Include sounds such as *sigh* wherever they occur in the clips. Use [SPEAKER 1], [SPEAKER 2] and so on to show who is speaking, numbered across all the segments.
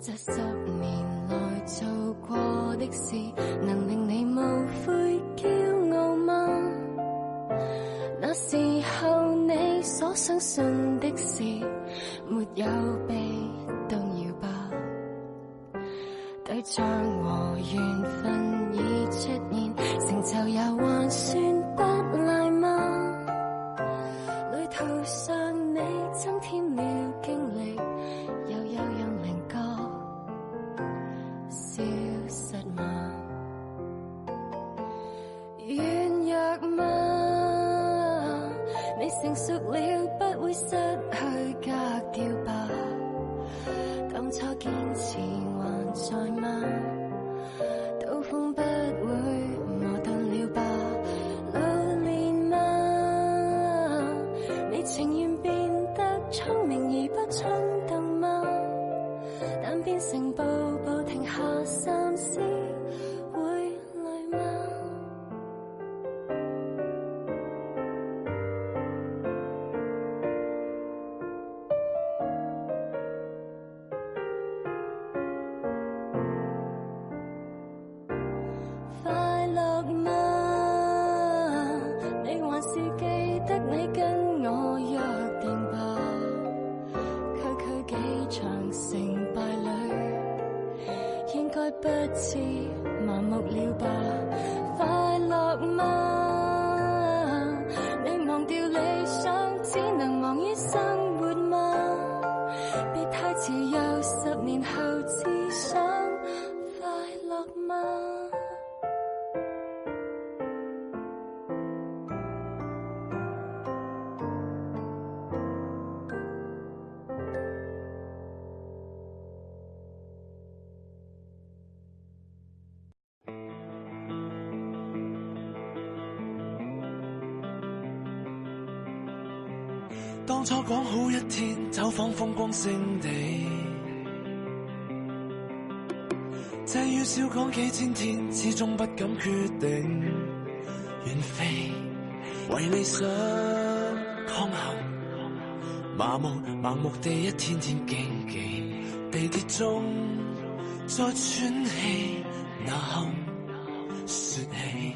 [SPEAKER 1] 這十年來做過的事，能令你無悔驕傲嗎？那時候你所相信的事，沒有被動搖吧？對象和緣分已出現，成就也還算不賴嗎？旅途上你增添了經歷，又有讓靈覺消失嗎？軟弱嗎？你成熟了，不會失去格調吧？當初堅持還在嗎？刀鋒不會磨鈍了吧？老練嗎？你情願變得聰明而不衝動嗎？但變成步步停下三思，會累嗎？快樂嗎？你還是記得你跟我約定吧？區區幾場成敗裏，應該不至麻木了吧？快樂嗎？你忘掉理想，只能忙於生活嗎？別太遲，又十年後至想快樂嗎？
[SPEAKER 2] 當初講好一天走訪風光勝地，際遇少講幾千天，始終不敢決定遠飛，為理想抗衡，麻木盲目地一天天競技，地鐵中再喘氣，那堪說起。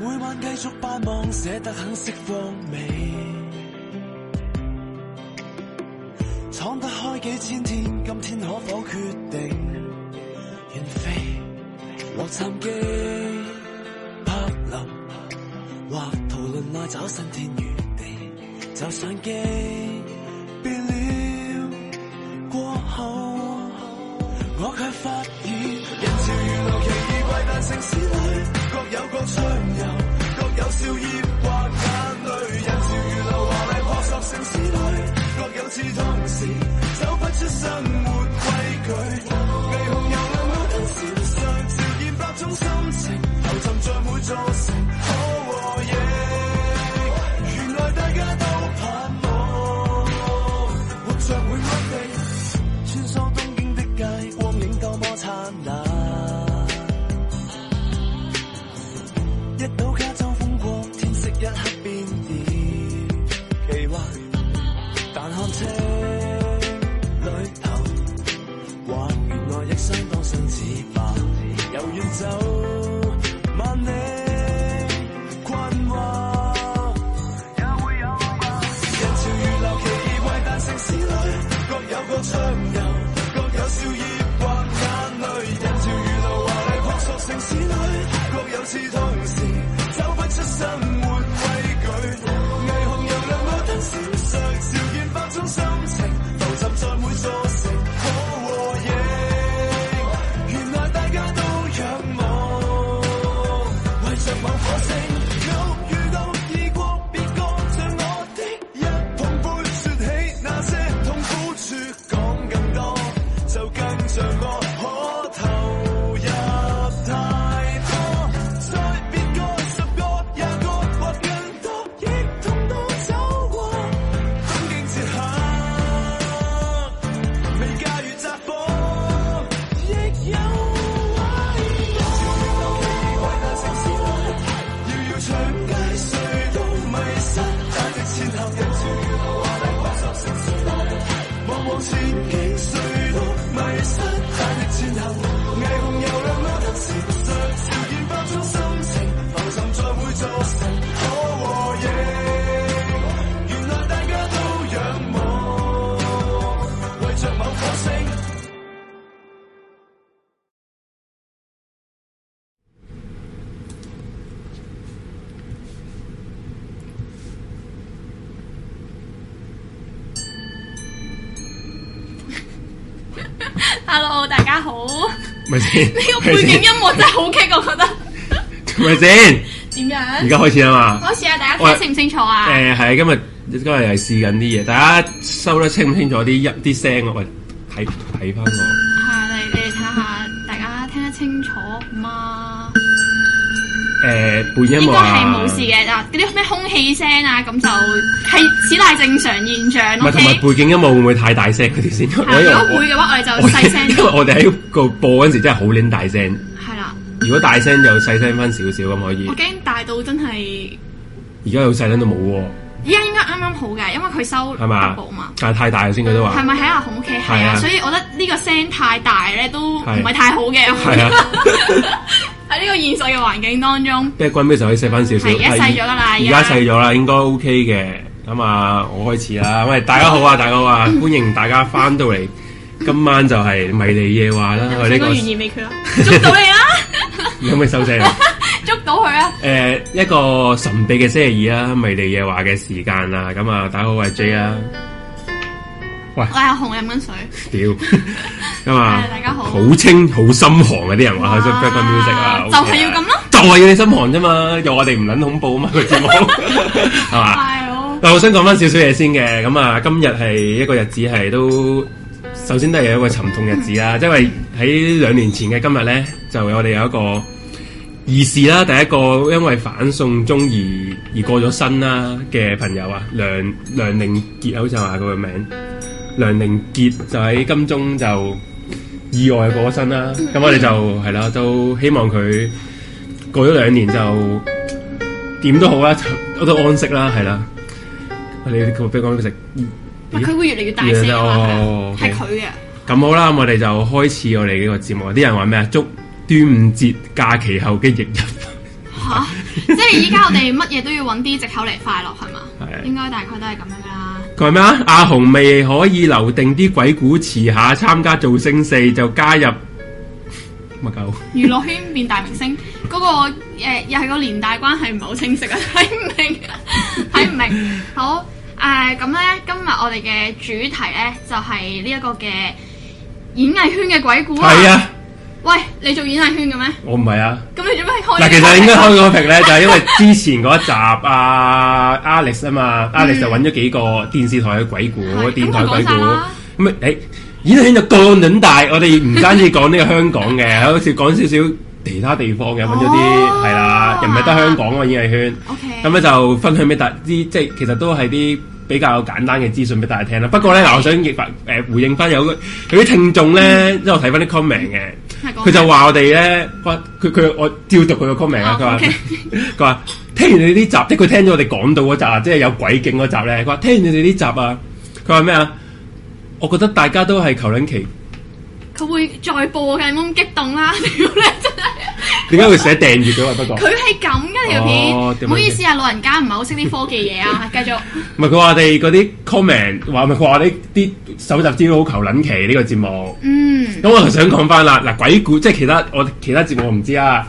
[SPEAKER 2] 每晚繼續盼望，捨得很釋放美，闖得開幾千天，今天可否決定遠飛？洛杉磯、柏林或討論那找新天與地，就相機變了過後。我卻發現人潮原來奇異怪誕城市裏，各有各暢遊，各有笑意或眼淚。人潮如流華麗破索城市裏，各有志同時，走不出生活規矩。霓虹遊覽我燈時尚潮現百種心情，浮沉在每座城，可和應。原來大家都盼望活着會安定。穿梭東京的街，光影多麼燦爛。一睹加州風光，天色一刻變了奇幻。但看車裏頭，畫原來亦相當相似吧。由遠走萬里困惑。人潮如流，奇異怪誕城市裏，各有各暢遊，各有笑意或眼淚。人潮如流，華麗撲朔城市裏，各有志同時，走不出生活規矩。霓虹遊亮我燈時尚照見百種心情，浮沉在每座城，可和應。原來大家都仰望，為着某火星，偶遇到異國別個像我的一捧杯，説起那些痛苦處，講更多，就跟着我可投入太多，再別個十個廿個或更多，亦通都走過，東京捷克，未駕馭窄火。亦有位人潮如流，奇異怪誕城市裏，遙遙長街隧道迷失，價值前後人潮如流，華麗跨索城市裏，望望前景隧道
[SPEAKER 3] Hello，大家好。呢
[SPEAKER 4] 咪先？呢
[SPEAKER 3] 個背景音樂真係好激，我覺得。
[SPEAKER 4] 咪先？
[SPEAKER 3] 點
[SPEAKER 4] 而
[SPEAKER 3] 樣？
[SPEAKER 4] 家開始啊嘛。
[SPEAKER 3] 我試下大家聽清唔清楚啊？
[SPEAKER 4] 誒係今日今日係試緊啲嘢，大家收得清唔清楚啲一啲聲啊？喂，睇睇翻我。
[SPEAKER 3] 係你你哋睇下，大家聽得清楚嗎？
[SPEAKER 4] 誒背音
[SPEAKER 3] 應
[SPEAKER 4] 樂
[SPEAKER 3] 該係
[SPEAKER 4] 啊。
[SPEAKER 3] 冇事。嘅嗱，嗰啲咩空氣聲啊，咁就係此乃正常現象
[SPEAKER 4] 唔係同埋
[SPEAKER 3] OK。
[SPEAKER 4] 背景音樂會唔會太大聲嗰
[SPEAKER 3] *laughs*
[SPEAKER 4] 啲先？
[SPEAKER 3] 係如果
[SPEAKER 4] 我
[SPEAKER 3] 會嘅話，我哋就
[SPEAKER 4] 我
[SPEAKER 3] 細聲
[SPEAKER 4] 因為
[SPEAKER 3] 啲。
[SPEAKER 4] 我哋喺個播嗰陣時真係好撚大聲，
[SPEAKER 3] 係啦，
[SPEAKER 4] 如果大聲就細聲翻少少咁可以
[SPEAKER 3] 我。驚大到真係，
[SPEAKER 4] 而家有細聲都冇喎，
[SPEAKER 3] 依家應該啱啱好嘅，因為佢收
[SPEAKER 4] 係嘛
[SPEAKER 3] double 嘛。？
[SPEAKER 4] 但係太大先佢都
[SPEAKER 3] 啊係
[SPEAKER 4] 話。
[SPEAKER 3] 咪喺阿紅屋企？係
[SPEAKER 4] 啊係
[SPEAKER 3] 啊，
[SPEAKER 4] 啊
[SPEAKER 3] 所以我覺得呢個聲太大咧，都唔
[SPEAKER 4] 係
[SPEAKER 3] 係太好嘅。
[SPEAKER 4] 係啊
[SPEAKER 3] *laughs* 喺呢個現實嘅環境當中，
[SPEAKER 4] b a c k 時候可以細翻少少，
[SPEAKER 3] 係而家細咗㗎啦
[SPEAKER 4] 而
[SPEAKER 3] 而家
[SPEAKER 4] 家細咗啦，應該 OK 嘅。咁啊，我開始啦。喂，大家好啊，大家好啊，
[SPEAKER 3] *laughs*
[SPEAKER 4] 歡迎大家翻到嚟。今晚就係迷離夜話啦，我
[SPEAKER 3] 我
[SPEAKER 4] 哋呢
[SPEAKER 3] 呢
[SPEAKER 4] 個
[SPEAKER 3] 個懸而未決啦，啊捉到你啦，
[SPEAKER 4] *laughs* 有咩
[SPEAKER 3] *laughs*
[SPEAKER 4] 收聲啊？
[SPEAKER 3] 捉到佢啊！
[SPEAKER 4] 誒、一個神秘嘅星期二啦，啊迷離夜話嘅時間啦。咁啊，大家好，我係 J 啊。
[SPEAKER 3] 嗯
[SPEAKER 4] 喂，
[SPEAKER 3] 我係阿哎紅飲緊水，
[SPEAKER 4] 屌，
[SPEAKER 3] *laughs*
[SPEAKER 4] 咁啊
[SPEAKER 3] 係，大家好
[SPEAKER 4] 好清好心寒啊！啲人話佢 back music 啊，
[SPEAKER 3] 就係要咁
[SPEAKER 4] *laughs*
[SPEAKER 3] 咯，
[SPEAKER 4] 就係要你心寒啫嘛，又我哋唔撚恐怖啊嘛個節
[SPEAKER 3] *laughs*
[SPEAKER 4] 目，係嘛？
[SPEAKER 3] 係咯，
[SPEAKER 4] 嗱，我想講翻少少嘢先嘅，咁啊，今日係一個日子係都，首先都係有一個沉痛日子啦，因為喺兩年前嘅今日咧，就我哋有一個義士啦，第一個因為反送中而而過咗身啦嘅朋友啊，梁梁凌傑啊好似係話佢個名，梁凌傑就喺金鐘就意外過咗身啦，咁我哋就係啦，都希望佢過咗兩年就點都好啦，我都安息啦，係啦。你佢俾講佢食，咦
[SPEAKER 3] 啊佢會越嚟越大聲啊
[SPEAKER 4] 哦
[SPEAKER 3] 嘛，係
[SPEAKER 4] OK
[SPEAKER 3] 佢嘅，
[SPEAKER 4] 咁好啦，我哋就開始我哋呢個節目。啲人話咩啊？祝端午節假期後嘅翌日，
[SPEAKER 3] 吓，即係依家我哋乜嘢都要揾啲藉口嚟快樂係嘛
[SPEAKER 4] 係？
[SPEAKER 3] 應該大概都係咁樣噶啦。
[SPEAKER 4] 佢話咩啊？阿紅未可以留定啲鬼故遲下參加造星四，就加入乜狗？
[SPEAKER 3] 娛樂圈變大明星嗰、個、呃、又係個連帶關係唔係好清晰啊， *laughs* 睇唔明，睇唔
[SPEAKER 4] *laughs*
[SPEAKER 3] 明。好誒咁咧，今日我哋嘅主題咧就係呢一個嘅演藝圈嘅鬼故啊！
[SPEAKER 4] 係啊，
[SPEAKER 3] 喂，你做演藝圈嘅咩？
[SPEAKER 4] 我唔係啊。
[SPEAKER 3] 咁你做咩開呢個題目？
[SPEAKER 4] 嗱，其實應該開嗰個 topic 咧，就係因為之前嗰一
[SPEAKER 3] *laughs*
[SPEAKER 4] 集啊 Alex 啊嘛，Alex 就揾咗幾個電視台嘅鬼故
[SPEAKER 3] 嗯係，
[SPEAKER 4] 電台鬼
[SPEAKER 3] 咁佢講晒啦
[SPEAKER 4] 故，咁啊誒演藝圈就咁撚大，我哋唔單止講呢個香港嘅，好似講少少其他地方嘅，揾咗
[SPEAKER 3] 哦
[SPEAKER 4] 啲係啦，又唔係得香港嘅演藝圈，
[SPEAKER 3] OK
[SPEAKER 4] 咁咧就分享俾大啲，即係其實都係啲。比較簡單嘅資訊俾大家聽啦。不過咧，嗱，我想亦誒回應翻有個有啲聽眾咧，
[SPEAKER 3] 嗯
[SPEAKER 4] 因為我睇翻啲 comment 嘅，
[SPEAKER 3] 係講
[SPEAKER 4] 佢就話我哋咧，佢佢佢我照讀佢個 comment 啊，
[SPEAKER 3] 哦
[SPEAKER 4] 佢話
[SPEAKER 3] OK
[SPEAKER 4] *laughs* 佢話聽完你呢集，即係佢聽咗我哋講到嗰集啊，即係有鬼勁嗰集咧，佢話聽完你哋呢集啊，佢話咩啊？我覺得大家都係求撚其，
[SPEAKER 3] 佢會再播嘅，冇咁激動啦！屌你真係，
[SPEAKER 4] 點解會寫訂閱嘅？不過
[SPEAKER 3] 佢係咁嘅條
[SPEAKER 4] 哦
[SPEAKER 3] 片，
[SPEAKER 4] 點
[SPEAKER 3] 唔好
[SPEAKER 4] 解
[SPEAKER 3] 意思啊，老人家唔係好識啲科技嘢啊，
[SPEAKER 4] *laughs*
[SPEAKER 3] 繼續。
[SPEAKER 4] 唔係佢話我哋嗰啲 comment 話唔係佢話我哋啲搜集資料好求撚其呢個節目。
[SPEAKER 3] 嗯，
[SPEAKER 4] 咁我就想講翻啦，嗱鬼故即係其他我其他節目我唔知啊。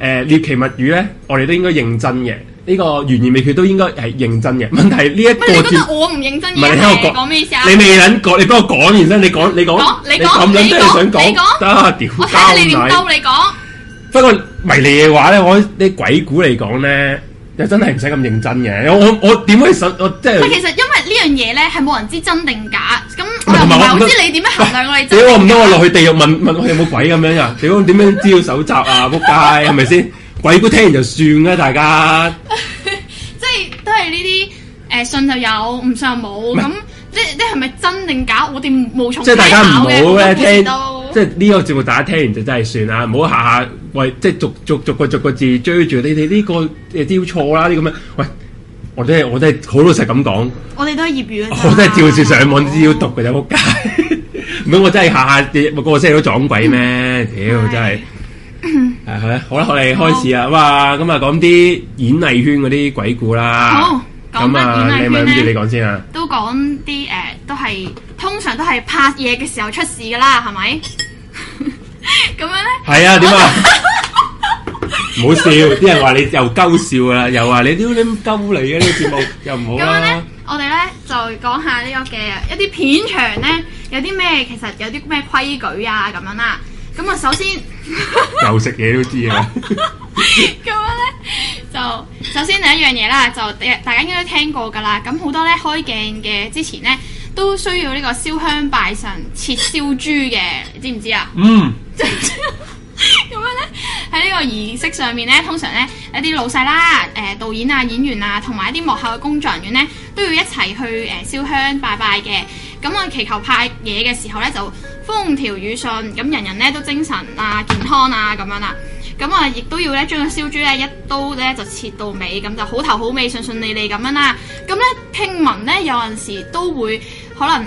[SPEAKER 4] 誒、獵奇物語咧，我哋都應該認真嘅。呢、個懸而未決都應該係認真嘅。問題呢一個
[SPEAKER 3] 乜你覺
[SPEAKER 4] 節
[SPEAKER 3] 得我唔認真
[SPEAKER 4] 唔係
[SPEAKER 3] 嘅
[SPEAKER 4] 你聽我
[SPEAKER 3] 係
[SPEAKER 4] 講
[SPEAKER 3] 講咩意思啊？
[SPEAKER 4] 你未撚講，你幫我講完先。你講，你
[SPEAKER 3] 講
[SPEAKER 4] 講，
[SPEAKER 3] 你講
[SPEAKER 4] 咁撚都係想
[SPEAKER 3] 你講
[SPEAKER 4] 講，得啊屌
[SPEAKER 3] 我睇下你
[SPEAKER 4] 交
[SPEAKER 3] 亂
[SPEAKER 4] 底
[SPEAKER 3] 兜，你講，
[SPEAKER 4] 不過迷你嘅話咧，我啲鬼故嚟講咧，又真係唔使咁認真嘅。我我我點可以信？我即
[SPEAKER 3] 唔
[SPEAKER 4] 係
[SPEAKER 3] 係其實因為呢樣嘢咧係冇人知真定假，咁
[SPEAKER 4] 唔
[SPEAKER 3] 我又
[SPEAKER 4] 係
[SPEAKER 3] 唔係好
[SPEAKER 4] 我唔得
[SPEAKER 3] 知你點樣衡量我哋
[SPEAKER 4] 屌
[SPEAKER 3] 真
[SPEAKER 4] 我唔
[SPEAKER 3] 定
[SPEAKER 4] 通我
[SPEAKER 3] 假。
[SPEAKER 4] 落去地獄問問我有冇鬼咁樣啊？屌點樣資料搜集啊？仆街係咪先？鬼故聽完就算啦，大家
[SPEAKER 3] 即係都係呢啲誒信就有，唔信就冇。咁即係即係咪真定假？我哋無從
[SPEAKER 4] 即係大家唔好
[SPEAKER 3] 稽考嘅
[SPEAKER 4] 咧聽，
[SPEAKER 3] 我
[SPEAKER 4] 即係呢個節目大家聽完就真係算啦，唔好下下喂即係逐逐逐個逐個字追住你哋呢個誒丟錯啦啲咁樣，喂我真係我真係好老實
[SPEAKER 3] *laughs*
[SPEAKER 4] 咁講，
[SPEAKER 3] 我哋都係業餘嘅啫。
[SPEAKER 4] 哦我真係照住上網資料讀嘅啫，仆街！ *laughs* 唔通我真係下下個個星期都撞鬼咩？屌
[SPEAKER 3] *laughs* 係
[SPEAKER 4] 真
[SPEAKER 3] *laughs*
[SPEAKER 4] 係！誒係啊啦，好啦，我哋開始啦。哇，咁啊講啲演藝圈嗰啲鬼故啦。
[SPEAKER 3] 好講
[SPEAKER 4] 咁
[SPEAKER 3] 返
[SPEAKER 4] 啊，
[SPEAKER 3] 演藝
[SPEAKER 4] 你
[SPEAKER 3] 圈
[SPEAKER 4] 咪諗住
[SPEAKER 3] 咧
[SPEAKER 4] 你講先啊。
[SPEAKER 3] 都講啲誒，都係通常都係拍嘢嘅時候出事㗎啦，係咪？ *laughs* 咁樣咧。
[SPEAKER 4] 係啊，點啊？唔好笑，啲人話啊你又鳩笑啦，又話你屌你咁鳩嚟嘅呢個節目，又唔好啊
[SPEAKER 3] 咁樣咧
[SPEAKER 4] 啦。，
[SPEAKER 3] 我哋咧就誒、講下呢個嘅一啲片場咧，有啲咩其實有啲咩規矩啊咁樣啦。咁啊，首先 *laughs*
[SPEAKER 4] 又食嘢都知啊，
[SPEAKER 3] 咁樣咧，就首先第一樣嘢啦，就第大家應該都聽過㗎啦。咁好多咧開鏡嘅之前咧，都需要呢個燒香拜神、切燒豬嘅，你知唔知啊？
[SPEAKER 4] 嗯，
[SPEAKER 3] *laughs* 咁樣咧喺呢個儀式上面咧，通常咧一啲老細啦、誒、導演啊、演員啊，同埋一啲幕後嘅工作人員咧，都要一齊去誒、燒香拜拜嘅。咁啊，祈求派嘢嘅時候咧，就風調雨順，咁人人咧都精神啊、健康啊咁樣啦。咁啊，亦都要咧將個燒豬咧一刀咧就切到尾，咁就好頭好尾、順順利利咁樣啦。咁咧聽聞咧有陣時都會可能誒、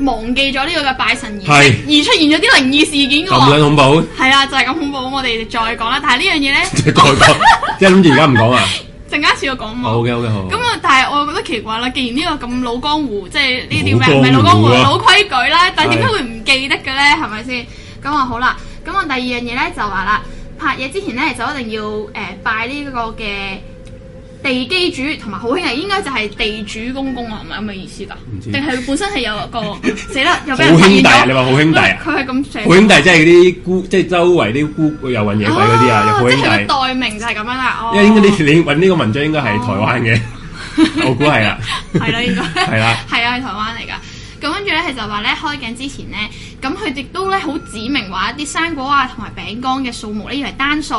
[SPEAKER 3] 忘記咗呢個嘅拜神儀式，
[SPEAKER 4] 係
[SPEAKER 3] 而出現咗啲靈異事件嘅
[SPEAKER 4] 咁
[SPEAKER 3] 喎
[SPEAKER 4] 撚。恐怖，
[SPEAKER 3] 係啊啦，就係咁恐怖，我哋再講啦。但係呢樣嘢
[SPEAKER 4] *laughs*
[SPEAKER 3] 咧，
[SPEAKER 4] 即係再講，哦即係諗住而家唔講啊。
[SPEAKER 3] 陣間次我講
[SPEAKER 4] 好
[SPEAKER 3] 冇。
[SPEAKER 4] 嘅，好嘅，好嘅。
[SPEAKER 3] 嗯咁啊，但係我覺得奇怪啦，既然呢個咁老江湖，即係呢啲
[SPEAKER 4] 老
[SPEAKER 3] 咩唔係老
[SPEAKER 4] 江
[SPEAKER 3] 江湖
[SPEAKER 4] 湖啊
[SPEAKER 3] 老規矩啦，但係點解
[SPEAKER 4] 係
[SPEAKER 3] 會唔記得嘅咧？係咪先？咁啊好啦，咁啊第二樣嘢咧就話啦，拍嘢之前咧就一定要誒、呃拜呢個嘅地基主，同埋好興係應該就係地主公公啊，係咪咁嘅意思
[SPEAKER 4] 唔
[SPEAKER 3] 㗎？
[SPEAKER 4] 知
[SPEAKER 3] 定係佢本身係有個死啦，又俾
[SPEAKER 4] 好
[SPEAKER 3] 人發
[SPEAKER 4] 兄
[SPEAKER 3] 現
[SPEAKER 4] 弟啊
[SPEAKER 3] 咗
[SPEAKER 4] 你話好兄弟啊
[SPEAKER 3] 佢係咁寫
[SPEAKER 4] 好。兄弟即係嗰啲姑，即係周圍啲姑又揾嘢鬼嗰啲啊，有好
[SPEAKER 3] 哦即
[SPEAKER 4] 兄
[SPEAKER 3] 係佢
[SPEAKER 4] 弟。
[SPEAKER 3] 代名就係咁樣啦。哦
[SPEAKER 4] 因為應該呢你揾呢個文章應該係台
[SPEAKER 3] *laughs*
[SPEAKER 4] 灣嘅，我估係啦。
[SPEAKER 3] 係啦，應該
[SPEAKER 4] 係啦， *laughs*
[SPEAKER 3] 係啊，喺台灣嚟㗎。咁跟住咧，佢就話咧開鏡之前咧，咁佢亦都咧好指明話一啲生果啊同埋餅乾嘅數目咧要係單數，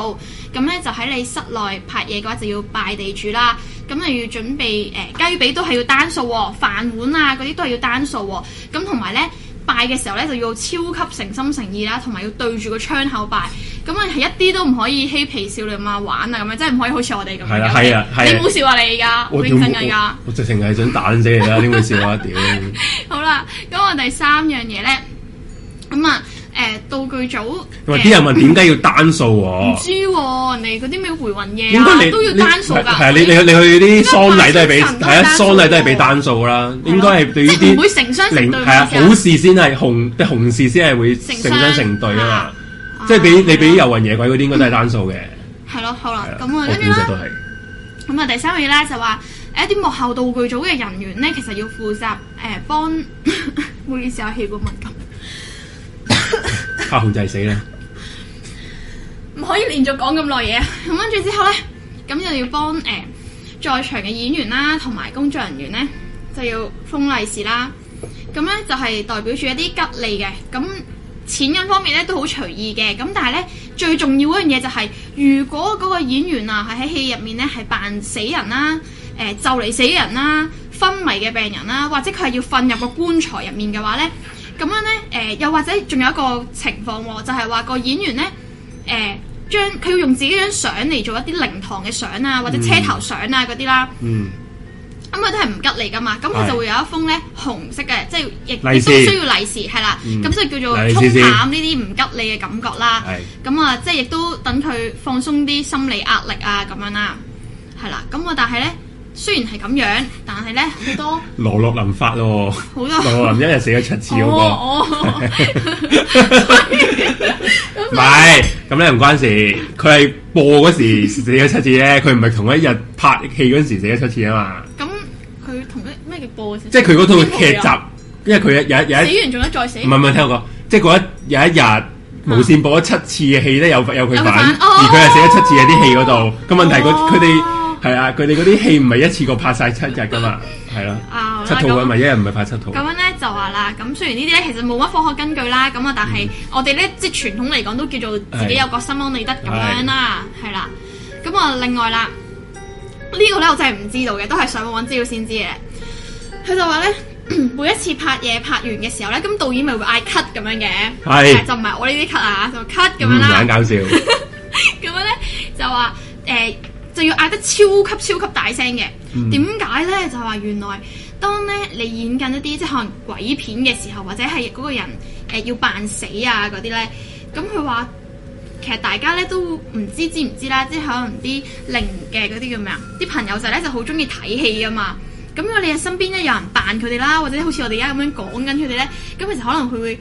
[SPEAKER 3] 咁咧就喺你室內拍嘢嘅話就要拜地主啦，咁就要準備誒、雞髀都係要單數喎、飯碗啊嗰啲都係要單數喎、咁同埋咧。拜嘅時候咧就要超級誠心誠意啦，同埋要對住個窗口拜，咁啊係一啲都唔可以嬉皮笑臉啊玩啊咁樣，即係唔可以好似我哋咁樣。
[SPEAKER 4] 係啦係啊係啊
[SPEAKER 3] 你冇笑啊你而家，好
[SPEAKER 4] 我
[SPEAKER 3] 認真㗎而家。
[SPEAKER 4] 我直情係想彈死你啦！點會笑啊？
[SPEAKER 3] *laughs*
[SPEAKER 4] 屌，咁
[SPEAKER 3] 好啦，咁我第三樣嘢咧，咁啊誒道具組
[SPEAKER 4] 啊
[SPEAKER 3] 嘅
[SPEAKER 4] 啲人問點解要單數
[SPEAKER 3] 唔
[SPEAKER 4] 喎？
[SPEAKER 3] 知啊喎，人哋嗰啲咩回魂夜
[SPEAKER 4] 應該
[SPEAKER 3] 啊
[SPEAKER 4] 你
[SPEAKER 3] 都要單數㗎，
[SPEAKER 4] 係啊你你去你去啲喪禮都係俾
[SPEAKER 3] 點解
[SPEAKER 4] 係
[SPEAKER 3] 拜
[SPEAKER 4] 啊
[SPEAKER 3] 神都
[SPEAKER 4] 喪
[SPEAKER 3] 係單數
[SPEAKER 4] 禮都係俾單數啦，應該係對於
[SPEAKER 3] 即係唔會
[SPEAKER 4] 啲
[SPEAKER 3] 成雙成
[SPEAKER 4] 零
[SPEAKER 3] 對
[SPEAKER 4] 係啊好事先係紅，即係紅事先係會
[SPEAKER 3] 成
[SPEAKER 4] 成
[SPEAKER 3] 雙
[SPEAKER 4] 雙成對啊
[SPEAKER 3] 啊
[SPEAKER 4] 嘛，即係俾你俾遊魂夜鬼嗰啲應該都係單數嘅，
[SPEAKER 3] 係咯，好啦
[SPEAKER 4] 係，啦，
[SPEAKER 3] 咁啊
[SPEAKER 4] 我
[SPEAKER 3] 跟住
[SPEAKER 4] 估就都
[SPEAKER 3] 啦，
[SPEAKER 4] 係。
[SPEAKER 3] 咁啊第三樣嘢咧就話誒一啲幕後道具組嘅人員咧，其實要負責誒幫， *laughs* 唔好意思啊，氣管敏感，
[SPEAKER 4] 怕控制死啦！
[SPEAKER 3] 唔可以連續講咁耐嘢啊。 *laughs* 咁跟住之後咧，咁就要幫誒、呃在場嘅演員啦，同埋工作人員咧，就要封利是啦。咁咧就係代表住一啲吉利嘅。咁錢銀方面咧都好隨意嘅。咁但係咧最重要嗰樣嘢就係、如果嗰個演員啊係喺戲入面咧係扮死人啦、誒、就嚟死嘅人啦、昏迷嘅病人啦，或者佢係要瞓入個棺材入面嘅話咧，咁樣咧誒、又或者仲有一個情況喎，就係、話個演員咧誒。將佢要用自己張相嚟做一啲靈堂嘅相啊，或者車頭相啊嗰啲啦。
[SPEAKER 4] 嗯，
[SPEAKER 3] 咁啊佢都係唔吉利噶嘛，咁佢
[SPEAKER 4] 係
[SPEAKER 3] 就會有一封咧紅色嘅，即係亦亦
[SPEAKER 4] 利是
[SPEAKER 3] 都需要利是係啦，
[SPEAKER 4] 嗯
[SPEAKER 3] 咁所以叫做
[SPEAKER 4] 利是
[SPEAKER 3] 沖
[SPEAKER 4] 先
[SPEAKER 3] 淡呢啲唔吉利嘅感覺啦。
[SPEAKER 4] 係
[SPEAKER 3] 咁啊，即係亦都等佢放鬆啲心理壓力啊，咁樣啦，係啦。咁啊，但係咧，雖然係咁樣，但係咧好多
[SPEAKER 4] 羅洛林發咯，
[SPEAKER 3] 好
[SPEAKER 4] 羅
[SPEAKER 3] 多
[SPEAKER 4] 洛林一日死咗七次嗰個，
[SPEAKER 3] 哦哦，
[SPEAKER 4] *laughs* 唔係咁咧唔關事，佢係播嗰時死咗七次啫，佢唔係同一日拍戲嗰時死咗七次啊嘛，
[SPEAKER 3] 咁佢同一咩叫播嘅先
[SPEAKER 4] 即係佢嗰套劇集，因為佢有有有一
[SPEAKER 3] 死完仲得再死
[SPEAKER 4] 唔，係唔係聽我講，即係嗰一有一日。無線播咗七次嘅戲咧，有有佢
[SPEAKER 3] 有佢
[SPEAKER 4] 版，
[SPEAKER 3] 版哦
[SPEAKER 4] 而佢係死咗七次喺啲戲嗰度。咁問題佢
[SPEAKER 3] 哦
[SPEAKER 4] 佢哋係啊，佢哋嗰啲戲唔係一次過拍晒七日噶嘛，係咯，
[SPEAKER 3] 啊
[SPEAKER 4] 七套啊嘛，一日唔係拍七套。
[SPEAKER 3] 咁樣咧就話啦，咁雖然呢啲咧其實冇乜科學根據啦，咁啊，但
[SPEAKER 4] 嗯
[SPEAKER 3] 係我哋咧即係傳統嚟講都叫做自己有個心安理得咁樣啦，係啦。咁啊，另外啦，呢、個咧我真係唔知道嘅，都係上網揾資料先知嘅。佢就話咧， *clears throat* 每一次拍嘢拍完嘅時候咧，咁導演咪會嗌 cut 咁樣嘅，
[SPEAKER 4] 係
[SPEAKER 3] 但就唔係我呢啲 cut 啊，就 cut 咁樣
[SPEAKER 4] 嗯，
[SPEAKER 3] 啦
[SPEAKER 4] 懶。搞笑。
[SPEAKER 3] 咁樣咧就話誒、呃就要嗌得超級超級大聲嘅。
[SPEAKER 4] 嗯
[SPEAKER 3] 點解咧？就話原來當咧你演緊一啲即係可能鬼片嘅時候，或者係嗰個人誒、呃要扮死啊嗰啲咧，咁佢話其實大家咧都唔知知唔知啦，即係可能啲靈嘅嗰啲叫咩啊？啲朋友仔咧就好中意睇戲噶嘛。咁如果你嘅身邊咧有人扮佢哋啦，或者好似我哋而家咁樣講緊佢哋咧，咁其實可能佢會 *laughs*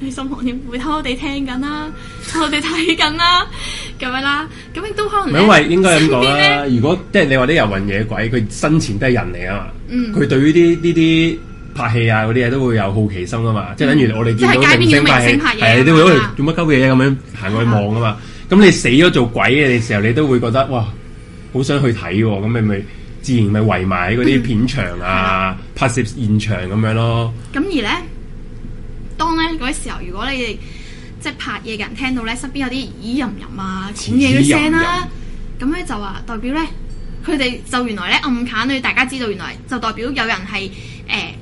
[SPEAKER 3] 去心寒添，會偷偷地聽緊啦，偷偷地睇緊啦，咁樣啦，咁亦都可
[SPEAKER 4] 唔
[SPEAKER 3] 能
[SPEAKER 4] 係因為應該咁
[SPEAKER 3] 身
[SPEAKER 4] 講
[SPEAKER 3] 邊
[SPEAKER 4] 啦，
[SPEAKER 3] 咧
[SPEAKER 4] 如果即係你話啲遊魂野鬼，佢生前都係人嚟啊嘛，
[SPEAKER 3] 嗯
[SPEAKER 4] 佢對於啲呢啲拍戲啊嗰啲嘢都會有好奇心啊嘛，即係等於我哋見
[SPEAKER 3] 即
[SPEAKER 4] 到
[SPEAKER 3] 係街邊
[SPEAKER 4] 明星
[SPEAKER 3] 見到
[SPEAKER 4] 拍戲
[SPEAKER 3] 明星拍，嘢
[SPEAKER 4] 係
[SPEAKER 3] 啊
[SPEAKER 4] 你都會
[SPEAKER 3] 嘛
[SPEAKER 4] 喂做乜鳩嘢啊咁樣行過去望啊嘛，咁你死咗做鬼嘅時候，你都會覺得哇好想去睇喎，咁你咪自然咪圍埋喺嗰啲片場啊、
[SPEAKER 3] 嗯
[SPEAKER 4] 拍攝現場咁樣咯，
[SPEAKER 3] 咁而咧，當咧嗰啲時候，如果你哋即係拍嘢嘅人聽到咧，身邊有啲咦吟吟啊、講嘢嘅聲啦，咁咧就話代表咧，佢哋就原來咧暗砍你，大家知道原來就代表有人係誒、呃、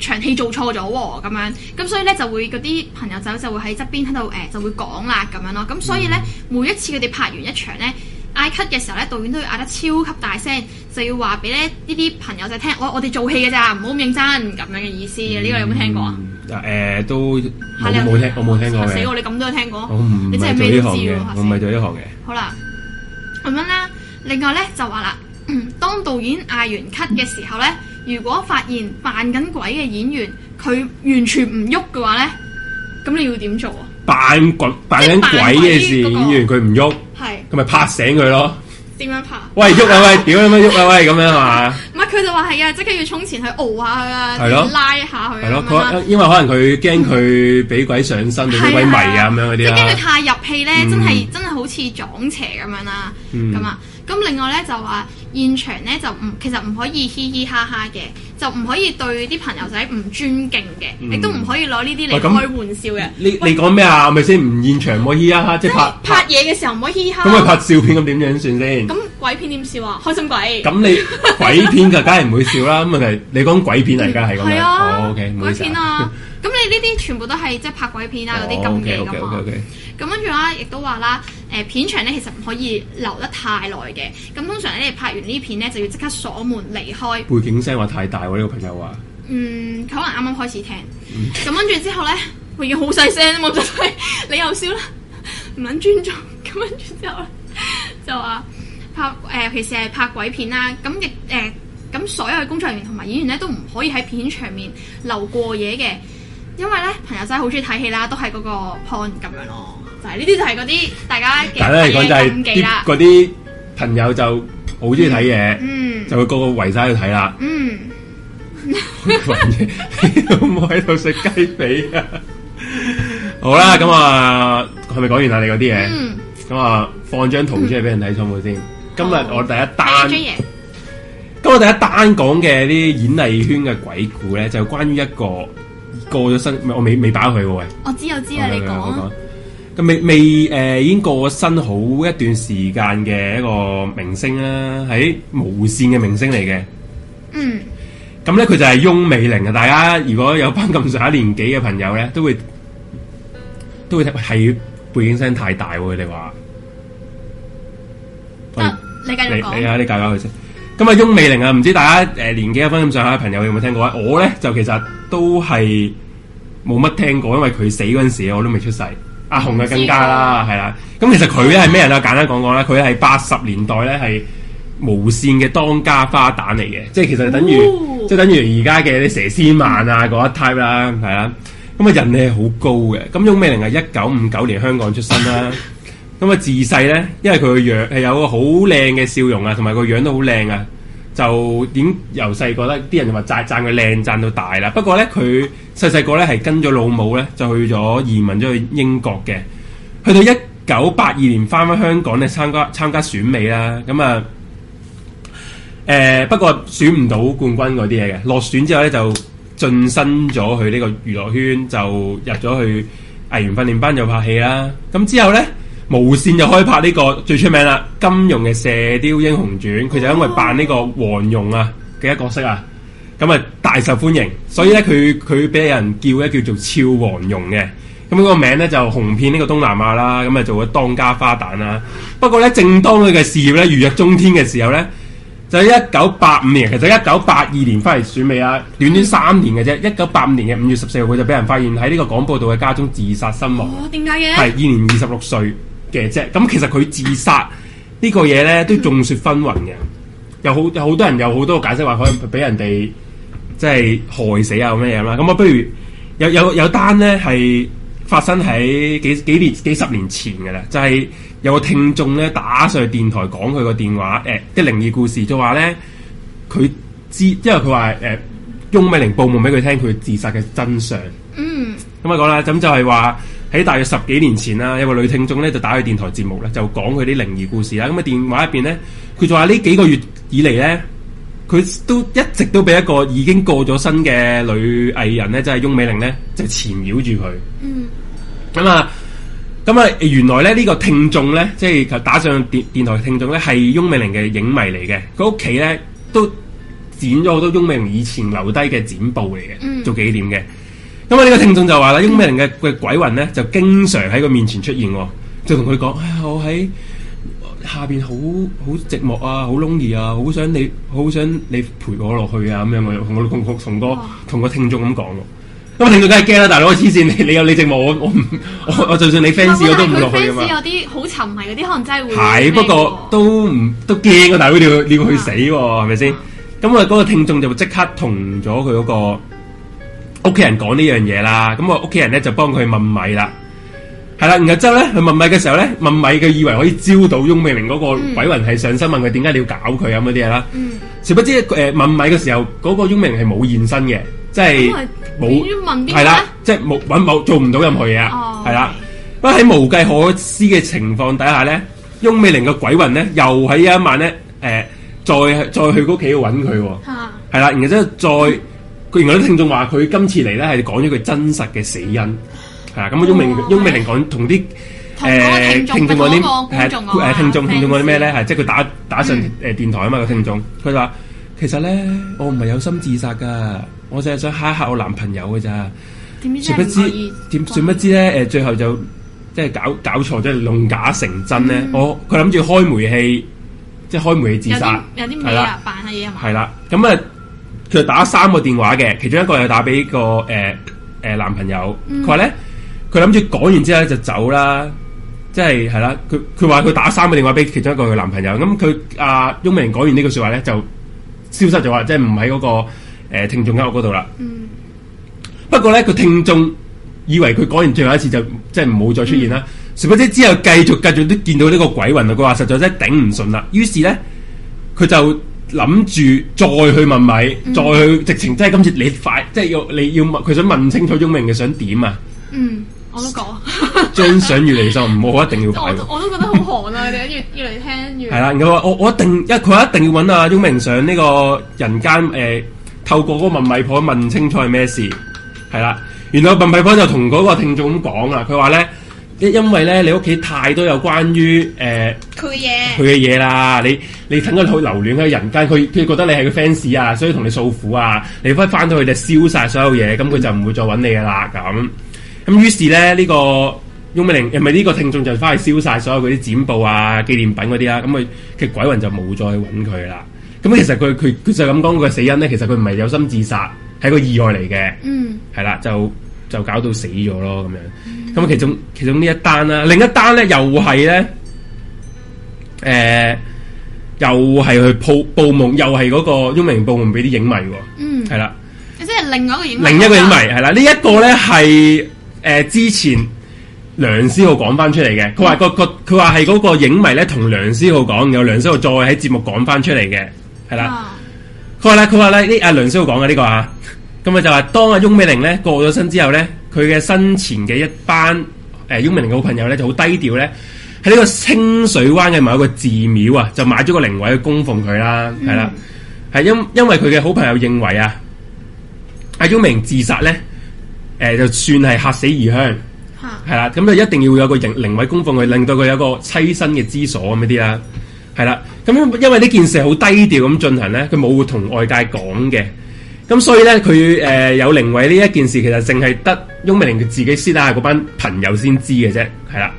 [SPEAKER 3] 長戲做錯咗喎咁樣，咁所以咧就會嗰啲朋友仔就會喺側邊喺度誒就會講啦咁樣咯，咁所以咧、每一次佢哋拍完一場咧。嗌 cut 嘅時候咧，導演都要嗌得超級大聲，就要話俾咧呢啲朋友仔聽，我我哋做戲嘅咋，唔好咁認真咁樣嘅意思。呢、個你有冇聽過啊？
[SPEAKER 4] 嗯？誒都
[SPEAKER 3] 嚇
[SPEAKER 4] 冇
[SPEAKER 3] 你有
[SPEAKER 4] 冇聽，我冇聽
[SPEAKER 3] 嚇
[SPEAKER 4] 過
[SPEAKER 3] 死我！
[SPEAKER 4] 嘅，
[SPEAKER 3] 你咁都有聽過？
[SPEAKER 4] 我唔
[SPEAKER 3] 你真
[SPEAKER 4] 係
[SPEAKER 3] 係
[SPEAKER 4] 做
[SPEAKER 3] 咩
[SPEAKER 4] 呢
[SPEAKER 3] 都
[SPEAKER 4] 行
[SPEAKER 3] 知
[SPEAKER 4] 嘅
[SPEAKER 3] 喎！嚇，死
[SPEAKER 4] 我唔係做呢行嘅。
[SPEAKER 3] 好啦，咁樣啦。另外咧就話啦， *clears throat* 當導演嗌完 cut 嘅時候咧，如果發現扮緊鬼嘅演員佢完全唔喐嘅話咧，咁你要點做啊？
[SPEAKER 4] 扮鬼扮緊鬼嘅事，
[SPEAKER 3] 即係扮鬼嗰個
[SPEAKER 4] 演員佢唔喐，
[SPEAKER 3] 係
[SPEAKER 4] 咁咪拍醒佢咯。
[SPEAKER 3] 點樣拍？
[SPEAKER 4] 喂，
[SPEAKER 3] *laughs*
[SPEAKER 4] 喐啊喂，屌你乜喐啊喂，咁樣係嘛？
[SPEAKER 3] 唔係佢就話係啊，即刻要衝前去熬下佢啊，
[SPEAKER 4] 係咯
[SPEAKER 3] 拉下佢
[SPEAKER 4] 係咯
[SPEAKER 3] 啊，咁樣啦
[SPEAKER 4] 佢因為可能佢驚佢俾鬼上身，俾鬼迷啊咁樣嗰
[SPEAKER 3] 即
[SPEAKER 4] 啲
[SPEAKER 3] 係驚佢
[SPEAKER 4] 啦。
[SPEAKER 3] 太入戲咧，真係
[SPEAKER 4] 嗯
[SPEAKER 3] 真係好似撞邪咁樣啦，
[SPEAKER 4] 嗯
[SPEAKER 3] 咁啊、咁另外咧就話現場咧就唔其實唔可以嘻嘻哈哈嘅，就唔可以對啲朋友仔唔尊敬嘅，
[SPEAKER 4] 嗯
[SPEAKER 3] 亦都唔可以攞呢啲嚟
[SPEAKER 4] 喂咁
[SPEAKER 3] 開玩笑嘅。
[SPEAKER 4] 你你講咩啊？係咪先唔現場唔可以啊，即係
[SPEAKER 3] 即係
[SPEAKER 4] 拍
[SPEAKER 3] 拍嘢嘅時候唔可以嘻嘻哈
[SPEAKER 4] 咁咪
[SPEAKER 3] 哈。
[SPEAKER 4] 拍笑片咁點樣算先？
[SPEAKER 3] 咁鬼片點笑啊？開心鬼。
[SPEAKER 4] 咁
[SPEAKER 3] *laughs*
[SPEAKER 4] 你鬼片就梗係唔會笑啦。咁問題你講鬼片嚟㗎係咁
[SPEAKER 3] 係
[SPEAKER 4] 樣。
[SPEAKER 3] 啊
[SPEAKER 4] 哦，OK，唔好
[SPEAKER 3] 鬼
[SPEAKER 4] 意思哦
[SPEAKER 3] 片。
[SPEAKER 4] *laughs*
[SPEAKER 3] 啊。咁你呢啲全部都係即係拍鬼片啊嗰啲禁忌㗎嘛。
[SPEAKER 4] OK OK
[SPEAKER 3] 咁跟住啦，亦都話啦，誒、片場咧其實唔可以留得太耐嘅。咁通常咧，你拍完呢片咧就要即刻鎖門離開。
[SPEAKER 4] 背景聲話太大喎，呢個朋友話。
[SPEAKER 3] 嗯，佢可能啱啱開始聽。咁跟住之後咧，永遠好細聲啊嘛，就係你又笑啦，唔撚尊重。咁啊跟住之後咧，就話拍誒、尤其是係拍鬼片啦。咁亦誒，咁、所有嘅工作人員同埋演員咧都唔可以喺片場面留過夜嘅，因為咧朋友真係好中意睇戲啦，都係嗰個 point 咁樣咯。就係呢啲就係嗰啲大家嘅
[SPEAKER 4] 但係咧嚟講就
[SPEAKER 3] 嘅
[SPEAKER 4] 係
[SPEAKER 3] 禁忌
[SPEAKER 4] 啲
[SPEAKER 3] 啦。
[SPEAKER 4] 嗰啲朋友就好中意睇嘢。
[SPEAKER 3] 嗯。
[SPEAKER 4] 就會個個圍晒去睇啦 *laughs*
[SPEAKER 3] 嗯。
[SPEAKER 4] 你都冇喺度食雞髀啊！好啦，咁啊，係咪講完啦？你嗰啲嘢，
[SPEAKER 3] 嗯，
[SPEAKER 4] 咁啊，放張圖出嚟俾人睇，好冇先？今日我第一單，
[SPEAKER 3] J 啊爺，
[SPEAKER 4] 今日第一單講嘅啲演藝圈嘅鬼故咧，就關於一個過咗身，唔係我未未飽佢喎喂。
[SPEAKER 3] 我知我知啊，你講啊，
[SPEAKER 4] 咁未未誒、已經過咗身好一段時間嘅一個明星啦，喺無線嘅明星嚟嘅。
[SPEAKER 3] 嗯。
[SPEAKER 4] 咁咧佢就係翁美玲啊！大家如果有翻咁上下年紀嘅朋友咧，都會都會聽喂係背景聲太大喎，佢哋話。
[SPEAKER 3] 得，你繼
[SPEAKER 4] 喂
[SPEAKER 3] 續
[SPEAKER 4] 你你
[SPEAKER 3] 講。
[SPEAKER 4] 啊，你教教佢先。咁啊，翁美玲啊，唔知大家誒、年紀有翻咁上下嘅朋友有冇聽過啊？我咧就其實都係冇乜聽過，因為佢死嗰陣時我都未出世。阿紅啊更加啦，係啦。咁其實佢咧係咩人啊？簡單講講啦，佢係八十年代咧係無線嘅當家花旦嚟嘅，即係其實等於、
[SPEAKER 3] 哦
[SPEAKER 4] 即係等於而家嘅啲佘詩曼啊嗰一 type 啦，係啦。咁啊人氣係好高嘅。咁翁美玲係一九五九年香港出生啦。咁啊自細咧，因為佢個樣係有個好靚嘅笑容啊，同埋個樣都好靚啊，就點由細覺得啲人就話讚讚佢靚，讚到大啦。不過咧，佢細細個咧係跟咗老母咧，就去咗移民咗去英國嘅。去到一九八二年翻返香港咧，參加參加選美啦。咁啊〜誒、不過選唔到冠軍嗰啲嘢嘅，落選之後咧就晉身咗去呢個娛樂圈，就入咗去藝員訓練班就拍戲啦。咁之後咧，無線就開拍呢、個最出名啦，金庸嘅《射雕英雄傳》，佢就因為扮呢個黃蓉啊嘅一個角色啊，咁啊大受歡迎，所以咧佢佢俾人叫咧叫做俏黃蓉嘅。咁啊嗰個名咧就紅遍呢個東南亞啦，咁啊做咗當家花旦啦。不過咧，正當佢嘅事業咧如日中天嘅時候咧，就喺一九八五年，其實一九八二年翻嚟選美啊，短短三年嘅啫。一九八五年嘅五月十四號，佢就俾人發現喺呢個廣播道嘅家中自殺身亡，
[SPEAKER 3] 哦，點解
[SPEAKER 4] 係
[SPEAKER 3] 嘅？
[SPEAKER 4] 現年二十六歲嘅啫。咁其實佢自殺呢個嘢咧，都眾說紛紜嘅，有好有好多人有好多解釋話佢俾人哋啊即係害死啊咁嘅嘢啦。咁我不如有有有單咧係發生喺幾幾年幾十年前嘅啦，就係、有個聽眾咧打上去電台講佢個電話，誒、即係靈異故事，就話咧佢知，因為佢話誒翁美玲報夢俾佢聽佢自殺嘅真相。
[SPEAKER 3] 嗯，
[SPEAKER 4] 咁啊講啦，咁就係話喺大約十幾年前啦，有個女聽眾咧就打去電台節目咧，就講佢啲靈異故事啦。咁啊電話入邊咧，佢就話呢幾個月以嚟咧，佢都一直都俾一個已經過咗身嘅女藝人咧，即係翁美玲咧，就纏繞住佢。
[SPEAKER 3] 嗯。
[SPEAKER 4] 咁啊，咁啊，原來咧呢、個聽眾咧，即係打上電電台嘅聽眾咧，係翁美玲嘅影迷嚟嘅。佢屋企咧都剪咗好多翁美玲以前留低嘅剪報嚟嘅，
[SPEAKER 3] 嗯
[SPEAKER 4] 做紀念嘅。咁啊，呢個聽眾就話啦，翁美玲嘅嘅鬼魂咧，就經常喺佢面前出現喎，就同佢講：，哎呀，我喺下邊好好寂寞啊，好 lonely 啊，好想你，好想你陪我落去啊，咁樣我同我同同個同個聽眾咁講喎。咁啊，聽眾梗係驚啦，大佬，我黐線，你你有你寂寞，我我唔我我就算你 fans 我都唔落去啊噶嘛
[SPEAKER 3] fans。有啲好沉迷嗰啲，可能真係會
[SPEAKER 4] 係，不過都唔都驚啊！大佬，你要你要去死喎，係咪先？咁啊，嗰個聽眾就即刻同咗佢嗰個屋企人講呢樣嘢啦。咁我屋企人咧就幫佢問米啦，係啦。然後之後咧，佢問米嘅時候咧，問米佢以為可以招到翁美玲嗰個鬼魂係上身，問佢點解你要搞佢啊咁嗰啲嘢啦。
[SPEAKER 3] 嗯，
[SPEAKER 4] 殊不知誒、呃、問米嘅時候，嗰、個翁美玲係冇現身嘅，即係
[SPEAKER 3] 咁啊咪
[SPEAKER 4] 冇
[SPEAKER 3] 要問邊個
[SPEAKER 4] 係啦
[SPEAKER 3] 咧，
[SPEAKER 4] 即係冇揾冇做唔到任何嘢啊
[SPEAKER 3] 啊哦，
[SPEAKER 4] 係啦。不過喺無計可施嘅情況底下咧，翁美玲嘅鬼魂咧又喺一晚咧誒、呃再再去嗰屋企度揾佢喎。
[SPEAKER 3] 嚇
[SPEAKER 4] 係啦，然後之後再佢原來啲聽眾話佢今次嚟咧係講咗佢真實嘅死因，係啦。咁翁美
[SPEAKER 3] 哦
[SPEAKER 4] 翁美玲講同啲
[SPEAKER 3] 同嗰個聽眾
[SPEAKER 4] 聽眾講啲
[SPEAKER 3] 同嗰個觀眾講啊
[SPEAKER 4] 誒聽眾聽眾講啲咩咧？
[SPEAKER 3] fans
[SPEAKER 4] 係即係佢打打上
[SPEAKER 3] 嗯
[SPEAKER 4] 誒電台啊嘛個聽眾，佢話其實咧我唔係有心自殺㗎，我淨係想嚇一嚇我男朋友㗎咋。
[SPEAKER 3] 點知真係唔
[SPEAKER 4] 誰不
[SPEAKER 3] 可
[SPEAKER 4] 知
[SPEAKER 3] 以
[SPEAKER 4] 點誰不知咧誒最後就即係搞搞錯，即係弄假成真咧。
[SPEAKER 3] 嗯
[SPEAKER 4] 我佢諗住開煤氣，即係開煤氣
[SPEAKER 3] 有啲
[SPEAKER 4] 自殺，
[SPEAKER 3] 有啲
[SPEAKER 4] 係
[SPEAKER 3] 咩
[SPEAKER 4] 啦
[SPEAKER 3] 啊，扮下嘢啊嘛，
[SPEAKER 4] 係啦，咁啊，佢就打三個電話嘅，其中一個又打俾個誒誒、呃呃男朋友，
[SPEAKER 3] 嗯
[SPEAKER 4] 佢話咧，佢諗住講完之後咧就走啦，即係係啦，佢佢話佢打三個電話俾其中一個佢男朋友，咁佢阿翁美玲講完呢句說話咧就消失咗啦，啊即係唔喺嗰個誒、呃、聽眾間屋嗰度啦。
[SPEAKER 3] 嗯
[SPEAKER 4] 不過咧，個聽眾以為佢講完最後一次就即係冇再出現啦。殊不知之後繼續繼續都見到呢個鬼魂啊！佢話實在真係頂唔順啦。於是咧，佢就諗住再去問米，再去直情即係今次你快，即係要你要問佢想問清楚翁明嘅想點啊？
[SPEAKER 3] 嗯，我都講， *laughs*
[SPEAKER 4] 張相越嚟就唔好，我一定要
[SPEAKER 3] 我
[SPEAKER 4] 擺喎
[SPEAKER 3] 都。我都覺得好寒啊！你越越嚟聽越
[SPEAKER 4] 係啦，然後話我我一定，因為佢一定要揾阿翁明上呢個人間誒、呃透過嗰個問米婆問清楚係咩事，係啦。然後問米婆就同嗰個聽眾咁講啊啦，佢話咧，因因為咧你屋企太多有關於誒
[SPEAKER 3] 佢嘅嘢
[SPEAKER 4] 佢嘅嘢啦，你你等佢去留戀喺人間，佢佢覺得你係佢 fans 啊，所以同你訴苦啊，你翻翻到去就燒晒所有嘢，咁佢就唔會再揾你噶啦咁。咁於是咧呢、個翁美玲，誒咪呢個聽眾就翻去燒晒所有嗰啲剪報啊、紀念品嗰啲啦，咁佢嘅鬼魂就冇再揾佢啦。咁其實佢佢佢就咁講佢嘅死因咧，其實佢唔係有心自殺，係個意外嚟嘅。
[SPEAKER 3] 嗯，
[SPEAKER 4] 係啦，就就搞到死咗咯咁樣。咁、其中其中呢一單啦，另一單咧又係咧，誒、又係去報報夢，又係嗰個翁明報夢俾啲影迷喎。
[SPEAKER 3] 嗯
[SPEAKER 4] 係啦，
[SPEAKER 3] 即係另外一個影迷啊
[SPEAKER 4] 另一個影迷係啦，呢一個咧係誒之前。梁思浩講翻出嚟嘅，
[SPEAKER 3] 嗯
[SPEAKER 4] 佢話個個佢話係嗰個影迷咧同梁思浩講，然後梁思浩再喺節目講翻出嚟嘅，係啦。
[SPEAKER 3] 啊
[SPEAKER 4] 佢話咧，佢話咧，呢阿梁少講嘅呢個啊，咁啊就話當阿翁美玲咧過咗身之後咧，佢嘅生前嘅一班誒、呃翁美玲嘅好朋友咧就好低調咧，喺呢個清水灣嘅某一個寺廟啊，就買咗個靈位去供奉佢啦，
[SPEAKER 3] 嗯
[SPEAKER 4] 係啦，係因因為佢嘅好朋友認為啊，阿翁美玲自殺咧，誒、就算係嚇死異鄉。
[SPEAKER 3] 嚇
[SPEAKER 4] 係啦，咁就一定要有個靈靈位供奉佢，令到佢有個棲身嘅之所咁嗰啲啦。係啦，咁因因為呢件事係好低調咁進行咧，佢冇同外界講嘅。咁所以咧，佢誒、呃有靈位呢一件事，其實淨係得翁美玲佢自己私底下嗰班朋友先知嘅啫。係啦，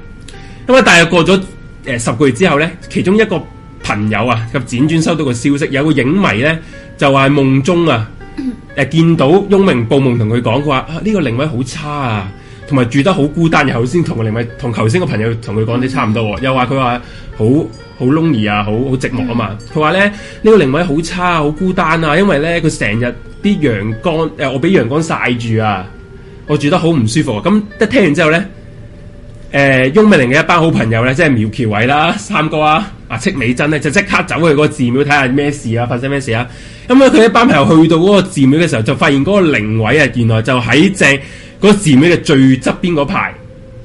[SPEAKER 4] 咁啊，大約過咗誒、呃十個月之後咧，其中一個朋友啊及輾轉收到個消息，有個影迷咧就話喺夢中啊。誒見到翁明報夢同佢講，佢話啊呢、個靈位好差啊，同埋住得好孤單。然後先同個靈位同頭先個朋友同佢講啲差唔多喎，又話佢話好好 lonely 啊，好好寂寞啊嘛。佢話咧呢、呢個靈位好差，好孤單啊，因為咧佢成日啲陽光誒、呃我俾陽光曬住啊，我住得好唔舒服啊。咁一聽完之後咧，誒翁美玲嘅一班好朋友咧，即係苗僑偉啦、三哥啊、啊戚美珍咧，就即刻走去嗰個寺廟睇下咩事啊，發生咩事啊。咁咧佢一班朋友去到嗰個寺廟嘅時候，就發現嗰個靈位啊，原來就喺正嗰個寺廟嘅最側邊嗰排。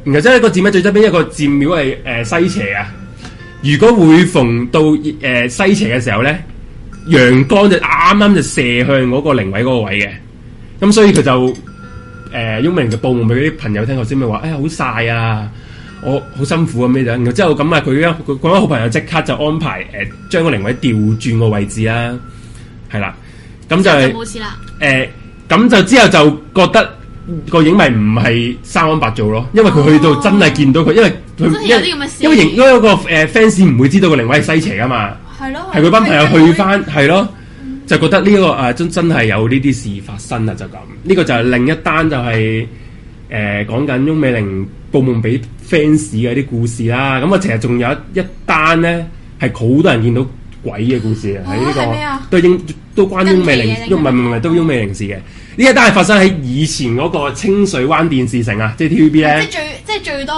[SPEAKER 4] 然後即係個寺廟最側邊一個寺廟係誒西斜啊。如果會逢到誒、呃西斜嘅時候咧，陽光就啱啱就射向嗰個靈位嗰個位嘅。咁所以佢就誒翁明就報夢俾佢啲朋友聽，頭先咪話：哎呀好曬啊，我好辛苦啊咩樣。然後之後咁啊，佢嗰佢嗰班好朋友即刻就安排誒、呃、將個靈位調轉個位置啦，係啦。咁就係
[SPEAKER 3] 冇事啦。
[SPEAKER 4] 誒呃咁就之後就覺得個影迷唔係生安白做咯，因為佢去到真係見到佢，因為
[SPEAKER 3] 哦真
[SPEAKER 4] 佢
[SPEAKER 3] 係
[SPEAKER 4] 因
[SPEAKER 3] 有
[SPEAKER 4] 為
[SPEAKER 3] 啲咁嘅事
[SPEAKER 4] 因為應該有個誒 fans 唔會知道個靈位係西斜噶嘛。
[SPEAKER 3] 係咯，
[SPEAKER 4] 係佢班朋友去翻，係咯，就覺得呢、個啊真真係有呢啲事發生啦，就咁。呢、個就係另一單就係、誒、講緊翁美玲報夢俾 fans 嘅啲故事啦。咁啊，其實仲有一一單咧，係好多人見到鬼嘅故事啊，喺呢、
[SPEAKER 3] 哦係咩啊
[SPEAKER 4] 個都英都關翁美玲
[SPEAKER 3] 跟，住
[SPEAKER 4] 翁
[SPEAKER 3] 嘅
[SPEAKER 4] 唔係唔係唔係都翁美玲事嘅。啊呢一單係發生喺以前嗰個清水灣電視城啊，即係 TVB
[SPEAKER 3] 哦即
[SPEAKER 4] 咧
[SPEAKER 3] 係。最即係最多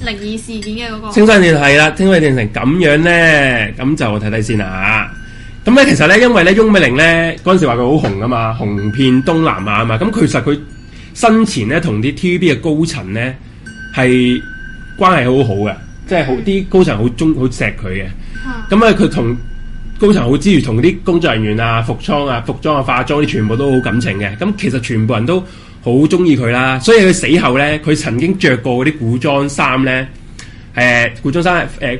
[SPEAKER 3] 靈異事件嘅嗰個。
[SPEAKER 4] 清水電係啦，清水電成咁樣咧，咁就睇睇先啦。咁咧，其實咧，因為咧，翁美玲咧嗰陣時話佢好紅啊嘛，紅遍東南亞啊嘛。咁其實佢生前咧同啲 TVB 嘅高層咧係關係好好嘅，即係好啲高層好中好錫佢嘅。
[SPEAKER 3] 啊
[SPEAKER 4] 咁啊，佢同高層好之餘，同啲工作人員啊、服裝啊、服裝啊、化妝啲全部都好感情嘅。咁其實全部人都好中意佢啦。所以佢死後咧，佢曾經着過嗰啲古裝衫咧，誒、古裝衫誒、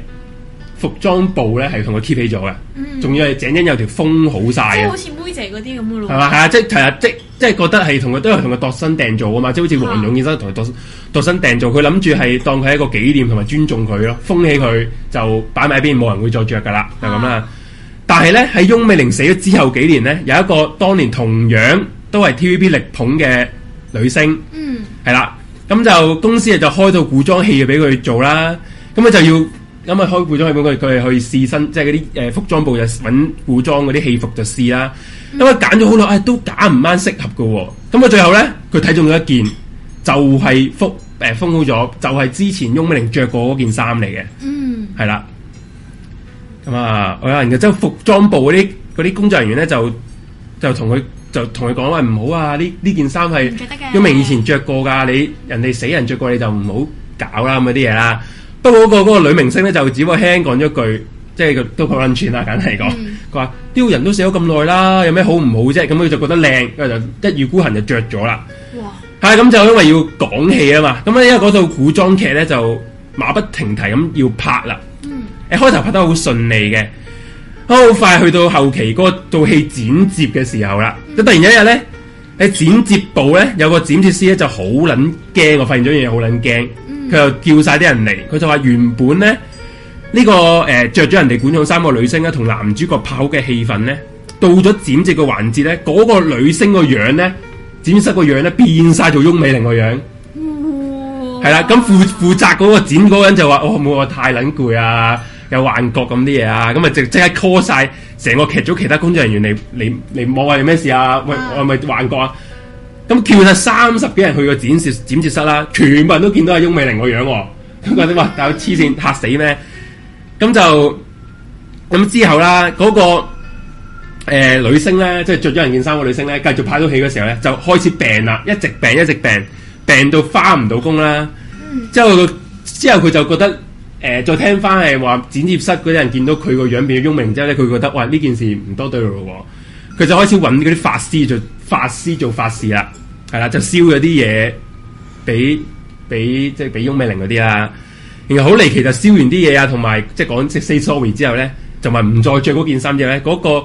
[SPEAKER 4] 服裝部咧係同佢 keep 起咗嘅，仲、要係井井有條封好晒
[SPEAKER 3] 嗯即係
[SPEAKER 4] 嘅
[SPEAKER 3] 好。似妹姐嗰啲咁嘅咯
[SPEAKER 4] 係。嘛？係啊，即係係啊，即即係覺得係同佢都係同佢度身訂造啊嘛，即係好似黃勇醫生同佢度身度身訂造，佢諗住係當佢係一個紀念同埋尊重佢咯，封起佢就擺埋一邊，冇人會再着噶啦，就咁啦。但係咧喺翁美玲死咗之後幾年咧，有一個當年同樣都係 TVB 力捧嘅女星。
[SPEAKER 3] 嗯，
[SPEAKER 4] 係啦，咁就公司就開到古裝戲俾佢做啦，咁佢就要咁啊開古裝戲俾佢，佢去試身，即係嗰啲誒服裝部就揾古裝嗰啲戲服就試啦，咁啊揀咗好耐，唉、都揀唔啱適合嘅喎、咁啊最後咧佢睇中咗一件，就係、封誒封好咗，就係、之前翁美玲着過嗰件衫嚟嘅，
[SPEAKER 3] 嗯，
[SPEAKER 4] 係啦，咁啊，我有人嘅即係服裝部嗰啲嗰啲工作人員咧就就同佢就同佢講話唔好啊，呢呢件衫係
[SPEAKER 3] 唔記得嘅
[SPEAKER 4] 因為以前着過噶，你人哋死人着過你就唔好搞啦咁嗰啲嘢啦。不過嗰、個嗰、個女明星咧就只不過輕輕講咗句，即係佢都好撚串啦，簡單嚟講，
[SPEAKER 3] 嗯
[SPEAKER 4] 佢話啲人都死咗咁耐啦，有咩好唔好啫？咁佢就覺得靚，佢就一意孤行就着咗啦。
[SPEAKER 3] 哇，
[SPEAKER 4] 係咁就因為要講戲啊嘛，咁咧因為嗰套古裝劇咧就馬不停蹄咁要拍啦。
[SPEAKER 3] 嗯，
[SPEAKER 4] 誒開頭拍得好順利嘅，好快去到後期嗰套戲剪接嘅時候啦，咁突然有一日咧，喺剪接部咧有個剪接師咧就好撚驚，我發現咗樣嘢好撚驚，佢又叫晒啲人嚟，佢就話原本咧呢、個誒著咗人哋管用衫個女星咧，同男主角拍好嘅戲份咧，到咗剪接嘅環節咧，嗰、個女星個樣咧，剪接室個樣咧變晒做翁美玲個樣。
[SPEAKER 3] 哇，
[SPEAKER 4] 係啦，咁負負責嗰個剪嗰個人就話：哦，冇我太撚攰啊，有幻覺咁啲嘢啊，咁啊即即刻 call 晒成個劇組其他工作人員嚟嚟嚟望下有咩事啊？喂，
[SPEAKER 3] 啊
[SPEAKER 4] 我係咪幻覺啊？咁叫晒三十幾人去個剪接剪接室啦，全部人都見到阿翁美玲個樣喎、咁覺得哇，搞黐線嚇死咩？咁就咁之後啦，嗰、個。誒、女星咧，即係着咗人件衫嘅女星咧，繼續拍到戲嘅時候咧，就開始病啦，一直病一直病，病到翻唔到工啦。之後佢之後佢就覺得誒、再聽翻係話剪接室嗰啲人見到佢個樣變咗翁明之後咧，佢覺得哇呢件事唔多對路咯喎，佢就開始揾嗰啲法師做法師做法事啦，係啦，就燒咗啲嘢俾俾即係俾翁美玲嗰啲啦。然後好離奇就燒完啲嘢啊，同埋即係講即係 say sorry 之後咧，就咪唔再着嗰件衫之後咧，嗰、個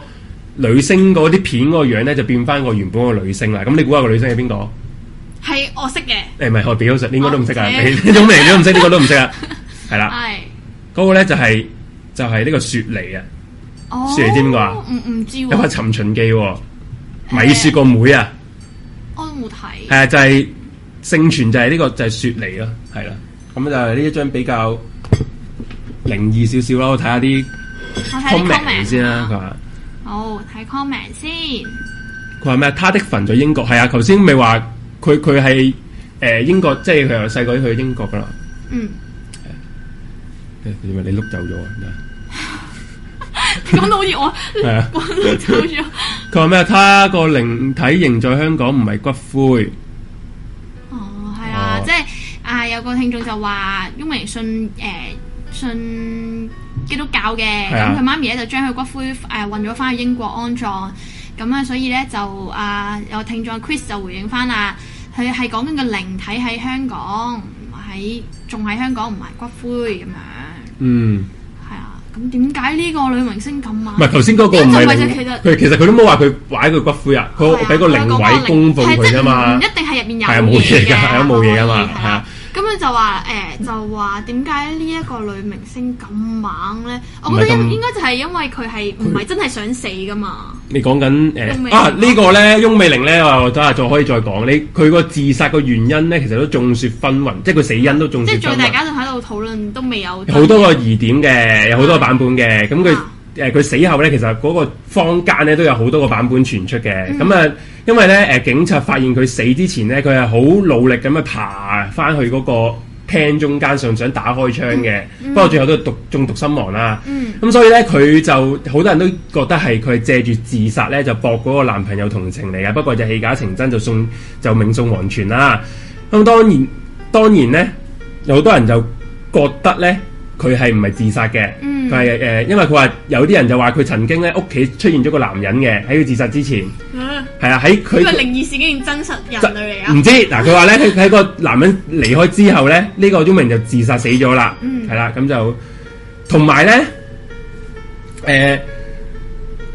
[SPEAKER 4] 女星嗰啲片嗰個樣咧就變翻個原本個女星啦。咁你估下個女星係邊個？
[SPEAKER 3] 係我識嘅，
[SPEAKER 4] 誒唔係何表，你應該都唔識啊！
[SPEAKER 3] 哦我唔
[SPEAKER 4] 你
[SPEAKER 3] 識
[SPEAKER 4] 翁美玲你都唔識，呢個都
[SPEAKER 3] *laughs*
[SPEAKER 4] 唔識啊！係啦，
[SPEAKER 3] 係。
[SPEAKER 4] 嗰個咧就係就係呢個雪梨啊，
[SPEAKER 3] 哦
[SPEAKER 4] 雪梨知邊個啊
[SPEAKER 3] 唔唔知
[SPEAKER 4] 有個《
[SPEAKER 3] 喎，
[SPEAKER 4] 尋秦記》喎，米雪個妹啊，
[SPEAKER 3] 我都冇睇。
[SPEAKER 4] 係啊，就係盛傳就係呢個就係雪梨咯，係啦。咁就係呢一張比較靈異少少啦，我睇下啲
[SPEAKER 3] 我睇啲
[SPEAKER 4] comment 先啦，佢
[SPEAKER 3] 啊。
[SPEAKER 4] 話。
[SPEAKER 3] 好，睇 comment 先。
[SPEAKER 4] 佢話咩？他的墳在英國係啊，頭先咪話佢佢係誒英國，即係佢由細個已經去英國噶啦。
[SPEAKER 3] 嗯，
[SPEAKER 4] 誒你咪你碌走咗啊！真係
[SPEAKER 3] 講到好似我
[SPEAKER 4] 係啊
[SPEAKER 3] 滾 *laughs* 走咗，
[SPEAKER 4] 佢話咩？他個靈體仍在香港，唔係骨灰。
[SPEAKER 3] 哦，係啊
[SPEAKER 4] 哦，
[SPEAKER 3] 即係啊，有個聽眾就話，因為信誒、信基督教嘅，
[SPEAKER 4] 係啊
[SPEAKER 3] 咁佢媽咪咧就將佢骨灰誒、運咗翻去英國安葬，咁啊，所以咧就啊有聽眾 Chris 就回應翻啦，佢係講緊個靈體喺香港，唔喺啊仲喺香港，唔係骨灰咁樣，
[SPEAKER 4] 嗯，
[SPEAKER 3] 係啊，咁點解呢個女明星咁啊
[SPEAKER 4] 唔？係頭先嗰個唔係
[SPEAKER 3] 呢個咪就
[SPEAKER 4] 靈
[SPEAKER 3] 其實
[SPEAKER 4] 佢其實佢都冇話佢擺佢骨灰啊，佢
[SPEAKER 3] 係啊
[SPEAKER 4] 俾個靈位供奉佢啫嘛
[SPEAKER 3] 係即係唔。一定係入邊有
[SPEAKER 4] 係啊冇嘢㗎
[SPEAKER 3] 嘅
[SPEAKER 4] 係啊冇嘢㗎嘛
[SPEAKER 3] 可以
[SPEAKER 4] 係
[SPEAKER 3] 係
[SPEAKER 4] 啊
[SPEAKER 3] 啊。咁樣就話誒，就話點解呢一個女明星咁猛咧？我覺得
[SPEAKER 4] 唔係咁
[SPEAKER 3] 應應該就係因為佢係唔係真係想死噶嘛？
[SPEAKER 4] 你講緊誒
[SPEAKER 3] 翁美玲
[SPEAKER 4] 啊呢個咧，翁美玲咧，我等下再可以再講。你佢個自殺個原因咧，其實都眾說紛紜，即係佢死因都眾
[SPEAKER 3] 即
[SPEAKER 4] 說
[SPEAKER 3] 係
[SPEAKER 4] 紛
[SPEAKER 3] 最大
[SPEAKER 4] 紜。
[SPEAKER 3] 家仲喺度討論都未有
[SPEAKER 4] 好多個疑點嘅，有好多個版本嘅。咁佢
[SPEAKER 3] 啊
[SPEAKER 4] 誒佢死後咧，其實嗰個坊間咧都有好多個版本傳出嘅。咁啊，因為咧誒警察發現佢死之前咧，佢係好努力咁樣爬翻去嗰個廳中間，上想打開窗嘅。不過最後都係毒中毒身亡啦。
[SPEAKER 3] 嗯
[SPEAKER 4] 咁所以咧，佢就好多人都覺得係佢係借住自殺咧，就博嗰個男朋友同情嚟嘅。不過就戲假情真，就送就命送黃泉啦。咁當然當然咧，有好多人就覺得咧，佢係唔係自殺嘅？
[SPEAKER 3] 嗯
[SPEAKER 4] 佢係誒，因為佢話有啲人就話佢曾經咧屋企出現咗個男人嘅，喺佢自殺之前，
[SPEAKER 3] 啊
[SPEAKER 4] 係啊，喺
[SPEAKER 3] 呢
[SPEAKER 4] 佢
[SPEAKER 3] 個靈異事件真實人類嚟
[SPEAKER 4] 唔
[SPEAKER 3] 啊！
[SPEAKER 4] 知嗱，佢話咧喺喺個男人離開之後咧，呢、個鐘明就自殺死咗啦，
[SPEAKER 3] 嗯
[SPEAKER 4] 係啦、咁就同埋咧，誒、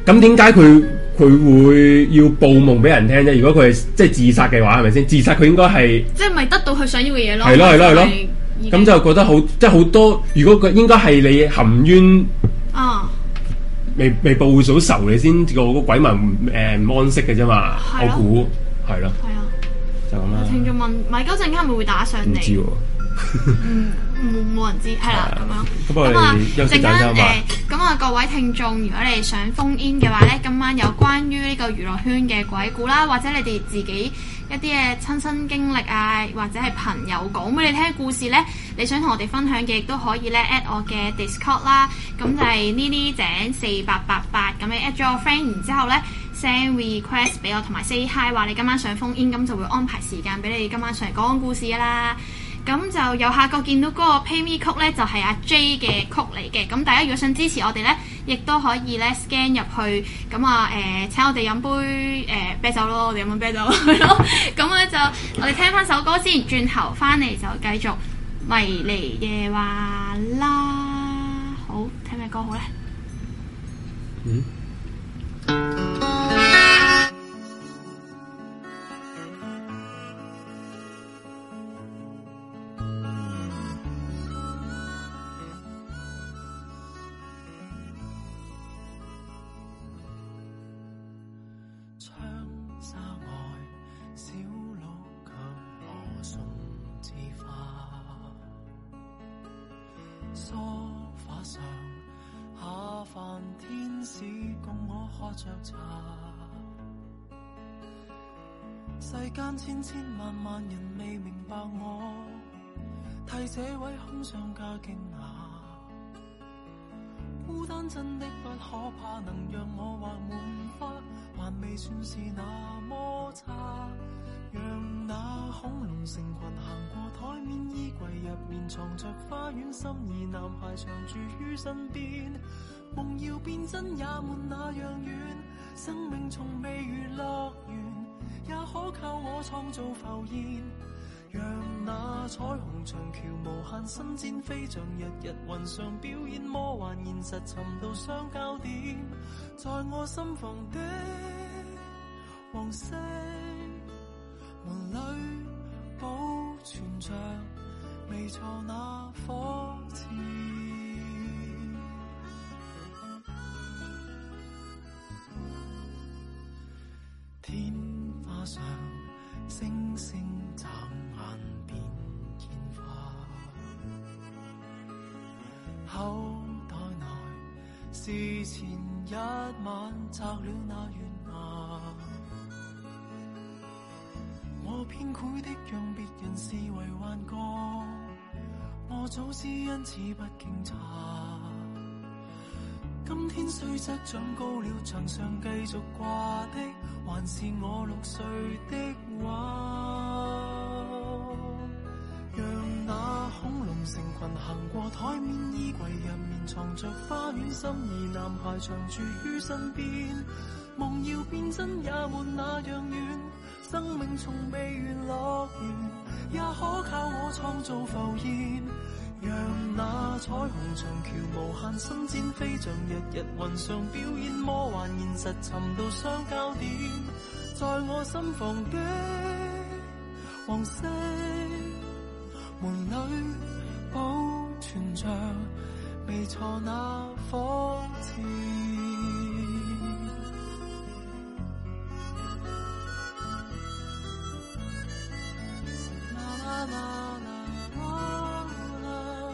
[SPEAKER 4] 咁點解佢佢會要報夢俾人聽啫？如果佢係即係自殺嘅話，係咪先？自殺佢應該係。
[SPEAKER 3] 即係咪得到佢想要嘅嘢咯？
[SPEAKER 4] 係咯係咯係咯
[SPEAKER 3] 咯
[SPEAKER 4] 咁就覺得好，即係好多。如果佢應該係你含冤
[SPEAKER 3] 啊，
[SPEAKER 4] 未未報到仇，你先個個鬼民誒唔安息嘅啫嘛。
[SPEAKER 3] 係
[SPEAKER 4] 我
[SPEAKER 3] 咯
[SPEAKER 4] 估係咯，
[SPEAKER 3] 係啊！
[SPEAKER 4] 就咁啦。
[SPEAKER 3] 聽眾問米鳩陣間會唔會打上
[SPEAKER 4] 唔
[SPEAKER 3] 嚟？
[SPEAKER 4] 知喎，啊
[SPEAKER 3] 嗯，冇冇人知，係啦咁樣。
[SPEAKER 4] 咁我哋休息陣
[SPEAKER 3] 陣間
[SPEAKER 4] 間嘛。
[SPEAKER 3] 咁啊，各位聽眾，如果你想封煙嘅話咧，今晚有關於呢個娛樂圈嘅鬼故啦，或者你哋自己一啲嘅親身經歷啊，或者係朋友講俾你聽嘅故事咧，你想同我哋分享嘅，亦都可以咧 at 我嘅 Discord 啦，咁就係呢啲井四八八八，咁你 at 咗我 friend，然之後咧 send request 俾我，同埋 say hi 話你今晚想封煙，咁就會安排時間俾你今晚上嚟講故事㗎啦。咁就右下角見到嗰個 PayMe 曲咧，就係、阿 J 嘅曲嚟嘅。咁大家如果想支持我哋咧，亦都可以咧 scan 入去，咁啊誒請我哋飲杯誒、呃啤酒咯，我哋飲杯啤酒 *laughs* 咯。咁啊咧就我哋聽翻首歌先，轉頭翻嚟就繼續迷離夜話啦。好，聽咩歌好咧？
[SPEAKER 5] 窗纱外，小鹿卻可送枝花。梳化上，下凡天使共我喝着茶。世間千千萬萬人未明白我，替這位空想家驚訝。孤單真的不可怕，能讓我畫滿花，還未算是那麼差。讓那恐龍成群行過台面，衣櫃入面藏着花園，心儀男孩常駐於身邊。夢要變真也沒那樣遠，生命從未如樂園，也可靠我創造浮現。讓那彩虹長橋無限伸展，飛象日日雲上表演，魔幻現實尋到相交點，在我心房的黃色門裏保存着未錯那顆痣。天花上，星星眨眼變煙花。口袋內，是前一晚摘了那月牙。我偏詬的讓別人視為幻覺。我早知因此不驚詫，今天雖則長高了，牆上繼續掛的，還是我六歲的畫。讓那恐龍成群行過台面，衣櫃入面藏着花園，心儀男孩長住於身邊。夢要變真也沒那樣遠，生命從未圓樂園，也可靠我創造浮現。讓那彩虹長橋無限伸展，飛象日日雲上表演，魔幻現實尋到相交點，在我心房的黃色。門裏保存着未錯那顆痣。啦啦啦啦啦啦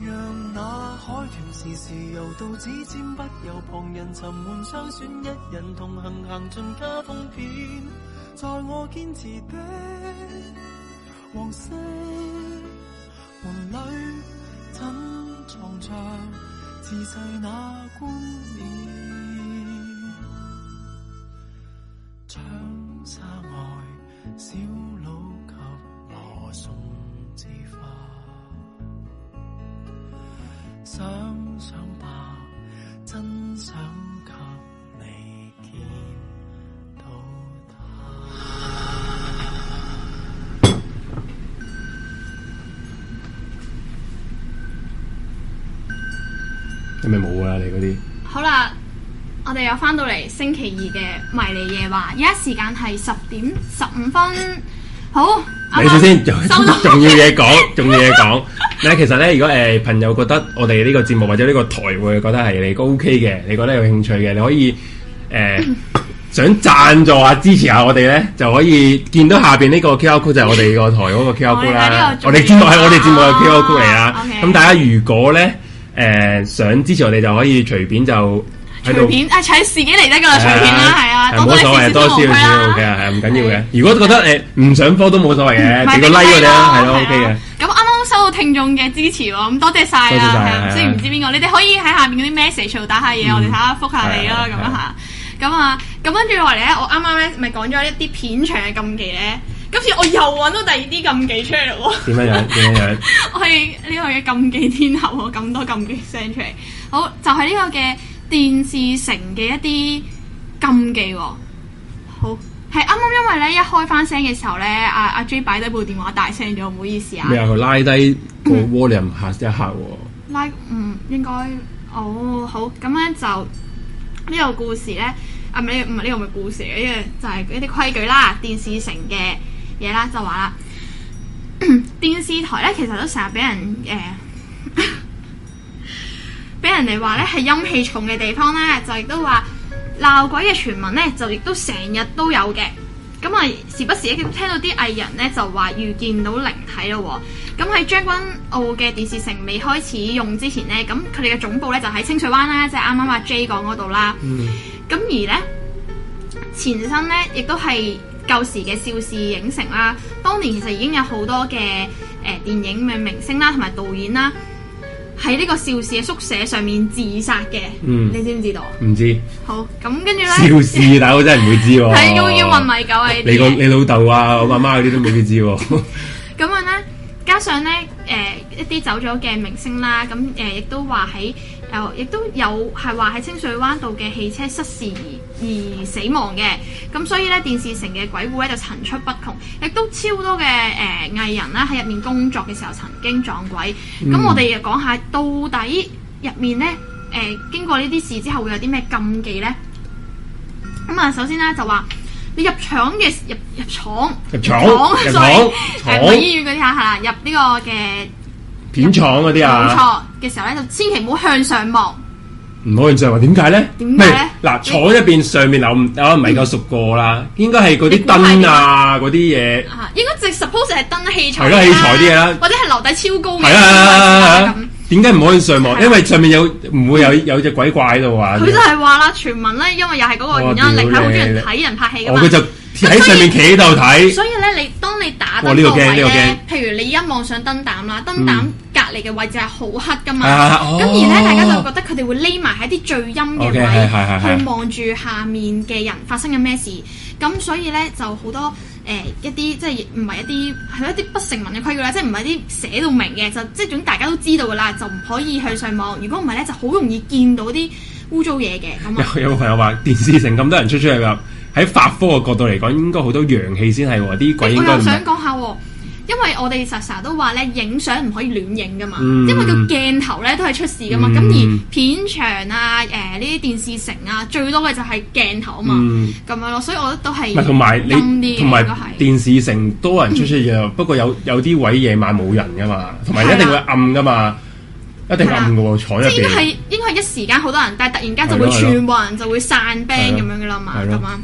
[SPEAKER 5] 讓那海豚時時游到指尖，不由旁人沉悶相選，一人同行行盡家風片，在我堅持的黃色門裏珍藏着自細那觀念。窗紗外，小佬給我送枝花。想想吧，真想給你見到他。
[SPEAKER 4] 係咪冇啊？你嗰啲
[SPEAKER 3] 好啦，我哋又翻到嚟星期二嘅迷離夜話，而家時間係十點十五分。好，
[SPEAKER 4] 咪住先，仲
[SPEAKER 3] 啊收到
[SPEAKER 4] *laughs* 仲要嘢講，仲要嘢講。咧其實咧，如果誒、呃朋友覺得我哋呢個節目或者呢個台會覺得係你 OK 嘅，你覺得有興趣嘅，你可以誒、
[SPEAKER 3] *laughs*
[SPEAKER 4] 呃想贊助下、支持下我哋咧，就可以見到下邊呢個 QR code 就係我哋個台嗰個 QR code 啦。
[SPEAKER 3] 我
[SPEAKER 4] 我
[SPEAKER 3] 哋哦呢
[SPEAKER 4] 哋
[SPEAKER 3] 個
[SPEAKER 4] 節目係我哋節目嘅 QR code 嚟
[SPEAKER 3] 啊
[SPEAKER 4] 啦。
[SPEAKER 3] ，OK
[SPEAKER 4] 咁大家如果咧誒、呃想支持我哋，就可以隨便就喺
[SPEAKER 3] 隨
[SPEAKER 4] 度。
[SPEAKER 3] 便啊，係自己嚟得噶啦，隨便啦，係啊，
[SPEAKER 4] 哎冇所謂，
[SPEAKER 3] 謂，
[SPEAKER 4] 多少
[SPEAKER 3] 少
[SPEAKER 4] 少 OK 啊，係唔緊要嘅。如果覺得誒唔想科都冇所謂
[SPEAKER 3] 唔
[SPEAKER 4] 嘅，
[SPEAKER 3] 係
[SPEAKER 4] 俾
[SPEAKER 3] 俾
[SPEAKER 4] 個 like 我哋啦，係
[SPEAKER 3] 咯
[SPEAKER 4] 咯 OK 嘅。。
[SPEAKER 3] 咁啱啱收到聽眾嘅支持喎，咁多謝晒
[SPEAKER 4] 多謝晒
[SPEAKER 3] 啦，
[SPEAKER 4] 係
[SPEAKER 3] 係
[SPEAKER 4] 啊
[SPEAKER 3] 雖然唔知邊個，你哋可以喺下面嗰啲 message 度打下啊嘢，我哋睇下覆下你啦，
[SPEAKER 4] 係
[SPEAKER 3] 咁
[SPEAKER 4] 啊
[SPEAKER 3] 樣
[SPEAKER 4] 係
[SPEAKER 3] 嚇。咁啊，咁跟住落嚟咧，我啱啱咧咪講咗一啲片場嘅禁忌咧，今次我又揾到第二啲禁忌出嚟啦喎。
[SPEAKER 4] 點樣樣？點樣樣？
[SPEAKER 3] 我係呢個嘅禁忌天后喎，咁多禁忌 send 出嚟。好，就係、呢個嘅電視城嘅一啲禁忌喎。好，係啱啱因為咧一開翻聲嘅時候咧，阿、阿 J 擺低部電話大聲咗，唔好意思啊
[SPEAKER 4] 咩。啊？佢拉低個
[SPEAKER 3] 嗯
[SPEAKER 4] volume 下一下喎。
[SPEAKER 3] 拉嗯應該哦好，咁咧就呢個故事咧啊唔係呢唔係呢個咪故事嚟嘅，呢個就係一啲規矩啦，電視城嘅嘢啦就話啦， *clears throat* 電視台咧其實都成日俾人誒。 *laughs* 俾人哋話咧係陰氣重嘅地方咧，就亦都話鬧鬼嘅傳聞咧，就亦都成日都有嘅。咁啊，時不時咧聽到啲藝人咧就話遇見到靈體咯喎。咁喺將軍澳嘅電視城未開始用之前咧，咁佢哋嘅總部咧就喺清水灣啦，即係啱啱阿 J 講嗰度啦。
[SPEAKER 1] Ừ.
[SPEAKER 3] 咁而咧前身咧，亦都係舊時嘅邵氏影城啦。當年其實已經有好多嘅誒、呃、電影嘅明星啦，同埋導演啦，喺呢個邵氏嘅宿舍上面自殺嘅。
[SPEAKER 4] 嗯
[SPEAKER 3] 你知唔知道啊？
[SPEAKER 4] 唔知
[SPEAKER 3] 好，咁跟住咧，
[SPEAKER 4] 邵氏大佬真係唔會知
[SPEAKER 3] *laughs*
[SPEAKER 4] 喎。
[SPEAKER 3] 係要要問米狗啊！呢啲
[SPEAKER 4] 你個
[SPEAKER 3] 嘢
[SPEAKER 4] 你老豆啊，我阿媽嗰啲都未必知喎。 *laughs*
[SPEAKER 3] 咁樣咧，加上咧誒、一啲走咗嘅明星啦，咁誒亦都話喺誒，亦都有係話喺清水灣道嘅汽車失事而而死亡嘅，咁所以咧電視城嘅鬼故咧就層出不窮，亦都超多嘅誒、呃藝人啦喺入面工作嘅時候曾經撞鬼，咁、我哋又講下到底入面咧誒、經過呢啲事之後會有啲咩禁忌咧？咁啊，首先咧就話你入廠嘅入入廠
[SPEAKER 4] 入廠
[SPEAKER 3] *laughs*
[SPEAKER 4] 入廠
[SPEAKER 3] sorry，
[SPEAKER 4] 廠
[SPEAKER 3] 誒唔係醫院嗰啲嚇係啦，入呢個嘅
[SPEAKER 4] 片廠嗰啲
[SPEAKER 3] 冇
[SPEAKER 4] 啊，
[SPEAKER 3] 錯嘅時候咧，就千祈唔好向上望。
[SPEAKER 4] 唔好印象話點解咧？
[SPEAKER 3] 點解咧
[SPEAKER 4] 咩嗱，廠入邊上面樓我唔係夠熟過啦，應該係嗰啲燈啊，嗰啲嘢。
[SPEAKER 3] 啊，應該直 suppose 係燈器材
[SPEAKER 4] 係咯器材啲嘢啦
[SPEAKER 3] 或者係樓底超高嘅
[SPEAKER 4] 係啊係啊係啊係啊
[SPEAKER 3] 咁。
[SPEAKER 4] 點解唔可以上網？
[SPEAKER 3] 係啊
[SPEAKER 4] 因為上面有唔會有有隻鬼怪喺度玩
[SPEAKER 3] 佢
[SPEAKER 4] 嘅。
[SPEAKER 3] 就係話啦，傳聞咧，因為又係嗰個原因，
[SPEAKER 4] 哇
[SPEAKER 3] 靈體好中意
[SPEAKER 4] 哦屌你
[SPEAKER 3] 睇人拍戲噶
[SPEAKER 4] 哦，
[SPEAKER 3] 嘛
[SPEAKER 4] 佢。就喺上面企喺度睇。
[SPEAKER 3] 所以咧，你當你打
[SPEAKER 4] 哇
[SPEAKER 3] 燈
[SPEAKER 4] 呢個
[SPEAKER 3] 個
[SPEAKER 4] 驚
[SPEAKER 3] 位
[SPEAKER 4] 呢
[SPEAKER 3] 咧
[SPEAKER 4] 個驚，
[SPEAKER 3] 譬如你而家望上燈膽啦，燈膽隔離嘅位置係好黑噶嘛，
[SPEAKER 4] 啊哦
[SPEAKER 3] 咁而咧大家就覺得佢哋會匿埋喺啲最陰嘅
[SPEAKER 4] OK，係係係係
[SPEAKER 3] 位去望住下面嘅人發生緊咩事，咁所以咧就好多。誒、一啲即係唔係一啲係一啲不成文嘅規矩啦，即係唔係啲寫到明嘅，就即係總大家都知道噶啦，就唔可以向上望。如果唔係咧，就好容易見到啲污糟嘢嘅咁啊。
[SPEAKER 4] 有有個朋友話電視城咁多人出出入入，喺法科嘅角度嚟講，應該好多陽氣先係喎，啲
[SPEAKER 3] 我
[SPEAKER 4] 鬼應該
[SPEAKER 3] 又
[SPEAKER 4] 唔係
[SPEAKER 3] 想。講下喎，因為我哋實成日都話咧，影相唔可以亂影噶嘛，
[SPEAKER 4] 嗯
[SPEAKER 3] 因為個鏡頭咧都係出事噶嘛。
[SPEAKER 4] 嗯
[SPEAKER 3] 咁、而片場啊、誒呢啲電視城啊，最多嘅就係鏡頭啊嘛，
[SPEAKER 4] 嗯
[SPEAKER 3] 咁、樣咯。所以我覺得都係
[SPEAKER 4] 唔係同埋
[SPEAKER 3] 陰啲
[SPEAKER 4] 你
[SPEAKER 3] 嘅
[SPEAKER 4] 同埋
[SPEAKER 3] 應該係嗯
[SPEAKER 4] 電視城多人出出入入，不過有有啲位夜晚冇人噶嘛，同埋
[SPEAKER 3] 係啊
[SPEAKER 4] 一定會暗噶嘛，一定暗噶喎，坐入
[SPEAKER 3] 即係應該係
[SPEAKER 4] 邊。
[SPEAKER 3] 應該係一時間好多人，但係突然間就會
[SPEAKER 4] 係咯係咯
[SPEAKER 3] 全部人就會散 band 咁樣噶啦嘛，
[SPEAKER 4] 係
[SPEAKER 3] 咁
[SPEAKER 4] 咯
[SPEAKER 3] 啊。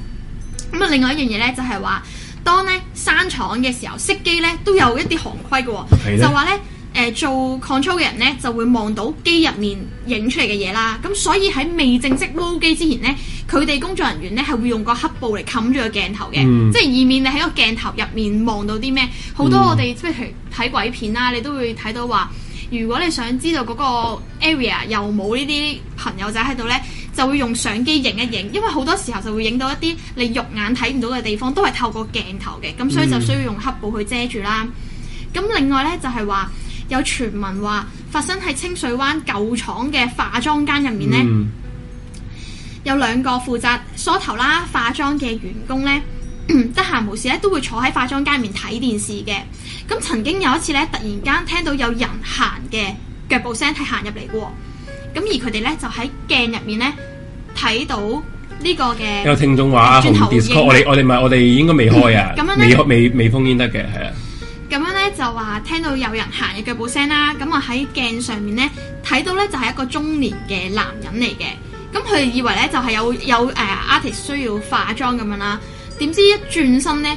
[SPEAKER 3] 咁啊，另外一樣嘢咧就係話，當咧生廠嘅時候，熄機咧都有一啲行規嘅
[SPEAKER 4] 係
[SPEAKER 3] 喎，
[SPEAKER 4] 咧
[SPEAKER 3] 就話咧。誒、做 control 嘅人咧，就會望到機入面影出嚟嘅嘢啦。咁所以喺未正式撈機之前咧，佢哋工作人員咧係會用個黑布嚟冚住個鏡頭嘅，
[SPEAKER 4] 嗯
[SPEAKER 3] 即係以免你喺個鏡頭入面望到啲咩。好多我哋即係譬如睇鬼片啦，你都會睇到話，如果你想知道嗰個 area 又冇呢啲朋友仔喺度咧，就會用相機影一影，因為好多時候就會影到一啲你肉眼睇唔到嘅地方，都係透過鏡頭嘅，咁所以就需要用黑布去遮住啦。咁另外咧就係話有傳聞話發生喺清水灣舊廠嘅化妝間入面咧。
[SPEAKER 4] 嗯，
[SPEAKER 3] 有兩個負責梳頭啦、化妝嘅員工呢， *clears throat* 得閒無事咧都會坐喺化妝間入面睇電視嘅。咁曾經有一次呢，突然間聽到有人行嘅腳步聲係行入嚟嘅喎。咁而佢哋呢，就喺鏡入面呢睇到呢個
[SPEAKER 4] 有
[SPEAKER 3] 嘅，
[SPEAKER 4] 聽眾話阿紅
[SPEAKER 3] 轉頭嗯
[SPEAKER 4] Discord，我哋我哋咪我哋應該未開啊
[SPEAKER 3] 咁樣，呢
[SPEAKER 4] 未開未未封煙得嘅，係啊，
[SPEAKER 3] 咁樣呢，就話聽到有人行嘅腳步聲啦。咁啊喺鏡上面呢，睇到呢就係一個中年嘅男人嚟嘅。咁佢哋以為呢，就係有有誒、呃 artist 需要化妝咁樣啦。點知一轉身咧，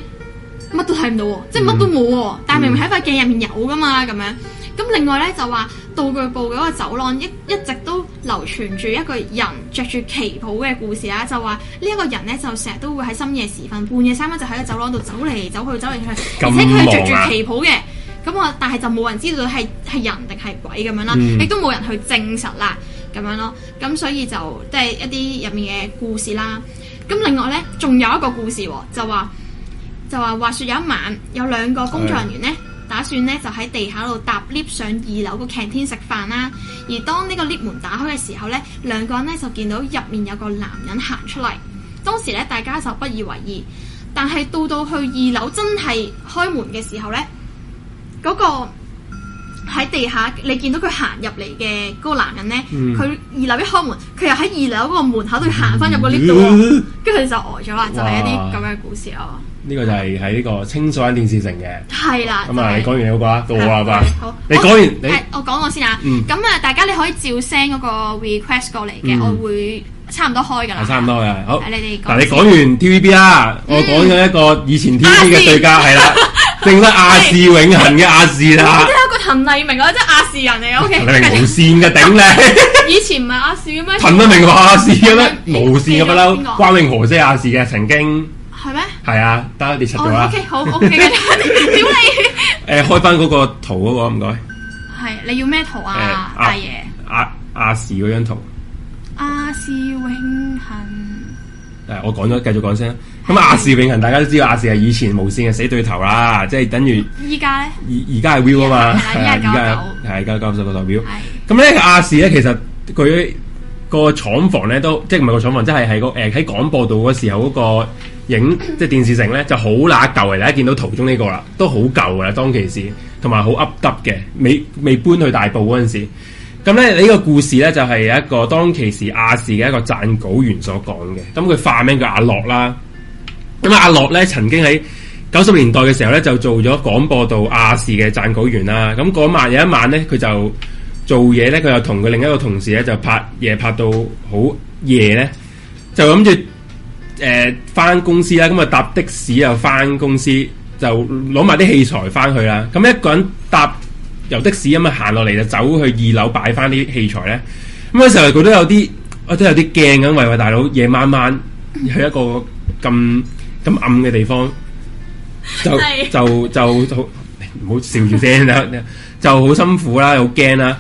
[SPEAKER 3] 乜都睇唔到喎，即係乜都冇喎。但係明明喺塊鏡入面有噶嘛，咁樣。咁另外咧就話道具部嗰個走廊一一直都流傳住一個人着住旗袍嘅故事啊啦，就話呢一個人咧就成日都會喺深夜時分半夜三更就喺個走廊度走嚟走去走嚟走去，
[SPEAKER 4] 咁
[SPEAKER 3] 而且佢係着
[SPEAKER 4] 忙啊
[SPEAKER 3] 住旗袍嘅。咁我但係就冇人知道係係人定係鬼咁樣啦，
[SPEAKER 4] 嗯
[SPEAKER 3] 亦都冇人去證實啦咁樣咯。咁所以就即係一啲入面嘅故事啦。咁另外咧，仲有一個故事喎，就話就話話說有一晚有兩個工作人員咧，打算咧就喺地下度搭 lift 上二樓個 canteen 食飯啦。而當呢個 lift 門打開嘅時候咧，兩個人咧就見到入面有個男人行出嚟。當時咧大家就不以為意，但係到到去二樓真係開門嘅時候咧，嗰、個。喺地下，你見到佢行入嚟嘅嗰個男人咧，
[SPEAKER 4] 嗯
[SPEAKER 3] 佢、二樓一開門，佢又喺二樓嗰個門口度行翻入個 lift 度喎，跟住佢就呆咗啦，就係一啲
[SPEAKER 4] 嗯哇
[SPEAKER 3] 咁樣嘅故事咯。
[SPEAKER 4] 呢個就係喺呢個清水灣電視城嘅。
[SPEAKER 3] 係啦，
[SPEAKER 4] 咁
[SPEAKER 3] 就
[SPEAKER 4] 啊，
[SPEAKER 3] 係
[SPEAKER 4] 你講完你嗰個啊，到我啦吧
[SPEAKER 3] 好，
[SPEAKER 4] 你講完
[SPEAKER 3] 我
[SPEAKER 4] 你
[SPEAKER 3] 誒我講我先啊。
[SPEAKER 4] 嗯
[SPEAKER 3] 咁啊，大家你可以照 send 嗰個 request 過嚟嘅，
[SPEAKER 4] 嗯
[SPEAKER 3] 我會差唔多開㗎啦。
[SPEAKER 4] 係啊差唔多嘅，好。
[SPEAKER 3] 係啊你哋講嗯
[SPEAKER 4] 嗱，你講完 TVB 啦，啊我講咗一個以前 TVB 嘅對家
[SPEAKER 3] *laughs*
[SPEAKER 4] 係啦，正得亞視永恆嘅亞視
[SPEAKER 3] 我
[SPEAKER 4] 啦
[SPEAKER 3] 都，有個滕麗明啊，即係亞視人嚟嘅。O
[SPEAKER 4] 你
[SPEAKER 3] K，
[SPEAKER 4] 明無線嘅頂
[SPEAKER 3] *laughs*
[SPEAKER 4] 你，
[SPEAKER 3] 以前唔係亞視嘅咩？
[SPEAKER 4] 陳德明話亞視
[SPEAKER 3] *laughs*
[SPEAKER 4] 嘅咩？
[SPEAKER 3] 邊個
[SPEAKER 4] 無線嘅不嬲
[SPEAKER 3] 邊，個
[SPEAKER 4] 關永河即係亞視嘅，曾經
[SPEAKER 3] 係咩？
[SPEAKER 4] 係啊，得你柒咗
[SPEAKER 3] 哦
[SPEAKER 4] 啦
[SPEAKER 3] ，O。K，好 O
[SPEAKER 4] *laughs*
[SPEAKER 3] K 嘅，屌你！
[SPEAKER 4] 誒，開翻嗰個圖嗰個唔該，
[SPEAKER 3] 係你要咩圖啊，
[SPEAKER 4] 誒
[SPEAKER 3] 大爺？
[SPEAKER 4] 亞亞視嗰張圖。
[SPEAKER 3] 亞視永恆。
[SPEAKER 4] 誒，我講咗，繼續講先啦。咁亞視永恆大家都知道，亞視係以前無線嘅死對頭啦，即係等於。
[SPEAKER 3] 依家咧，
[SPEAKER 4] 而而家係 view 啊嘛，
[SPEAKER 3] 係
[SPEAKER 4] 係
[SPEAKER 3] 啦
[SPEAKER 4] 啊
[SPEAKER 3] 依家係
[SPEAKER 4] 而家係九十個代表。
[SPEAKER 3] 係
[SPEAKER 4] 咁咧亞視咧，其實佢個廠房咧都即係唔係個廠房，即係係個誒喺廣播道嗰時候嗰個 *coughs* 影即係電視城咧就好乸舊嚟，大家見到圖中呢個啦，都好舊噶啦，當其時同埋好 up 得嘅，未未搬去大埔嗰陣時。咁咧呢個故事咧就係、有一個當其時亞視嘅一個撰稿員所講嘅，咁佢化名叫阿樂啦。咁啊，阿樂咧曾經喺九十年代嘅時候咧，就做咗廣播道亞視嘅撰稿員啦。咁嗰晚有一晚咧，佢就做嘢咧，佢又同佢另一個同事咧就拍嘢拍到好夜咧，就諗住誒翻公司啦，咁啊搭的士又翻公司，就攞埋啲器材翻去啦。咁一個人搭由的士咁啊行落嚟就走去二樓擺翻啲器材咧。咁嗰時候佢都有啲，我都有啲驚咁，喂喂大佬，夜晚晚去一個咁咁暗嘅地方，就
[SPEAKER 3] 係
[SPEAKER 4] 就就就好唔好笑住先啦， *laughs* 就好辛苦啦，好驚啦。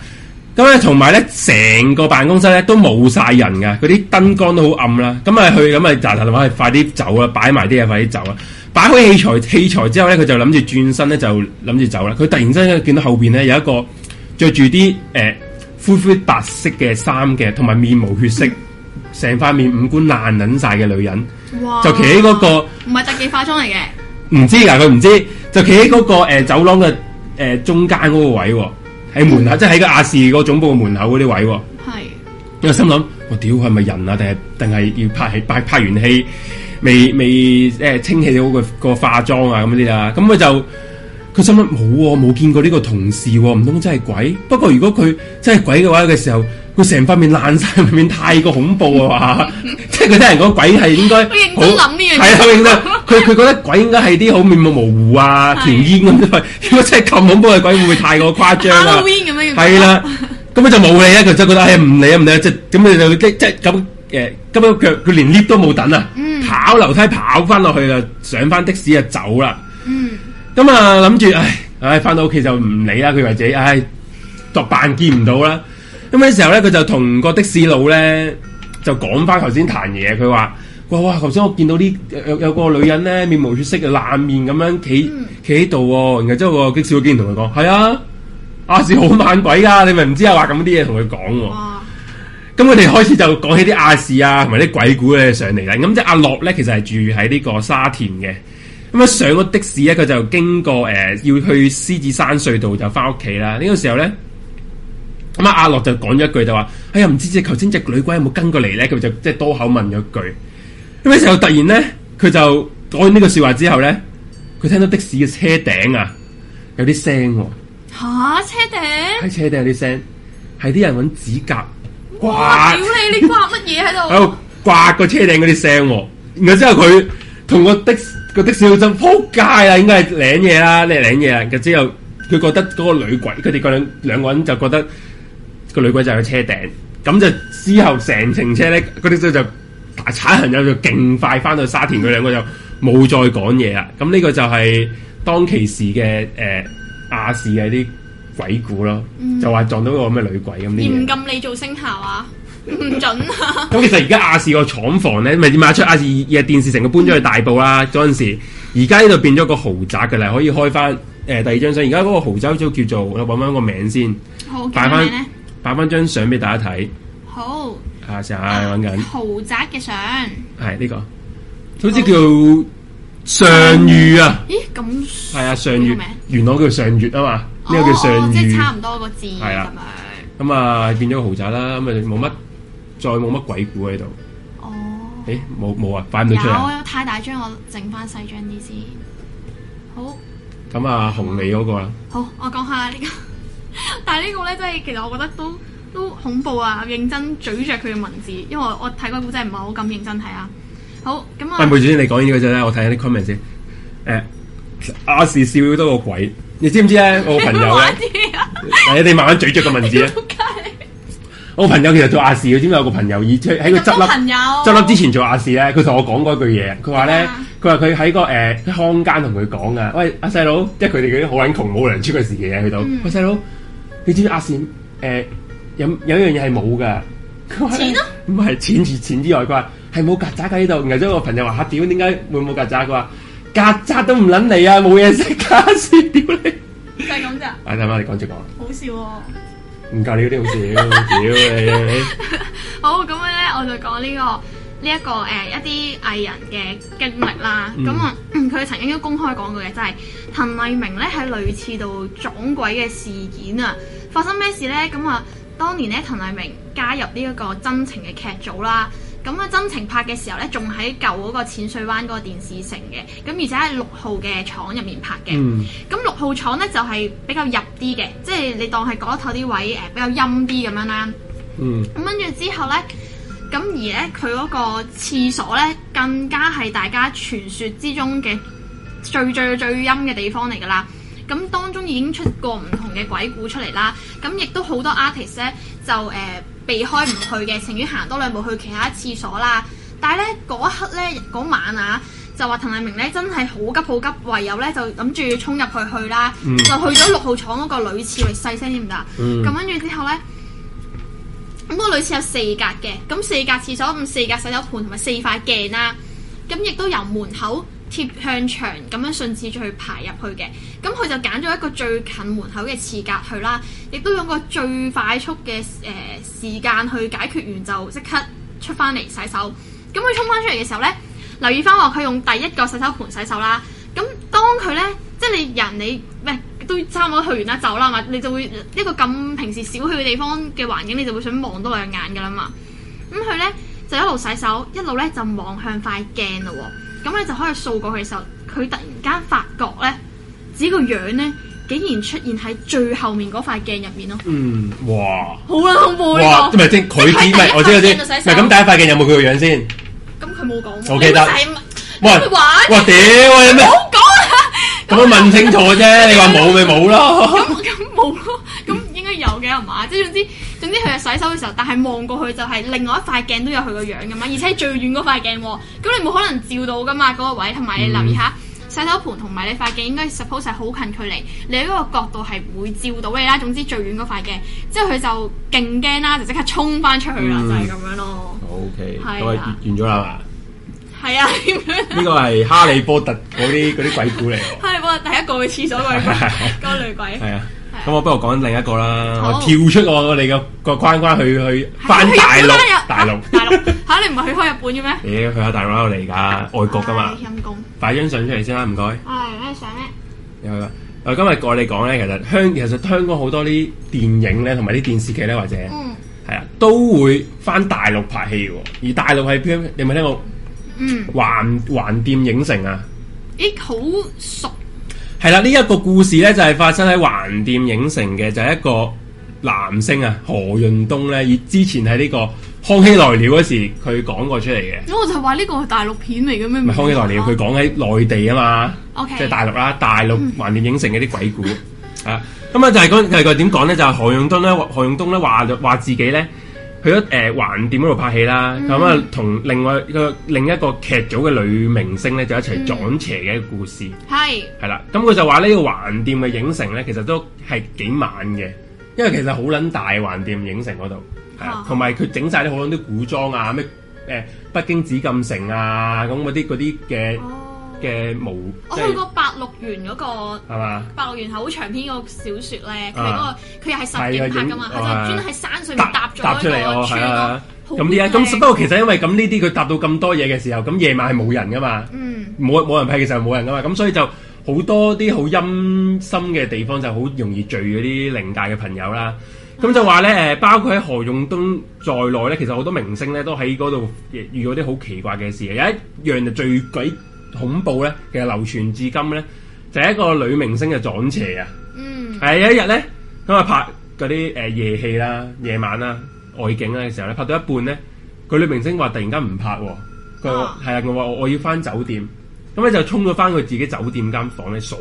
[SPEAKER 4] 咁咧，同埋咧，成個辦公室咧都冇晒人㗎，嗰啲燈光都好暗啦。咁啊，去咁啊，嗱嗱話快啲走啦，擺埋啲嘢，快啲走啦。啊擺好器材器材之後咧，佢就諗住轉身咧，就諗住走啦。佢突然之間見到後邊咧有一個着住啲誒灰灰白色嘅衫嘅，同埋面無血色，成塊面五官爛撚晒嘅女人，
[SPEAKER 3] 哇！
[SPEAKER 4] 就企喺嗰個。
[SPEAKER 3] 唔係特技化妝嚟嘅，
[SPEAKER 4] 唔知啊㗎，佢唔知，就企喺嗰個、呃、走廊嘅誒、呃中間嗰個位喎，喺門口，即係喺個亞視個總部門口嗰啲位喎。
[SPEAKER 3] 係
[SPEAKER 4] 我心諗，我屌係咪人啊？定係定係要拍戲拍拍完戲未未誒、呃清氣好個個化妝啊咁嗰啲啦。咁佢就佢心諗冇喎，冇見過呢個同事喎、唔通真係鬼？不過如果佢真係鬼嘅話嘅時候，佢成塊面爛晒，面太過恐怖啊！話 *laughs* 即係佢聽人講鬼係應
[SPEAKER 3] *laughs*
[SPEAKER 4] 該
[SPEAKER 3] 佢認
[SPEAKER 4] 好
[SPEAKER 3] 真諗呢樣嘢
[SPEAKER 4] 係啊，認真。佢佢覺得鬼應該係啲好面目模糊
[SPEAKER 3] 係
[SPEAKER 4] 啊、條煙咁。如果真係咁恐怖嘅鬼，會唔會太過誇張啊？
[SPEAKER 3] Halloween 咁樣嘅
[SPEAKER 4] 係啦，咁佢就冇理啦，佢就覺得唉唔理啊唔理啊，即係咁你就即即係咁誒，咁樣腳佢連 lift 都冇等啊，
[SPEAKER 3] 嗯
[SPEAKER 4] 跑樓梯跑翻落去啦，上翻的士就走啦。
[SPEAKER 3] 嗯，
[SPEAKER 4] 咁啊諗住唉唉翻到屋企就唔理啦，佢為自己唉作扮見唔到啦。咁嘅時候咧，佢就同個的士佬咧就講翻頭先彈嘢，佢話。哇哇！頭先我見到啲呃有有個女人咧，面無血色嘅爛面咁樣企企喺度喎，然後之後個的士佬竟然同佢講：係啊，亞視好猛鬼噶，你咪唔知啊！話咁啲嘢同佢講喎。
[SPEAKER 3] 哇！
[SPEAKER 4] 咁佢哋開始就講起啲亞視啊，同埋啲鬼故咧上嚟啦。咁即係阿樂咧，其實係住喺呢個沙田嘅。咁啊上咗的士咧，佢就經過誒、呃要去獅子山隧道就翻屋企啦。呢、個時候咧，咁啊阿樂就講咗一句就話：哎呀，唔知隻頭先隻女鬼有冇跟過嚟咧？佢就即係多口問咗一句。咁嘅時候突然咧，佢就講完呢個説話之後咧，佢聽到的士嘅車頂啊有啲聲喎、
[SPEAKER 3] 吓車頂，
[SPEAKER 4] 喺車頂有啲聲，係啲人揾指甲
[SPEAKER 3] 哇！
[SPEAKER 4] 刮
[SPEAKER 3] 屌。你，你刮乜嘢喺
[SPEAKER 4] 喺
[SPEAKER 3] 度？
[SPEAKER 4] 度刮個車頂嗰啲聲喎，然後之後佢同個的個的士佬爭撲街啊啦，應該係領嘢啦，你係領嘢啦。啊然後之後佢覺得嗰個女鬼，佢哋個兩兩個人就覺得個女鬼就喺車頂，咁就之後成程車咧，嗰啲就打踩行友就勁快翻到沙田，佢兩個就冇再講嘢啦。咁呢個就係當其時嘅誒亞視嘅啲鬼故咯，就話撞到個咩女鬼咁啲
[SPEAKER 3] 嚴
[SPEAKER 4] 嘢。
[SPEAKER 3] 禁你做聲效 *laughs* 啊！唔准啊！
[SPEAKER 4] 咁其實而家亞視個廠房咧，咪點解出亞視嘅電視城佢搬咗去大埔啦？嗰陣時，而家呢度變咗個豪宅嘅啦，可以開翻誒、第二張相。而家嗰個豪宅都叫做，我揾翻個名先，
[SPEAKER 3] 好，叫
[SPEAKER 4] 擺
[SPEAKER 3] 咩
[SPEAKER 4] 翻
[SPEAKER 3] 咧？
[SPEAKER 4] 擺翻張相俾大家睇。
[SPEAKER 3] 好，
[SPEAKER 4] 啊，成日揾緊，
[SPEAKER 3] 豪宅嘅相。
[SPEAKER 4] 係呢、個，好似叫上月啊，
[SPEAKER 3] 咦，咁
[SPEAKER 4] 係啊，上
[SPEAKER 3] 呢
[SPEAKER 4] 月
[SPEAKER 3] 個名，
[SPEAKER 4] 元朗叫上月啊嘛，呢、個叫
[SPEAKER 3] 哦哦
[SPEAKER 4] 上
[SPEAKER 3] 即係
[SPEAKER 4] 月，
[SPEAKER 3] 差唔多個字
[SPEAKER 4] 係
[SPEAKER 3] 咁
[SPEAKER 4] 啦
[SPEAKER 3] 樣。
[SPEAKER 4] 咁啊變咗個豪宅啦，咁啊冇乜再冇乜鬼故喺度。
[SPEAKER 3] 哦。
[SPEAKER 4] 誒冇冇啊，擺唔
[SPEAKER 3] 有
[SPEAKER 4] 到出嚟。
[SPEAKER 3] 啊太大張，我整翻細張啲先。好，
[SPEAKER 4] 咁啊紅利嗰個啦。
[SPEAKER 3] 好，我講下呢、個， *laughs* 但係呢個咧，真係其實我覺得都都恐怖啊！認真咀嚼佢嘅文字，因為我我睇嗰本真係唔係好咁認真睇啊。好，咁
[SPEAKER 4] 喂，梅
[SPEAKER 3] 啊，
[SPEAKER 4] 主先，你講呢個陣咧，我睇下啲 comment 先。誒、亞視笑到個鬼，你知唔知咧？我個朋友咧，
[SPEAKER 3] 啲啊，
[SPEAKER 4] 係你慢慢咀嚼個文字咧。
[SPEAKER 3] 仆街
[SPEAKER 4] 我朋友其實做亞視嘅，知唔知有個朋友以喺佢
[SPEAKER 3] 咁
[SPEAKER 4] 執
[SPEAKER 3] 多
[SPEAKER 4] 笠
[SPEAKER 3] 朋友，
[SPEAKER 4] 執笠之前做亞視咧，佢同我講過一句嘢，佢話咧，佢話佢喺個誒、康間同佢講啊，喂阿細佬，即係佢哋嗰啲好撚窮冇糧出嘅時期啊，去到、喂細佬，你知唔知亞視誒有有一樣嘢係冇噶？佢話咧
[SPEAKER 3] 錢咯
[SPEAKER 4] 唔係錢之錢之外，佢話係冇曱甴喺度。然後之後我朋友話嚇屌，點解會冇曱甴？佢話曱甴都唔撚嚟啊，冇嘢食㗎，先屌你！
[SPEAKER 3] 就係咁咋，
[SPEAKER 4] 啊，等下你講住講，
[SPEAKER 3] 好笑喎、
[SPEAKER 4] 唔夠你嗰啲好笑，屌你！
[SPEAKER 3] 好，咁樣咧，我就講呢、個呢、一個誒、一啲藝人嘅經歷啦。咁啊、佢曾經都公開講過嘅，就係、滕麗明咧喺類似度撞鬼嘅事件啊，發生咩事咧？咁啊，當年咧滕麗明加入呢一個真情嘅劇組啦。咁啊，真情拍嘅時候咧，仲喺舊嗰個淺水灣嗰個電視城嘅，咁而且喺六號嘅廠入面拍嘅。
[SPEAKER 4] 嗯
[SPEAKER 3] 咁六號廠咧就係、比較入啲嘅，即係你當係嗰頭啲位誒、比較陰啲咁樣啦。
[SPEAKER 1] Ừ.
[SPEAKER 4] 嗯。
[SPEAKER 3] 咁跟住之後呢，咁而呢，佢嗰個廁所呢，更加係大家傳說之中嘅最最最陰嘅地方嚟㗎啦。咁咁當中已經出過唔同嘅鬼故出嚟啦。咁亦都好多 artist 咧就誒、呃避開唔去嘅，情願行多兩步去其他廁所啦。但係咧嗰一刻咧嗰晚啊，就話滕麗明咧真係好急好急，唯有咧就諗住衝入去去啦，
[SPEAKER 4] 嗯
[SPEAKER 3] 就去咗六號廠嗰個女廁，你細聲啲唔得啊？
[SPEAKER 4] 嗯
[SPEAKER 3] 咁跟住之後咧。咁個女廁有四格嘅，咁四格廁所咁四格洗手盆同埋四塊鏡啦，咁亦都由門口貼向牆咁樣順次序排入去嘅。咁佢就揀咗一個最近門口嘅廁格去啦，亦都用個最快速嘅誒、呃、時間去解決完就即刻出翻嚟洗手。咁佢衝翻出嚟嘅時候呢，留意翻話佢用第一個洗手盆洗手啦。咁當佢呢，即係你人你咩都差唔多去完啦，走啦嘛，你就會一個咁平時少去嘅地方嘅環境，你就會想望多兩眼噶啦嘛。咁佢咧就一路洗手，一路咧就望向塊鏡咯喎。咁你就可以掃過去嘅時候，佢突然間發覺咧，自己個樣咧竟然出現喺最後面嗰塊鏡入面咯，
[SPEAKER 4] 嗯，哇
[SPEAKER 3] 好啦恐怖呢、
[SPEAKER 4] 哇，唔
[SPEAKER 3] 個。哎
[SPEAKER 4] 係先佢
[SPEAKER 3] 即係
[SPEAKER 4] 點？唔係我知我知，
[SPEAKER 3] 第一塊鏡就
[SPEAKER 4] 唔
[SPEAKER 3] 洗
[SPEAKER 4] 係
[SPEAKER 3] 手
[SPEAKER 4] 咁第一塊鏡有冇佢個樣先？
[SPEAKER 3] 咁佢冇講喎，
[SPEAKER 4] 我
[SPEAKER 3] 你
[SPEAKER 4] 記得
[SPEAKER 3] 唔使
[SPEAKER 4] 喂，
[SPEAKER 3] 你玩
[SPEAKER 4] 哇屌，有咩？
[SPEAKER 3] 冇講啊！
[SPEAKER 4] 咁我問清楚啫，你話冇咪冇咯。
[SPEAKER 3] 咁咁冇咯，咁應該有嘅係嘛？即係總之總之佢係洗手嘅時候，但係望過去就係另外一塊鏡都有佢個樣咁嘛，而且係最遠嗰塊鏡喎。咁你冇可能照到噶嘛嗰、個位，同埋你留意下。
[SPEAKER 4] 嗯
[SPEAKER 3] 洗手盆同埋你塊鏡應該 suppose 係好近距離，你喺嗰個角度係唔會照到你啦。總之最遠嗰塊鏡，之後佢就勁驚啦，就即刻衝翻出去啦，
[SPEAKER 4] 嗯
[SPEAKER 3] 就係咁樣咯。
[SPEAKER 4] O K，
[SPEAKER 3] 係啊
[SPEAKER 4] 咁啊完咗啦
[SPEAKER 3] 係啊，咁樣
[SPEAKER 4] 嘛？呢個係哈利波特嗰啲嗰啲鬼故嚟喎。
[SPEAKER 3] 係我第一個去廁所嗰
[SPEAKER 4] *laughs*
[SPEAKER 3] 個嗰個女鬼，
[SPEAKER 4] 係啊，咁我不如講另一個啦。
[SPEAKER 3] 好
[SPEAKER 4] 我跳出我哋嘅個框框去去翻大
[SPEAKER 3] 係啊
[SPEAKER 4] 陸，大陸。
[SPEAKER 3] 大陸嚇你唔係去開日本嘅咩？
[SPEAKER 4] 屌，去下大陸啦，我哋而家外國噶嘛
[SPEAKER 3] 唉。陰公。
[SPEAKER 4] 擺張相出嚟先啦，唔該。
[SPEAKER 3] 唉，咩相咧？
[SPEAKER 4] 有啦。嗱，今日我哋講咧，其實香其實香港好多啲電影咧，同埋啲電視劇咧，或者
[SPEAKER 3] 嗯
[SPEAKER 4] 係啊，都會翻大陸拍戲喎。而大陸係邊？你有冇聽過
[SPEAKER 3] 嗯，
[SPEAKER 4] 橫橫店影城啊？
[SPEAKER 3] 咦，好熟，
[SPEAKER 4] 係啦，呢、一個故事咧就係、發生喺橫店影城嘅，就係、一個男星啊何潤東咧，以之前喺呢個《康熙來了》嗰時佢講過出嚟嘅，
[SPEAKER 3] 咁我就話呢個係大陸片嚟嘅咩？啊
[SPEAKER 4] 唔係《康熙來了》，佢講喺內地啊嘛
[SPEAKER 3] 嗯 OK
[SPEAKER 4] 即係大陸啦，大陸橫店影城嗰啲鬼故啊，咁啊就係嗰就係個點講咧，就係、何潤東咧，何潤東咧話話自己咧。去咗誒橫店嗰度拍戲啦，咁啊同另外一個另一個劇組嘅女明星咧就一齊撞邪嘅一個故事。
[SPEAKER 3] 係
[SPEAKER 4] 係啦，咁佢就話呢個橫店嘅影城咧，其實都係幾猛嘅，因為其實好撚大橫店影城嗰度，係啊
[SPEAKER 3] 啊
[SPEAKER 4] 同埋佢整晒啲好撚啲古裝啊，咩誒、北京紫禁城啊，咁嗰啲嗰啲嘅
[SPEAKER 3] 哦。
[SPEAKER 4] 嘅無
[SPEAKER 3] 我
[SPEAKER 4] 即
[SPEAKER 3] 去
[SPEAKER 4] 係
[SPEAKER 3] 過白鹿原嗰個
[SPEAKER 4] 係嘛，
[SPEAKER 3] 白鹿原好長篇嗰個小説咧，佢嗰
[SPEAKER 4] 啊
[SPEAKER 3] 個佢又係實景拍噶嘛，
[SPEAKER 4] 係
[SPEAKER 3] 佢
[SPEAKER 4] 影
[SPEAKER 3] 就專登喺山上面
[SPEAKER 4] 哦搭
[SPEAKER 3] 搭
[SPEAKER 4] 搭
[SPEAKER 3] 咗
[SPEAKER 4] 出嚟
[SPEAKER 3] 一
[SPEAKER 4] 哦，
[SPEAKER 3] 個
[SPEAKER 4] 係
[SPEAKER 3] 村咯
[SPEAKER 4] 啊，。
[SPEAKER 3] 好
[SPEAKER 4] 咁呢一咁
[SPEAKER 3] 靚
[SPEAKER 4] 不過其實因為咁呢啲佢搭到咁多嘢嘅時候，咁夜晚係冇人噶嘛，
[SPEAKER 3] 嗯
[SPEAKER 4] 冇冇人批嘅時候冇人噶嘛，咁所以就。好多啲好陰森嘅地方就好容易聚嗰啲靈界嘅朋友啦。咁就話咧誒，包括喺何用東在內咧，其實好多明星咧都喺嗰度遇到啲好奇怪嘅事嘅。有一樣就最鬼恐怖咧，其實流傳至今咧，就係、一個女明星嘅撞邪啊！
[SPEAKER 3] 嗯
[SPEAKER 4] 係有一日咧，咁啊拍嗰啲誒夜戲啦、夜晚啦、外景啊啦嘅時候咧，拍到一半咧，佢女明星話突然間唔拍喎，佢
[SPEAKER 3] 啊
[SPEAKER 4] 係啊，我話我我要翻酒店，咁啊咧就衝咗翻佢自己酒店間房咧，鎖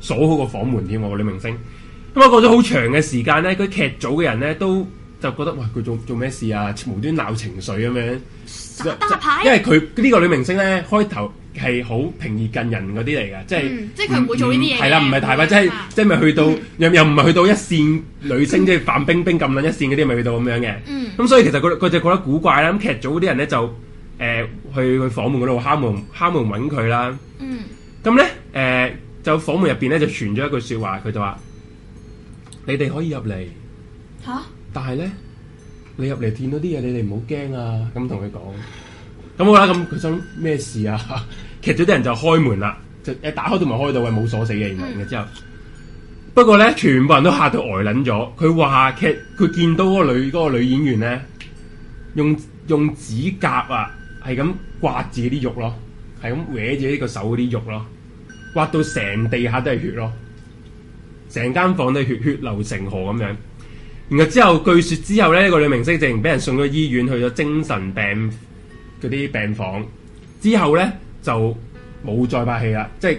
[SPEAKER 4] 鎖好個房門添喎，個女明星。咁啊過咗好長嘅時間咧，佢劇組嘅人咧都就覺得哇，佢做做咩事啊？無端鬧情緒啊咁樣。
[SPEAKER 3] 耍大牌
[SPEAKER 4] 因，為佢呢個女明星咧，開頭係好平易近人嗰啲嚟嘅，即係
[SPEAKER 3] 嗯即係佢唔會做呢啲嘢嘅
[SPEAKER 4] 係啦，唔係大把，即係
[SPEAKER 3] 啊
[SPEAKER 4] 即係咪去到又又唔係去到一線女星，即係范冰冰咁撚一線嗰啲，咪去到咁樣嘅。
[SPEAKER 3] 嗯
[SPEAKER 4] 咁所以其實佢佢就覺得古怪啦。咁劇組啲人咧就誒去去房門嗰度敲門敲門揾佢啦。
[SPEAKER 3] 嗯
[SPEAKER 4] 咁咧誒就房門入邊咧就傳咗一句説話，佢就話：你哋可以入嚟，
[SPEAKER 3] 嚇
[SPEAKER 4] 但係咧，你入嚟見到啲嘢，你哋唔好驚啊！咁同佢講，咁好啦，咁佢想咩事啊？ *laughs* 劇咗啲人就開門啦，嗯就一打開都唔係開到，係冇鎖死嘅，原來嘅之後。不過咧，全部人都嚇到呆撚咗。佢話劇，佢見到嗰個女嗰、個女演員咧，用用指甲啊，係咁刮自己啲肉咯，係咁搲自己個手嗰啲肉咯，刮到成地下都係血咯，成間房都係血血流成河咁樣。然後之後，據說之後咧，呢個女明星直情俾人送咗醫院，去咗精神病嗰啲病房。之後咧就冇再拍戲啦，即係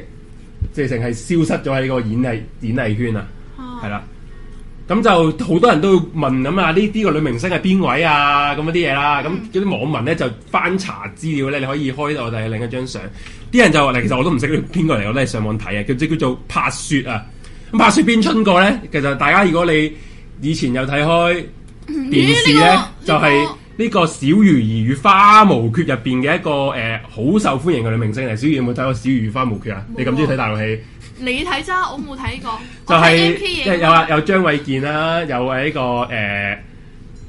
[SPEAKER 4] 直情係消失咗喺呢個演藝演藝圈啊，
[SPEAKER 3] 哦
[SPEAKER 4] 係啦。咁就好多人都會問咁啊，呢啲個女明星係邊位啊？咁嗰啲嘢啦，咁
[SPEAKER 3] 嗯
[SPEAKER 4] 嗰啲網民咧就翻查資料咧，你可以開我哋另一張相。啲人就話嗱，其實我都唔識佢邊個嚟，我都係上網睇啊，叫即叫做柏雪啊。咁柏雪邊春過咧？其實大家如果你以前有睇開電視咧，
[SPEAKER 3] 嗯呢個
[SPEAKER 4] 就係、
[SPEAKER 3] 呢個
[SPEAKER 4] 呢個《小魚兒與花無缺》入邊嘅一個誒好、受歡迎嘅女明星嚟。小魚有冇睇過《小魚與花無缺》啊？你咁中意睇大陸戲？
[SPEAKER 3] 你睇咋，我冇睇過。
[SPEAKER 4] 就
[SPEAKER 3] 係
[SPEAKER 4] 係
[SPEAKER 3] M P
[SPEAKER 4] 即係
[SPEAKER 3] 嘢。
[SPEAKER 4] 有啊，有張衛健啦，有喺呢個誒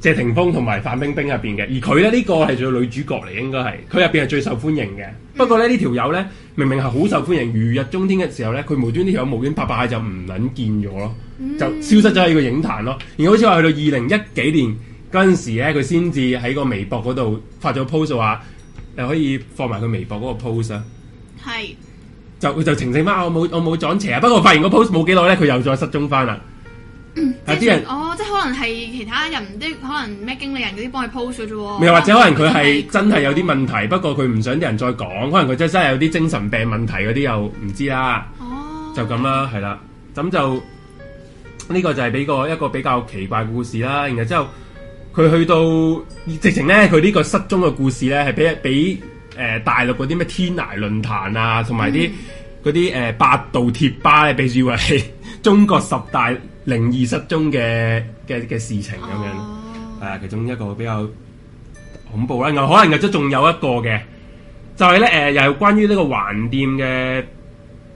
[SPEAKER 4] 謝霆鋒同埋范冰冰入邊嘅，而佢咧呢、呢個係做女主角嚟，應該係佢入邊係最受歡迎嘅。
[SPEAKER 3] 嗯
[SPEAKER 4] 不過咧呢條友咧明明係好受歡迎，如日中天嘅時候咧，佢無端呢條友無端白白就唔撚見咗咯，
[SPEAKER 3] 嗯
[SPEAKER 4] 就消失咗喺個影壇咯。而好似話去到二零一幾年嗰陣時咧，佢先至喺個微博嗰度發咗 post 話呃誒可以放埋佢微博嗰個 post 啊。
[SPEAKER 3] 係
[SPEAKER 4] 就佢就澄清翻啊我冇我冇撞邪啊！不過我發現個 post 冇幾耐咧，佢又再失蹤翻啦。有啲人
[SPEAKER 3] 哦，即係可能係其他人啲，可能咩經理人嗰啲幫佢 post 咗啫喎。
[SPEAKER 4] 又或者可能佢係真係有啲問題，不過佢唔想啲人再講，可能佢真係有啲精神病問題嗰啲又唔知啦，
[SPEAKER 3] 哦，
[SPEAKER 4] 就咁啦，係啦，咁就呢個就係俾個一個比較奇怪嘅故事啦。然後之後佢去到直情咧，佢呢個失蹤嘅故事咧係俾俾誒大陸嗰啲咩天涯論壇啊，同埋
[SPEAKER 3] 嗯
[SPEAKER 4] 啲嗰啲誒百度貼吧咧，被譽為係 *laughs* 中國十大靈異失蹤嘅嘅嘅事情咁樣。
[SPEAKER 3] 哦
[SPEAKER 4] 係啊，其中一個比較恐怖啦。然後可能又都仲有一個嘅，就係咧誒，又係關於呢個橫店嘅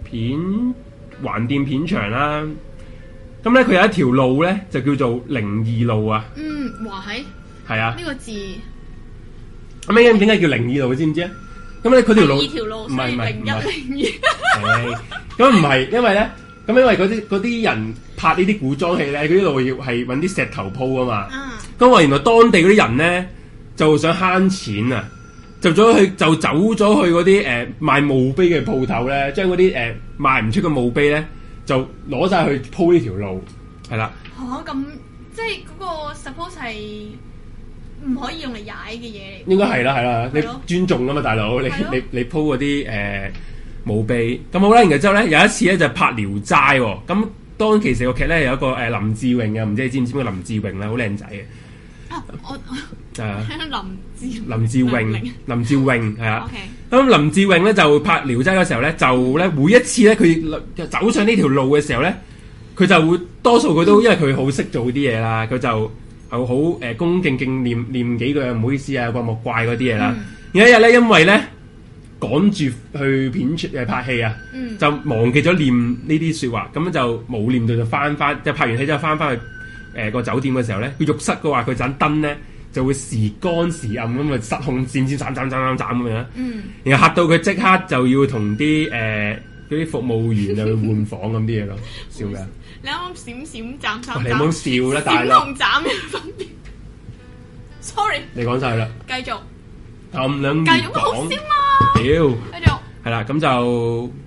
[SPEAKER 4] 片橫店片場啦。咁咧佢有一條路咧就叫做靈異路啊，
[SPEAKER 3] 嗯，哇係
[SPEAKER 4] 係啊。
[SPEAKER 3] 呢個字。
[SPEAKER 4] 咁咧點解叫靈異路？你知唔知啊？咁咧佢條路
[SPEAKER 3] 二條路，
[SPEAKER 4] 唔
[SPEAKER 3] 所
[SPEAKER 4] 係
[SPEAKER 3] 以
[SPEAKER 4] 唔係
[SPEAKER 3] 零
[SPEAKER 4] 唔
[SPEAKER 3] 一
[SPEAKER 4] 係。
[SPEAKER 3] 零
[SPEAKER 4] *laughs* 係咁唔係，因為咧，咁因為嗰啲嗰啲人拍呢啲古裝戲咧，佢啲路要係揾啲石頭鋪啊
[SPEAKER 3] 二。
[SPEAKER 4] 嘛。
[SPEAKER 3] 啊，
[SPEAKER 4] 咁話原來當地嗰啲人咧就想慳錢啊，就咗去就走咗去嗰啲誒賣墓碑嘅鋪頭咧，將嗰啲誒賣唔出嘅墓碑咧就攞晒去鋪呢條路，係啦。
[SPEAKER 3] 嚇哦咁即係嗰個 suppose 係唔可以用嚟踩嘅嘢嚟。
[SPEAKER 4] 應該係啦，係啦，你
[SPEAKER 3] 係咯
[SPEAKER 4] 尊重噶嘛，大佬，你
[SPEAKER 3] 係咯
[SPEAKER 4] 你你鋪嗰啲誒墓碑，咁好啦。然後之後咧，有一次咧就拍《聊齋》喎，咁當其時個劇咧有一個誒、呃林志穎嘅，唔知你知唔知邊個林志穎啦，好靚仔嘅，
[SPEAKER 3] 啊，我 *laughs*
[SPEAKER 4] 係啊
[SPEAKER 3] 林志
[SPEAKER 4] 林志穎，林志穎係
[SPEAKER 3] O。
[SPEAKER 4] 啊
[SPEAKER 3] K，
[SPEAKER 4] 咁林志穎咧就拍《聊齋》嘅時候咧，就咧每一次咧佢走上呢條路嘅時候咧，佢就會多數佢
[SPEAKER 3] 嗯
[SPEAKER 4] 都因為佢好識做啲嘢啦，佢就好好誒恭敬敬念念幾句唔好意思啊，怪莫怪嗰啲嘢
[SPEAKER 3] 嗯
[SPEAKER 4] 啦。有一日咧，因為咧趕住去片出誒拍戲啊，
[SPEAKER 3] 嗯
[SPEAKER 4] 就忘記咗念呢啲説話，咁就冇念到就翻翻，即係拍完戲之後翻翻去呃誒個、酒店嘅時候咧，佢浴室嘅話佢盞燈咧就會時光時暗咁啊失控，閃閃斬斬斬斬斬咁樣。
[SPEAKER 3] 嗯，
[SPEAKER 4] 然後嚇到佢即刻就要同啲誒嗰啲服務員就去換房咁啲嘢咯，笑㗎。
[SPEAKER 3] 你啱啱閃閃斬
[SPEAKER 4] 哇
[SPEAKER 3] 斬
[SPEAKER 4] 你唔好
[SPEAKER 3] 斬，
[SPEAKER 4] 笑啦，大
[SPEAKER 3] 閃
[SPEAKER 4] 佬
[SPEAKER 3] 同，斬嘅分別。Sorry，
[SPEAKER 4] 你講晒啦，
[SPEAKER 3] *laughs* 繼續
[SPEAKER 4] 咁兩
[SPEAKER 3] 繼
[SPEAKER 4] 嘢
[SPEAKER 3] 續，好
[SPEAKER 4] 講，
[SPEAKER 3] 笑啊！
[SPEAKER 4] 屌，
[SPEAKER 3] 繼續。
[SPEAKER 4] 係啦，咁就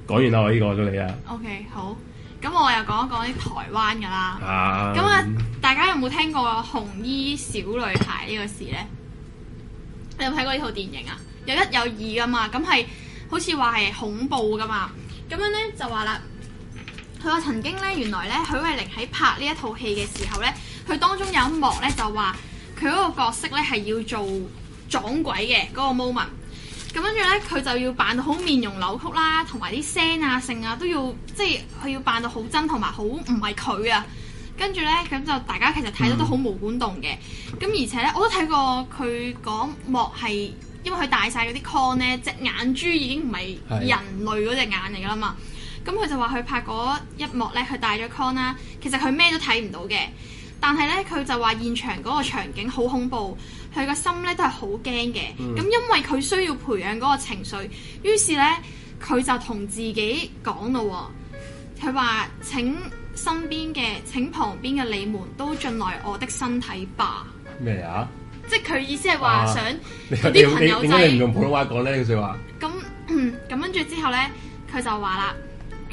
[SPEAKER 4] 講完啦，我呢個到你啦，
[SPEAKER 3] OK，好。咁我又講一講啲台灣噶啦。
[SPEAKER 4] 啊，
[SPEAKER 3] 咁啊，大家有冇聽過紅衣小女孩呢個事呢？你有冇睇過呢套電影啊？有一有二噶嘛，咁係好似話係恐怖噶嘛。咁樣呢，就話啦，佢話曾經呢，原來呢，許慧玲喺拍呢一套戲嘅時候呢，佢當中有一幕呢，就話佢嗰個角色呢係要做撞鬼嘅嗰、個 moment。咁跟住咧，佢就要扮到好面容扭曲啦，同埋啲聲啊、性啊都要，即係佢要扮到好真同埋好唔係佢啊。跟住咧，咁就大家其實睇到都好無管動嘅。咁、而且咧，我都睇過佢講幕係，因為佢戴晒嗰啲 con 咧，隻眼珠已經唔係
[SPEAKER 4] 係
[SPEAKER 3] 人類嗰隻眼嚟㗎啦嘛。咁佢就話佢拍嗰一幕咧，佢戴咗 con 啦，其實佢咩都睇唔到嘅。但係咧，佢就話現場嗰個場景好恐怖，佢個心咧都係好驚嘅。咁、
[SPEAKER 4] 嗯
[SPEAKER 3] 因為佢需要培養嗰個情緒，於是咧佢就同自己講咯喎，佢話請身邊嘅請旁邊嘅你們都進來我的身體吧，
[SPEAKER 4] 咩啊？
[SPEAKER 3] 即係佢意思係話
[SPEAKER 4] 啊
[SPEAKER 3] 想
[SPEAKER 4] 你
[SPEAKER 3] 嗰
[SPEAKER 4] 你
[SPEAKER 3] 啲朋友
[SPEAKER 4] 你點解你唔
[SPEAKER 3] 仔
[SPEAKER 4] 用普通話講呢句説話？
[SPEAKER 3] 咁 *clears throat* 咁跟住之後咧，佢就話啦。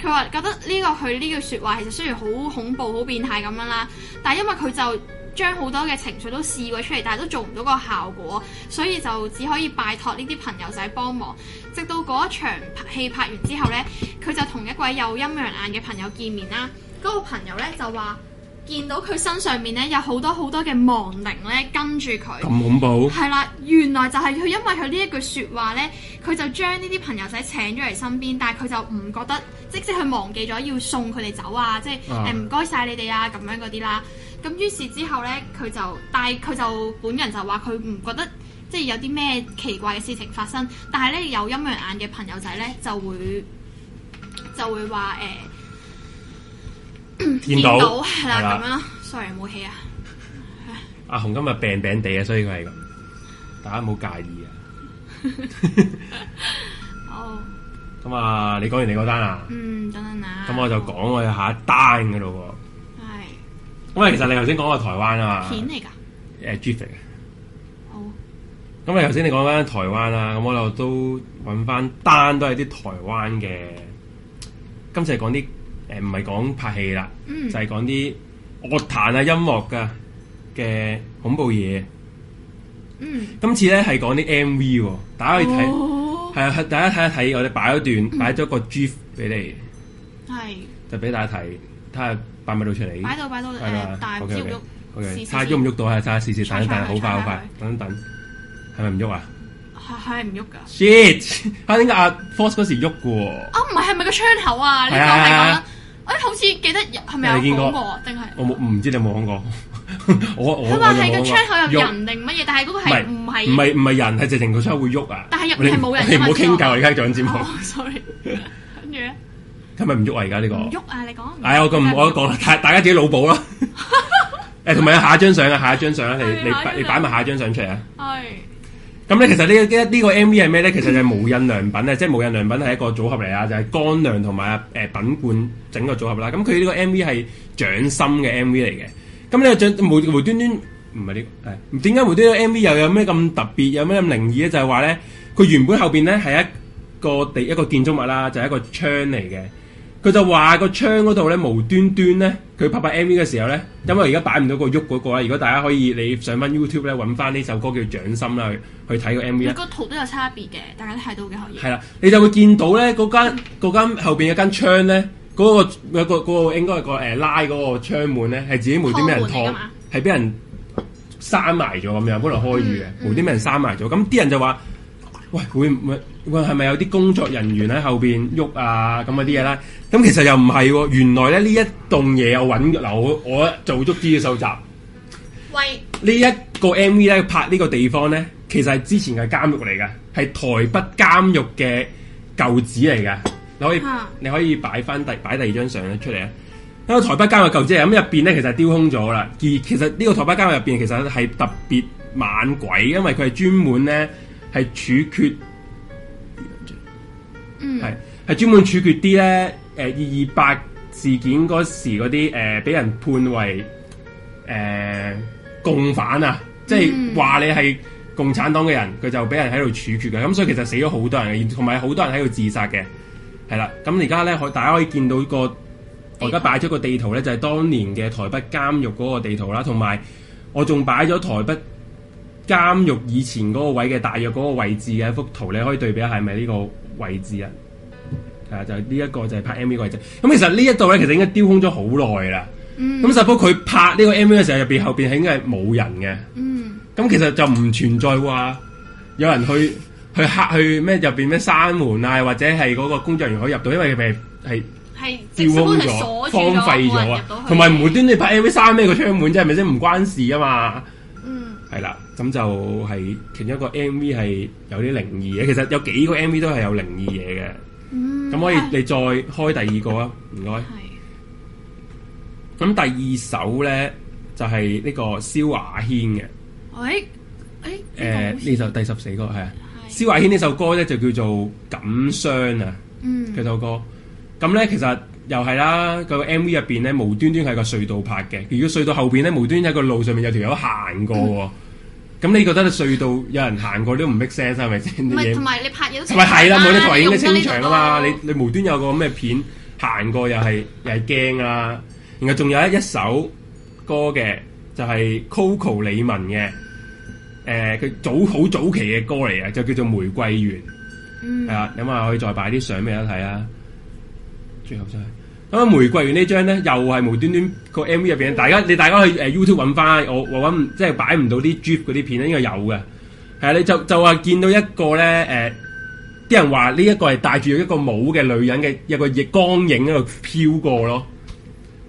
[SPEAKER 3] 佢話覺得呢、個佢呢句説話其實雖然好恐怖、好變態咁樣啦，但係因為佢就將好多嘅情緒都試過出嚟，但係都做唔到個效果，所以就只可以拜託呢啲朋友仔幫忙。直到嗰一場戲拍完之後呢，佢就同一位有陰陽眼嘅朋友見面啦。嗰、個朋友呢，就話見到佢身上面呢，有好多好多嘅亡靈呢跟住佢。
[SPEAKER 4] 咁恐怖，
[SPEAKER 3] 係啦，原來就係佢因為佢呢一句説話呢，佢就將呢啲朋友仔請咗嚟身邊，但係佢就唔覺得，即即係佢忘記咗要送佢哋走啊，即係
[SPEAKER 4] 啊
[SPEAKER 3] 誒唔該晒你哋啊咁樣嗰啲啦。咁於是之後呢，佢就但係佢就本人就話佢唔覺得即係有啲咩奇怪嘅事情發生，但係呢，有陰陽眼嘅朋友仔呢，就會就會話誒、
[SPEAKER 4] 見
[SPEAKER 3] 到
[SPEAKER 4] 到
[SPEAKER 3] 係
[SPEAKER 4] 係
[SPEAKER 3] 啦
[SPEAKER 4] 啦
[SPEAKER 3] 咁樣咯。sorry 冇氣啊，
[SPEAKER 4] 阿紅今日病病地啊，所以佢係咁，大家唔好介意啊。
[SPEAKER 3] 哦，
[SPEAKER 4] 咁啊，你講完你嗰單啊，
[SPEAKER 3] 嗯等等
[SPEAKER 1] À.
[SPEAKER 3] 啊，
[SPEAKER 4] 咁我就講我有下一單嘅咯
[SPEAKER 3] 係
[SPEAKER 4] 喎。咁啊，其實你頭先講過台灣啊
[SPEAKER 3] 片嚟㗎，
[SPEAKER 4] 嘛，誒 GIF 嚟嘅。
[SPEAKER 3] 好。
[SPEAKER 4] 咁啊，頭先你講翻台灣啦，咁我就都揾翻單都係啲台灣嘅，今次係講啲呃誒唔係講拍戲啦，
[SPEAKER 3] 嗯
[SPEAKER 4] 就係講啲樂壇啊、音樂噶嘅恐怖嘢。
[SPEAKER 3] 嗯，
[SPEAKER 4] 今次咧係講啲 MV 喎，大家可以睇，
[SPEAKER 3] 哦嗯
[SPEAKER 4] 係啊、大家睇一睇，我哋擺咗段，擺咗個 GIF 俾你，
[SPEAKER 3] 係
[SPEAKER 4] 就俾大家睇，睇下擺咪到出嚟。
[SPEAKER 3] 擺到擺到
[SPEAKER 4] 係
[SPEAKER 3] 誒
[SPEAKER 4] 嘛
[SPEAKER 3] 大招
[SPEAKER 4] OK，OK，
[SPEAKER 3] 喐，
[SPEAKER 4] OK，
[SPEAKER 3] 試
[SPEAKER 4] 睇
[SPEAKER 3] 試
[SPEAKER 4] 下喐唔喐到啊，睇下試試
[SPEAKER 3] 猜
[SPEAKER 4] 等一
[SPEAKER 3] 猜
[SPEAKER 4] 等，
[SPEAKER 3] 佢
[SPEAKER 4] 好快
[SPEAKER 3] 猜
[SPEAKER 4] 好
[SPEAKER 3] 猜
[SPEAKER 4] 快，等一等，係咪唔喐啊
[SPEAKER 3] 係係唔喐㗎。
[SPEAKER 4] ？Shit！啊， *laughs* 點解阿 Force 嗰時喐嘅喎？
[SPEAKER 3] 啊，唔係係咪個窗口啊？呢個
[SPEAKER 4] 係啊
[SPEAKER 3] 係
[SPEAKER 4] 係
[SPEAKER 3] 講
[SPEAKER 4] 啊
[SPEAKER 3] 啦。誒，好似記得有係咪
[SPEAKER 4] 你
[SPEAKER 3] 有
[SPEAKER 4] 見過
[SPEAKER 3] 講過定係？
[SPEAKER 4] 我冇唔知你有冇講過， *laughs* 我我
[SPEAKER 3] 佢話係
[SPEAKER 4] 我
[SPEAKER 3] 個
[SPEAKER 4] 就冇講過
[SPEAKER 3] 窗口有
[SPEAKER 4] 喐
[SPEAKER 3] 人定乜嘢，但係嗰個
[SPEAKER 4] 唔係
[SPEAKER 3] 係唔
[SPEAKER 4] 唔
[SPEAKER 3] 係？
[SPEAKER 4] 係唔係人，係直情個窗口會喐啊！
[SPEAKER 3] 但係入面係冇人㗎嘛
[SPEAKER 4] 你唔好傾
[SPEAKER 3] 知
[SPEAKER 4] 偈
[SPEAKER 3] 道
[SPEAKER 4] 啊，而家講節目
[SPEAKER 3] 哦，sorry。跟住咧，
[SPEAKER 4] 係咪唔喐啊？而家呢個
[SPEAKER 3] 唔，喐啊！你講。
[SPEAKER 4] 唉，我咁唔我都講啦，大大家自己腦補
[SPEAKER 3] *laughs*
[SPEAKER 4] 啦。誒，同埋有下一張相啊，下一張相啊，你
[SPEAKER 3] 係
[SPEAKER 4] 你
[SPEAKER 3] 下一張
[SPEAKER 4] 擺你
[SPEAKER 3] 相
[SPEAKER 4] 擺埋下一張相出嚟啊！
[SPEAKER 3] 係
[SPEAKER 4] 咁咧，其實呢呢呢個 MV 係咩咧？其實就係無印良品啊，即係無印良品係一個組合嚟啊，就係乾糧同埋誒品冠整個組合啦。咁佢呢個 MV 係掌心嘅 MV 嚟嘅。咁呢個掌無無端端唔係呢個誒？點解無端端 MV 又有咩咁特別，有咩咁靈異啊咧？就係話咧，佢原本後邊咧係一個地一個建築物啦，就係、一個窗嚟嘅。佢就話個窗嗰度咧無端端咧，佢拍拍 MV 嘅時候咧，因為而家擺唔到個喐嗰個啦。如果大家可以你上翻 YouTube 咧揾翻呢首歌叫《掌心》啦，去去睇個 MV 啦
[SPEAKER 3] 佢。個圖都有差別嘅，大家睇到嘅可以。
[SPEAKER 4] 係啦，你就會見到咧嗰間嗰間後邊有間窗咧，嗰、個有個嗰個應該係個誒拉嗰個窗門咧，係自己無端俾人
[SPEAKER 3] 趟門嚟㗎
[SPEAKER 4] 燙
[SPEAKER 3] 嘛，
[SPEAKER 4] 係俾人閂埋咗咁樣，本來開住嘅
[SPEAKER 3] 嗯，嗯
[SPEAKER 4] 無端俾人閂埋咗。咁啲人就話：喂，會唔會喂係咪有啲工作人員喺後邊喐啊？咁嗰啲嘢啦。咁其實又唔係喎，原來咧呢一棟嘢我揾嗱我我做足資料搜集。
[SPEAKER 3] 喂，
[SPEAKER 4] 呢一個 MV 咧拍呢個地方咧，其實係之前嘅監獄嚟嘅，係台北監獄嘅舊址嚟嘅。你可以、
[SPEAKER 3] 啊
[SPEAKER 4] 你可以擺翻第擺第二張相咧出嚟啊！因為台北監獄舊址嚟咁入邊咧，其實係雕空咗啦。而其實呢個台北監獄入邊其實係特別猛鬼，因為佢係專門咧係處決
[SPEAKER 3] 嗯，
[SPEAKER 4] 係係專門處決啲咧誒二二八事件嗰時嗰啲誒俾人判為誒、呃共犯啊，即係話你係共產黨嘅人，佢就俾人喺度處決嘅，咁所以其實死咗好多人嘅，同埋好多人喺度自殺嘅，係啦。咁而家咧，可大家可以見到個我而家擺咗個地圖咧，就係、當年嘅台北監獄嗰個地圖啦，同埋我仲擺咗台北監獄以前嗰個位嘅大約嗰個位置嘅一幅圖，你可以對比一下係咪呢個位置啊？係啊，就係呢一個就係拍 MV 嘅位置。咁其實呢一度咧，其實應該雕空咗好耐啦。
[SPEAKER 3] 嗯
[SPEAKER 4] 咁 suppose 佢拍呢個 MV 嘅時候，入邊後邊係應該係冇人嘅。
[SPEAKER 3] 嗯，
[SPEAKER 4] 咁其實就唔存在話有人去去黑去咩入邊咩閂門啊，或者係嗰個工作人員可以入到，因為佢係係。
[SPEAKER 3] 係
[SPEAKER 4] 吊空咗、荒廢咗
[SPEAKER 1] à.
[SPEAKER 4] 啊，同埋無
[SPEAKER 3] 每
[SPEAKER 4] 端你拍 MV 閂咩個窗門啫，係咪先？唔關事啊嘛，
[SPEAKER 3] 嗯
[SPEAKER 4] 係啦，咁就係其中一個 MV 係有啲靈異嘅，其實有幾個 MV 都係有靈異嘢嘅，
[SPEAKER 3] 嗯，
[SPEAKER 4] 咁
[SPEAKER 2] À,
[SPEAKER 4] 可以
[SPEAKER 3] 係
[SPEAKER 4] 你再開第二個啊，唔該。
[SPEAKER 3] 係
[SPEAKER 4] 咁第二首咧就係、呢個蕭亞軒嘅，
[SPEAKER 3] 喂，誒
[SPEAKER 4] 誒、呢首第十四個係啊，
[SPEAKER 3] 係
[SPEAKER 4] 蕭亞軒呢首歌咧就叫做《感傷》啊。
[SPEAKER 3] 嗯
[SPEAKER 4] 佢首歌。咁咧，其實又係啦，個 M V 入邊咧，無端端喺個隧道拍嘅。如果隧道後邊咧，無端端喺個路上面有條友行過喎。
[SPEAKER 3] 嗯
[SPEAKER 4] 咁、你覺得隧道有人行過都唔 make sense 係咪先
[SPEAKER 3] 唔
[SPEAKER 4] 啲
[SPEAKER 3] 係
[SPEAKER 4] 嘢
[SPEAKER 3] 同？埋你拍嘢都
[SPEAKER 4] 係咪係啦？冇你台影
[SPEAKER 3] 都
[SPEAKER 4] 都清場啊嘛！你你無端有個咩片啊行過又係又係驚啦。然後仲有一一首歌嘅，就就係、Coco 李玟嘅，誒、佢早好早期嘅歌嚟嘅，就叫做《玫瑰園》。
[SPEAKER 3] 嗯
[SPEAKER 4] 係啊，咁啊可以再擺啲相俾大家睇啊。最後真係咁啊，玫瑰園呢張咧又係無端端個 M V 入邊，大家你大家去誒呃 YouTube 揾翻，我我揾唔即係擺唔到啲 GIF 嗰啲片咧，應該有嘅。係啊，你就就話見到一個咧誒，呃啲、人話呢一個係戴住一個帽嘅女人嘅一個逆光影喺度飄過咯。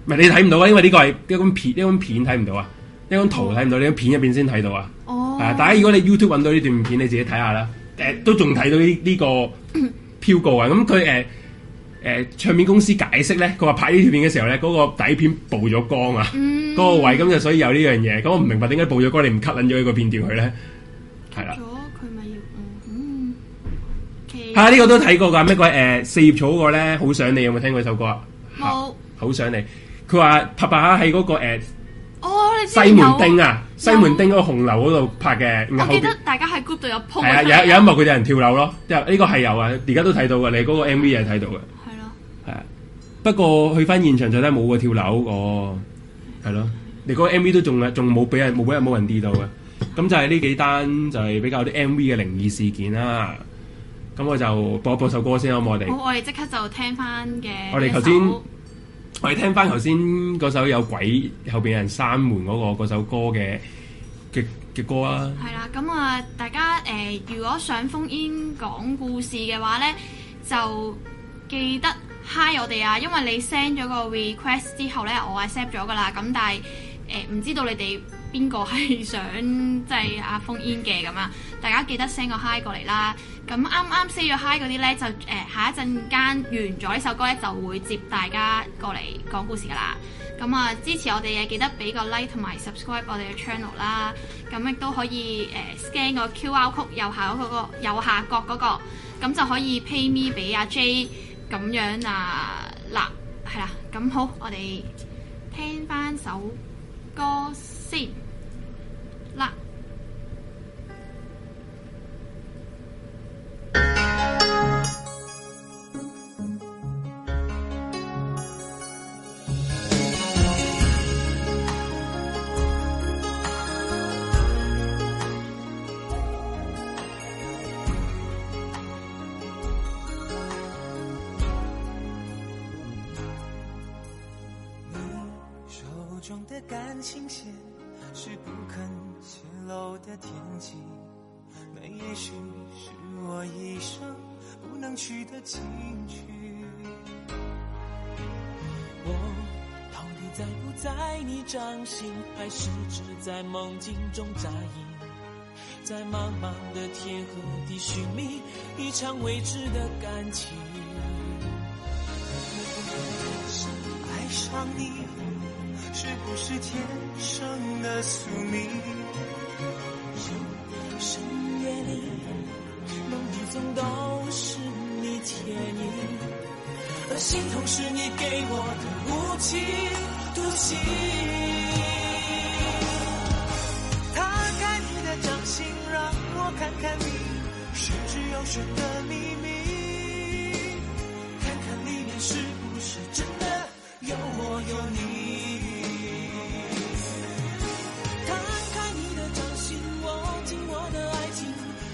[SPEAKER 4] 唔係你睇唔到啊，因為呢個係呢張片呢張片睇唔到啊，呢張圖睇唔到，呢張片入邊先睇到啊。
[SPEAKER 3] 哦，
[SPEAKER 4] 啊！大家如果你 YouTube 揾到呢段片，你自己睇下啦。誒、都仲睇到呢
[SPEAKER 3] *coughs*
[SPEAKER 4] 呢個飄過啊！咁佢誒誒唱片公司解釋咧，佢話拍呢段片嘅時候咧，嗰、個底片曝咗光啊，嗰、
[SPEAKER 3] 嗯
[SPEAKER 4] 個位咁就所以有呢樣嘢。咁我唔明白點解曝咗光，你唔 cut 撚咗呢個片段佢咧？係啦
[SPEAKER 3] 咗，佢咪要嗯，其
[SPEAKER 4] 係
[SPEAKER 2] À,
[SPEAKER 4] 啊，呢、個都睇過㗎。咩鬼誒四葉草嗰個咧，好想你有冇聽過呢首歌啊？
[SPEAKER 3] 冇
[SPEAKER 4] 好想你。佢話拍拍下喺嗰個、誒
[SPEAKER 3] 哦，你之前
[SPEAKER 4] 西門町
[SPEAKER 3] 有，
[SPEAKER 4] 啊，西門町嗰個紅樓嗰度拍嘅。然
[SPEAKER 3] 我
[SPEAKER 4] 後
[SPEAKER 3] 記
[SPEAKER 4] 邊
[SPEAKER 3] 得大家喺 group 度有 po
[SPEAKER 4] 係啊，
[SPEAKER 3] 出嚟
[SPEAKER 4] 有有一幕佢有人跳樓咯，即係呢個係有啊，而家都睇到嘅，你嗰個 M V 係睇到嘅，
[SPEAKER 3] 係咯，
[SPEAKER 4] 係啊。不過去翻現場就睇冇個跳樓哦，係咯，你嗰個 M V 都仲啊仲冇俾人冇俾人冇人跌到嘅，咁就係呢幾單就係比較啲 M V 嘅靈異事件啦。咁我就播一播首歌先啦，咁我哋
[SPEAKER 3] 好，我哋即刻就聽翻嘅。
[SPEAKER 4] 我哋頭先我哋聽翻頭先嗰首有鬼後邊有人閂門嗰、個嗰首歌嘅嘅嘅歌啊。
[SPEAKER 3] 係啦，咁啊，大家誒、呃如果想封煙講故事嘅話咧，就記得 hi 我哋啊，因為你 send 咗個 request 之後咧，我 accept 咗噶啦，咁但係誒唔知道你哋邊個係想即係啊封煙嘅咁啊，大家記得 send 個 hi 過嚟啦。咁啱啱 say 咗 hi 嗰啲咧，就誒、呃下一陣間完咗呢首歌咧，就會接大家過嚟講故事噶啦。咁啊，支持我哋嘅記得俾個 like 同埋 subscribe 我哋嘅 channel 啦。咁亦都可以誒、呃 scan 個 QR code 右下嗰、個右下角嗰、個，咁就可以 pay me 俾阿 J 咁樣啊嗱，係啦，咁好，我哋聽翻首歌先嗱。
[SPEAKER 5] 手中的感情线是不肯泄露的天机，那也许是我一生不能去的禁区。
[SPEAKER 2] 我到底在不在你掌心，还是只在梦境中扎营？在茫茫的天河地寻觅一场未知的感情。
[SPEAKER 5] 爱上你是不是天生的宿命？
[SPEAKER 2] 深夜里，梦境中都是你倩影，而心痛是你给我的无期徒刑。
[SPEAKER 5] 打开你的掌心，让我看看你玄之又玄的秘密。
[SPEAKER 2] 看看里面是不是真的有我有你。摊开你的掌心，握紧我的爱情，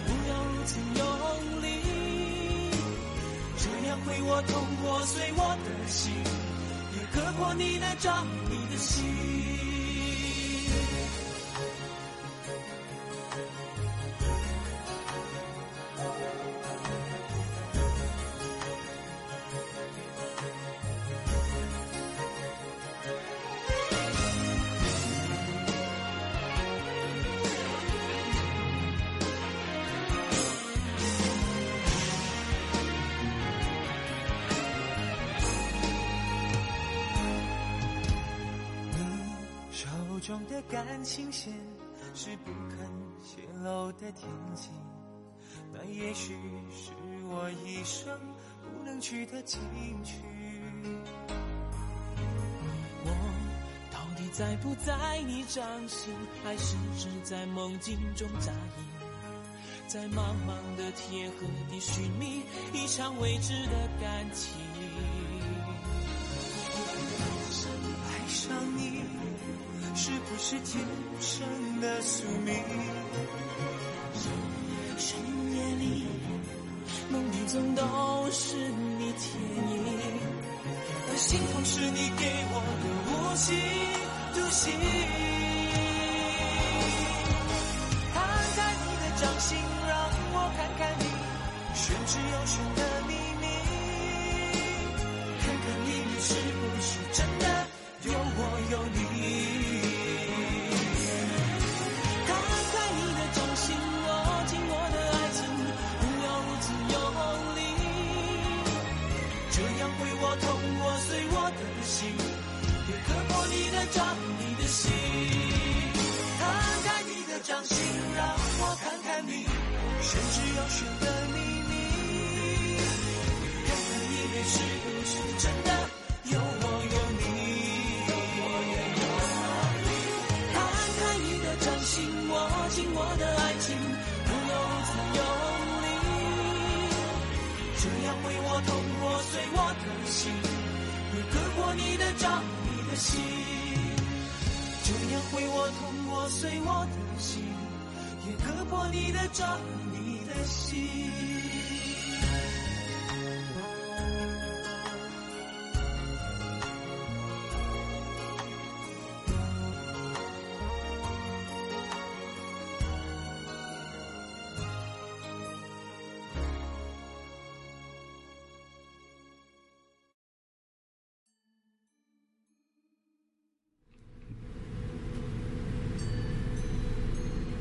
[SPEAKER 2] 不要如此用力，这样会我痛过碎我的心，也割破你那张你的心。
[SPEAKER 5] 手中的感情线是不肯泄露的天机，那也许是我一生不能去的禁区。
[SPEAKER 2] 我到底在不在你掌心，还是只在梦境中扎营？在茫茫的天河地寻觅一场未知的感情。
[SPEAKER 5] 爱上你是不
[SPEAKER 2] 是天生的宿命。
[SPEAKER 6] 深夜里，梦里总都是你倩影，
[SPEAKER 2] 而心痛是你给我的无期独行。摊开你的掌心，让我看看你玄之又玄的秘密，看看你们是不是真的有我有你。
[SPEAKER 6] 摊开你的掌心，握紧我的爱情，不要如此用力，
[SPEAKER 2] 这样会我痛我碎我的心，也刻薄你的掌，你的心。摊开你的掌心，让我看看你，玄之又玄的秘密。看看你们是不是真的有我有你？
[SPEAKER 6] 摊开你的掌心，握紧我的爱情，不要如此用力，
[SPEAKER 2] 这样会我痛我碎我的心，也割破你的掌，你的心。这样会我痛我碎我的心，也割破你的掌，你的心。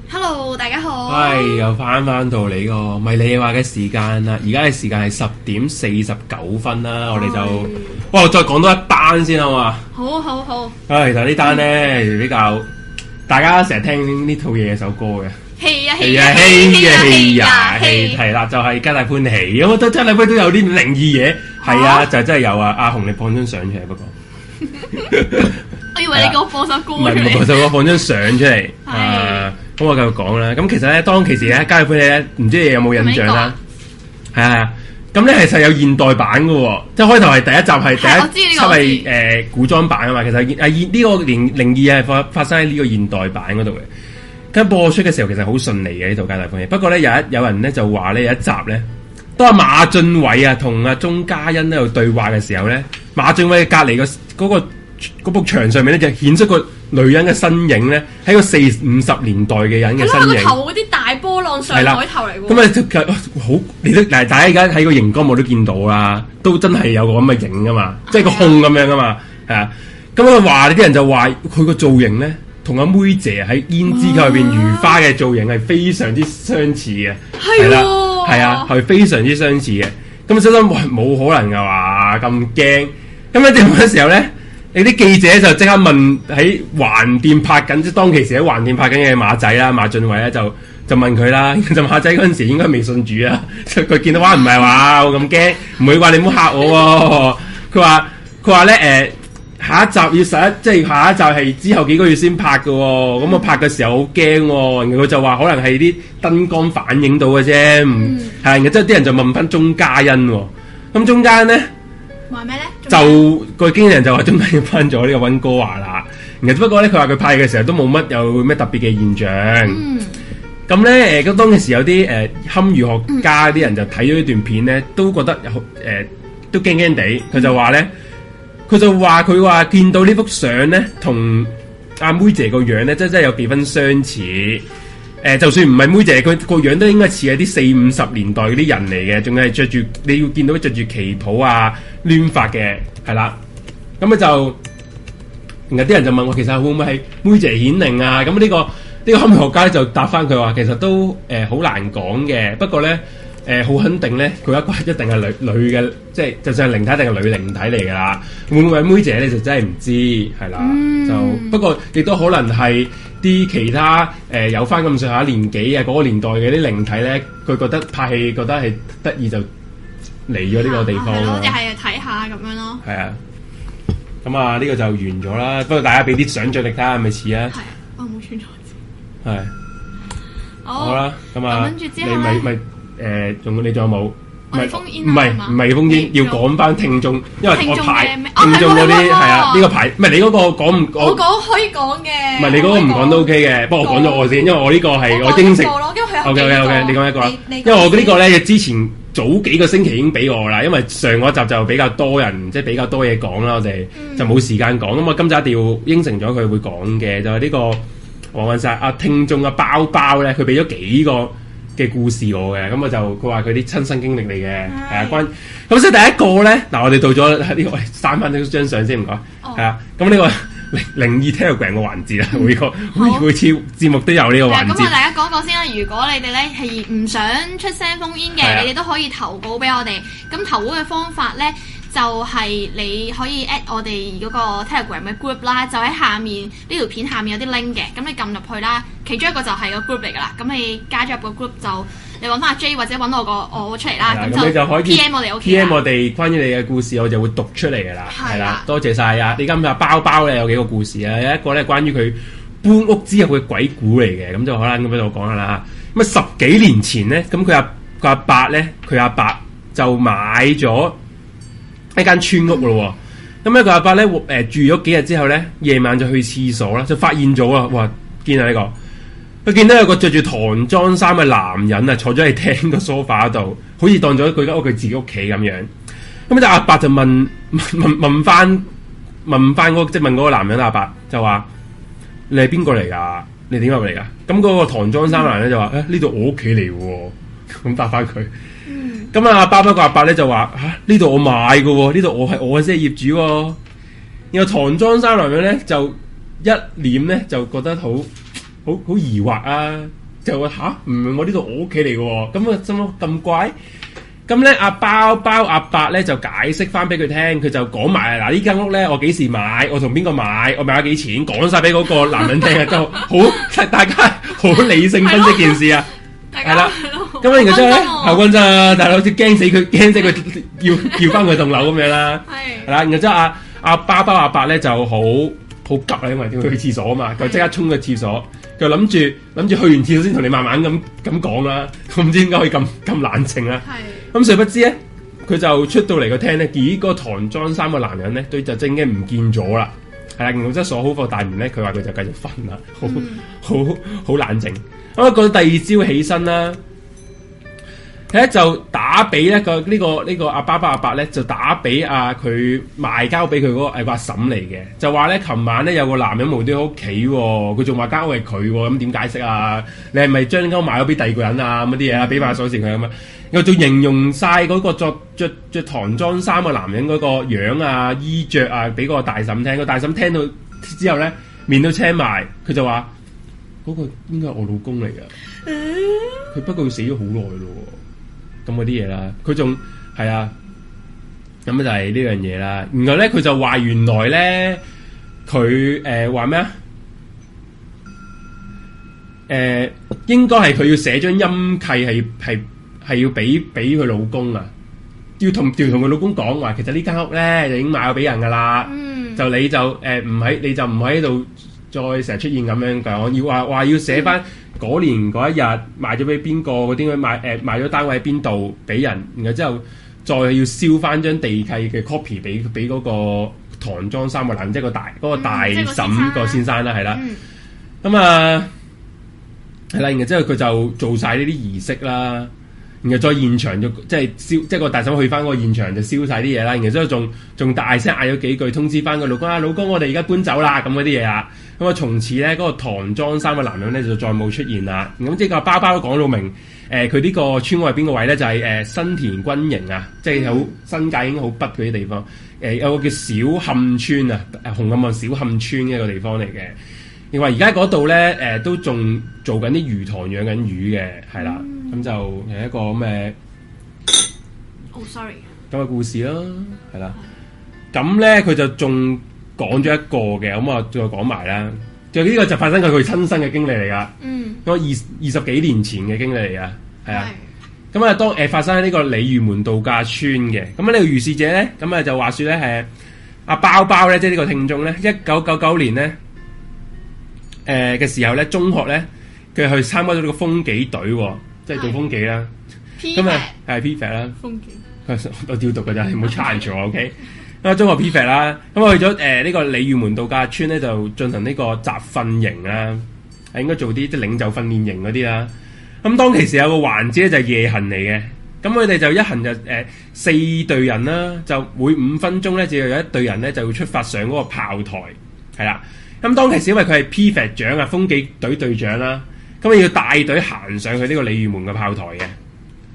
[SPEAKER 3] Hello，大家好。
[SPEAKER 4] 係哎又翻翻到你個迷你話嘅時間啦，而家嘅時間係十點四十九分啦，我哋就哇我再講多一單先好嘛？
[SPEAKER 3] 好好好，
[SPEAKER 4] 唉，其實呢單咧比較大家成日聽呢套嘢首歌嘅。
[SPEAKER 3] 戲啊戲
[SPEAKER 4] 係
[SPEAKER 3] 啊
[SPEAKER 4] 啊，戲嘅戲
[SPEAKER 3] 啊
[SPEAKER 4] 啊，戲係啦，就係《皆大歡喜》咁啊，都真係佢都有啲靈異嘢，係
[SPEAKER 3] 嚇
[SPEAKER 4] 啊，就真係有啊。阿紅你放張相出嚟，不過
[SPEAKER 3] 我以為你叫我放首歌
[SPEAKER 4] 唔
[SPEAKER 3] 出
[SPEAKER 4] 係唔係，
[SPEAKER 3] 嚟。
[SPEAKER 4] 就我放張相出嚟
[SPEAKER 3] 係
[SPEAKER 4] 啊。咁我繼續講啦。咁其實咧，當其時咧，《皆大歡喜》咧，唔知你有冇印象啦？係啊，咁咧其實有現代版嘅喎，即係開頭係第一集
[SPEAKER 3] 係我
[SPEAKER 4] 係
[SPEAKER 3] 知
[SPEAKER 4] 第一
[SPEAKER 3] 呢
[SPEAKER 4] 集
[SPEAKER 3] 個我知
[SPEAKER 4] 係誒古裝版啊嘛，其實係現呢個靈靈異係發發生喺呢個現代版嗰度嘅。跟播出嘅時候其實好順利嘅呢度《皆大歡喜》，不過咧有一有人咧就話咧有一集咧，當阿馬俊偉啊同阿鐘嘉欣喺度對話嘅時候咧，馬俊偉隔離個嗰個嗰幅牆上面咧就顯出個女人嘅身影咧，喺個四五十年代嘅人嘅
[SPEAKER 3] 係咯，
[SPEAKER 4] 身
[SPEAKER 3] 佢個
[SPEAKER 4] 影。
[SPEAKER 3] 頭嗰啲大波浪上
[SPEAKER 4] 係啦
[SPEAKER 3] 海頭嚟喎。
[SPEAKER 4] 咁啊，就其實好，你都嗱，大家而家喺個熒光幕都見到啦，都真係有個咁嘅影噶嘛，即係個控咁樣噶嘛，係啊。咁佢話啲人就話佢個造型咧，同阿妹姐喺《胭脂扣》入邊如花嘅造型係非常之相似嘅，
[SPEAKER 3] 係
[SPEAKER 4] 啦
[SPEAKER 3] 喎，
[SPEAKER 4] 係啊，係非常之相似嘅。咁啊心諗喂冇可能嘅話咁驚。咁喺電話嘅時候咧，你啲記者就即刻問喺橫店拍緊，即係當其時喺橫店拍緊嘅馬仔啦，馬俊偉咧就就問佢
[SPEAKER 3] *laughs*
[SPEAKER 4] 啦。就馬仔嗰陣時應該未信主啊，就佢見到哇唔係話我咁驚，唔會話你唔好嚇我喎、佢話佢話咧誒下一集要十一，即係下一集係之後幾個月先拍嘅喎、咁我拍嘅時候好驚喎，然後佢就話可能係啲燈光反映到嘅啫，唔係，然後之後啲人就問翻鐘嘉欣喎、咁中間咧。
[SPEAKER 3] 話咩咧？
[SPEAKER 4] 就個經理人就話中間要翻咗呢個温哥華啦。然後只不過咧，佢話佢派嘅時候都冇乜有咩特別嘅現象。
[SPEAKER 3] 嗯，
[SPEAKER 4] 咁咧誒，咁、當其時有啲誒堪輿學家啲人就睇咗呢段片咧，都覺得好誒、都驚驚地。佢就話咧，佢就話佢話見到呢幅相咧，同阿妹姐個樣咧，真真係有幾分相似。誒、呃就算唔係妹姐，佢個樣都應該似係啲四五十年代嗰啲人嚟嘅，仲係着住你要見到着住旗袍啊、攣髮嘅，係啦。咁咧就。然後啲人就問我，其實會唔會係妹姐顯靈啊？咁呢、個呢、個堪輿學家咧就答翻佢話，其實都呃誒好、難講嘅。不過咧誒好肯定咧，佢一個一定係女女嘅，即係就算係靈體，一定係女靈體嚟㗎啦。會唔會係妹姐咧就真係唔知係啦。就不過亦都可能係啲其他誒、有翻咁上下年紀啊嗰、個年代嘅啲靈體咧，佢覺得拍戲覺得係得意就嚟咗呢個地方
[SPEAKER 3] 啊係
[SPEAKER 4] 咯
[SPEAKER 3] 咯，就係睇下咁樣咯。
[SPEAKER 4] 係啊，咁啊呢個就完咗啦。不過大家俾啲想像力睇下係咪似啊？
[SPEAKER 3] 係，我冇穿錯。
[SPEAKER 4] 係
[SPEAKER 3] 好
[SPEAKER 4] 好啦，咁
[SPEAKER 3] 咁
[SPEAKER 4] 啊，
[SPEAKER 3] 跟住之
[SPEAKER 4] 你
[SPEAKER 3] 後
[SPEAKER 4] 咪呃
[SPEAKER 3] 咧
[SPEAKER 4] 咪誒，仲你仲有冇？
[SPEAKER 3] 我哋
[SPEAKER 4] 係
[SPEAKER 3] 封煙
[SPEAKER 4] 唔係唔係封煙，要
[SPEAKER 3] 講。
[SPEAKER 4] 講翻聽眾，因為我
[SPEAKER 3] 聽眾
[SPEAKER 4] 排
[SPEAKER 3] 嘅咩哦
[SPEAKER 4] 聽眾嗰
[SPEAKER 3] 係
[SPEAKER 4] 啲
[SPEAKER 3] 喎
[SPEAKER 4] 係啊
[SPEAKER 3] 係喎，
[SPEAKER 4] 呢個排唔係你嗰個講唔
[SPEAKER 3] 我
[SPEAKER 4] 講？
[SPEAKER 3] 講可以講嘅。
[SPEAKER 4] 唔係你嗰個唔講都 OK 嘅，不過我講咗我先，因為我呢個係我應承。
[SPEAKER 3] 講咯，因為佢有
[SPEAKER 4] OK
[SPEAKER 3] 幾
[SPEAKER 4] OK
[SPEAKER 3] 啊個
[SPEAKER 4] OK，你講一個啦，
[SPEAKER 3] 你
[SPEAKER 4] 因
[SPEAKER 3] 你
[SPEAKER 4] 為我呢個
[SPEAKER 3] 先
[SPEAKER 4] 咧，之前早幾個星期已經俾我啦，因為上嗰集就比較多人，即係比較多嘢講啦，我哋
[SPEAKER 3] 嗯
[SPEAKER 4] 就冇時間講。咁我今集一定要應承咗佢會講嘅，就係呢個黃雲石啊，聽眾啊包包咧，佢俾咗幾個嘅故事我嘅，咁啊我就佢話佢啲親身經歷嚟嘅，
[SPEAKER 3] 嗯
[SPEAKER 4] 係啊關。咁所以第一個咧，嗱我哋到咗呢個，喂刪翻呢張相先唔該，
[SPEAKER 3] 哦
[SPEAKER 4] 係啊。咁呢個靈異 Telegram 嘅環節啦，啊每個每每次節目都有呢個環
[SPEAKER 3] 啊咁
[SPEAKER 4] 節
[SPEAKER 3] 我。大家講一講先啦。如果你哋咧係唔想出聲封煙
[SPEAKER 4] 係啊
[SPEAKER 3] 嘅，你哋都可以投稿俾我哋。咁投稿嘅方法咧，就係、你可以 at 我哋嗰個 Telegram 嘅 group 啦，就喺下面呢條片下面有啲 link 嘅，咁你撳入去啦。其中一個就係個 group 嚟噶啦，咁你加咗入個 group 就你揾翻阿 J 或者揾我個我出嚟啦，
[SPEAKER 4] 係啦啊
[SPEAKER 3] 咁
[SPEAKER 4] 咁你就可以
[SPEAKER 3] PM 我哋啊 OK 啦
[SPEAKER 4] P.M. 我哋關於你嘅故事，我就會讀出嚟噶啦，
[SPEAKER 3] 係啦
[SPEAKER 4] 係啦，多謝晒啊！你今日包包咧有幾個故事啊，有一個咧關於佢搬屋之後嘅鬼故嚟嘅，咁就可能咁喺度講下啦咁啊十幾年前咧，咁佢阿佢阿伯咧，佢阿伯就買咗一間村屋咯喎。咁咧佢阿伯咧誒、呃住咗幾日之後咧，夜晚就去廁所啦，就發現咗啊！哇，見啊呢個！佢見到有個着住唐裝衫嘅男人啊，坐咗喺廳個 sofa 度，好似當咗佢間屋佢自己屋企咁樣。咁就阿伯就問問問翻問翻嗰個即係問嗰個男人阿伯就話：你係邊個嚟㗎？你點入嚟㗎？啊咁嗰個唐裝衫男人就話：誒呢度我屋企嚟喎。咁答翻佢。咁啊，阿伯不過阿伯咧就話：嚇呢度我買嘅喎，呢度我係我先係業主喎、然後唐裝衫啊男人咧就一臉咧就覺得好好好疑惑啊，就話吓唔係我呢度我屋企嚟嘅喎，咁啊心諗咁怪。咁咧阿包包阿伯咧就解釋翻俾佢聽，佢就講埋嗱呢間屋咧我幾時買，我同邊個買，我買咗幾錢，講晒俾嗰個男人聽啊，就好大家好理性分析件事啊。
[SPEAKER 3] 大
[SPEAKER 4] 係
[SPEAKER 3] 家
[SPEAKER 4] 啦
[SPEAKER 3] 係咯
[SPEAKER 4] 咁啊，然後之後咧，
[SPEAKER 3] 好
[SPEAKER 4] 後
[SPEAKER 3] 分
[SPEAKER 4] 軍咋，大佬好似驚死佢，驚死佢要要翻佢棟樓咁樣啦。
[SPEAKER 3] 係
[SPEAKER 4] 係啦，然後之後阿阿包包阿伯咧就好好急啦，因為佢去廁所啊嘛，佢即刻衝去廁所，佢諗住諗住去完廁所先同你慢慢咁咁講啦。我唔知點解可以咁咁冷靜啦。
[SPEAKER 3] 係
[SPEAKER 4] 咁誰不知咧，佢就出到嚟個廳咧，咦？個唐裝衫個男人咧，對就正經唔見咗啦。係啦，然後即係鎖好個大門咧，佢話佢就繼續瞓啦，好好好冷靜。咁啊，到第二朝起身啦，佢咧就打俾咧個呢個呢個阿爸爸阿伯咧，就打俾啊佢賣交俾佢嗰個誒個阿嬸嚟嘅，就話咧琴晚咧有個男人無端喺屋企喎，佢仲話間屋係佢喎，咁點解釋啊？你係咪將間屋賣咗俾第二個人啊？咁嗰啲嘢啊，俾埋鎖匙佢咁啊，又仲形容晒嗰個着着着唐裝衫嘅男人嗰個樣啊、衣着啊，俾個大嬸聽。個大嬸聽到之後咧，面都青埋，佢就話：嗰、個應該係我老公嚟㗎。佢不過佢死咗好耐咯喎，咁嗰啲嘢啦，佢仲係啊，咁就係呢樣嘢啦。然後咧，佢就話原來咧，佢誒話咩啊？誒、應該係佢要寫張陰契，係係係要俾俾佢老公啊，要同要同佢老公講話，其實呢間屋咧就已經買咗俾人噶啦。
[SPEAKER 3] 嗯
[SPEAKER 4] 就你就誒唔喺你就唔喺度再成日出現咁樣講，要話話要寫
[SPEAKER 3] 嗯
[SPEAKER 4] 翻嗰年嗰一日賣咗俾邊個，嗰啲佢賣誒賣咗單位喺邊度俾人，然後之後再要燒翻張地契嘅 copy 俾俾嗰個唐裝三個男，即係個大嗰、個大
[SPEAKER 3] 嗯即係個先生
[SPEAKER 4] 嬸
[SPEAKER 3] 啦
[SPEAKER 4] 個先生啦，係啦，
[SPEAKER 3] 嗯
[SPEAKER 4] 咁啊係啦，然後之後佢就做晒呢啲儀式啦。然後再現場就即係燒，即係個大嬸去翻嗰個現場就燒晒啲嘢啦。然後之後仲仲大聲嗌咗幾句通知翻個老公啊，老公我哋而家搬走啦咁嗰啲嘢啦。咁啊，從此咧嗰、個唐裝衫嘅男人咧就再冇出現啦。咁即係個包包都講到明，誒佢呢個村外邊個位咧就係、誒、新田軍營啊，即係好新界已經好北嗰啲地方。誒、呃有個叫小磡村啊，誒紅磡岸小磡村嘅一個地方嚟嘅。另外而家嗰度咧，誒、都仲做緊啲魚塘養緊魚嘅，係啦，咁、就係一個咁嘅
[SPEAKER 3] 哦，sorry，
[SPEAKER 4] 咁嘅故事啦，係啦。咁咧佢就仲講咗一個嘅，咁我再講埋啦。就呢個就發生喺佢親身嘅經歷嚟噶，
[SPEAKER 3] 嗯，
[SPEAKER 4] 咁二二十幾年前嘅經歷嚟噶，係啊
[SPEAKER 3] 係。
[SPEAKER 4] 咁啊，當誒、發生喺呢個鯉魚門度假村嘅，咁啊呢個遇事者咧，咁啊就話説咧係阿包包咧，即係呢個聽眾咧，一九九九年咧誒嘅時候咧，中學咧佢去參加咗呢個風紀隊喎、即係做風紀啦。
[SPEAKER 3] P
[SPEAKER 4] 咁啊
[SPEAKER 3] 嘅
[SPEAKER 4] 係 P 啦。
[SPEAKER 3] 風景，
[SPEAKER 4] *laughs* 我照讀㗎咋，你唔好 challenge 我，OK？咁啊，中學 P 啦，咁我去咗誒呢個鯉魚門度假村咧，就進行呢個集訓營啦，係應該做啲即係領袖訓練營嗰啲啦。咁當其時有個環節咧，就係夜行嚟嘅，咁佢哋就一行就誒、呃四隊人啦，就每五分鐘咧，只要有一隊人咧就會出發上嗰個炮台，係啦。咁當其時因為佢係 P 長啊，風紀隊隊長啦，咁要帶隊行上去呢個鯉魚門嘅炮台嘅。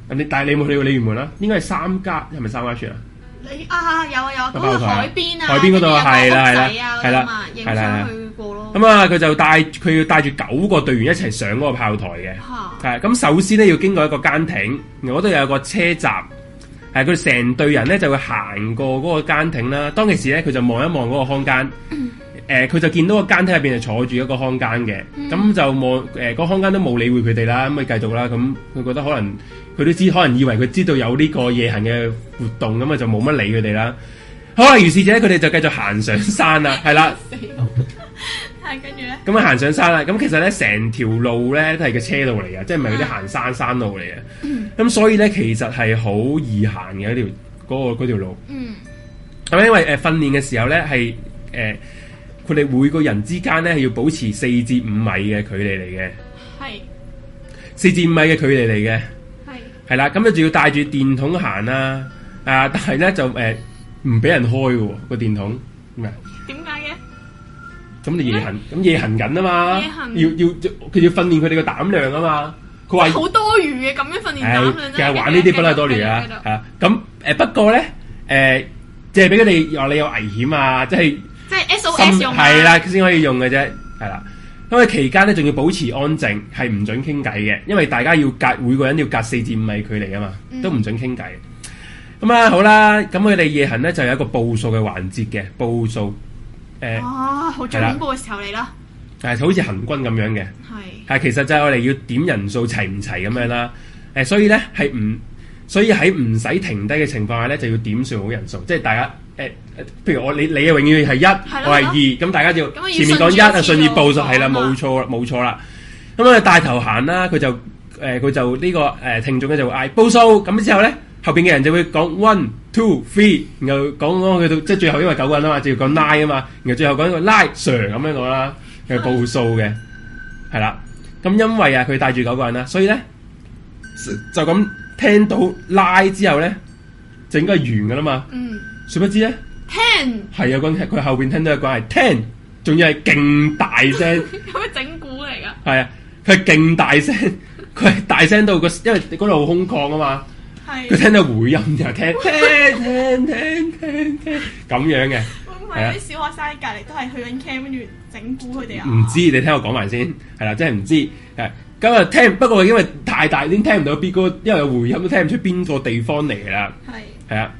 [SPEAKER 4] 咁你但係你冇去過鯉魚門啦，應該係三家係咪三家村啊？
[SPEAKER 3] 你啊有啊有啊，嗰
[SPEAKER 4] 個
[SPEAKER 3] 個
[SPEAKER 4] 炮台
[SPEAKER 3] 海邊啊，
[SPEAKER 4] 海邊嗰度啊
[SPEAKER 3] 跟住有個
[SPEAKER 4] 係啦
[SPEAKER 3] 屋仔
[SPEAKER 4] 係啦
[SPEAKER 3] 啊嗰啲嘛，
[SPEAKER 4] 係
[SPEAKER 3] 影
[SPEAKER 4] 啦係啦
[SPEAKER 3] 相去過咯。
[SPEAKER 4] 咁啊，佢就帶佢要帶住九個隊員一齊上嗰個炮台嘅。
[SPEAKER 3] 嚇
[SPEAKER 4] 係咁，首先咧要經過一個間艇，我度有個車閘，係佢哋成隊人咧就會行過嗰個間艇啦。當其時咧，佢就望一望嗰個看更，誒、佢就見到個間艇入邊係坐住一個看更嘅，咁、就望誒、呃個看更都冇理會佢哋啦，咁咪繼續啦。咁佢覺得可能佢都知，可能以為佢知道有呢個夜行嘅活動，咁啊就冇乜理佢哋啦。好啦，如是者佢哋就繼續行上山啦，係啦。
[SPEAKER 3] 死係跟住咧，
[SPEAKER 4] 咁啊行上山啦，咁其實咧成條路咧都係個車路嚟嘅，即係唔係嗰啲行山山路嚟嘅。
[SPEAKER 3] 嗯
[SPEAKER 4] 咁、所以咧其實係好易行嘅嗰條嗰、個嗰條路。
[SPEAKER 3] 嗯
[SPEAKER 4] 咁因為誒、呃、訓練嘅時候咧係誒佢哋每個人之間咧係要保持四至五米嘅距離嚟嘅，
[SPEAKER 3] 係
[SPEAKER 4] 四至五米嘅距離嚟嘅，
[SPEAKER 3] 係
[SPEAKER 4] 係啦。咁你仲要帶住電筒行啦，啊！ *laughs* 但係咧就誒唔俾人開嘅喎個電筒，咩啊？
[SPEAKER 3] 點解嘅？
[SPEAKER 4] 咁你夜行，咁夜行緊啊嘛，
[SPEAKER 3] 夜行
[SPEAKER 4] 要要佢要訓練佢哋個膽量啊嘛。佢話
[SPEAKER 3] 好多餘嘅咁樣訓練
[SPEAKER 4] 唉
[SPEAKER 3] 膽量真
[SPEAKER 4] 其實哎玩呢啲不嬲多
[SPEAKER 3] 繼
[SPEAKER 4] 年
[SPEAKER 3] 續繼
[SPEAKER 4] 啊
[SPEAKER 3] 續，繼續
[SPEAKER 4] 係啊。咁誒不過咧，誒即係俾佢哋話你有危險啊，即係
[SPEAKER 3] 即係 SOS 用啊
[SPEAKER 4] 係啦，先可以用嘅啫，係啦。因為期間咧仲要保持安靜，係唔准傾偈嘅，因為大家要隔每個人要隔四至五米距離啊嘛，
[SPEAKER 3] 嗯
[SPEAKER 4] 都唔准傾偈。咁啊好啦，咁佢哋夜行咧就有一個報數嘅環節嘅報數，誒
[SPEAKER 3] 啊，好最恐怖嘅時候嚟啦，
[SPEAKER 4] 係好似行軍咁樣嘅。
[SPEAKER 3] 係 *laughs*
[SPEAKER 4] 係啊其實就係我哋要點人數齊唔齊咁樣啦。誒、所以咧係唔，所以喺唔使停低嘅情況下咧，就要點算好人數，即係大家誒、呃譬如我你你永遠係一，
[SPEAKER 3] 咯
[SPEAKER 4] 我係二，咁大家就
[SPEAKER 3] 咁啊要
[SPEAKER 4] 前面講一啊，順
[SPEAKER 3] 順
[SPEAKER 4] 意
[SPEAKER 3] 意
[SPEAKER 4] 報
[SPEAKER 3] 報
[SPEAKER 4] 數
[SPEAKER 3] 數
[SPEAKER 4] 係啦，
[SPEAKER 3] 啊嘛
[SPEAKER 4] 冇錯啦，冇錯啦。咁啊帶頭行啦，佢就誒佢、就呢、個誒、呃、聽眾咧就會嗌報數，咁之後咧後邊嘅人就會講 one two three，然後講講去到即係最後因為九個人啊嘛，就要講 nine 啊嘛，然後最後講一個 nine sir 咁樣講啦，佢報數嘅。係啦，咁因為啊佢帶住九個人啦，所以咧就咁聽到拉之後咧，就應該係完噶啦嘛。
[SPEAKER 3] 嗯
[SPEAKER 4] 殊不知咧，
[SPEAKER 3] ten
[SPEAKER 4] 係有個人佢後邊聽到有個人係聽，仲要係勁大聲， *laughs*
[SPEAKER 3] 咁樣整蠱嚟噶，
[SPEAKER 4] 係啊，佢係勁大聲，佢係大聲到個，因為嗰度好空曠啊嘛，佢
[SPEAKER 3] 係
[SPEAKER 4] 聽到回音就聽 *laughs* 聽聽聽聽聽咁樣嘅。啊
[SPEAKER 3] 會唔會啲小學生喺隔離都係去緊 cam 跟住整蠱佢哋啊？嗯
[SPEAKER 4] 唔知，你聽我講埋先，係啦，真係唔知。係咁啊，聽不過因為太大已經聽唔到邊個，因為有回音都聽唔出邊個地方嚟啦，
[SPEAKER 3] 係
[SPEAKER 4] 係啊。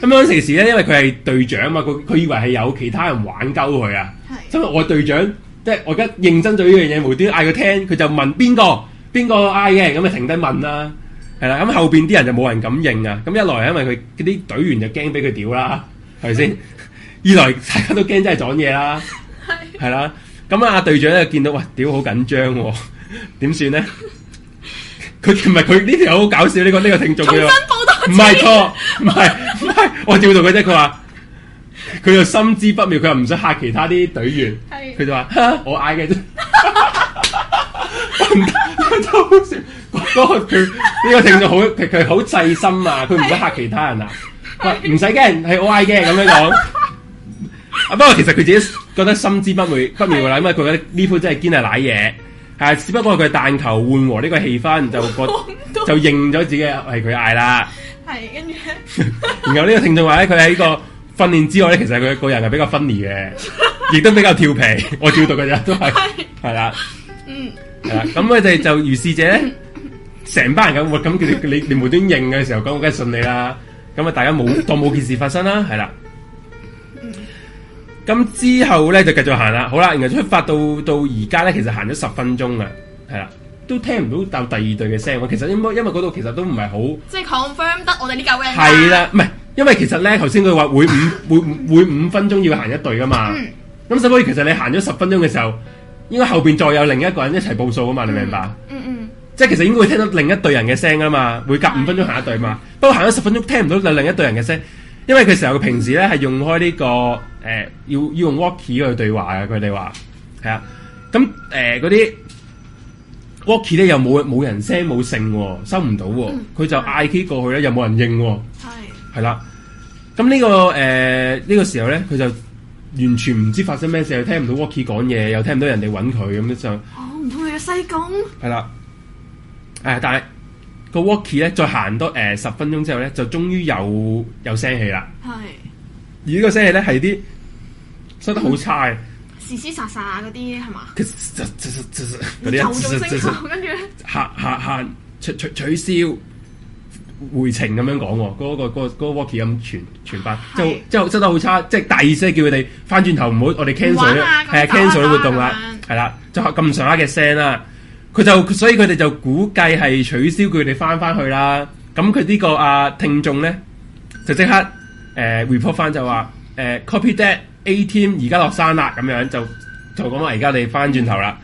[SPEAKER 4] 咁嗰陣時咧，因為佢係隊長啊嘛，佢佢以為係有其他人玩鳩佢啊，
[SPEAKER 3] 係
[SPEAKER 4] 因為我隊長，即係我而家認真做呢樣嘢，無端端嗌佢聽，佢就問邊個邊個嗌嘅，咁啊停低問啦，係啦，咁後邊啲人就冇人敢認啊，咁一來係因為佢嗰啲隊員就驚俾佢屌啦，係咪先？二來大家都驚真係撞嘢啦。
[SPEAKER 3] 係
[SPEAKER 4] 係啦，咁啊隊長咧見到，哇，屌好緊張喎，點算咧？佢唔係佢呢條友好搞笑，呢、個呢、個聽眾
[SPEAKER 3] 重
[SPEAKER 4] 佢
[SPEAKER 3] 新
[SPEAKER 4] 話
[SPEAKER 3] 報多次，
[SPEAKER 4] 唔係錯，
[SPEAKER 3] *laughs*
[SPEAKER 4] 唔係唔係，我調到佢啫。佢話佢又心知不妙，佢又唔想嚇其他啲隊員，
[SPEAKER 3] 係
[SPEAKER 4] 佢就話哈我嗌嘅啫。 *laughs* 真係好笑，嗰個佢呢個聽眾好，佢佢好細心啊，佢唔想嚇其他人啊，佢話唔使驚，係我嗌嘅咁樣講。啊，不過其實佢自己覺得心知不妙不妙㗎啦，因為佢覺得呢鋪真係堅係賴嘢，係只不過佢但求緩和呢個氣
[SPEAKER 3] *laughs*
[SPEAKER 4] 氛，就覺就認咗自己係佢嗌啦。
[SPEAKER 3] 係跟住咧
[SPEAKER 4] *laughs* 然後呢個聽眾話咧，佢喺個訓練之外咧，其實佢個人係比較 funny 嘅，亦都比較調皮。我照讀嘅啫，都係
[SPEAKER 3] 係
[SPEAKER 4] 係啦，
[SPEAKER 3] 嗯
[SPEAKER 4] 係啦。咁佢哋就如是者咧，成班人咁，哇咁佢哋你你無端認嘅時候，咁我梗係信你啦。咁啊，大家冇當冇件事發生啦，係啦。咁之後咧就繼續行啦，好啦，然後出發到到而家咧，其實行咗十分鐘啦，係啦，都聽唔到到第二隊嘅聲喎。其實因為因為嗰度其實都唔係好。
[SPEAKER 3] 即係 confirm 得我哋呢啊九個人
[SPEAKER 4] 係，啦，唔係，因為其實咧，頭先佢話每五每每五分鐘要行一隊噶嘛。
[SPEAKER 3] 嗯
[SPEAKER 4] 咁所以其實你行咗十分鐘嘅時候，應該後邊再有另一個人一齊報數啊嘛，你明白？
[SPEAKER 3] 嗯嗯
[SPEAKER 4] 即即係其實應該會聽到另一隊人嘅聲啊嘛，會隔五分鐘行一隊嘛。不過行咗十分鐘聽唔到另一隊人嘅聲，因為佢成日平時咧係用開呢、個誒、呃要要用 walkie 去對話嘅，啊佢哋話係啊。咁呃誒嗰啲 walkie 咧又冇冇人聲冇聲喎，收唔到喎，佢就嗌 K 過去咧又冇人應喎。
[SPEAKER 3] 係
[SPEAKER 4] 係啦。咁呢、個誒呢、個時候咧，佢就完全唔知發生咩事，又聽唔到 Walkie 講嘢，又聽唔到人哋揾佢，咁就
[SPEAKER 3] 哦，唔通佢嘅西貢？
[SPEAKER 4] 係啦。誒、但係個 Walkie 咧，再行多誒十、分鐘之後咧，就終於有有聲氣啦。
[SPEAKER 3] 係
[SPEAKER 4] 而呢個聲氣咧係啲收得好差嘅，
[SPEAKER 3] 時時殺殺嗰啲係嘛？
[SPEAKER 4] 佢嗰
[SPEAKER 3] *laughs* 嗯
[SPEAKER 4] 啲啊
[SPEAKER 3] 就
[SPEAKER 4] 一
[SPEAKER 3] 做星球，跟住咧
[SPEAKER 4] 下下下取取取消回程咁樣講喎，嗰、個嗰、個嗰、個 walkie 咁傳傳翻，
[SPEAKER 3] 係
[SPEAKER 4] 就就真得好差，即係大意思係叫佢哋翻轉頭唔好，我哋
[SPEAKER 3] 唔
[SPEAKER 4] cancel
[SPEAKER 3] 玩
[SPEAKER 4] 呢
[SPEAKER 3] 啦
[SPEAKER 4] 係啊
[SPEAKER 3] 咁就
[SPEAKER 4] cancel
[SPEAKER 3] 走啦
[SPEAKER 4] 啲活動啦，係啦，就咁上下嘅聲啦，佢就所以佢哋就估計係取消佢哋翻翻去啦，咁佢呢個啊聽眾咧就即刻誒、呃 report 翻就話誒、呃 copy that A team 而家落山啦，咁樣就就講話而家你翻轉頭啦。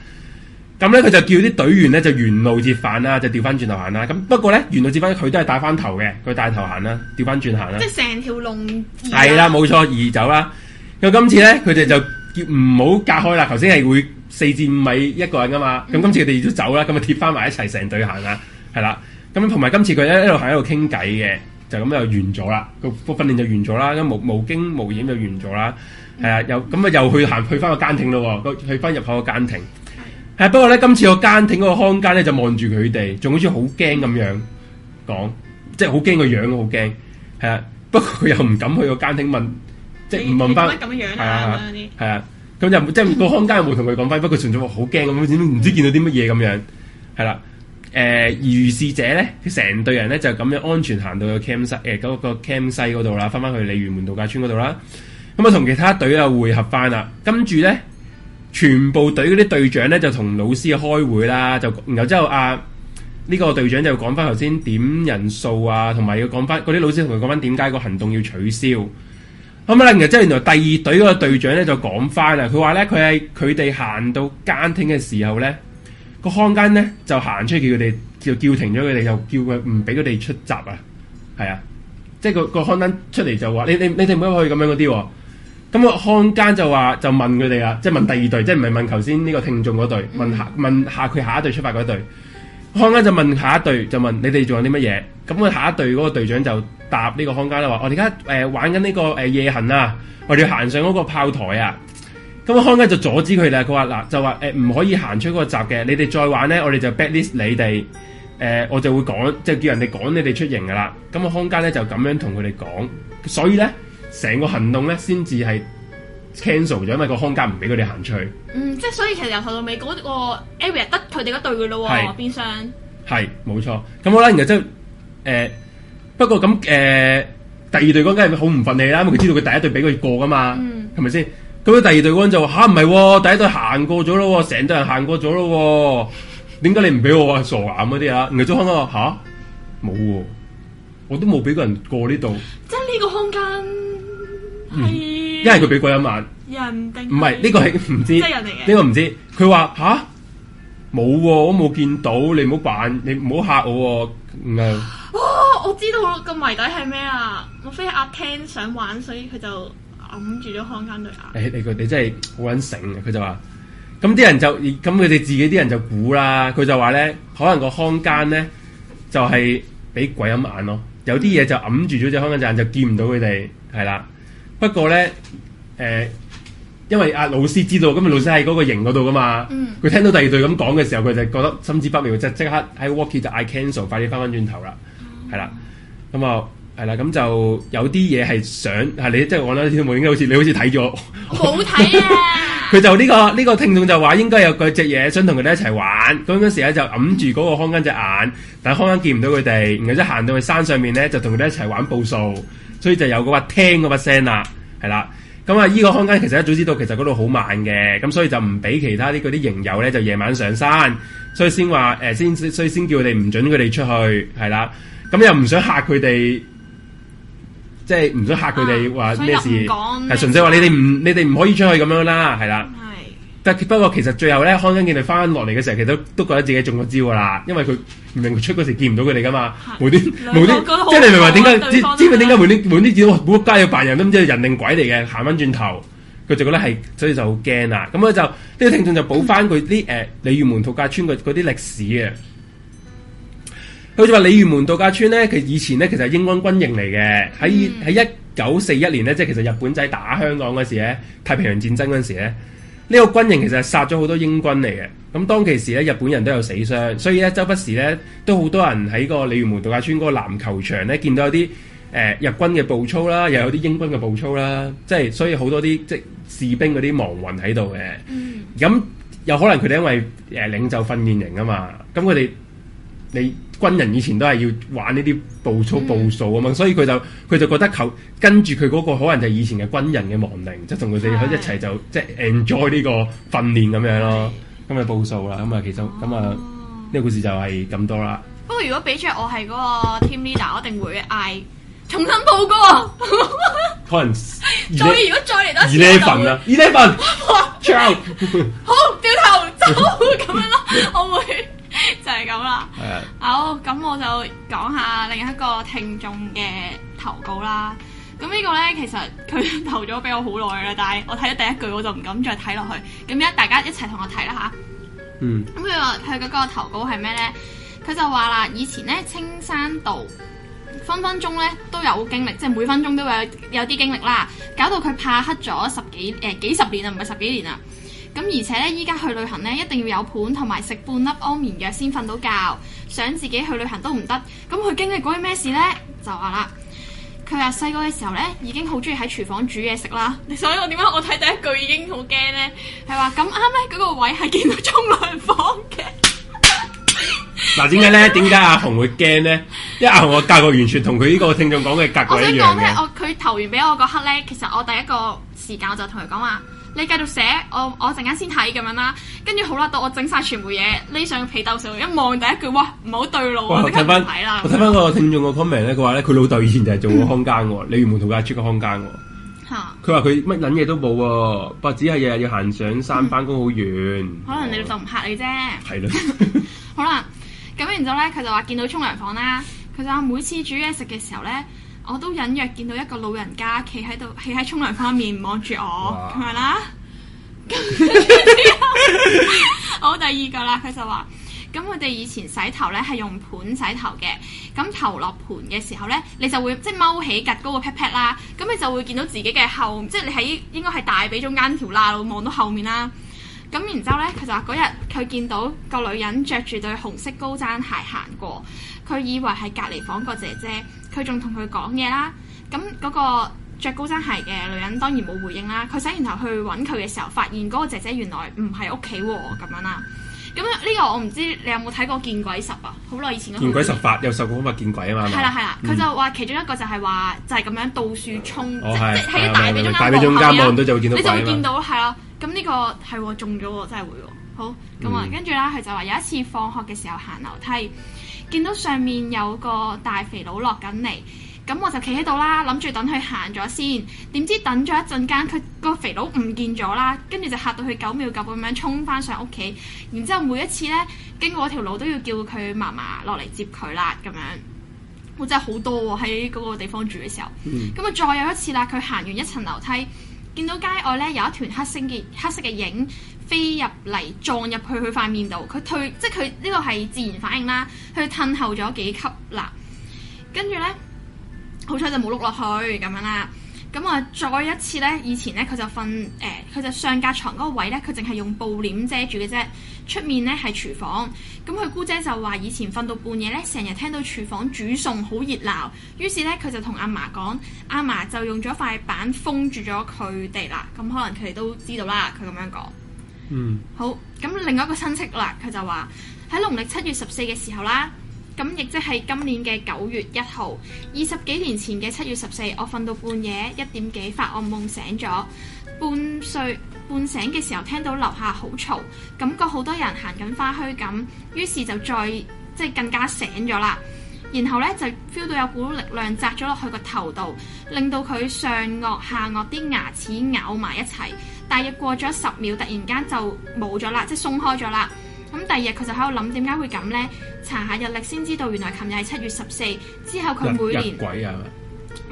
[SPEAKER 4] 咁咧佢就叫啲隊員咧就沿路折返啦，就調翻轉頭行啦。咁不過咧沿路折返佢都係帶翻頭嘅，佢帶頭行啦，調翻轉行啦
[SPEAKER 3] 即。係成條龍移啊
[SPEAKER 4] 係啦，冇錯，移走啦。咁今次咧佢哋就叫唔好隔開啦。頭先係會四至五米一個人噶嘛，咁今次佢哋都走啦，咁啊貼翻埋一齊成隊行啦，係啦。咁同埋今次佢咧一路行一路傾偈嘅，就咁就完咗啦。個個訓練就完咗啦，咁無無驚無險就完咗啦。係啊，又咁啊又去行去翻個間艇咯喎，個去翻入口個間艇。係不過咧，今次個間艇嗰個看更咧就望住佢哋，仲好似好驚咁樣講，即係好驚個樣，好驚。係啊，不過佢又唔敢去個間艇問，即係
[SPEAKER 3] 你
[SPEAKER 4] 唔問翻
[SPEAKER 3] 你。做乜咁樣樣
[SPEAKER 4] 係
[SPEAKER 3] 啊
[SPEAKER 4] 啊
[SPEAKER 3] 咁樣嗰啲。
[SPEAKER 4] 係啊，咁就即係個看更有冇同佢講翻，不過佢純粹話好驚咁，點唔知見到啲乜嘢咁樣，係啦。誒、如是者咧，佢成隊人咧就咁樣安全行到個 cam 西誒嗰個 cam 西嗰度啦，翻翻去鯉魚門度假村嗰度啦。咁啊，同其他隊啊匯合翻啦，跟住咧，全部隊嗰啲隊長咧就同老師開會啦，就然後之後啊。呢個隊長就講翻頭先點人數啊，同埋要講翻嗰啲老師同佢講翻點解個行動要取消。咁啦，然後即係原來第二隊嗰個隊長咧就講翻啦，佢話咧佢係佢哋行到間艇嘅時候咧，個看更咧就行出去叫佢哋叫叫停咗佢哋，就叫佢唔俾佢哋出閘啊，係啊，即係個個看更出嚟就話你你你哋唔好去咁樣嗰啲喎。咁個看更就話就問佢哋啦，即係問第二隊，即係唔係問頭先呢個聽眾嗰隊，問下問下佢下一隊出發嗰隊。康家就問下一隊，就問你哋仲有啲乜嘢？咁佢下一隊嗰個隊長就答呢個康家啦，話我哋而家誒玩緊呢、個誒、呃夜行啊，我哋要行上嗰個炮台啊。咁康家就阻止佢啦，佢話嗱就話誒唔可以行出嗰個閘嘅，你哋再玩咧，我哋就 blacklist 你哋。誒、我就會講，就叫人哋趕你哋出營噶啦。咁啊，康家咧就咁樣同佢哋講，所以咧成個行動咧先至係 cancel 咗，因為個康家唔俾佢哋行出去。
[SPEAKER 3] 嗯，即係所以其實由頭到尾嗰個 area 得佢哋嗰隊嘅咯喎，
[SPEAKER 4] 係
[SPEAKER 3] 變相
[SPEAKER 4] 係冇錯。咁好啦，然後即係誒，不過咁誒、呃第二隊嗰梗係好唔忿氣啦，因為佢知道佢第一隊俾佢過噶嘛，
[SPEAKER 3] 嗯
[SPEAKER 4] 係咪先？咁佢啊第二隊嗰陣就話吓唔係喎，第一隊行過咗咯喎，成隊人行過咗咯喎，點解你唔俾我啊？傻眼嗰啲啊！然後周康哥話吓冇喎，我都冇俾個人過呢度，嗯
[SPEAKER 3] 即係呢個空間係
[SPEAKER 4] 因為佢俾過一晚。
[SPEAKER 3] 人定
[SPEAKER 4] 唔係呢個係
[SPEAKER 3] *laughs*
[SPEAKER 4] 唔知，
[SPEAKER 3] 即係人嚟嘅
[SPEAKER 4] 呢個唔知。佢話吓冇喎，我冇見到，你唔好扮，你唔好嚇我喎。啊然後
[SPEAKER 3] 哦，我知道個謎底係咩啊！莫非阿 Ken 想玩，所以佢就揞住咗看更對眼。
[SPEAKER 4] 哎誒你個你真係好撚醒啊！佢就話，咁啲人就咁佢哋自己啲人就估啦。佢就話咧，可能個看更咧就係、俾鬼咁眼咯，有啲嘢就揞住咗隻看更隻眼，就見唔到佢哋係啦。不過咧，誒、因為阿老師知道，咁啊老師喺嗰個營嗰度噶嘛，佢、
[SPEAKER 3] 嗯
[SPEAKER 4] 聽到第二隊咁講嘅時候，佢就覺得心知不妙，就即刻喺 walkie 就嗌 cancel，快啲翻翻轉頭啦，係啦。咁啊，係啦，咁就有啲嘢係想係你即係我啦，天冇應該好似你好似睇咗我，
[SPEAKER 3] 冇睇啊！
[SPEAKER 4] *laughs* 佢就呢、個呢、個聽眾就話應該有佢隻嘢想同佢哋一齊玩，咁嗰時咧就揞住嗰個康根隻眼，但係康根見唔到佢哋，然後即係行到去山上面咧就同佢哋一齊玩步數，所以就有嗰把聽嗰把聲啦，係啦。咁啊，呢個康根其實一早知道其實嗰度好慢嘅，咁所以就唔俾其他啲嗰啲營友咧就夜晚上山，所以先話誒先所以先叫佢哋唔準佢哋出去，係啦。咁又唔想嚇佢哋，即係唔想嚇佢哋
[SPEAKER 3] 啊
[SPEAKER 4] 話
[SPEAKER 3] 所以
[SPEAKER 4] 咩
[SPEAKER 3] 又唔
[SPEAKER 4] 事，
[SPEAKER 3] 講咩
[SPEAKER 4] 係純粹話你哋唔你哋唔可以出去咁樣啦，係啦。
[SPEAKER 3] 係
[SPEAKER 4] 但不過其實最後咧，康欣見佢翻落嚟嘅時候，其實都都覺得自己中咗招噶啦，因為佢唔明佢出嗰時見唔到佢哋噶嘛，無端
[SPEAKER 3] 兩個
[SPEAKER 4] 無端
[SPEAKER 3] 覺得好，
[SPEAKER 4] 即係你明唔明點解
[SPEAKER 3] 好啊
[SPEAKER 4] 知
[SPEAKER 3] 對方
[SPEAKER 4] 知唔知點解無端無端見到哇冇街要扮人都唔知係人定鬼嚟嘅，行翻轉頭，佢就覺得係，所以就好驚啦。咁咧就呢個聽眾就補翻佢啲誒鯉魚門度假村嗰嗰啲歷史嘅。佢就話鯉魚門度假村咧，佢以前咧其實係英軍軍營嚟嘅，喺
[SPEAKER 3] 嗯
[SPEAKER 4] 喺一九四一年咧，即係其實日本仔打香港嗰時咧，太平洋戰爭嗰時咧，呢、個軍營其實係殺咗好多英軍嚟嘅。咁當其時咧，日本人都有死傷，所以咧周不時咧都好多人喺個鯉魚門度假村嗰個籃球場咧見到有啲誒、呃日軍嘅步操啦，又有啲英軍嘅步操啦，即係所以好多啲即係士兵嗰啲亡魂喺度嘅。咁、有可能佢哋因為誒、呃、領袖訓練營啊嘛，咁佢哋。你軍人以前都係要玩呢啲步操
[SPEAKER 3] 嗯
[SPEAKER 4] 步數啊嘛，所以佢就佢就覺得求跟住佢嗰個可能就係以前嘅軍人嘅亡靈，就同佢哋喺一齊就即係 enjoy 呢個訓練咁樣咯，咁咪步數啦，咁啊其
[SPEAKER 3] 哦
[SPEAKER 4] 實咁啊呢個故事就係咁多啦。
[SPEAKER 3] 不過如果俾着我係嗰個 team leader，我一定會嗌重新報
[SPEAKER 4] *laughs*
[SPEAKER 3] 歌。*laughs*
[SPEAKER 4] 可能
[SPEAKER 3] 再如果再嚟多一次啊我就
[SPEAKER 4] eleven
[SPEAKER 3] 會
[SPEAKER 4] 啦，eleven
[SPEAKER 3] *laughs* 哇
[SPEAKER 4] ciao
[SPEAKER 3] 好掉頭走咁樣咯，我會就係咁啦。
[SPEAKER 4] 係啊
[SPEAKER 3] 好，咁我就講下另一個聽眾嘅投稿啦。咁呢個呢，其實佢投咗俾我好耐啦，但係我睇咗第一句我就唔敢再睇落去。咁一大家一齊同我睇啦吓。
[SPEAKER 4] 嗯
[SPEAKER 3] 咁佢話佢嗰個投稿係咩呢？佢就話啦，以前呢，青山道分分鐘呢都有經歷，即係每分鐘都有有啲經歷啦，搞到佢怕黑咗十幾誒、呃、幾十年啊，唔係十幾年啊。咁而且呢，依家去旅行呢，一定要有伴同埋食半粒安眠藥先瞓到覺，想自己去旅行都唔得。咁佢經歷過啲咩事呢？就話啦。佢話細個嘅時候呢，已經好中意喺廚房煮嘢食啦。所以我點解啊我睇第一句已經好驚呢？係話咁啱呢，嗰個位係見到沖涼房嘅。
[SPEAKER 4] 嗱點解咧？點解阿紅會驚咧？因為阿紅個格局完全同佢呢個聽眾講嘅格
[SPEAKER 3] 我
[SPEAKER 4] 局
[SPEAKER 3] 想
[SPEAKER 4] 一樣
[SPEAKER 3] 講咧，
[SPEAKER 4] 嘅。
[SPEAKER 3] 我佢投完俾我嗰刻咧，其實我第一個時間我就同佢講話，你繼續寫，我我陣間先睇咁樣啦。跟住好啦，到我整晒全部嘢，匿上被竇上，一望第一句，哇，唔好對路
[SPEAKER 4] 哇！
[SPEAKER 3] 啊！
[SPEAKER 4] 我
[SPEAKER 3] 即刻
[SPEAKER 4] 睇
[SPEAKER 3] 唔
[SPEAKER 4] 翻
[SPEAKER 3] 睇啦
[SPEAKER 4] 我。睇翻個聽眾個 comment 咧，佢話咧佢老豆以前就係做過看更喎，鯉魚門度假村嘅看更喎。
[SPEAKER 3] 嚇，
[SPEAKER 4] 佢話佢乜撚嘢都冇喎，不過只係日日要行上山翻工好遠。
[SPEAKER 3] 可能你老豆唔嚇你啫。*laughs*
[SPEAKER 4] 係咯，
[SPEAKER 3] 好啦，咁然之後咧，佢就話見到沖涼房啦。佢就話每次煮嘢食嘅時候咧，我都隱約見到一個老人家企喺度，企喺沖涼房入面望住我
[SPEAKER 4] 哇
[SPEAKER 3] 咁樣啦。好，第二個啦，佢就話：咁我哋以前洗頭咧係用盤洗頭嘅，咁頭落盤嘅時候咧，你就會即係踎起趌高個 pat pat 啦，咁你就會見到自己嘅後，即係你喺應該係大髀中間條罅度望到後面啦。咁然之後咧，佢就話嗰日佢見到個女人着住對紅色高踭鞋行過，佢以為係隔離房個姐姐，佢仲同佢講嘢啦。咁嗰個着高踭鞋嘅女人當然冇回應啦。佢洗完頭去揾佢嘅時候，發現嗰個姐姐原來唔喺屋企喎，咁樣啦。咁呢個我唔知你有冇睇過《見鬼十》啊？好耐以前嗰套
[SPEAKER 4] 見鬼
[SPEAKER 3] 片
[SPEAKER 4] 十法有受過乜見鬼啊嘛。
[SPEAKER 3] 係啦係啦，佢就話其中一個就係話就係咁樣到處衝，
[SPEAKER 4] 哦
[SPEAKER 3] 即
[SPEAKER 4] 係
[SPEAKER 3] 即喺
[SPEAKER 4] 係
[SPEAKER 3] 個大髀
[SPEAKER 4] 明
[SPEAKER 3] 中
[SPEAKER 4] 白
[SPEAKER 3] 間
[SPEAKER 4] 大髀中間
[SPEAKER 3] 望
[SPEAKER 4] 望到就會見到
[SPEAKER 3] 你就
[SPEAKER 4] 鬼
[SPEAKER 3] 會
[SPEAKER 4] 啊嘛
[SPEAKER 3] 見到係啦。咁啊呢個係喎中咗喎，真係會喎。好咁啊
[SPEAKER 4] 嗯，
[SPEAKER 3] 跟住啦，佢就話有一次放學嘅時候行樓梯，見到上面有個大肥佬落緊嚟。咁我就企喺度啦，諗住等佢行咗先。點知等咗一陣間，佢個肥佬唔見咗啦，跟住就嚇到佢九秒九咁樣衝翻上屋企。然之後每一次呢，經過嗰條路都要叫佢嫲嫲落嚟接佢啦，咁樣。我真係好多喎、喺嗰個地方住嘅時候。咁啊、再有一次啦，佢行完一層樓梯，見到街外咧有一團黑色嘅黑色嘅影飛入嚟，撞入去佢塊面度。佢退，即係佢呢個係自然反應啦。佢褪後咗幾級啦，跟住咧，好彩就冇碌落去咁樣啦。咁啊，再一次咧，以前咧佢就瞓誒，佢、就上格床嗰個位咧，佢淨係用布簾遮住嘅啫。出面咧係廚房，咁佢姑姐就話以前瞓到半夜咧，成日聽到廚房煮餸好熱鬧，於是咧佢就同阿嫲講，阿嫲就用咗塊板封住咗佢哋啦。咁可能佢哋都知道啦，佢咁樣講。
[SPEAKER 4] 嗯，
[SPEAKER 3] 好，咁另外一個親戚啦，佢就話喺農曆七月十四嘅時候啦，咁亦即係今年嘅九月一號，二十幾年前嘅七月十四，我瞓到半夜一點幾發惡夢醒咗，半睡半醒嘅時候聽到樓下好嘈，感覺好多人行緊花墟咁，於是就再即係更加醒咗啦。然後咧就 feel 到有股力量擲咗落去個頭度，令到佢上顎下顎啲牙齒咬埋一齊。大約過咗十秒，突然間就冇咗啦，即係鬆開咗啦。咁第二日佢就喺度諗點解會咁呢？查下日曆先知道，原來琴日係七月十四。之後佢每
[SPEAKER 4] 日
[SPEAKER 3] 年
[SPEAKER 4] 日鬼啊，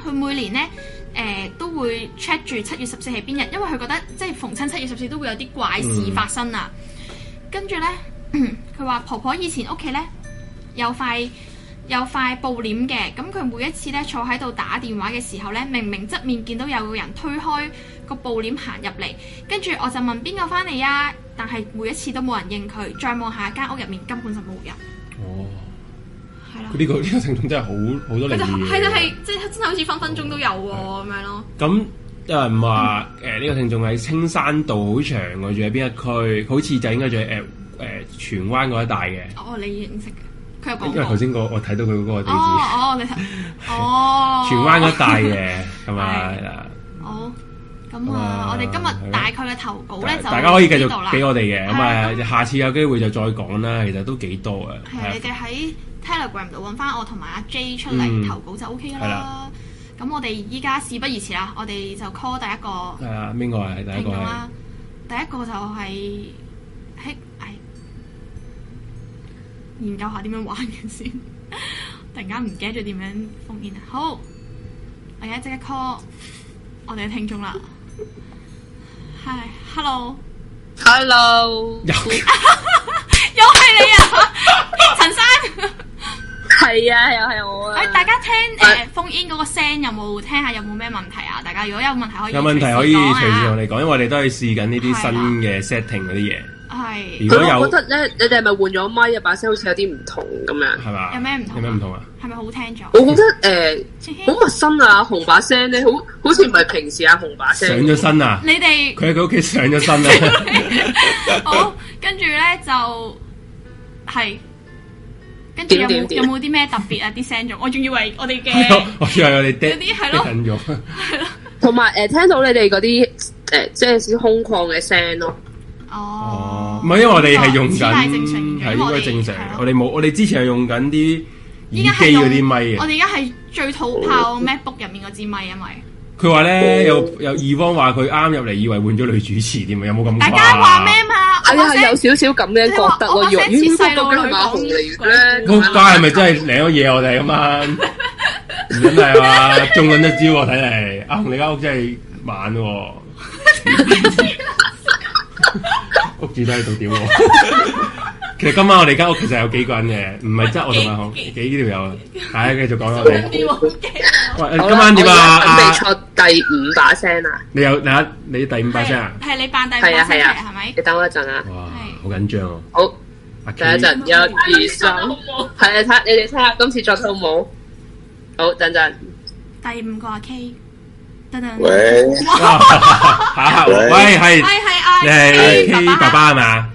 [SPEAKER 3] 佢每年咧誒、呃都會 check 住七月十四係邊日，因為佢覺得即係逢親七月十四都會有啲怪事發生啊。跟住咧， *clears throat* 佢話婆婆以前屋企咧有塊有塊布簾嘅，咁佢每一次咧坐喺度打電話嘅時候咧，明明側面見到有個人推開個布簾行入嚟，跟住我就問邊個翻嚟啊，但係每一次都冇人應佢，再望下間屋入面根本就冇人，
[SPEAKER 4] 哦，
[SPEAKER 3] 係啦
[SPEAKER 4] 佢。呢個呢個聽眾真係好好多
[SPEAKER 3] 佢
[SPEAKER 4] 靈
[SPEAKER 3] 就
[SPEAKER 4] 異
[SPEAKER 3] 係就
[SPEAKER 4] 嘢。
[SPEAKER 3] 係即係真係好似分分鐘都有喎咁樣咯。
[SPEAKER 4] 咁有人話誒呢個聽眾喺青山道好長嘅，住喺邊一區？好似就應該住喺誒誒荃灣嗰一帶嘅。
[SPEAKER 3] 哦，你認識嘅，佢有講
[SPEAKER 4] 因為頭
[SPEAKER 3] 過。
[SPEAKER 4] 先個我睇到佢嗰個地址，
[SPEAKER 3] 哦哦，你睇，
[SPEAKER 4] *laughs*
[SPEAKER 3] 哦，
[SPEAKER 4] 荃灣嗰一帶嘅，咁啊係啦，
[SPEAKER 3] 好，
[SPEAKER 4] 咁
[SPEAKER 3] 咁
[SPEAKER 4] 啊
[SPEAKER 3] 啊，我哋今
[SPEAKER 4] 係咯
[SPEAKER 3] 日大概嘅投稿咧就
[SPEAKER 4] 大家可以繼
[SPEAKER 3] 到呢
[SPEAKER 4] 續
[SPEAKER 3] 度
[SPEAKER 4] 俾
[SPEAKER 3] 啦
[SPEAKER 4] 我哋嘅，咁
[SPEAKER 3] 係
[SPEAKER 4] 啊
[SPEAKER 3] 啊
[SPEAKER 4] 下次有機會就再講啦。其實都幾多啊，
[SPEAKER 3] 係你哋喺 Telegram 度揾翻我同埋阿 J 出
[SPEAKER 4] 嗯
[SPEAKER 3] 嚟投稿就 OK
[SPEAKER 4] 係
[SPEAKER 3] 啦。咁我哋依家事不宜遲啦，我哋就 call 第一個
[SPEAKER 4] 係啊，邊個係第一
[SPEAKER 3] 聽
[SPEAKER 4] 個
[SPEAKER 3] 眾
[SPEAKER 4] 係？
[SPEAKER 3] 啦。第一個就係喺唉研究下點樣 *laughs* 玩嘅先，突然間唔記得咗點樣封煙啊！好，我而家即刻 call 我哋嘅聽眾啦。係，hello，
[SPEAKER 7] Hello，
[SPEAKER 3] *laughs*
[SPEAKER 4] 有
[SPEAKER 3] 又係你啊，陳生。
[SPEAKER 7] 系啊，又系我啊
[SPEAKER 3] 喂，。大家聽
[SPEAKER 7] 係
[SPEAKER 3] 誒封煙嗰個聲有冇聽下有冇咩問題啊？大家如果有問題可以
[SPEAKER 4] 有問題可以
[SPEAKER 3] 隨時
[SPEAKER 4] 隨時
[SPEAKER 3] 講
[SPEAKER 4] 同
[SPEAKER 3] 啊
[SPEAKER 4] 你講，因為我哋都係試緊呢啲
[SPEAKER 3] 係
[SPEAKER 4] 新
[SPEAKER 3] 啦
[SPEAKER 4] 嘅 setting 嗰啲嘢，
[SPEAKER 3] 係
[SPEAKER 4] 如
[SPEAKER 7] 佢
[SPEAKER 4] 果
[SPEAKER 7] 我
[SPEAKER 4] 有
[SPEAKER 7] 覺得咧，你哋係咪換咗咪啊？把聲好似有啲唔同咁樣。
[SPEAKER 4] 係嘛？
[SPEAKER 3] 有咩唔同啊
[SPEAKER 4] 有咩唔同啊？
[SPEAKER 3] 係咪好聽咗？
[SPEAKER 7] 我覺得誒好陌生啊，阿紅把聲咧，好好似唔係平時阿紅把聲。
[SPEAKER 4] 上咗身 *laughs* 啊！
[SPEAKER 3] 你哋
[SPEAKER 4] 佢喺佢屋企上咗身
[SPEAKER 3] *laughs*
[SPEAKER 4] 啊！
[SPEAKER 3] 好，跟住咧就係跟住有
[SPEAKER 7] 點點
[SPEAKER 3] 冇
[SPEAKER 7] 點
[SPEAKER 3] 有冇啲咩特別啊？啲聲仲我仲以為我哋
[SPEAKER 4] *laughs*
[SPEAKER 3] 嘅
[SPEAKER 4] 我以為我哋跌
[SPEAKER 3] 有啲係咯
[SPEAKER 4] 緊咗，
[SPEAKER 7] 同埋誒聽到你哋嗰啲誒即係少空曠嘅聲咯。
[SPEAKER 3] 哦
[SPEAKER 4] 哦，唔係因為我哋係用
[SPEAKER 3] 此
[SPEAKER 4] 緊
[SPEAKER 3] 乃正常現象
[SPEAKER 4] 係應該正常
[SPEAKER 3] 我哋係。咯
[SPEAKER 4] 我哋冇，我哋之前係用緊啲
[SPEAKER 3] 依家
[SPEAKER 4] 耳
[SPEAKER 3] 係
[SPEAKER 4] 機
[SPEAKER 3] 用
[SPEAKER 4] 嗰啲咪
[SPEAKER 3] 我
[SPEAKER 4] 嘅。
[SPEAKER 3] 哋而家係最土炮 MacBook 入面嗰支咪，因為
[SPEAKER 4] 佢話咧有有二方話佢啱入嚟，以為換咗女主持添啊！有冇咁誇？
[SPEAKER 3] 大家話咩嘛？
[SPEAKER 7] 係啊，係有
[SPEAKER 3] 我
[SPEAKER 7] 少少咁嘅覺得
[SPEAKER 3] 我把
[SPEAKER 7] 喎。
[SPEAKER 3] 聲
[SPEAKER 7] 若咦，
[SPEAKER 3] 似
[SPEAKER 7] 咁
[SPEAKER 3] 細路
[SPEAKER 7] 究竟
[SPEAKER 3] 女
[SPEAKER 7] 係咪阿紅嚟嘅
[SPEAKER 3] 講
[SPEAKER 7] 咧？
[SPEAKER 4] 仆街係咪真係領咗嘢我哋咁啊？唔真係嘛，中撚一招喎！睇嚟阿紅你間屋真係晚喎，屋主都喺度點喎？其實今晚我哋間屋其實有幾個人嘅，唔係即係我同阿紅幾條友啊！大家繼續講啦，我哋
[SPEAKER 3] 想啲喎，好驚啊
[SPEAKER 4] 喂
[SPEAKER 7] 好啦
[SPEAKER 4] 今晚點啊？
[SPEAKER 7] 我而家準備
[SPEAKER 4] 阿
[SPEAKER 7] 錯第五把聲啊！
[SPEAKER 4] 你有你啊你第五把聲啊？
[SPEAKER 3] 係係你扮第五把
[SPEAKER 7] 係啊
[SPEAKER 3] 聲
[SPEAKER 7] 係
[SPEAKER 3] 嚟
[SPEAKER 7] 啊，
[SPEAKER 3] 係咪？
[SPEAKER 7] 你等我一陣啊。
[SPEAKER 4] 哇，好緊張啊！
[SPEAKER 7] 好，
[SPEAKER 4] 阿 K，
[SPEAKER 7] 等一陣，一二三，係你睇，你哋睇下今次作得好冇？好，等陣。
[SPEAKER 3] 第五個阿 K，等等，
[SPEAKER 8] 喂，
[SPEAKER 4] 哇嚇喂係
[SPEAKER 3] 係係阿
[SPEAKER 4] 你係 K 爸
[SPEAKER 3] 爸
[SPEAKER 4] 爸係嘛？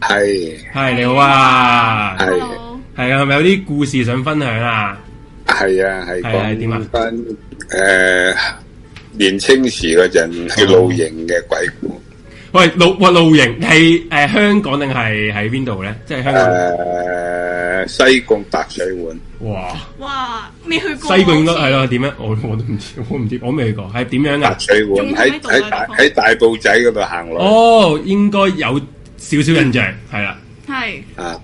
[SPEAKER 8] 係
[SPEAKER 4] 係你好啊！
[SPEAKER 8] 係
[SPEAKER 3] Hello
[SPEAKER 4] 係啊，係咪有啲故事想分享啊？
[SPEAKER 8] 係啊，係
[SPEAKER 4] 係啊係點啊
[SPEAKER 8] 講翻誒呃年青時嗰陣喺露營嘅鬼故，
[SPEAKER 4] 喂，露喂露營係誒香港定係喺邊度咧？即係香港。
[SPEAKER 8] 呃誒呃西貢白水碗，
[SPEAKER 4] 哇，
[SPEAKER 3] 哇，未去
[SPEAKER 4] 西
[SPEAKER 3] 過
[SPEAKER 4] 貢應該
[SPEAKER 3] 好
[SPEAKER 4] 係
[SPEAKER 3] 似
[SPEAKER 4] 咯？點樣？我我都唔知，我唔知，我未去過。係點樣
[SPEAKER 8] 白
[SPEAKER 4] 噶？
[SPEAKER 8] 水碗
[SPEAKER 3] 仲喺
[SPEAKER 8] 喺
[SPEAKER 3] 度啊
[SPEAKER 8] 喺大
[SPEAKER 3] 地方
[SPEAKER 8] 喺大埔仔嗰度行落
[SPEAKER 4] 哦，應該有少少印象，係啦，
[SPEAKER 3] 係
[SPEAKER 8] 啊，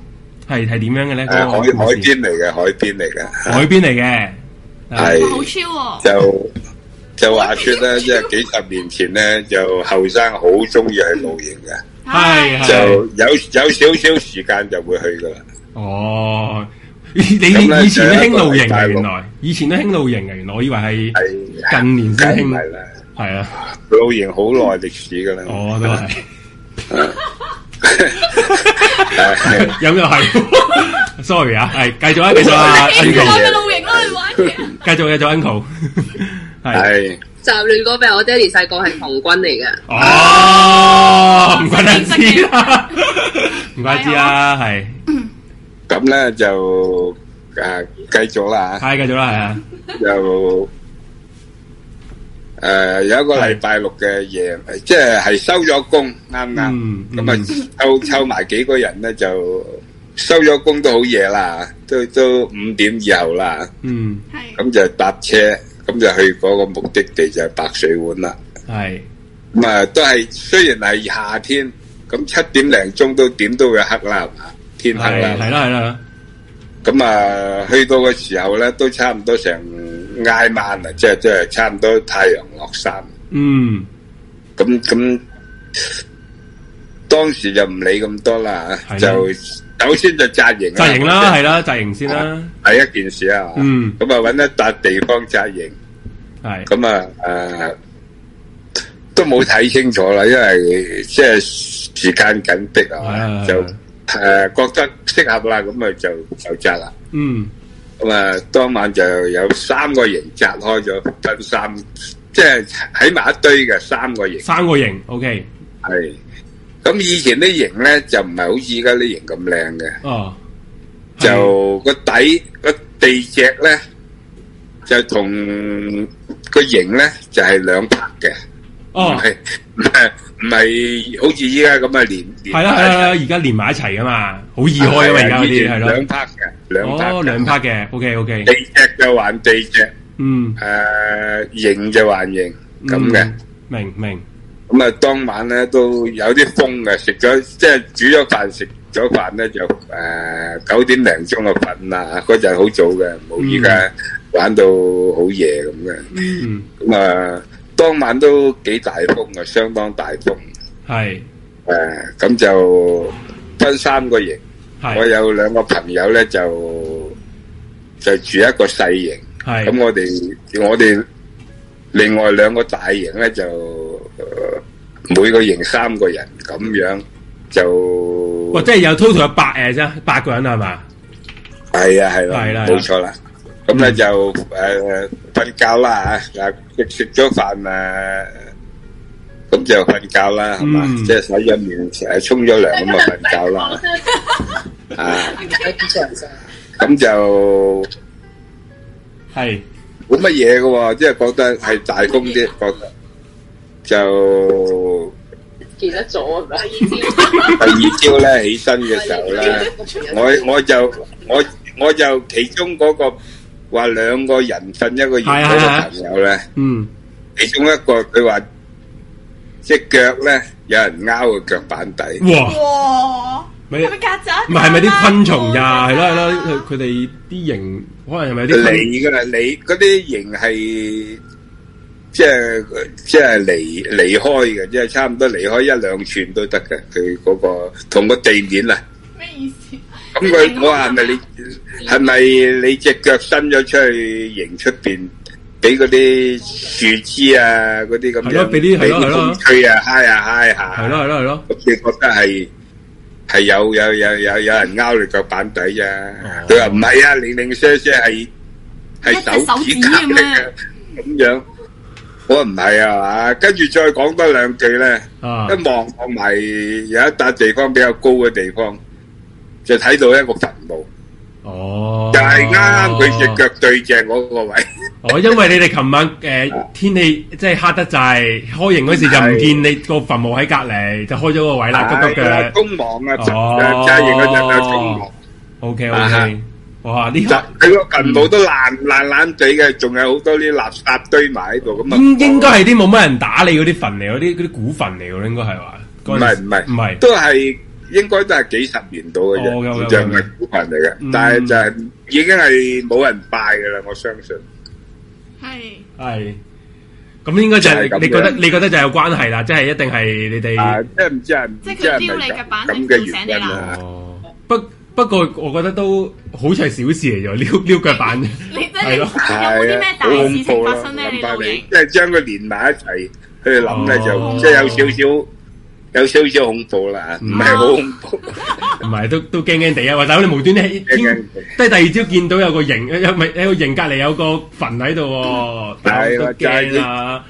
[SPEAKER 4] 係係點樣嘅咧？
[SPEAKER 8] 呃誒海
[SPEAKER 4] 嗰個
[SPEAKER 8] 海
[SPEAKER 4] 故啊事
[SPEAKER 8] 邊嚟嘅，海邊嚟嘅，
[SPEAKER 4] 海邊嚟嘅，
[SPEAKER 8] 係
[SPEAKER 4] 啊
[SPEAKER 3] 好超喎，
[SPEAKER 8] 就就話說咧，即係幾十年前咧，就後生好中意去露營嘅，
[SPEAKER 4] 係係
[SPEAKER 8] 就有有少少時間就會去噶啦。
[SPEAKER 4] 哦。你
[SPEAKER 8] 咁咧
[SPEAKER 4] 以前都興露營
[SPEAKER 8] 就
[SPEAKER 4] 嘅，
[SPEAKER 8] 係一個
[SPEAKER 4] 原來以前都興露營嘅，原來我以為係
[SPEAKER 8] 係
[SPEAKER 4] 近年
[SPEAKER 8] 梗
[SPEAKER 4] 先
[SPEAKER 8] 唔
[SPEAKER 4] 興
[SPEAKER 8] 係，啦，
[SPEAKER 4] 係啊，
[SPEAKER 8] 露營好耐歷史噶啦。
[SPEAKER 4] 我
[SPEAKER 8] *laughs*
[SPEAKER 4] 都係。
[SPEAKER 8] 係
[SPEAKER 4] 咁又係，sorry 啊，係繼續啊，繼續啊
[SPEAKER 3] 你我
[SPEAKER 4] ，uncle，
[SPEAKER 3] 去露營啦，去玩嘅，
[SPEAKER 4] 繼續繼續 uncle，係，
[SPEAKER 8] 係
[SPEAKER 7] 集亂嗰病，我爹哋細個係童軍嚟嘅，
[SPEAKER 4] 哦，唔怪得知啦，唔怪知啦，係，
[SPEAKER 8] 咁咧就誒繼續啦嚇，
[SPEAKER 4] 係繼續啦，係啊，
[SPEAKER 8] 就誒有一個禮拜六嘅夜，即
[SPEAKER 9] 啊
[SPEAKER 8] 係係收咗工啱啱，
[SPEAKER 4] 嗯，
[SPEAKER 8] 咁啊抽抽埋幾個人咧就收咗工都好夜啦，都都五點以後啦，
[SPEAKER 4] 嗯，
[SPEAKER 3] 係
[SPEAKER 8] 咁就搭車，咁就去嗰個目的地就係白水灣啦。
[SPEAKER 4] 系，
[SPEAKER 8] 咁啊，都係雖然係夏天，咁七點零鐘都點都會黑啦，係嘛？
[SPEAKER 4] 系
[SPEAKER 8] 天
[SPEAKER 4] 系
[SPEAKER 8] 黑
[SPEAKER 4] 啦系
[SPEAKER 8] 啦，
[SPEAKER 4] 啦，
[SPEAKER 8] 咁啊，去到嘅時候咧，都差唔多成挨晚啊啦，即係即係差唔多太陽落山。
[SPEAKER 4] 嗯，
[SPEAKER 8] 咁咁，當時就唔理咁多啦
[SPEAKER 4] 係，
[SPEAKER 8] 就首先就扎營
[SPEAKER 4] 扎營啦，系啦，扎營先啦，
[SPEAKER 8] 第一件事啊，
[SPEAKER 4] 嗯
[SPEAKER 8] 咁啊揾一笪地方扎營，
[SPEAKER 4] 係
[SPEAKER 8] 咁啊诶都冇睇清楚啦，因為即係時間緊迫啊，
[SPEAKER 4] 係
[SPEAKER 8] 就诶觉得適合啦，咁啊就就扎啦。
[SPEAKER 4] 嗯，
[SPEAKER 8] 咁啊，當晚就有三個營扎開咗，分三即係喺埋一堆嘅三個營
[SPEAKER 4] 三個營，OK，
[SPEAKER 8] 係。咁以前啲營咧就唔係好似而家啲營咁靚嘅。
[SPEAKER 4] 哦，係
[SPEAKER 8] 就個底個地脊咧，就同個形咧就係兩拍嘅，唔
[SPEAKER 4] 哦，
[SPEAKER 8] 係唔係唔係好似依家咁啊連連
[SPEAKER 4] 係啦係啦，係啦而家連埋一齊噶嘛，好易開
[SPEAKER 8] À,
[SPEAKER 4] 噶嘛，而家嗰啲係
[SPEAKER 8] 兩
[SPEAKER 4] 咯，
[SPEAKER 8] 拍嘅兩拍
[SPEAKER 4] 哦，
[SPEAKER 8] 嘅
[SPEAKER 4] 兩 part 嘅，OK OK，
[SPEAKER 8] 地脊就還地脊，
[SPEAKER 4] 嗯，
[SPEAKER 8] À, 誒形就還形
[SPEAKER 4] 嗯
[SPEAKER 8] 咁嘅。，
[SPEAKER 4] 明明，
[SPEAKER 8] 咁啊，當晚咧都有啲風嘅，食咗即係煮咗飯，食咗飯咧就誒九點零鐘就瞓啦。嗰陣好早嘅，冇依家玩到好夜咁嘅。
[SPEAKER 4] 嗯，
[SPEAKER 8] 咁啊，當晚都幾大風嘅，相當大風。
[SPEAKER 4] 係
[SPEAKER 8] 誒、咁就分三個營，我
[SPEAKER 4] 係
[SPEAKER 8] 有兩個朋友咧就就住一個細營，
[SPEAKER 4] 係
[SPEAKER 8] 咁我哋我哋另外兩個大營咧就、呃每個營三個人咁樣就
[SPEAKER 4] 哦哇！即係有 total 有八誒啫，八個人係嘛？
[SPEAKER 8] 係啊
[SPEAKER 4] 係啦
[SPEAKER 8] 係
[SPEAKER 4] 嗯
[SPEAKER 8] 啦，
[SPEAKER 4] 係啦
[SPEAKER 8] 冇錯啦。咁咧就誒瞓覺啦嚇，啊食食咗飯啊，咁就瞓覺啦，係嘛
[SPEAKER 4] 嗯？
[SPEAKER 8] 即係洗咗面誒，沖咗涼咁啊瞓
[SPEAKER 3] *laughs*
[SPEAKER 8] 覺啦。啊，
[SPEAKER 7] 有啲長曬。
[SPEAKER 8] 咁就
[SPEAKER 4] 係
[SPEAKER 8] 冇乜嘢嘅喎，即係覺得係大風啲，覺得就
[SPEAKER 7] 記得咗
[SPEAKER 3] *laughs*
[SPEAKER 7] 啊！
[SPEAKER 8] 第二朝咧起身嘅時候咧。
[SPEAKER 7] 啊
[SPEAKER 8] 我我就我我就其中嗰、個話兩個人瞓一個營
[SPEAKER 4] 係啊
[SPEAKER 8] 嗰
[SPEAKER 4] 係啊
[SPEAKER 8] 個朋友咧，
[SPEAKER 4] 嗯
[SPEAKER 8] 其中一個佢話只腳咧有人拗個腳板底，
[SPEAKER 4] 哇！
[SPEAKER 3] 哇！
[SPEAKER 4] 咪
[SPEAKER 3] 係咪曱甴？
[SPEAKER 4] 唔係係咪啲昆蟲呀？係咯係咯，佢佢哋啲形可能係咪有啲昆
[SPEAKER 8] 你噶啦，你嗰啲營係即係即係離離開嘅，即係差唔多離開一兩寸都得嘅，佢嗰、個同個地面啊。
[SPEAKER 3] 咩意思？
[SPEAKER 8] 咁佢我話係咪你係咪你只腳伸咗出去迎出邊，俾嗰啲樹枝啊嗰啲咁
[SPEAKER 4] 係咯
[SPEAKER 8] 樣，
[SPEAKER 4] 俾啲係咯係咯
[SPEAKER 8] 風吹啊嗨啊嗨下，
[SPEAKER 4] 係咯係咯係咯，
[SPEAKER 8] 咁你覺得係係有有有有有人拗你腳板底啫？佢話唔係啊，零零舍舍係係手指甲嚟嘅咁樣。我話唔係啊嘛，跟住再講多兩句咧。
[SPEAKER 4] 啊
[SPEAKER 8] 一望望埋有一笪地方比較高嘅地方，就睇到一個墳墓，
[SPEAKER 4] 哦，
[SPEAKER 8] 就係啱啱佢只腳對正嗰個位。
[SPEAKER 4] 哦，因為你哋琴晚誒、呃天氣即係黑得滯，開營嗰時就唔見你個墳墓喺隔離，就開咗個位啦，急急
[SPEAKER 8] 係啊
[SPEAKER 4] 嘅。
[SPEAKER 8] 公望啊，
[SPEAKER 4] 哦
[SPEAKER 8] 揸完嗰陣啊，公望，
[SPEAKER 4] O K O
[SPEAKER 8] 啊哈
[SPEAKER 4] K，哇！呢
[SPEAKER 8] 就
[SPEAKER 4] 刻
[SPEAKER 8] 佢個墳墓都爛爛爛地嘅，仲有好多啲垃圾堆埋喺度，咁啊
[SPEAKER 4] 應應該係啲冇乜人打理嗰啲墳嚟，嗰啲嗰啲古墳嚟喎，應該係話。
[SPEAKER 8] 唔
[SPEAKER 4] 嗰陣
[SPEAKER 8] 係
[SPEAKER 4] 時
[SPEAKER 8] 唔係
[SPEAKER 4] 唔係，
[SPEAKER 8] 都係。應該都係幾十年到嘅
[SPEAKER 4] 哦有有有
[SPEAKER 8] 啫，就唔係古墳嚟嘅，
[SPEAKER 4] 嗯
[SPEAKER 8] 但係就係已經係冇人拜嘅啦，我相信。
[SPEAKER 3] 係
[SPEAKER 4] 係。咁應該就係、
[SPEAKER 8] 就係咁樣
[SPEAKER 4] 你覺得你覺得就有關係啦，即係一定係你哋。
[SPEAKER 8] 啊，即係唔知係唔
[SPEAKER 3] 即係佢
[SPEAKER 8] 知
[SPEAKER 3] 撩
[SPEAKER 8] 係咪
[SPEAKER 3] 你嘅板
[SPEAKER 8] 咁
[SPEAKER 3] 凳
[SPEAKER 8] 嘅
[SPEAKER 3] 叫醒
[SPEAKER 8] 原
[SPEAKER 3] 你
[SPEAKER 8] 因
[SPEAKER 3] 啦
[SPEAKER 8] 啊？
[SPEAKER 4] 哦，不不過我覺得都好似係小事嚟咗，撩撩腳板。
[SPEAKER 3] 你真係
[SPEAKER 4] 係
[SPEAKER 3] 有
[SPEAKER 4] 咯
[SPEAKER 3] 冇啲咩大事情發生咧？你露營
[SPEAKER 8] 即係將佢連埋一齊去諗咧，
[SPEAKER 4] 哦嗯
[SPEAKER 8] 就即係有少少有少少恐怖啦，唔係好恐怖。
[SPEAKER 4] 唔係都都驚驚地啊！或者你無端端喺
[SPEAKER 8] 驚驚地
[SPEAKER 4] 即係第二朝見到有個營，有咪有個營隔離有個墳喺度喎，但
[SPEAKER 8] 係
[SPEAKER 4] 都
[SPEAKER 8] 啦就係
[SPEAKER 4] 驚啦。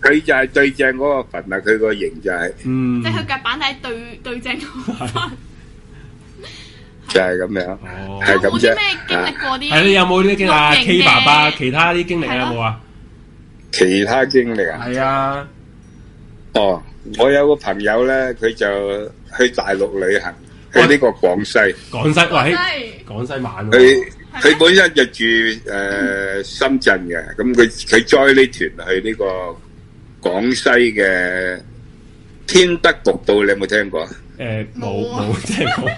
[SPEAKER 8] 佢就係對正嗰個墳啊，佢個形就係
[SPEAKER 4] 嗯
[SPEAKER 3] 即，係佢腳板底對對正嗰塊
[SPEAKER 8] 就係咁樣，
[SPEAKER 4] 哦
[SPEAKER 8] 係
[SPEAKER 3] 有冇
[SPEAKER 8] 咁
[SPEAKER 3] 啲
[SPEAKER 8] 啫
[SPEAKER 3] 咩。經歷
[SPEAKER 8] 啊
[SPEAKER 3] 過
[SPEAKER 4] 係你
[SPEAKER 3] 啲？
[SPEAKER 4] 有冇呢啲經歷啊
[SPEAKER 3] 錄影
[SPEAKER 4] ？K
[SPEAKER 3] 嘅
[SPEAKER 4] 爸爸其他啲經歷有冇啊？
[SPEAKER 8] 其他經歷啊，
[SPEAKER 4] 係啊，
[SPEAKER 8] Ờ, 哦，我有個朋友咧，佢就去大陸旅行，喺呢個廣西，
[SPEAKER 4] 廣西
[SPEAKER 3] 真
[SPEAKER 4] 喂，
[SPEAKER 3] 係
[SPEAKER 4] 廣西晚
[SPEAKER 8] 佢
[SPEAKER 4] 喎，
[SPEAKER 8] 佢本身就住誒、呃深圳嘅，咁佢佢 join 呢團去呢個廣西嘅天德國道，你有冇聽過啊？
[SPEAKER 4] 誒冇
[SPEAKER 3] 冇啊
[SPEAKER 4] 冇，即係冇。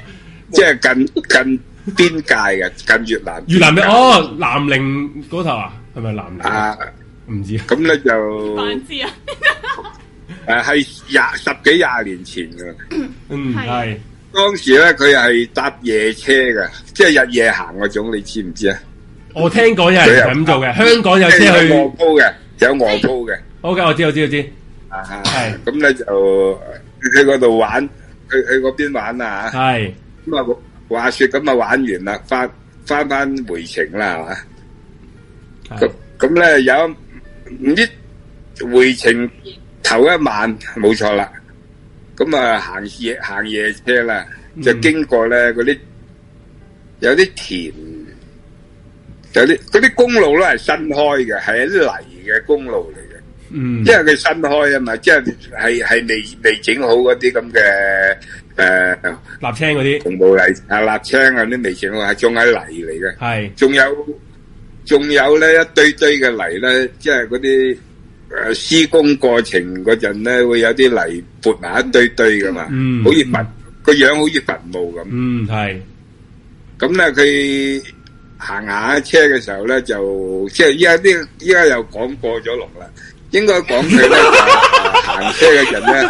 [SPEAKER 8] 即係近近邊界嘅，近越南。
[SPEAKER 4] 越南咩？哦，南寧嗰頭啊，係咪南寧啊？
[SPEAKER 8] 啊，
[SPEAKER 4] 唔知啊。
[SPEAKER 8] 咁咧就
[SPEAKER 3] 扮知啊，
[SPEAKER 8] *laughs* 誒係廿十幾廿年前㗎。
[SPEAKER 4] 嗯，
[SPEAKER 3] 係
[SPEAKER 4] 係
[SPEAKER 8] 當時咧佢係搭夜車嘅，即係日夜行嗰種，你知唔知啊？
[SPEAKER 4] 我聽講有人係咁做嘅，香港有車
[SPEAKER 8] 即係
[SPEAKER 4] 去
[SPEAKER 8] 有。卧鋪嘅，有卧鋪嘅。
[SPEAKER 4] O K，我知我知我知。
[SPEAKER 8] 啊
[SPEAKER 4] 係
[SPEAKER 8] 咁咧就去嗰度玩，去去嗰邊玩啊嚇
[SPEAKER 4] 係
[SPEAKER 8] 咁啊話説咁啊玩完啦，翻翻翻回程啦，係嘛？咁
[SPEAKER 4] 係
[SPEAKER 8] 咁咧有一唔知回程頭一晚冇錯啦，咁啊行夜行夜車啦，
[SPEAKER 4] 嗯
[SPEAKER 8] 就經過咧嗰啲有啲田，有啲嗰啲公路咧係新開嘅，係一啲泥嘅公路嚟嘅，
[SPEAKER 2] Ừ.
[SPEAKER 4] 嗯
[SPEAKER 8] 因為佢新開啊嘛，即係係係未未整好嗰啲咁嘅誒
[SPEAKER 4] 立青嗰啲
[SPEAKER 8] 紅毛泥啊、瀝青啊啲未整好，係仲係泥嚟嘅。
[SPEAKER 4] 係
[SPEAKER 8] 仲有仲有咧一堆堆嘅泥咧，即係嗰啲誒施工過程嗰陣咧，會有啲泥撥埋一堆堆噶嘛，
[SPEAKER 4] 嗯
[SPEAKER 8] 好似墳個樣好似墳墓咁。
[SPEAKER 4] 嗯係
[SPEAKER 8] 咁咧佢行下車嘅時候咧，就即係依家啲依家又講過咗龍啦。應該講
[SPEAKER 4] *laughs*
[SPEAKER 8] 佢咧就行車嗰陣咧，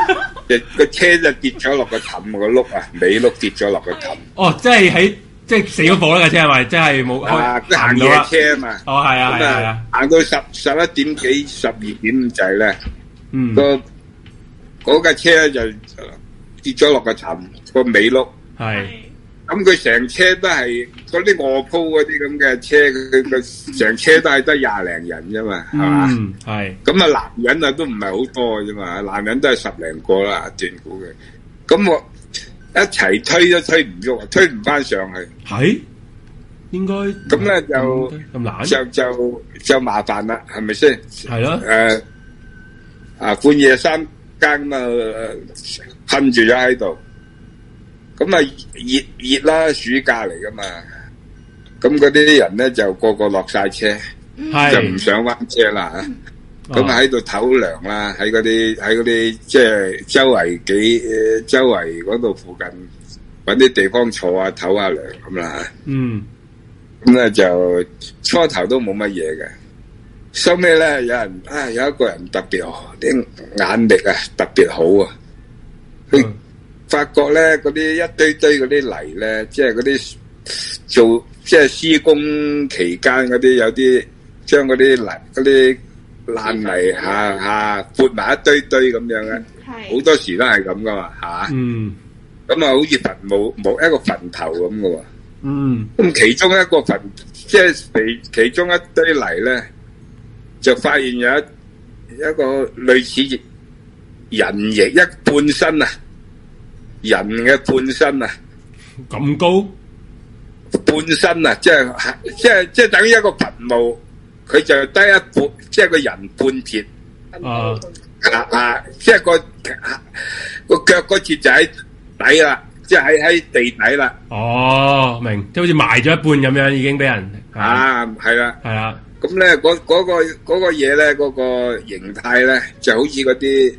[SPEAKER 8] 就個車就跌咗落個氹個轆啊，尾轆跌咗落個氹
[SPEAKER 4] 哦，即係喺即係死咗火啦架車係咪？即係冇
[SPEAKER 8] 啊！
[SPEAKER 4] 開
[SPEAKER 8] 佢行
[SPEAKER 4] 行到
[SPEAKER 8] 夜
[SPEAKER 4] 啦。
[SPEAKER 8] 車啊嘛。
[SPEAKER 4] 哦係啊
[SPEAKER 8] 咁
[SPEAKER 4] 係啊係啊
[SPEAKER 8] 啊，，行到十十一點幾、十二點咁滯咧，
[SPEAKER 4] 嗯
[SPEAKER 8] 個嗰架車就跌咗落個氹個尾轆，
[SPEAKER 4] 係
[SPEAKER 8] 咁佢成車都係嗰啲卧鋪嗰啲咁嘅車，佢佢成車都係得廿零人啫嘛，
[SPEAKER 2] Ừ,
[SPEAKER 8] 係嘛？
[SPEAKER 4] 嗯係
[SPEAKER 8] 咁啊，男人啊都唔係好多啫嘛，男人都係十零個啦，斷估嘅。咁我一齊推都推唔喐，推唔翻上去。
[SPEAKER 4] 係應該
[SPEAKER 8] 咁咧就
[SPEAKER 4] 咁懶
[SPEAKER 8] 就就就麻煩啦，係咪先？
[SPEAKER 4] 係咯，
[SPEAKER 8] 誒啊，半夜三更咁啊，困住咗喺度。咁啊，熱熱啦，暑假嚟噶嘛。咁嗰啲人咧就個個落晒車，就唔
[SPEAKER 4] 係
[SPEAKER 8] 上灣車啦。咁
[SPEAKER 4] 哦
[SPEAKER 8] 喺度唞涼啦，喺嗰啲喺嗰啲即係周圍幾誒周圍嗰度附近揾啲地方坐下唞下涼咁啦。
[SPEAKER 2] Ừ,
[SPEAKER 4] 嗯
[SPEAKER 8] 咁咧就初頭都冇乜嘢嘅，收尾咧有人啊有一個人特別好啲眼力啊特別好啊，佢
[SPEAKER 4] 嗯
[SPEAKER 8] 發覺咧嗰啲一堆堆嗰啲泥咧，即係嗰啲做即係施工期間嗰啲有啲將嗰啲泥嗰啲爛泥下下撥埋一堆堆咁樣嘅，好
[SPEAKER 3] 係
[SPEAKER 8] 多時都係咁噶嘛
[SPEAKER 1] Ừ.
[SPEAKER 8] 嚇，
[SPEAKER 4] 嗯
[SPEAKER 8] 咁啊好似墳墓冇一個墳頭咁嘅喎。
[SPEAKER 2] ừ,
[SPEAKER 4] 嗯
[SPEAKER 8] 咁其中一個墳，即係其其中一堆泥咧，就發現有一一個類似人形一半身啊，人嘅半身啊，
[SPEAKER 4] 咁高
[SPEAKER 8] 半身啊，即係即係即係等於一個墳墓，佢就低一半，即係個人半截
[SPEAKER 4] 啊
[SPEAKER 8] 啊啊，即係個個腳嗰截就喺底啦，即係喺喺地底啦，
[SPEAKER 4] 哦明，即係好似埋咗一半咁樣已經俾人係
[SPEAKER 8] 啊係啦。
[SPEAKER 4] 係啦
[SPEAKER 8] 咁咧，嗰嗰、個嗰個嘢咧，嗰、個形態咧，就好似嗰啲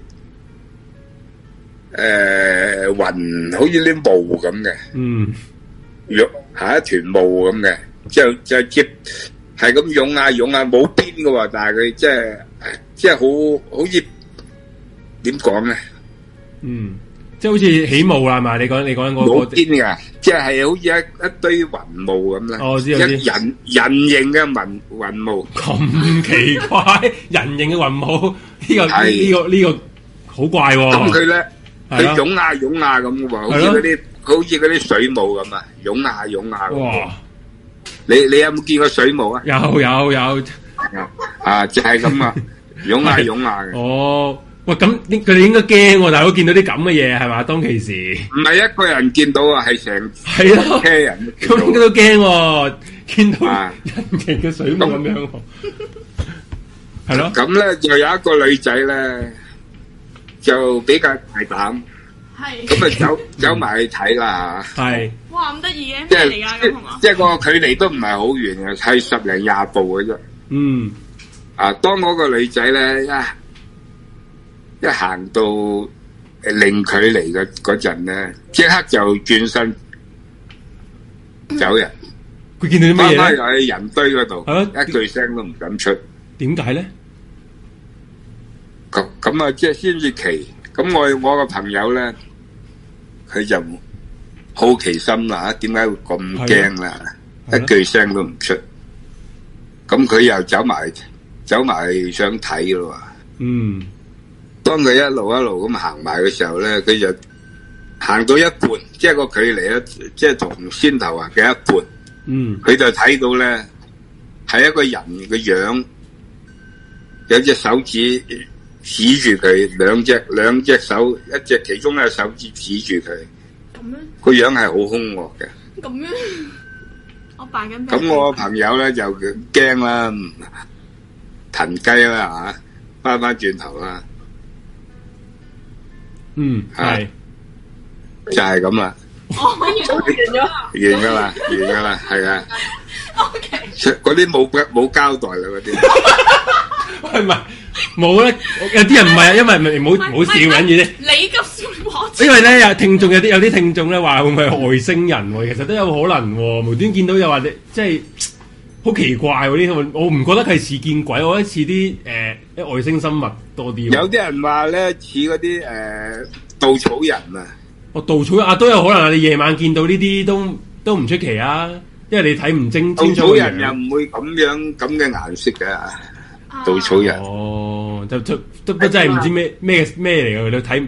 [SPEAKER 8] 誒雲，好似啲霧咁嘅，
[SPEAKER 2] ừ,
[SPEAKER 4] 嗯
[SPEAKER 8] 湧下一團霧咁嘅，就就接係咁湧下湧下，冇邊嘅喎，但係佢即係即係好好似點講咧，
[SPEAKER 4] 嗯，即係好似起霧啦係咪？你講你講嗰
[SPEAKER 8] 冇
[SPEAKER 4] 個
[SPEAKER 8] 邊嘅，即係好似一一堆雲霧咁啦，
[SPEAKER 4] 哦我知
[SPEAKER 8] 一
[SPEAKER 4] 我知
[SPEAKER 8] 人人形嘅雲雲霧。
[SPEAKER 4] 咁奇怪，人形嘅雲母呢個
[SPEAKER 8] 係
[SPEAKER 4] 呢個呢個好怪
[SPEAKER 8] 咁佢
[SPEAKER 4] 喎，
[SPEAKER 8] 咧，
[SPEAKER 4] 係啊
[SPEAKER 8] 佢湧下湧下咁嘅喎，好似
[SPEAKER 4] 係咯
[SPEAKER 8] 嗰啲好似嗰啲水母咁啊，湧下湧下咁。
[SPEAKER 4] 哇！
[SPEAKER 8] 你你有冇見過水母啊？
[SPEAKER 4] 有有有，
[SPEAKER 8] 啊，就係咁啊，湧下湧下嘅。
[SPEAKER 4] *laughs* 哦，喂，咁呢佢哋應該驚喎，大佬見到啲咁嘅嘢係嘛？當其時
[SPEAKER 8] 唔係一個人見到啊，係成
[SPEAKER 4] 係咯，
[SPEAKER 8] 車人都
[SPEAKER 4] 咁應該
[SPEAKER 8] 見到。
[SPEAKER 4] 都驚喎，見到
[SPEAKER 8] 啊
[SPEAKER 4] 人形嘅水母咁樣喎，係咯，
[SPEAKER 8] 咁咧就有一個女仔咧，就比較大膽，
[SPEAKER 3] 係
[SPEAKER 8] 咁咪走走埋去睇啦。
[SPEAKER 4] 係
[SPEAKER 3] 哇咁得意嘅
[SPEAKER 8] 即
[SPEAKER 3] 咩
[SPEAKER 8] 係
[SPEAKER 3] 嚟㗎咁係嘛？
[SPEAKER 8] 即係個距離都唔係好遠嘅，係十零廿步嘅啫。
[SPEAKER 2] ừ,
[SPEAKER 4] 嗯
[SPEAKER 8] 啊，當嗰個女仔咧一一行到呃零距離嘅嗰陣咧，即刻就轉身
[SPEAKER 3] 嗯
[SPEAKER 8] 走人，
[SPEAKER 4] 佢見到啲乜
[SPEAKER 8] 翻
[SPEAKER 4] 嘢
[SPEAKER 8] 返
[SPEAKER 4] 咧？
[SPEAKER 8] 入去人堆嗰度
[SPEAKER 4] 係，咯
[SPEAKER 8] 一句聲都唔敢出。
[SPEAKER 4] 點解咧？
[SPEAKER 8] 咁咁啊，即係先至奇。咁我我個朋友咧，佢就好奇心啦，點解會咁驚啦？
[SPEAKER 4] 係啊
[SPEAKER 8] 一
[SPEAKER 4] 咯
[SPEAKER 8] 句聲都唔出。咁佢又走埋走埋去想睇咯喎。
[SPEAKER 2] ừ,
[SPEAKER 4] 嗯
[SPEAKER 8] 當佢一路一路咁行埋嘅時候咧，佢就行到一半，即係個距離咧，即係同先頭行嘅一半，
[SPEAKER 2] ừ.
[SPEAKER 4] 嗯
[SPEAKER 8] 佢就睇到咧係一個人嘅樣，有隻手指指住佢，兩隻兩隻手，一隻其中一隻手指指住佢，
[SPEAKER 3] 咁樣
[SPEAKER 8] 個樣係好兇惡嘅。
[SPEAKER 3] 咁樣，我扮緊俾人
[SPEAKER 8] 咁我朋友咧就驚啦，騰雞啦嚇，翻翻轉頭啦，
[SPEAKER 4] 嗯係
[SPEAKER 8] 就係咁啦。完噶啦，完噶啦，係啊。嗰啲冇冇交代啦，嗰啲
[SPEAKER 4] 喂唔係冇咧？有啲人唔係，因為唔好唔好笑緊住啫。
[SPEAKER 3] 你急笑我，
[SPEAKER 4] 因為咧有聽眾有啲有啲聽眾咧話會唔會係外星人喎？其實都有可能喎，無端見到又話你即係好奇怪喎呢個，我唔覺得佢係似見鬼，我覺得似啲誒啲外星生物多啲喎。
[SPEAKER 8] 有啲人話咧似嗰啲誒稻草人啊，
[SPEAKER 4] 我稻草啊都有可能啊！你夜晚見到呢啲都都唔出奇啊，因為你睇唔清
[SPEAKER 8] 稻
[SPEAKER 4] 清
[SPEAKER 8] 草
[SPEAKER 4] 楚
[SPEAKER 8] 人又
[SPEAKER 4] 樣
[SPEAKER 8] 唔會咁樣咁嘅顏色嘅
[SPEAKER 3] 啊
[SPEAKER 8] 稻草人。
[SPEAKER 4] 哦，就就都
[SPEAKER 8] 哎
[SPEAKER 4] 都真係
[SPEAKER 8] 啊
[SPEAKER 4] 唔知咩咩咩嚟嘅，你睇唔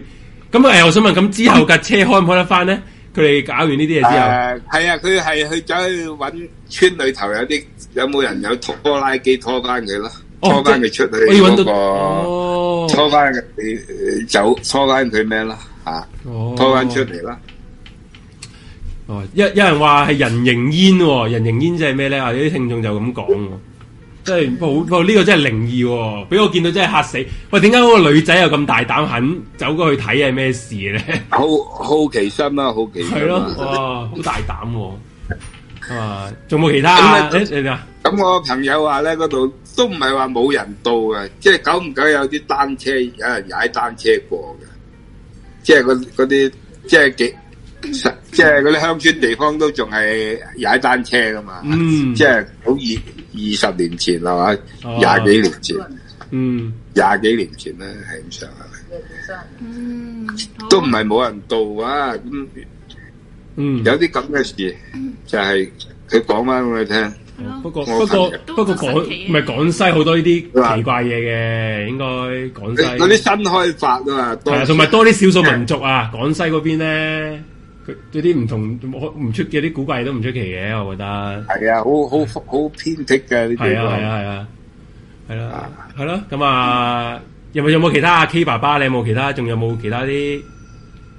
[SPEAKER 4] 咁誒，我想問咁之後架車開唔開得翻咧？佢哋搞完呢啲嘢之後，
[SPEAKER 8] 誒係啊，佢係去走去揾村裏頭有啲有冇人有拖拉機拖翻佢咯，
[SPEAKER 4] 哦
[SPEAKER 8] 拖翻佢出去
[SPEAKER 4] 我要揾
[SPEAKER 8] 嗰
[SPEAKER 4] 到
[SPEAKER 8] 個，
[SPEAKER 4] 哦
[SPEAKER 8] 拖翻佢走，拖翻佢咩啦嚇，
[SPEAKER 4] 哦
[SPEAKER 8] 拖翻出嚟啦。
[SPEAKER 4] 哦，有有人話係人形煙喎，人形煙即係咩咧？啊，有啲聽眾就咁講喎，即係好好呢個真係靈異喎，俾我見到真係嚇死！喂，點解嗰個女仔又咁大膽肯走過去睇係咩事咧？
[SPEAKER 8] 好好奇心啊，好奇心
[SPEAKER 4] 係咯，
[SPEAKER 8] 啊。
[SPEAKER 4] 哇，好大膽喎！啊，仲冇其他啊？
[SPEAKER 8] 咁啊
[SPEAKER 4] 誒你啊，
[SPEAKER 8] 咁我朋友話咧，嗰度都唔係話冇人到嘅，即係久唔久有啲單車有人踩單車過嘅，即係嗰嗰啲即係幾即係嗰啲鄉村地方都仲係踩單車噶嘛，
[SPEAKER 4] 嗯
[SPEAKER 8] 即係好二二十年前係嘛，
[SPEAKER 4] 哦
[SPEAKER 8] 廿幾年前，
[SPEAKER 4] 嗯，
[SPEAKER 8] 廿幾年前咧係咁上下，
[SPEAKER 3] 嗯，好
[SPEAKER 8] 都唔係冇人到啊，咁
[SPEAKER 4] 嗯，
[SPEAKER 8] 有啲咁嘅事就係佢講翻俾我聽，
[SPEAKER 4] 不過不過
[SPEAKER 8] 我朋
[SPEAKER 3] 友
[SPEAKER 4] 不過
[SPEAKER 3] 都
[SPEAKER 4] 廣
[SPEAKER 3] 都神奇嘅
[SPEAKER 4] 唔係廣西好多呢啲
[SPEAKER 8] 佢話
[SPEAKER 4] 奇怪嘢嘅，應該廣西
[SPEAKER 8] 嗰啲新開發啊嘛，
[SPEAKER 4] 係啊，
[SPEAKER 8] 當
[SPEAKER 4] 同埋多啲少數民族啊，廣西嗰邊咧，佢嗰啲唔同唔出嘅啲古怪嘢都唔出奇嘅，我覺得
[SPEAKER 8] 系啊，好好好偏僻嘅呢啲
[SPEAKER 4] 係啊係啊係啊，係啦係咯，咁啊有冇有冇其他啊 K 爸爸？你有冇其他？仲有冇其他啲？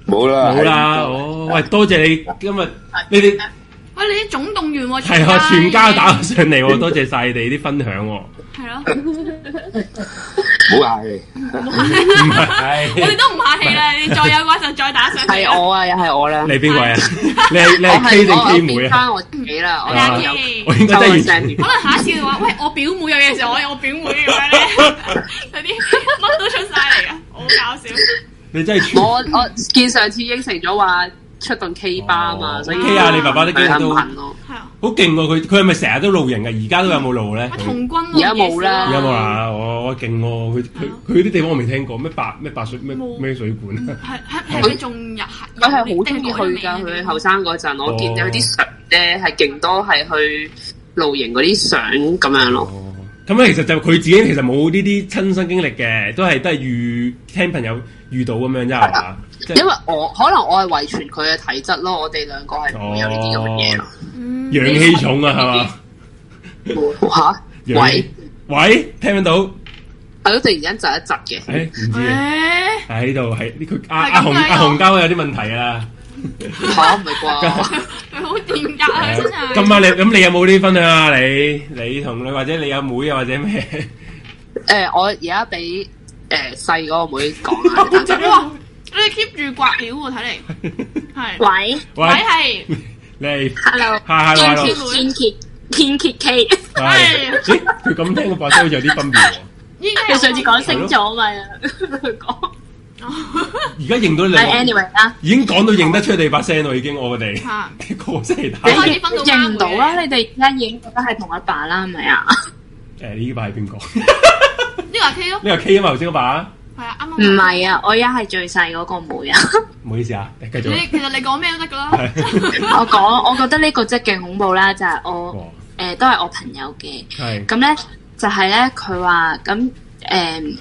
[SPEAKER 8] 冇啦，
[SPEAKER 4] 冇啦，
[SPEAKER 8] 係
[SPEAKER 4] 哦，喂，多謝你今日你哋
[SPEAKER 3] 喂啊你啲總動員喎，
[SPEAKER 4] 係啊，全家打
[SPEAKER 3] 係
[SPEAKER 4] 上嚟喎，多謝晒你哋啲分享喎，
[SPEAKER 3] 咯， *laughs*
[SPEAKER 8] 冇系，
[SPEAKER 4] 唔
[SPEAKER 3] 我
[SPEAKER 4] 係
[SPEAKER 3] 哋都唔客
[SPEAKER 7] *laughs*
[SPEAKER 3] 氣啦，你再有嘅話就再打上嚟啦
[SPEAKER 7] 係。我啊，又係我啦。
[SPEAKER 4] 你邊位啊？你係你
[SPEAKER 7] 我
[SPEAKER 4] 係
[SPEAKER 7] 係
[SPEAKER 4] K 定
[SPEAKER 7] 我
[SPEAKER 4] K
[SPEAKER 7] 我
[SPEAKER 4] 妹
[SPEAKER 7] 變
[SPEAKER 4] 啊？
[SPEAKER 7] 翻我自己啦，我
[SPEAKER 3] 係啊
[SPEAKER 7] 有
[SPEAKER 3] 我
[SPEAKER 4] 我應該真係完全
[SPEAKER 3] 可能下一次嘅話，喂，我表妹有嘢時候，我有我表妹咁
[SPEAKER 4] *laughs*
[SPEAKER 3] 樣咧，嗰啲乜都出晒嚟噶，好搞笑。
[SPEAKER 4] 你真係
[SPEAKER 7] *laughs*
[SPEAKER 4] 全
[SPEAKER 7] 我我見上次應承咗話出動 K 巴啊嘛，所以
[SPEAKER 4] K 啊！你爸爸都
[SPEAKER 7] 係
[SPEAKER 4] 驚
[SPEAKER 7] 啊
[SPEAKER 4] 到
[SPEAKER 7] 唔行咯。
[SPEAKER 3] 係啊，
[SPEAKER 4] 好勁喎！佢佢係咪成日都露營嘅？而家都有冇露咧
[SPEAKER 3] 我？童軍
[SPEAKER 7] 而家冇啦
[SPEAKER 4] 而
[SPEAKER 3] 而
[SPEAKER 4] 家冇。啦！我我勁喎！佢佢佢啲地方我未聽過，咩白咩白水咩
[SPEAKER 3] 啊冇嗯
[SPEAKER 4] 咩水管啊？
[SPEAKER 3] 係係係咪仲入
[SPEAKER 7] 佢係好中意去㗎，佢後生嗰陣，
[SPEAKER 4] 哦
[SPEAKER 7] 我見有啲相咧係勁多係去露營嗰啲相咁樣咯。
[SPEAKER 4] 哦，咁咧其實就佢自己其實冇呢啲親身經歷嘅，都係都係遇聽朋友遇到咁樣啫，係嘛？即係
[SPEAKER 7] 因為我可能我係遺傳佢嘅體質咯，我哋兩個係啊唔會有呢啲咁嘅嘢咯。
[SPEAKER 3] 嗯
[SPEAKER 4] 陽哦氣重啊，
[SPEAKER 10] *laughs*
[SPEAKER 4] 係嘛？
[SPEAKER 7] 嚇，
[SPEAKER 4] 陽
[SPEAKER 7] 喂
[SPEAKER 4] 氣，喂，聽唔聽到？
[SPEAKER 7] 係咯，突然間窒一窒嘅。
[SPEAKER 4] 誒唔知啊，
[SPEAKER 3] 誒
[SPEAKER 4] 喺呢度喺呢佢阿
[SPEAKER 3] 係咁
[SPEAKER 4] 阿紅
[SPEAKER 3] 樣
[SPEAKER 4] 阿
[SPEAKER 3] 咯
[SPEAKER 4] 紅交有啲問題啊！
[SPEAKER 7] 嚇唔係啩？
[SPEAKER 3] 佢 *laughs* 好掂格啊，真係。
[SPEAKER 4] 今晚你咁你有冇啲分享啊？你你同你或者你阿妹啊或者咩？ *laughs*
[SPEAKER 3] *laughs*
[SPEAKER 7] 誒，我而家俾誒細嗰個妹講啊，等陣
[SPEAKER 3] 哇！你 keep 住刮料喎，睇嚟係
[SPEAKER 10] 喂
[SPEAKER 3] 鬼係 *laughs*
[SPEAKER 4] 你係
[SPEAKER 10] ，hello，
[SPEAKER 4] 嗨嗨
[SPEAKER 10] 天
[SPEAKER 4] 嗨
[SPEAKER 10] 蝎天蝎天蝎 K，
[SPEAKER 4] 係咦？佢咁聽個把聲好似有啲分別喎。
[SPEAKER 3] 依家
[SPEAKER 10] 佢
[SPEAKER 3] 有
[SPEAKER 10] 上次講星座嘛，講
[SPEAKER 4] 而家認到你
[SPEAKER 10] 但 anyway à. 啦，
[SPEAKER 4] 已經講到認得出你把聲咯，已經我哋 *laughs*
[SPEAKER 3] 嚇
[SPEAKER 4] 個星期打
[SPEAKER 10] 你
[SPEAKER 3] 可以分到家會嘅
[SPEAKER 10] 認唔到啦，你哋而家已經覺得係同一把啦，係咪啊？
[SPEAKER 4] 誒呢把係邊個？ *laughs*
[SPEAKER 3] 呢個係 K 咯，
[SPEAKER 4] 呢個 K 啊嘛，頭先嗰把，
[SPEAKER 3] 係啊，啱
[SPEAKER 10] 唔
[SPEAKER 3] 啱。
[SPEAKER 10] 係啊，我而家係最細嗰個妹啊，
[SPEAKER 4] 唔好意思啊，繼續。
[SPEAKER 3] 你其實你講咩都得噶 *laughs* 啦，
[SPEAKER 4] 係 *laughs*
[SPEAKER 10] 我講，我覺得呢個真係勁恐怖啦，就係
[SPEAKER 4] 哇
[SPEAKER 10] 我誒都係我朋友嘅。
[SPEAKER 4] 係
[SPEAKER 10] 咁咧就係咧，佢話咁誒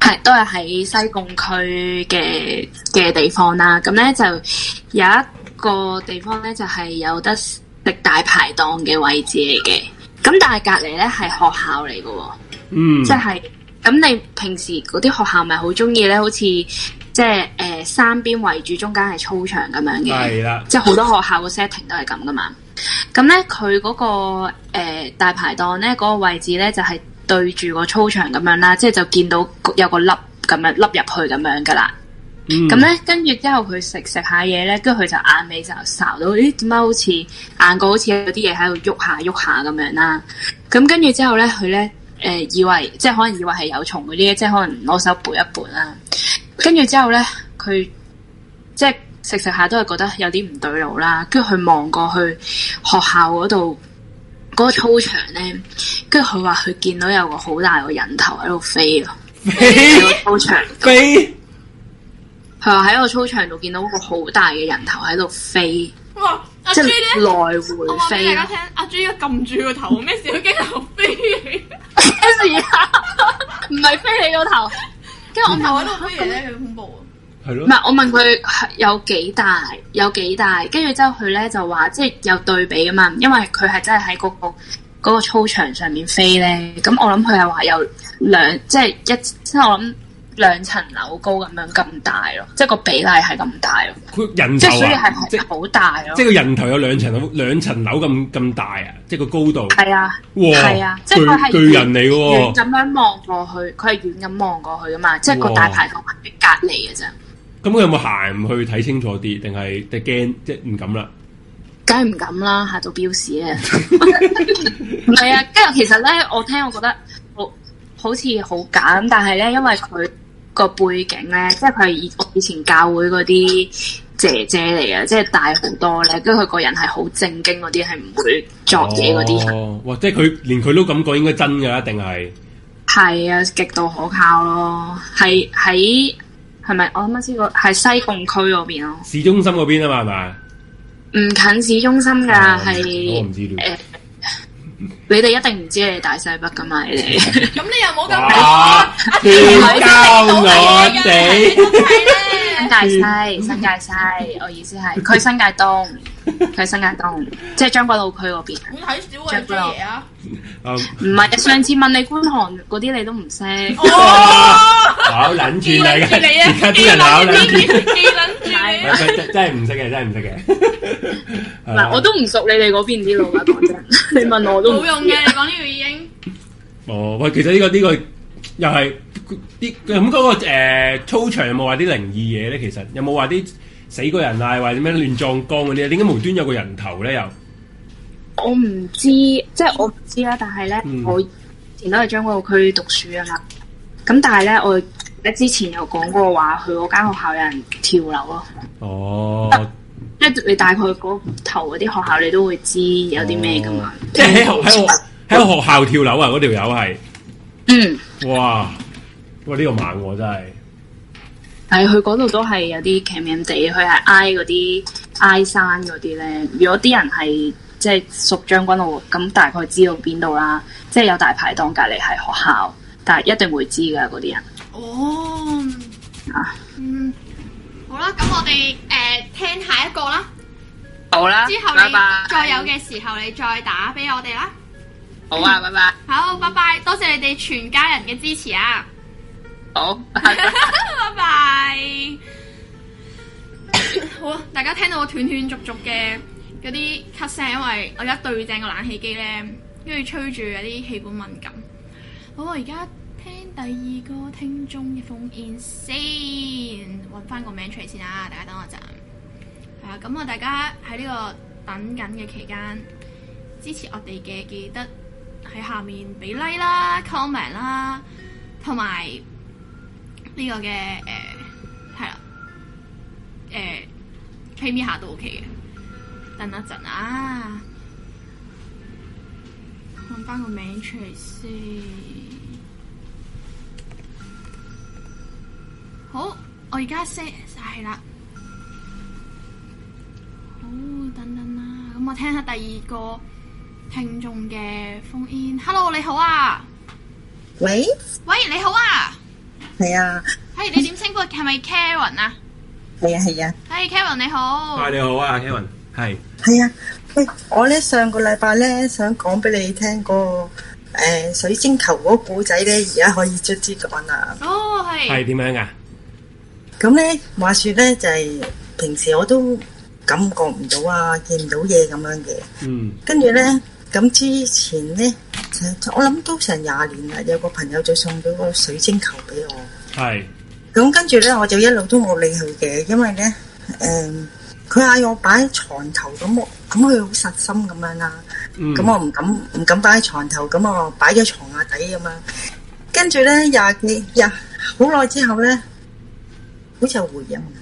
[SPEAKER 10] 係都係喺西貢區嘅嘅地方啦。咁咧就有一個地方咧，就係、有得食大排檔嘅位置嚟嘅。咁但係隔離咧係學校嚟嘅喎，
[SPEAKER 4] 嗯，
[SPEAKER 10] 即係咁你平時嗰啲學校咪好中意咧，好似即係誒、呃三邊圍住，中間係操場咁樣嘅。
[SPEAKER 4] 係啦，
[SPEAKER 10] 即係好多學校嘅 setting 都係咁噶嘛。咁咧，佢嗰、個、呃、大排檔咧，嗰、個位置咧就係、對住個操場咁樣啦，即係就見到有個粒咁樣粒入去咁樣噶啦。
[SPEAKER 4] 咁
[SPEAKER 1] Ừ. 嗯
[SPEAKER 10] 咁咧，跟住之後佢食食下嘢咧，跟住佢就眼尾就睄到，咦點解好似眼角好似有啲嘢喺度喐下喐下咁樣啦？咁跟住之後咧，佢咧誒以為即係可能以為係有蟲嗰啲，即係可能攞手撥一撥啦。跟住之後咧，佢即係食食下都係覺得有啲唔對路啦。跟住佢望過去學校嗰度嗰個操場咧，跟住佢話佢見到有個好大個人頭喺度飛咯，喺
[SPEAKER 4] 飛
[SPEAKER 10] 個操場。
[SPEAKER 4] 飛
[SPEAKER 10] 佢話喺個操場度見到個好大嘅人頭喺度飛，
[SPEAKER 3] 哇！阿
[SPEAKER 10] 即
[SPEAKER 3] J
[SPEAKER 10] 係
[SPEAKER 3] 咧，我
[SPEAKER 10] 來
[SPEAKER 3] 話
[SPEAKER 10] 回啊
[SPEAKER 3] 俾
[SPEAKER 10] 飛
[SPEAKER 3] 大家
[SPEAKER 10] 咯。
[SPEAKER 3] 聽，阿 J 一撳住個頭，咩事都驚頭
[SPEAKER 10] *laughs*
[SPEAKER 3] 飛，
[SPEAKER 10] 咩事啊？唔係飛你個頭，跟住我
[SPEAKER 3] 頭
[SPEAKER 10] 問
[SPEAKER 3] 喺度飛嚟咧，佢恐怖啊！
[SPEAKER 4] 係咯
[SPEAKER 10] 唔，係我問佢係有幾大，有幾大，跟住之後佢咧就話即係有對比啊嘛，因為佢係真係喺嗰個嗰個操場上面飛咧，咁我諗佢係話有兩即係一即係我諗兩層樓高咁樣咁大咯，即係個比例係咁大咯，
[SPEAKER 4] 佢人
[SPEAKER 10] 即係
[SPEAKER 4] 頭
[SPEAKER 10] 所以
[SPEAKER 4] 啊，
[SPEAKER 10] 係
[SPEAKER 4] 即
[SPEAKER 10] 係好大咯
[SPEAKER 4] 即係，個人頭有兩層樓兩層樓咁咁大啊，即係個高度。
[SPEAKER 10] 係啊。
[SPEAKER 4] 哇，
[SPEAKER 10] 係啊即係佢係
[SPEAKER 4] 巨巨人嚟
[SPEAKER 10] 遠
[SPEAKER 4] 嘅喎。
[SPEAKER 10] 咁樣望過去，佢係遠咁望過去噶嘛，即係個
[SPEAKER 4] 哇
[SPEAKER 10] 大排檔喺隔離嘅啫，
[SPEAKER 4] 咁佢有冇行去睇清楚啲，定係定驚即係唔敢啦？
[SPEAKER 10] 梗係唔敢啦，嚇到標示啊！唔係啊，跟住其實咧，我聽我覺得好好似好假咁，但係咧，因為佢個背景咧，即係佢係以我以前教會嗰啲姐姐嚟嘅，即係大好多咧，跟住佢個人係好正經嗰啲，係唔會作嘢嗰啲人，
[SPEAKER 4] 哦，哇！即係佢連佢都咁講，應該真㗎啦，定係
[SPEAKER 10] 係啊，極度可靠咯，係喺係咪我啱啱先講係西貢區嗰邊咯。
[SPEAKER 4] 市中心嗰邊啊嘛，
[SPEAKER 10] 唔近市中心噶，
[SPEAKER 4] 係咪啊？
[SPEAKER 10] 係
[SPEAKER 4] 我唔知道。
[SPEAKER 10] 誒，你哋一定唔知你哋大西北噶嘛？你哋
[SPEAKER 3] *laughs* 咁你又
[SPEAKER 1] À,
[SPEAKER 3] 冇咁
[SPEAKER 4] 哇！點教我哋？
[SPEAKER 10] 新界西，新界西，我意思
[SPEAKER 4] *laughs*
[SPEAKER 10] 係佢新界東，佢新界東，即係將軍澳區嗰邊。
[SPEAKER 3] 我睇少啊 J 爺啊！
[SPEAKER 4] 嗯
[SPEAKER 10] 唔係上次問你觀塘嗰啲，你都唔識。
[SPEAKER 3] 哦
[SPEAKER 4] 考撚住你
[SPEAKER 3] 記撚住你
[SPEAKER 4] 嘅，
[SPEAKER 3] 啊！
[SPEAKER 4] 而家啲人考撚住
[SPEAKER 3] 記撚住你記撚住你啊！
[SPEAKER 4] 喂真真真係唔識嘅，真係唔識嘅。 *laughs* 係啊啦
[SPEAKER 10] 嗱，我都唔熟你哋嗰邊啲路啊，
[SPEAKER 3] *laughs*
[SPEAKER 10] 講真。 *laughs* 你問我都唔
[SPEAKER 3] 冇
[SPEAKER 10] 知啊
[SPEAKER 3] 用嘅，你講呢句已經
[SPEAKER 4] 哦，喂，其實呢、個呢、個又係啲咁嗰個、呃、操場有冇話啲靈異嘢咧？其實有冇話啲死過人啊，或者咩亂撞缸嗰啲啊咧？點解無端有個人頭咧？又
[SPEAKER 10] 我唔知，即係我唔知啦。但係咧，
[SPEAKER 4] 嗯
[SPEAKER 10] 我以前都係將軍澳區讀書啊嘛。咁但係咧，我咧之前有講過話，佢嗰間學校有人跳樓咯。
[SPEAKER 4] 哦，
[SPEAKER 10] 即係你大概嗰頭嗰啲學校，你都會知有啲咩噶嘛。
[SPEAKER 4] 即嗯 *laughs* 係喺學喺學喺學校跳樓啊！嗰條友係
[SPEAKER 10] 嗯，
[SPEAKER 4] 哇，哇呢、個猛喎、真係
[SPEAKER 10] 係佢嗰度都係有啲鉗鉗地，佢係挨嗰啲挨山嗰啲咧。如果啲人係即係屬將軍澳，咁大概知道邊度啦。即係有大排檔隔離係學校，但係一定會知噶嗰啲人。
[SPEAKER 3] *laughs* 哦，
[SPEAKER 10] 啊
[SPEAKER 3] 嗯，好啦，咁我哋誒聽下一個啦。
[SPEAKER 7] 好啦，
[SPEAKER 3] 之後
[SPEAKER 7] 拜
[SPEAKER 3] 你
[SPEAKER 7] 拜，
[SPEAKER 3] 再有嘅時候，你再打俾我哋啦。
[SPEAKER 7] 好啊，拜拜，
[SPEAKER 3] 好，拜拜，多謝你哋全家人嘅支持啊！
[SPEAKER 7] 好，拜拜
[SPEAKER 3] 拜拜。 *coughs* 好啦，大家聽到我斷斷續續嘅嗰啲咳聲，因為我而家對正個冷氣機咧，跟住吹住有啲氣管敏感。好，我而家聽第二個聽眾嘅封煙先，揾翻個名出嚟先啊！大家等我陣。係啊，咁啊，大家喺呢個等緊嘅期間，支持我哋嘅記得喺下面俾 like 啦、comment 啦，同埋呢個嘅誒係啦，誒 pay me 下都 OK 嘅。等一陣啊，揾翻個名出嚟先。好，我而家 set 晒啦。好，等等啦，咁我聽下第二個聽眾嘅 phone in。Hello，你好啊，
[SPEAKER 11] 喂，
[SPEAKER 3] 喂，你好啊，
[SPEAKER 11] 係啊，
[SPEAKER 3] 係你點稱呼？係咪 Karen 啊？
[SPEAKER 11] 係啊，係啊，
[SPEAKER 3] 係 Karen 你好，
[SPEAKER 4] 你好啊，Kevin，係
[SPEAKER 11] 係啊。喂，我咧上個禮拜咧想講俾你聽個誒、水晶球嗰個故仔咧，而家可以卒之講啦。
[SPEAKER 3] 哦
[SPEAKER 4] 係
[SPEAKER 3] 係，
[SPEAKER 4] 點樣啊噶？
[SPEAKER 11] 咁咧話說咧就係、平時我都感覺唔到啊，見唔到嘢咁樣嘅。
[SPEAKER 2] Ừ.
[SPEAKER 4] 嗯，
[SPEAKER 11] 跟住咧，咁之前咧，就我諗都成廿年啦，有個朋友就送咗個水晶球俾我。
[SPEAKER 4] 係
[SPEAKER 11] 咁跟住咧，我就一路都冇理佢嘅，因為咧，誒、佢嗌我擺喺床頭，咁我咁佢好實心咁樣啦。
[SPEAKER 4] 嗯
[SPEAKER 11] 咁、我唔敢唔敢擺喺床頭，咁我擺咗床下底咁樣。跟住咧，廿幾廿好耐之後咧，好似有回音。啊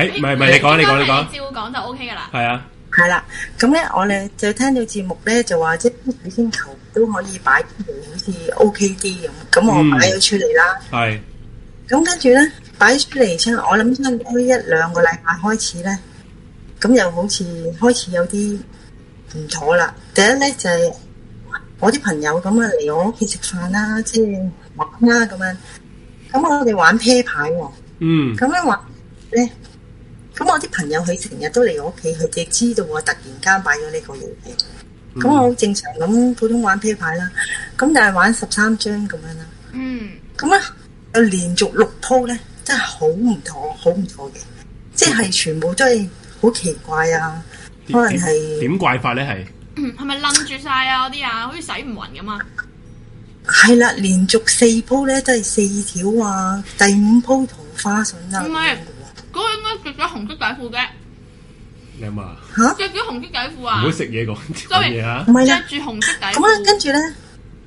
[SPEAKER 4] 係唔係唔係？你講你講你講，
[SPEAKER 3] 照講就 OK 噶啦。 *clears throat*
[SPEAKER 4] 係啊，
[SPEAKER 11] 係啦，咁咧我咧就聽到節目咧就話即係啲水晶球都可以擺出嚟，好似 O K 啲咁。咁
[SPEAKER 4] 嗯
[SPEAKER 11] 我擺咗出嚟啦，
[SPEAKER 4] 係
[SPEAKER 11] 咁跟住咧擺咗出嚟之後，我諗差唔多一兩個禮拜開始咧，咁又好似開始有啲唔妥啦。第一咧就係、我啲朋友咁啊嚟我屋企食飯啦，即係玩啦咁樣。咁我哋玩啤牌喎、
[SPEAKER 1] Ừ.
[SPEAKER 4] 嗯
[SPEAKER 11] 咁樣話咧，咁我啲朋友佢成日都嚟我屋企，佢哋知道我突然間買咗呢個嘢嘅，咁我好正常咁普通玩啤牌啦，咁但係玩十三張咁樣啦，
[SPEAKER 3] 嗯，
[SPEAKER 11] 咁咧就連續六鋪咧，真係好唔妥，好唔妥嘅，即係全部都係好奇怪啊，可能
[SPEAKER 4] 點
[SPEAKER 11] 係
[SPEAKER 4] 點怪法咧？係
[SPEAKER 3] 嗯係咪冧住晒啊？嗰啲啊，好似洗唔勻咁啊。
[SPEAKER 11] 係啦，連續四鋪咧都係四條啊，第五鋪桃花筍啊，
[SPEAKER 3] 唔係嗰個應該着咗紅色底褲啫，
[SPEAKER 4] 你阿嘛？
[SPEAKER 11] 嚇、
[SPEAKER 3] 着咗紅色底褲
[SPEAKER 4] 唔
[SPEAKER 3] 啊
[SPEAKER 4] 好，食嘢講講
[SPEAKER 3] Sorry
[SPEAKER 4] 嘢啊！
[SPEAKER 11] 唔係啦
[SPEAKER 3] 着。住紅色底
[SPEAKER 11] 咁啊，
[SPEAKER 3] 褲。
[SPEAKER 11] 跟住咧，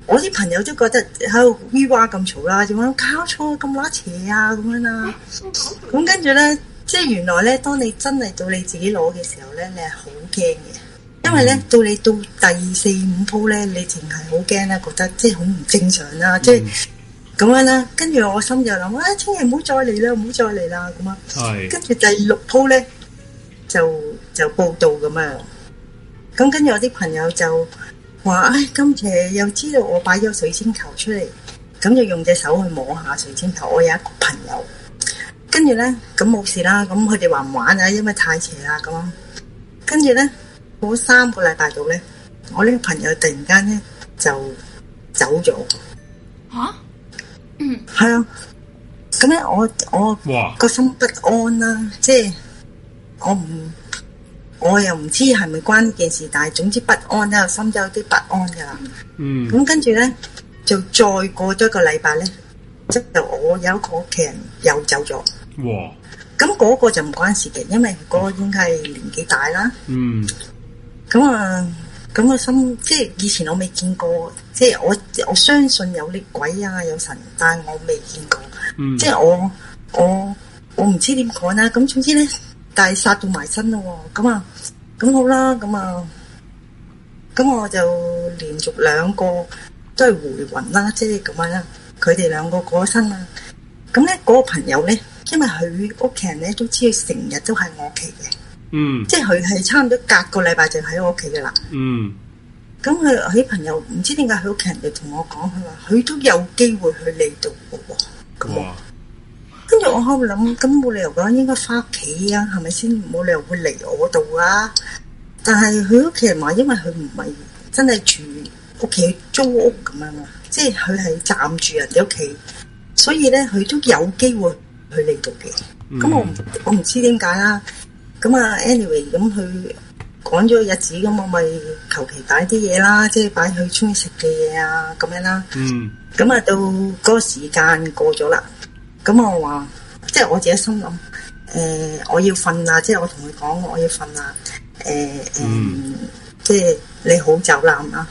[SPEAKER 11] 我啲朋友都覺得喺度 V 哇咁嘈啦，點樣搞錯咁乸邪啊咁樣啦。咁跟住咧，即係原來咧，當你真係到你自己攞嘅時候咧，你係好驚嘅，因為咧到你到第四五鋪咧，你淨係好驚啊啦，覺得即係好唔正常啦，即係咁樣啦。跟住我心就諗啊，千祈唔好再嚟啦，唔好再嚟啦咁啊。
[SPEAKER 4] 係
[SPEAKER 11] 跟住第六鋪咧就就報道咁啊樣，咁跟住我啲朋友就話：，唉，今次又知道我擺咗水晶球出嚟，咁就用隻手去摸下水晶球。我有一個朋友，跟住咧咁冇事啦，咁佢哋話唔玩啊，因為太邪啦咁。跟住咧，嗰三個禮拜度咧，我呢個朋友突然間咧就走咗，
[SPEAKER 3] 吓？
[SPEAKER 11] 係啊，咁咧我我
[SPEAKER 4] 哇！
[SPEAKER 11] 個心不安啦，即係我唔，我又唔知係咪關呢件事，但係總之不安啦，心都有啲不安噶啦。
[SPEAKER 4] 嗯
[SPEAKER 11] 咁跟住咧，就再過咗一個禮拜咧，即係我有一個屋企人又走咗，
[SPEAKER 4] 哇！
[SPEAKER 11] 咁嗰個就唔關事嘅，因為嗰個應該係年紀大啦。
[SPEAKER 2] Ừ.
[SPEAKER 4] 嗯
[SPEAKER 11] 咁啊，咁個心即係以前我未見過，即係我我相信有啲鬼啊有神，但係我未見過。
[SPEAKER 4] 嗯
[SPEAKER 11] 即係我我我唔知點講啦。咁總之咧，但係殺到埋身咯喎。咁啊，咁好啦，咁啊，咁我就連續兩個都係回魂啦，即係咁樣啦。佢哋兩個過咗身啦。咁咧，嗰個朋友咧，因為佢屋企人咧都知佢成日都喺我屋企嘅，
[SPEAKER 2] Ừ.
[SPEAKER 4] 嗯
[SPEAKER 11] 即係佢係差唔多隔個禮拜就喺我屋企噶啦。
[SPEAKER 2] Ừ.
[SPEAKER 4] 嗯
[SPEAKER 11] 咁佢佢啲朋友唔知點解佢屋企人就同我講，佢話佢都有機會去你度嘅喎。咁我
[SPEAKER 4] 哇！
[SPEAKER 11] 跟住我喺度諗，咁冇理由講應該翻屋企啊，係咪先？冇理由會嚟我度啊！但係佢屋企人話，因為佢唔係真係住屋企租屋咁樣啊，即係佢係暫住人哋屋企，所以咧佢都有機會去嚟到嘅。咁、我唔我唔知點解啦。咁啊，anyway，咁佢講咗個日子，咁我咪求其擺啲嘢啦，即係擺佢中意食嘅嘢啊，咁樣啦。
[SPEAKER 2] Ừ.
[SPEAKER 4] 嗯，
[SPEAKER 11] 咁啊，到嗰個時間過咗啦，咁我話，即係我自己心諗，誒、我要瞓啦，即係我同佢講我要瞓啦，誒、誒、
[SPEAKER 2] Ừ.
[SPEAKER 4] 嗯
[SPEAKER 11] 即係你好走啦咁啊。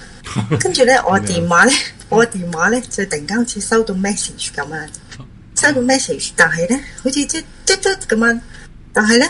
[SPEAKER 11] 跟住咧，我電話咧，我電話咧就突然間好似收到 message 咁啊，收到 message，但係咧好似即即即咁樣，但係咧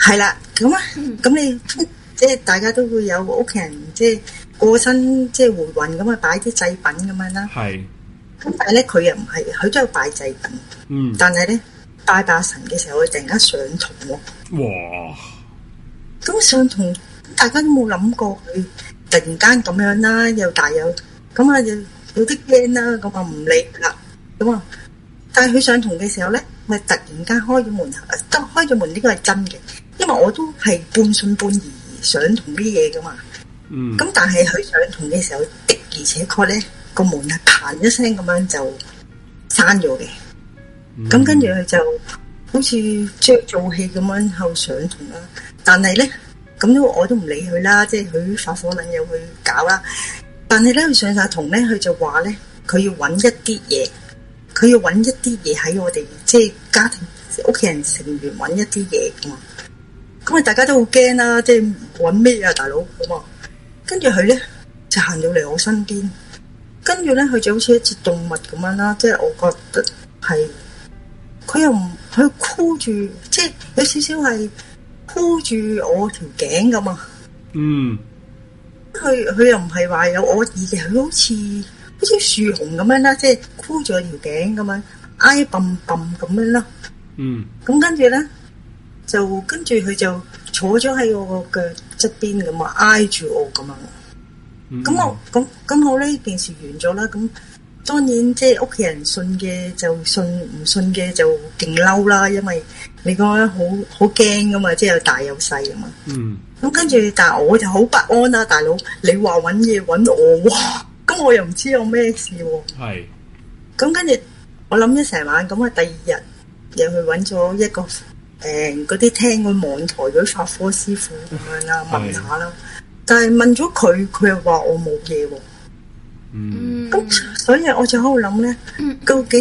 [SPEAKER 11] 系啦，咁啊，咁你即系大家都會有屋企人即系過身，即系回魂咁啊，擺啲祭品咁樣啦。
[SPEAKER 4] 係，
[SPEAKER 11] 咁但係咧，佢又唔係，佢都有拜祭品，
[SPEAKER 4] 嗯，
[SPEAKER 11] 但係咧拜拜神嘅時候，佢突然間上堂喎。
[SPEAKER 4] 哇，
[SPEAKER 11] 咁上堂大家都冇諗過佢突然間咁樣啦，又大有咁啊，有有啲驚啦，咁啊唔理佢啦，咁啊。但係佢上堂嘅時候咧，咪突然間開咗門口，得開咗門呢個係真嘅，因為我都係半信半疑上堂啲嘢噶嘛。
[SPEAKER 2] Ừ.
[SPEAKER 4] 嗯，
[SPEAKER 11] 咁但係佢上堂嘅時候，的而且確咧個門係嘭一聲咁樣就閂咗嘅。咁跟住佢就好似即係做戲咁樣後上堂啦。但係咧，咁都我都唔理佢啦，即係佢發火撚又去搞啦。但係咧，佢上晒堂咧，佢就話咧，佢要揾一啲嘢，佢要揾一啲嘢喺我哋即係家庭屋企人成員揾一啲嘢噶嘛。咁啊，大家都好驚啦，即係揾咩啊，大佬咁啊。跟住佢咧就行到嚟我身邊，跟住咧佢就好似一隻動物咁樣啦，即係我覺得係佢又唔佢箍住，即係有少少係箍住我條頸咁啊！
[SPEAKER 1] Ừ.
[SPEAKER 4] 嗯，
[SPEAKER 11] 佢佢又唔係話有我耳嘅，佢好似好似樹熊咁樣啦，即係箍住我條頸咁樣，挨揼揼咁樣啦。
[SPEAKER 2] Ừ.
[SPEAKER 4] 嗯，
[SPEAKER 11] 咁跟住咧，就跟住佢就坐咗喺我個腳側邊咁啊，挨住我咁樣。
[SPEAKER 1] Ừ.
[SPEAKER 4] 嗯
[SPEAKER 11] 咁我咁咁好呢件事完咗啦。咁當然即係屋企人信嘅就信，唔信嘅就勁嬲啦。因為你講得好好驚噶嘛，即係有大有細噶嘛。
[SPEAKER 2] Ừ.
[SPEAKER 4] 嗯，
[SPEAKER 11] 咁跟住，但係我就好不安啦、大佬。你話揾嘢揾我，哇！咁我又唔知有咩事喎、
[SPEAKER 4] 係，
[SPEAKER 11] 咁跟住我諗咗成晚，咁啊第二日又去揾咗一個誒嗰啲聽佢網台嗰啲法科師傅咁樣啦，問下啦。但係問咗佢，佢又話我冇嘢喎。
[SPEAKER 4] 嗯，
[SPEAKER 11] 咁所以我就喺度諗咧，究竟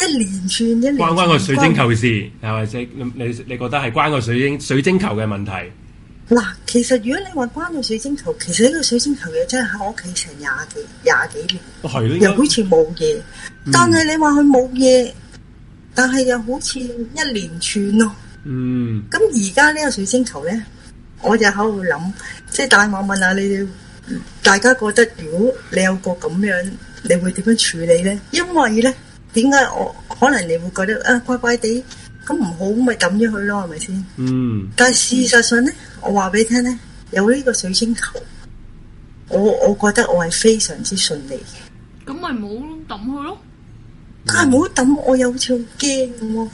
[SPEAKER 11] 一連串一連
[SPEAKER 4] 關
[SPEAKER 11] 串
[SPEAKER 4] 唔關個水晶球事係咪先？你你你覺得係關個水晶水晶球嘅問題？
[SPEAKER 11] 嗱，其實如果你話關到水晶球，其實呢個水晶球嘢真係喺我屋企成廿幾廿幾年。
[SPEAKER 4] 哦係咯，應該嗯
[SPEAKER 11] 又好似冇嘢，但係你話佢冇嘢，但係又好似一連串咯。
[SPEAKER 1] Ừ.
[SPEAKER 4] 嗯，
[SPEAKER 11] 咁而家呢個水晶球咧，我就喺度諗，即係大網問下你哋，大家覺得如果你有個咁樣，你會點樣處理咧？因為咧，點解我可能你會覺得啊怪怪地，咁唔好咪抌咗佢咯，係咪先？
[SPEAKER 2] Ừ.
[SPEAKER 4] 嗯，
[SPEAKER 11] 但係事實上咧，我話俾你聽咧，有呢個水晶球，我我覺得我係非常之順利嘅。
[SPEAKER 3] 咁咪冇抌佢咯。
[SPEAKER 11] 但啊係唔好抌，我又好似好驚咁喎。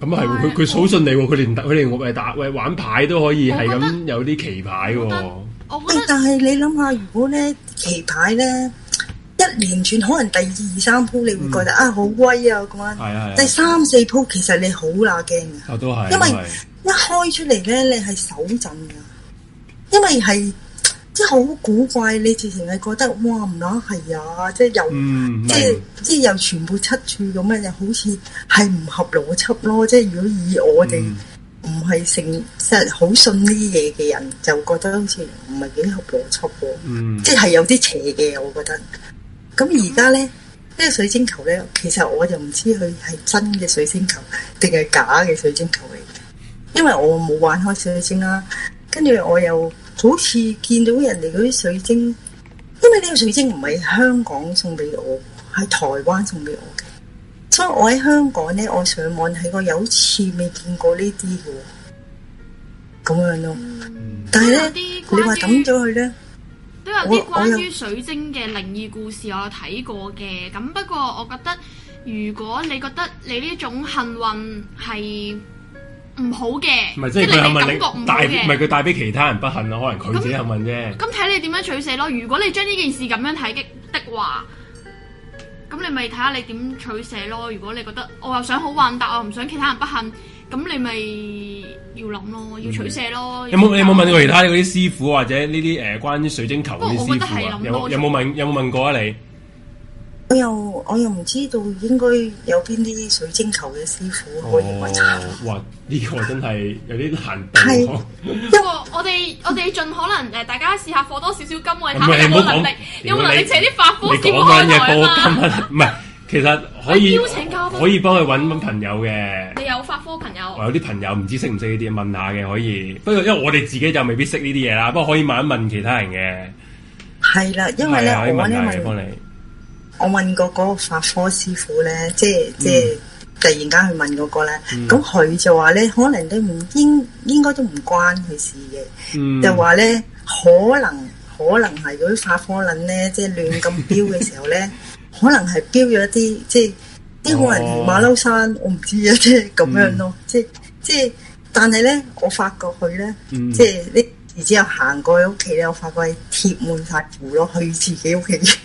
[SPEAKER 4] 咁係喎佢佢數信你喎，佢連打佢連喂打喂玩牌都可以係
[SPEAKER 3] 我覺
[SPEAKER 4] 咁有啲棋牌
[SPEAKER 3] 我
[SPEAKER 4] 喎
[SPEAKER 3] 覺，得，我覺
[SPEAKER 11] 喂
[SPEAKER 3] 得
[SPEAKER 11] 哎但係你諗下，如果咧棋牌咧一連串，可能第二三鋪你會覺得、啊好威啊咁
[SPEAKER 4] 係嗯啊係啊
[SPEAKER 11] 樣，第三四鋪其實你好乸驚嘅。
[SPEAKER 4] 啊都係，
[SPEAKER 11] 因為
[SPEAKER 4] 都係
[SPEAKER 11] 一開出嚟咧，你係手震噶，因為係即係好古怪，你之前係覺得哇唔乸係啊，即係
[SPEAKER 2] Ừ,
[SPEAKER 11] 又、
[SPEAKER 4] 嗯
[SPEAKER 11] 即係即係又全部七處咁樣，又好似係唔合邏輯咯。即係如果以我哋唔係成即係好信呢啲嘢嘅人，就覺得好似唔係幾合邏輯喎。
[SPEAKER 4] 嗯
[SPEAKER 11] 即係有啲邪嘅，我覺得。咁而家咧，呢、呢個水晶球咧，其實我就唔知佢係真嘅水晶球定係假嘅水晶球嚟嘅，因為我冇玩開水晶啦。跟住我又好似見到人哋嗰啲水晶，因為呢個水晶唔係香港送俾我，係台灣送俾我嘅。所以我喺香港咧，我上網睇過有好似未見過呢啲嘅喎。咁樣咯。
[SPEAKER 3] 嗯
[SPEAKER 11] 但係咧，
[SPEAKER 3] 關
[SPEAKER 11] 你話抌咗佢咧，
[SPEAKER 3] 都有啲
[SPEAKER 11] 我我有
[SPEAKER 3] 關於水晶嘅靈異故事我有睇過嘅，咁不過我覺得如果你覺得你呢種幸運係唔好嘅，
[SPEAKER 4] 唔係
[SPEAKER 3] 即係
[SPEAKER 4] 即係佢幸
[SPEAKER 3] 你
[SPEAKER 4] 運
[SPEAKER 3] 感覺
[SPEAKER 4] 你
[SPEAKER 3] 唔好
[SPEAKER 4] 帶，唔
[SPEAKER 3] 嘅，
[SPEAKER 4] 係佢帶俾其他人不幸咯，可能佢自己幸運啫。
[SPEAKER 3] 咁睇你點樣取捨咯。如果你將呢件事咁樣睇嘅的話，咁你咪睇下你點取捨咯。如果你覺得哦我又想好運，但我唔想其他人不幸，咁你咪要諗咯，要取啊捨咯。
[SPEAKER 4] 嗯有冇你有冇問過其他嗰啲師傅或者呢啲誒關於水晶球嗰啲
[SPEAKER 3] 不過我覺
[SPEAKER 4] 師
[SPEAKER 3] 得
[SPEAKER 4] 傅
[SPEAKER 3] 係
[SPEAKER 4] 啊？
[SPEAKER 3] 諗
[SPEAKER 4] 有冇
[SPEAKER 3] 多咗
[SPEAKER 4] 有冇問有冇問過啊？你
[SPEAKER 11] 我又我又唔知道應該有邊啲水晶球嘅師傅可以揾下。
[SPEAKER 4] 哦，哇！呢個真係有啲難
[SPEAKER 11] 係
[SPEAKER 4] 度。
[SPEAKER 3] *laughs* 不過我哋我哋盡可能誒，大家試下放多少少金位，睇
[SPEAKER 4] 唔
[SPEAKER 3] 下
[SPEAKER 4] 係
[SPEAKER 3] 有
[SPEAKER 4] 你
[SPEAKER 3] 冇
[SPEAKER 4] 唔好
[SPEAKER 3] 能力
[SPEAKER 4] 講，
[SPEAKER 3] 有冇能力
[SPEAKER 4] 你
[SPEAKER 3] 請啲法科
[SPEAKER 4] 你
[SPEAKER 3] 師
[SPEAKER 4] 講
[SPEAKER 3] 傅
[SPEAKER 4] 翻
[SPEAKER 3] 開
[SPEAKER 4] 嘢
[SPEAKER 3] 台啊嘛？
[SPEAKER 4] 報金唔係，其實可以
[SPEAKER 3] 我邀請嘉賓
[SPEAKER 4] 可以幫佢揾揾朋友嘅。
[SPEAKER 3] 你有法科朋友
[SPEAKER 4] 我有啲朋友唔知識唔識呢啲，問下嘅可以。不過因為我哋自己就未必識呢啲嘢啦，不過可以問一問其他人嘅。
[SPEAKER 11] 係啦，因為咧
[SPEAKER 4] 係啊可以
[SPEAKER 11] 我
[SPEAKER 4] 問下
[SPEAKER 11] 咧
[SPEAKER 4] 嘅幫
[SPEAKER 11] 問
[SPEAKER 4] 你。
[SPEAKER 11] 我問過嗰個法科師傅咧，即係
[SPEAKER 4] 嗯
[SPEAKER 11] 即係突然間去問嗰個咧，咁佢就話咧，可能都唔應應該都唔關佢事嘅。
[SPEAKER 4] 嗯，
[SPEAKER 11] 就話咧，可能可能係嗰啲化科撚咧，即係亂咁標嘅時候
[SPEAKER 4] *laughs*
[SPEAKER 11] 咧，可能係標咗一啲即係啲可能係馬騮山，我唔知啊，即係咁樣咯，即係即係，但係咧，我發覺佢咧，
[SPEAKER 4] 嗯
[SPEAKER 11] 即係呢，然之後行過去屋企咧，我發覺係貼滿晒符咯，去自己屋企。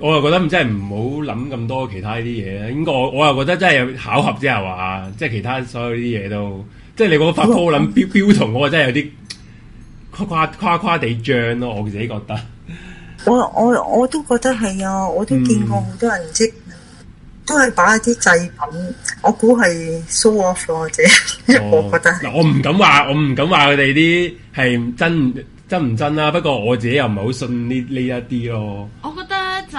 [SPEAKER 4] 我又覺得真係唔好諗咁多其他呢啲嘢。應該我我又覺得真係有巧合之後啊，即係其他所有呢啲嘢都，即係你嗰個發
[SPEAKER 11] *laughs*
[SPEAKER 4] 哥諗標標同嗰個真係有啲誇誇誇誇地漲咯，我自己覺得。
[SPEAKER 11] 我我我都覺得係啊，我都見
[SPEAKER 4] 嗯
[SPEAKER 11] 過好多人即都係擺一啲祭品，我估係 show off 咯，或者 *laughs* 我覺得係
[SPEAKER 4] 嗱，我唔敢話，我唔敢話佢哋啲係真真唔真啦。不過我自己又唔係好信呢呢一啲咯。
[SPEAKER 3] 我覺得就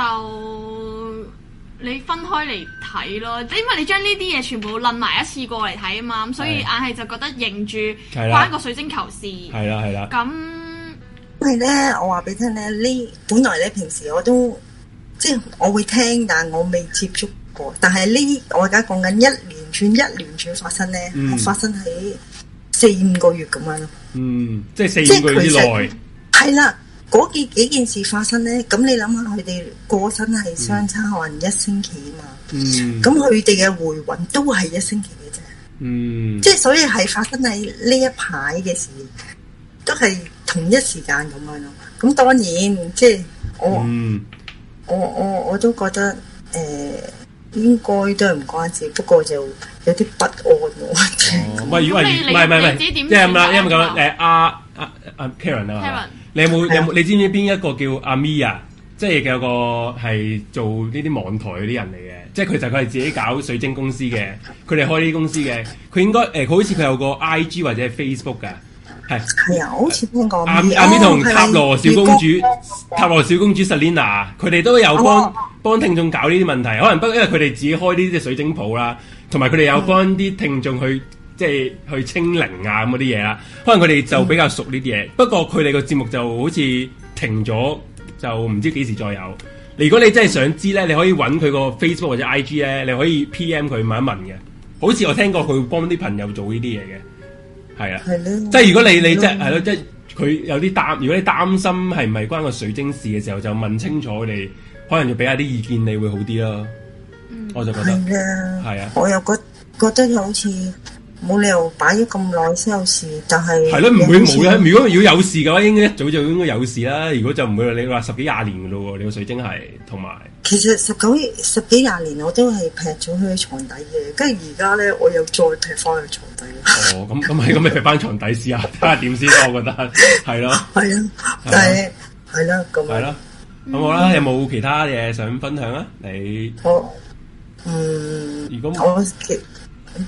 [SPEAKER 3] 你分開嚟睇咯，因為你將呢啲嘢全部論埋一次過嚟睇啊嘛，咁所以硬係就覺得認住
[SPEAKER 4] 係啦
[SPEAKER 3] 關個水晶球事。
[SPEAKER 4] 係啦，係啦，
[SPEAKER 3] 咁
[SPEAKER 11] 因為咧，我話俾你聽咧，呢本來咧平時我都即係我會聽，但係我未接觸過。但係呢，我而家講緊一連串一連串發生咧，
[SPEAKER 4] 嗯
[SPEAKER 11] 係發生喺四五個月咁樣咯。
[SPEAKER 4] 嗯，即係
[SPEAKER 11] 即
[SPEAKER 4] 四
[SPEAKER 11] 係
[SPEAKER 4] 五個月之
[SPEAKER 11] 其實
[SPEAKER 4] 內，
[SPEAKER 11] 係啦，嗰幾幾件事發生咧，咁你諗下佢哋過身係相差可能一星期啊嘛，
[SPEAKER 4] 嗯，
[SPEAKER 11] 咁佢哋嘅回魂都係一星期嘅啫。
[SPEAKER 4] 嗯，
[SPEAKER 11] 即係所以係發生喺呢一排嘅事，都係同一時間咁樣咯。咁當然，即係我、
[SPEAKER 4] 嗯，
[SPEAKER 11] 我我我都覺得誒、呃，應該都係唔關事，不過就有啲不安喎。
[SPEAKER 4] 唔係，如
[SPEAKER 3] 咁
[SPEAKER 4] 果係
[SPEAKER 3] 你
[SPEAKER 4] 唔係唔係
[SPEAKER 3] 你
[SPEAKER 4] 唔
[SPEAKER 3] 自
[SPEAKER 4] 係，
[SPEAKER 3] 己點
[SPEAKER 4] 即係咁啦，
[SPEAKER 3] 選擇
[SPEAKER 4] 因為咁
[SPEAKER 3] 啊
[SPEAKER 4] 誒阿阿阿 Karen 啊係嘛
[SPEAKER 3] Karen，
[SPEAKER 4] 你有冇
[SPEAKER 11] 係
[SPEAKER 4] 有
[SPEAKER 11] 啊
[SPEAKER 4] 冇你知唔知邊一個叫阿 Mia？即係有個係做呢啲網台嗰啲人嚟嘅，即係佢就佢係自己搞水晶公司嘅，佢哋開呢啲公司嘅，佢應該誒，佢、好似佢有個 I G 或者係 Facebook 㗎，係。
[SPEAKER 11] 係啊，我好似聽過
[SPEAKER 4] 阿阿咪同塔羅小公主
[SPEAKER 11] 係咪、
[SPEAKER 4] 塔羅小公主 Selina，佢哋都有幫
[SPEAKER 11] 哦
[SPEAKER 4] 幫聽眾搞呢啲問題，可能不因為佢哋自己開呢啲水晶鋪啦，同埋佢哋有幫啲聽眾去即係去清零啊咁嗰啲嘢啦，可能佢哋就比較熟呢啲嘢。不過佢哋個節目就好似停咗，就唔知幾時再有。如果你真係想知咧，你可以揾佢個 Facebook 或者 IG 咧，你可以 PM 佢問一問嘅。好似我聽過佢會幫啲朋友做呢啲嘢嘅，係啊。
[SPEAKER 11] 係咯
[SPEAKER 4] 即係如果你你即係係
[SPEAKER 1] à,
[SPEAKER 4] 咯，即係佢有啲擔，如果你擔心係唔係關個水晶事嘅時候，就問清楚你，可能要俾下啲意見，你會好啲咯。我就覺得
[SPEAKER 11] 係啦，
[SPEAKER 4] 係啊
[SPEAKER 11] 我又覺覺得好似冇理由擺咗咁耐先有事，但係
[SPEAKER 4] 係咯，唔會冇啊
[SPEAKER 11] 又好似
[SPEAKER 4] 嘅。如果如果有事嘅話，應該一早就應該有事啦。如果就唔會你話十幾廿年嘅咯喎，你個水晶係同埋
[SPEAKER 11] 其實十九十幾廿年我都係劈咗佢喺床底嘅，跟住而家咧我又再劈翻去床底啦。
[SPEAKER 4] 哦咁咁係咁，你去翻床底試下 *laughs* 睇下點先咯。我覺得係咯
[SPEAKER 11] 係啊，但係係啦咁啊
[SPEAKER 4] 係
[SPEAKER 11] 樣，
[SPEAKER 4] 咯，咁好啦。有冇其他嘢想分享啊？你
[SPEAKER 11] 我嗯
[SPEAKER 4] 如果冇
[SPEAKER 11] 我其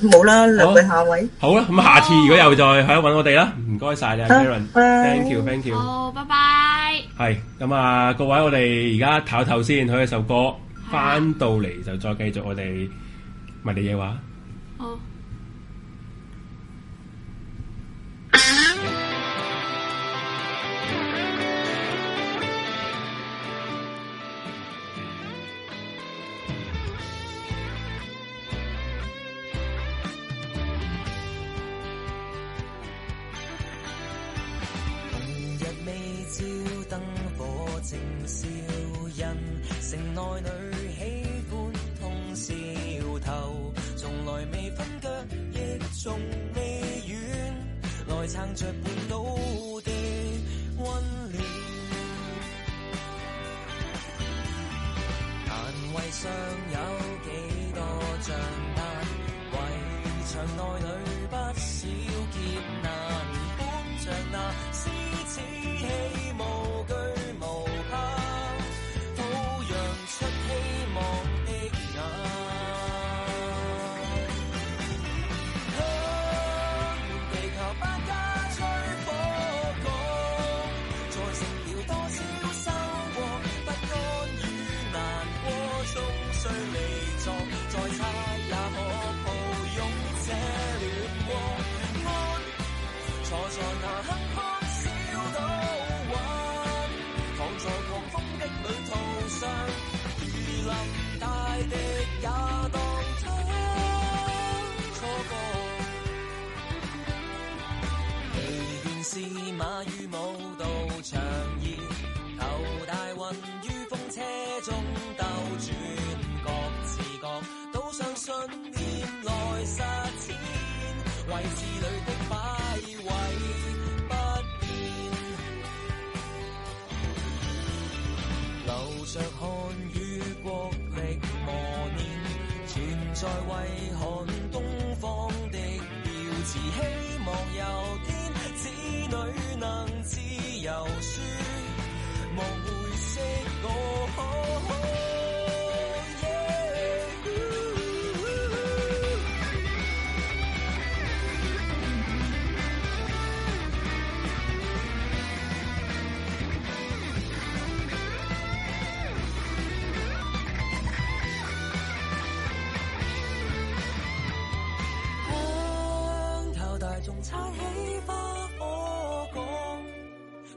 [SPEAKER 11] 冇啦，留俾下位。
[SPEAKER 4] 好啦，咁下次如果又再喺度揾我哋啦，唔該晒你啊
[SPEAKER 11] 嗯好拜
[SPEAKER 4] ，Karen，thank you，thank you。
[SPEAKER 3] 好，拜拜。
[SPEAKER 4] 系咁啊，各位，我哋而家唞一唞先，去一首歌，翻到嚟就再繼續我哋迷你嘢話。
[SPEAKER 3] 好。
[SPEAKER 2] 我情笑人，城內女喜歡通宵頭，從來未分腳，亦從未軟，來撐着半島的溫暖。但為上有幾多帳單，圍牆內裏不少劫難，搬着那獅子氣無懼無怕，土壤出希望的眼。向地球百家吹火講，再成了多少收穫，不安與難過中雖未壯，再差也可抱擁這暖光。安坐在那黑黑小島灣，躺在狂風的旅途上，如臨大敵也當他錯過。離原是馬與舞蹈長兒，頭大雲於風車中兜轉，各自各都相信念來實踐，位置裏的擺位不變。流着汗與國力磨練，存在為寒東方的標誌。希望有天子女能自由説，無悔惜我可好。Yeah. 香頭大眾撐起花火港，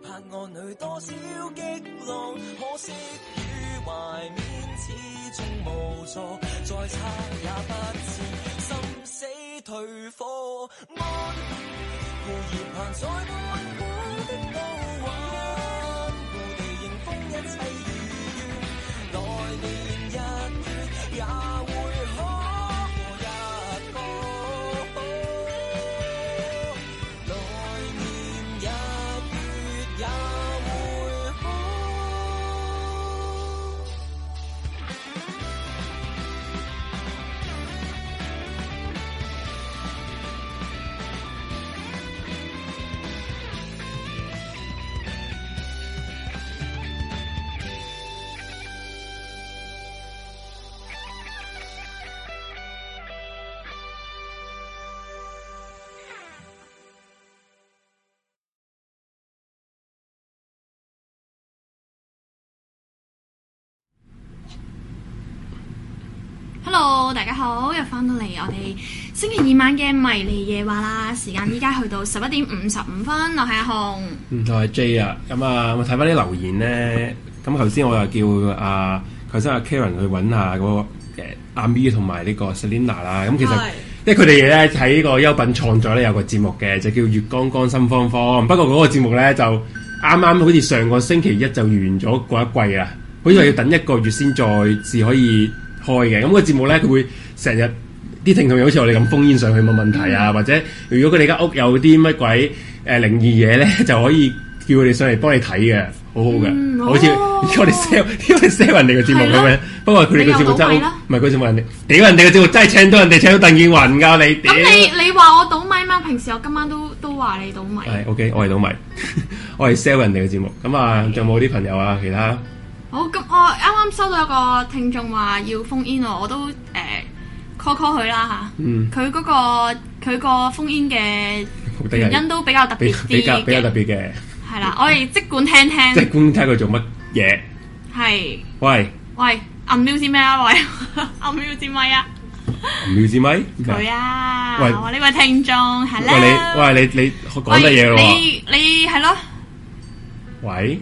[SPEAKER 2] 黑暗裏多少激浪，可惜與懷緬始終無助，再撐也不至心死退火安。故業行在漫過的路環，故地迎風一切如願，來年日月也會可過一個。來年日月也會好。
[SPEAKER 3] Hello，大家好，又翻到嚟我哋星期二晚嘅迷離夜話啦，時間依家去到十一點五十五分，我係阿紅，
[SPEAKER 4] 嗯，同埋 J 啊，咁啊，我睇翻啲留言咧，咁頭先我又叫啊，頭先阿 Karen 去揾下嗰個誒阿 Mi 同埋呢個 Selina 啦，咁其實
[SPEAKER 3] 係
[SPEAKER 4] 因為佢哋咧喺呢個優品創作咧有個節目嘅，就叫《月光光心慌慌》，不過嗰個節目咧就啱啱好似上個星期一就完咗嗰一季啊，好似係要等一個月先再至可以開嘅，咁、個節目咧佢會成日。啲聽眾好似我哋咁封煙上去冇問題啊，或者如果佢哋間屋有啲乜鬼誒靈異嘢咧， *laughs* 就可以叫佢哋上嚟幫你睇嘅，好好嘅，
[SPEAKER 3] 嗯
[SPEAKER 4] 好似
[SPEAKER 3] 哦
[SPEAKER 4] 我哋 sell 我哋 sell 人哋嘅節目咁
[SPEAKER 3] 係
[SPEAKER 4] 樣
[SPEAKER 3] 咯。
[SPEAKER 4] 不過佢哋嘅節目真係
[SPEAKER 3] 你又倒米啦
[SPEAKER 4] 好唔係佢節目人哋屌人哋嘅節目真係請到人哋請到鄧健雲㗎你屌
[SPEAKER 3] 咁。你你話我倒米嗎？平時我今晚都都話你倒米，
[SPEAKER 4] 係 OK，我係老迷， *laughs* 我係 sell 人哋嘅節目。咁啊，仲有冇啲朋友啊？其他
[SPEAKER 3] 好，咁我啱啱收到一個聽眾話要封煙我，我都誒 call call 佢啦嚇，
[SPEAKER 4] 嗯，
[SPEAKER 3] 佢嗰個佢個封煙嘅
[SPEAKER 4] 好得
[SPEAKER 3] 原因
[SPEAKER 4] 人
[SPEAKER 3] 都比較特
[SPEAKER 4] 比
[SPEAKER 3] 別
[SPEAKER 4] 比
[SPEAKER 3] 啲
[SPEAKER 4] 較比較特
[SPEAKER 3] 嘅，
[SPEAKER 4] 別嘅，
[SPEAKER 3] *laughs* 係啦，我哋即管聽聽，
[SPEAKER 4] 即係觀睇佢做乜嘢。
[SPEAKER 3] 係。
[SPEAKER 4] 喂，
[SPEAKER 3] 喂，暗 mute 支咪啊？喂， *laughs* 暗 mute 支咪啊？
[SPEAKER 4] 苗志咪
[SPEAKER 3] 佢啊，
[SPEAKER 4] 喂
[SPEAKER 3] 我呢位聽眾
[SPEAKER 4] 喂
[SPEAKER 3] ，hello，
[SPEAKER 4] 你喂你你講得嘢咯喎。
[SPEAKER 3] 你你係咯，
[SPEAKER 4] 喂，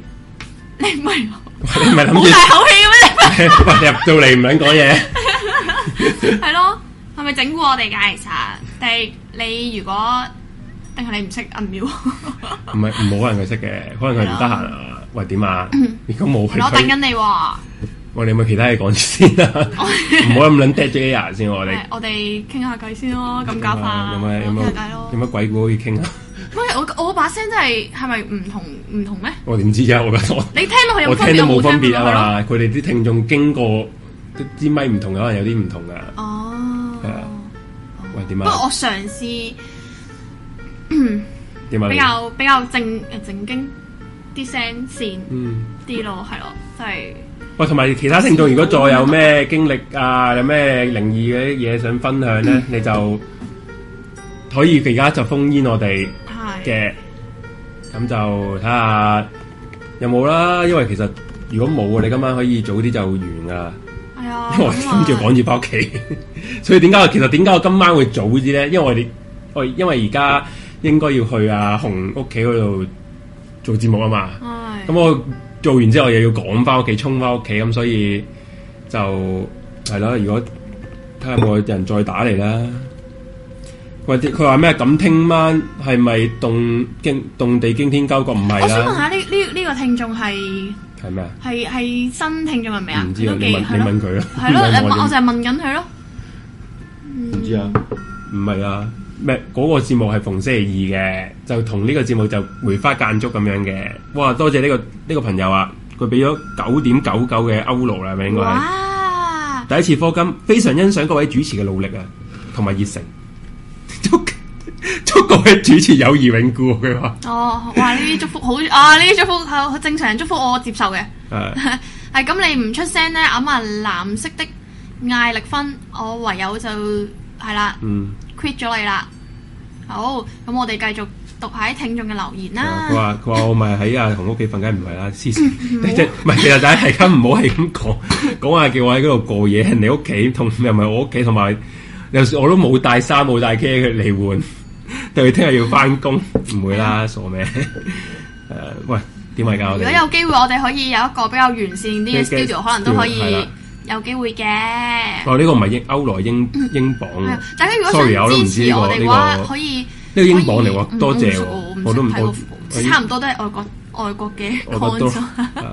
[SPEAKER 3] 你唔係
[SPEAKER 4] 喂你唔係諗
[SPEAKER 3] 好大
[SPEAKER 4] *laughs* 住
[SPEAKER 3] 口氣嘅
[SPEAKER 4] 喂你入到嚟唔撚講嘢？
[SPEAKER 3] 咩？ *laughs* 係咯，係咪整蠱我哋㗎？其實，但係你如果定係你唔識暗 mute，
[SPEAKER 4] 唔係唔冇人佢識嘅，可能佢唔得閒啊。喂點啊？如果冇佢
[SPEAKER 3] 我等緊你喎，
[SPEAKER 4] 喂，你有冇其他嘢講先啊？唔好咁撚 dead 咗 air 先喎，我哋啊
[SPEAKER 3] 我哋傾下偈先咯，咁搞法
[SPEAKER 4] 有冇有
[SPEAKER 3] 傾
[SPEAKER 4] 冇
[SPEAKER 3] 下偈咯
[SPEAKER 4] 有。乜鬼故可以傾啊？
[SPEAKER 3] 喂，我我把聲真係係咪唔同唔同咩？
[SPEAKER 4] 我點知啫？我覺得我
[SPEAKER 3] 你聽落去有
[SPEAKER 4] 我
[SPEAKER 3] 冇分
[SPEAKER 4] 聽
[SPEAKER 3] 別？
[SPEAKER 4] 到冇分別
[SPEAKER 3] 別
[SPEAKER 4] 啊嘛，佢哋啲聽眾經過啲啲咪唔同，可能有啲唔同噶。
[SPEAKER 3] Ờ. 哦，
[SPEAKER 4] 係啊，喂點
[SPEAKER 3] 不過
[SPEAKER 4] 啊
[SPEAKER 3] 我？嘗試嗯
[SPEAKER 4] 點啊？
[SPEAKER 3] 比
[SPEAKER 4] 你
[SPEAKER 3] 較比較正誒正經啲聲線
[SPEAKER 4] 嗯。
[SPEAKER 3] 啲咯，係咯，即係
[SPEAKER 4] 喂，同埋其他聽眾，如果再有咩經歷啊，有咩靈異嘅嘢想分
[SPEAKER 3] *laughs*
[SPEAKER 4] 享咧，你就可以而家就封煙我哋
[SPEAKER 3] 係
[SPEAKER 4] 嘅，咁就睇下有冇啦。因為其實如果冇，你今晚可以早啲就完噶啦。
[SPEAKER 3] 係啊，
[SPEAKER 4] 因為我
[SPEAKER 3] 咁啊
[SPEAKER 4] 諗住趕住翻屋企， *laughs* 所以點解我其實點解我今晚會早啲咧？因為我哋我因為而家應該要去阿紅屋企嗰度做節目啊嘛。
[SPEAKER 3] 唉
[SPEAKER 4] 咁我做完之後又要趕翻屋企，衝翻屋企，咁所以就係啦。如果睇下有冇人再打嚟啦。或者佢話咩？咁聽晚係咪動驚動地驚天鳩國？唔
[SPEAKER 3] 我
[SPEAKER 4] 係啊
[SPEAKER 3] 想問
[SPEAKER 4] 啦，
[SPEAKER 3] 下呢呢呢個聽眾係
[SPEAKER 4] 係咩啊？
[SPEAKER 3] 係係新聽眾係咪啊？
[SPEAKER 4] 唔知啊，
[SPEAKER 3] 都
[SPEAKER 4] 你
[SPEAKER 3] 幾
[SPEAKER 4] 問
[SPEAKER 3] 係
[SPEAKER 4] 你
[SPEAKER 3] 咯
[SPEAKER 4] 問佢啦。
[SPEAKER 3] 係咯，
[SPEAKER 4] 唔係
[SPEAKER 3] 你
[SPEAKER 4] 我
[SPEAKER 3] 問
[SPEAKER 4] 點
[SPEAKER 3] 我就係問緊佢咯。嗯
[SPEAKER 4] 唔知啊，唔係啊，咩嗰、個節目係逢星期二嘅，就同呢個節目就梅花間竹咁樣嘅。哇，多謝呢、個呢、個朋友啊，佢俾咗九點九九嘅歐羅啦，係咪應該係
[SPEAKER 3] 哇！
[SPEAKER 4] 第一次科金，非常欣賞各位主持嘅努力啊，同埋熱誠。 *laughs* 祝祝各位主持友誼永固，佢話
[SPEAKER 3] 哦，哇！呢啲祝福好啊，呢啲祝福係正常人祝福我接受嘅。 *laughs*
[SPEAKER 4] 誒
[SPEAKER 3] 係咁，你唔出聲咧，揞啊藍色的艾力芬，我唯有就係啦
[SPEAKER 4] 嗯，
[SPEAKER 3] ，quit 咗你啦。好，咁我哋繼續讀下啲聽眾嘅留言 *laughs* 啦
[SPEAKER 4] 佢。話佢話我咪喺阿紅屋企瞓，梗唔係啦，黐線，唔係其實大家係咁唔好係咁講講話叫我喺嗰度過夜，人哋屋企同又唔係我屋企，同埋有時我都冇帶衫冇帶 K 佢嚟換， *laughs* 對佢聽日要翻工，唔會啦，傻咩？誒、 *laughs* 喂，點係㗎我
[SPEAKER 3] 如
[SPEAKER 4] 哋
[SPEAKER 3] 果？有機會，我哋可以有一個比較完善啲嘅
[SPEAKER 4] 嘅嘅
[SPEAKER 3] studio，可能都可
[SPEAKER 4] 係
[SPEAKER 3] 以
[SPEAKER 4] 啦
[SPEAKER 3] 有機會嘅。
[SPEAKER 4] 哦，呢、個唔係英歐羅英英鎊
[SPEAKER 3] 係
[SPEAKER 4] 喎
[SPEAKER 3] 啊。大家如果
[SPEAKER 4] Sorry，我都唔
[SPEAKER 3] 想支
[SPEAKER 4] 知
[SPEAKER 3] 持
[SPEAKER 4] 呢個
[SPEAKER 3] 我哋嘅
[SPEAKER 4] 呢
[SPEAKER 3] 話，
[SPEAKER 4] 個
[SPEAKER 3] 可以呢
[SPEAKER 4] 呢個英鎊嚟喎多謝喎
[SPEAKER 3] 我
[SPEAKER 4] 我
[SPEAKER 3] 都
[SPEAKER 4] 都
[SPEAKER 3] 唔
[SPEAKER 4] 唔
[SPEAKER 3] 識睇個
[SPEAKER 4] 我我
[SPEAKER 3] 差唔多都係外國外國嘅
[SPEAKER 4] *laughs* 我覺得都
[SPEAKER 3] coins 啊
[SPEAKER 4] 啊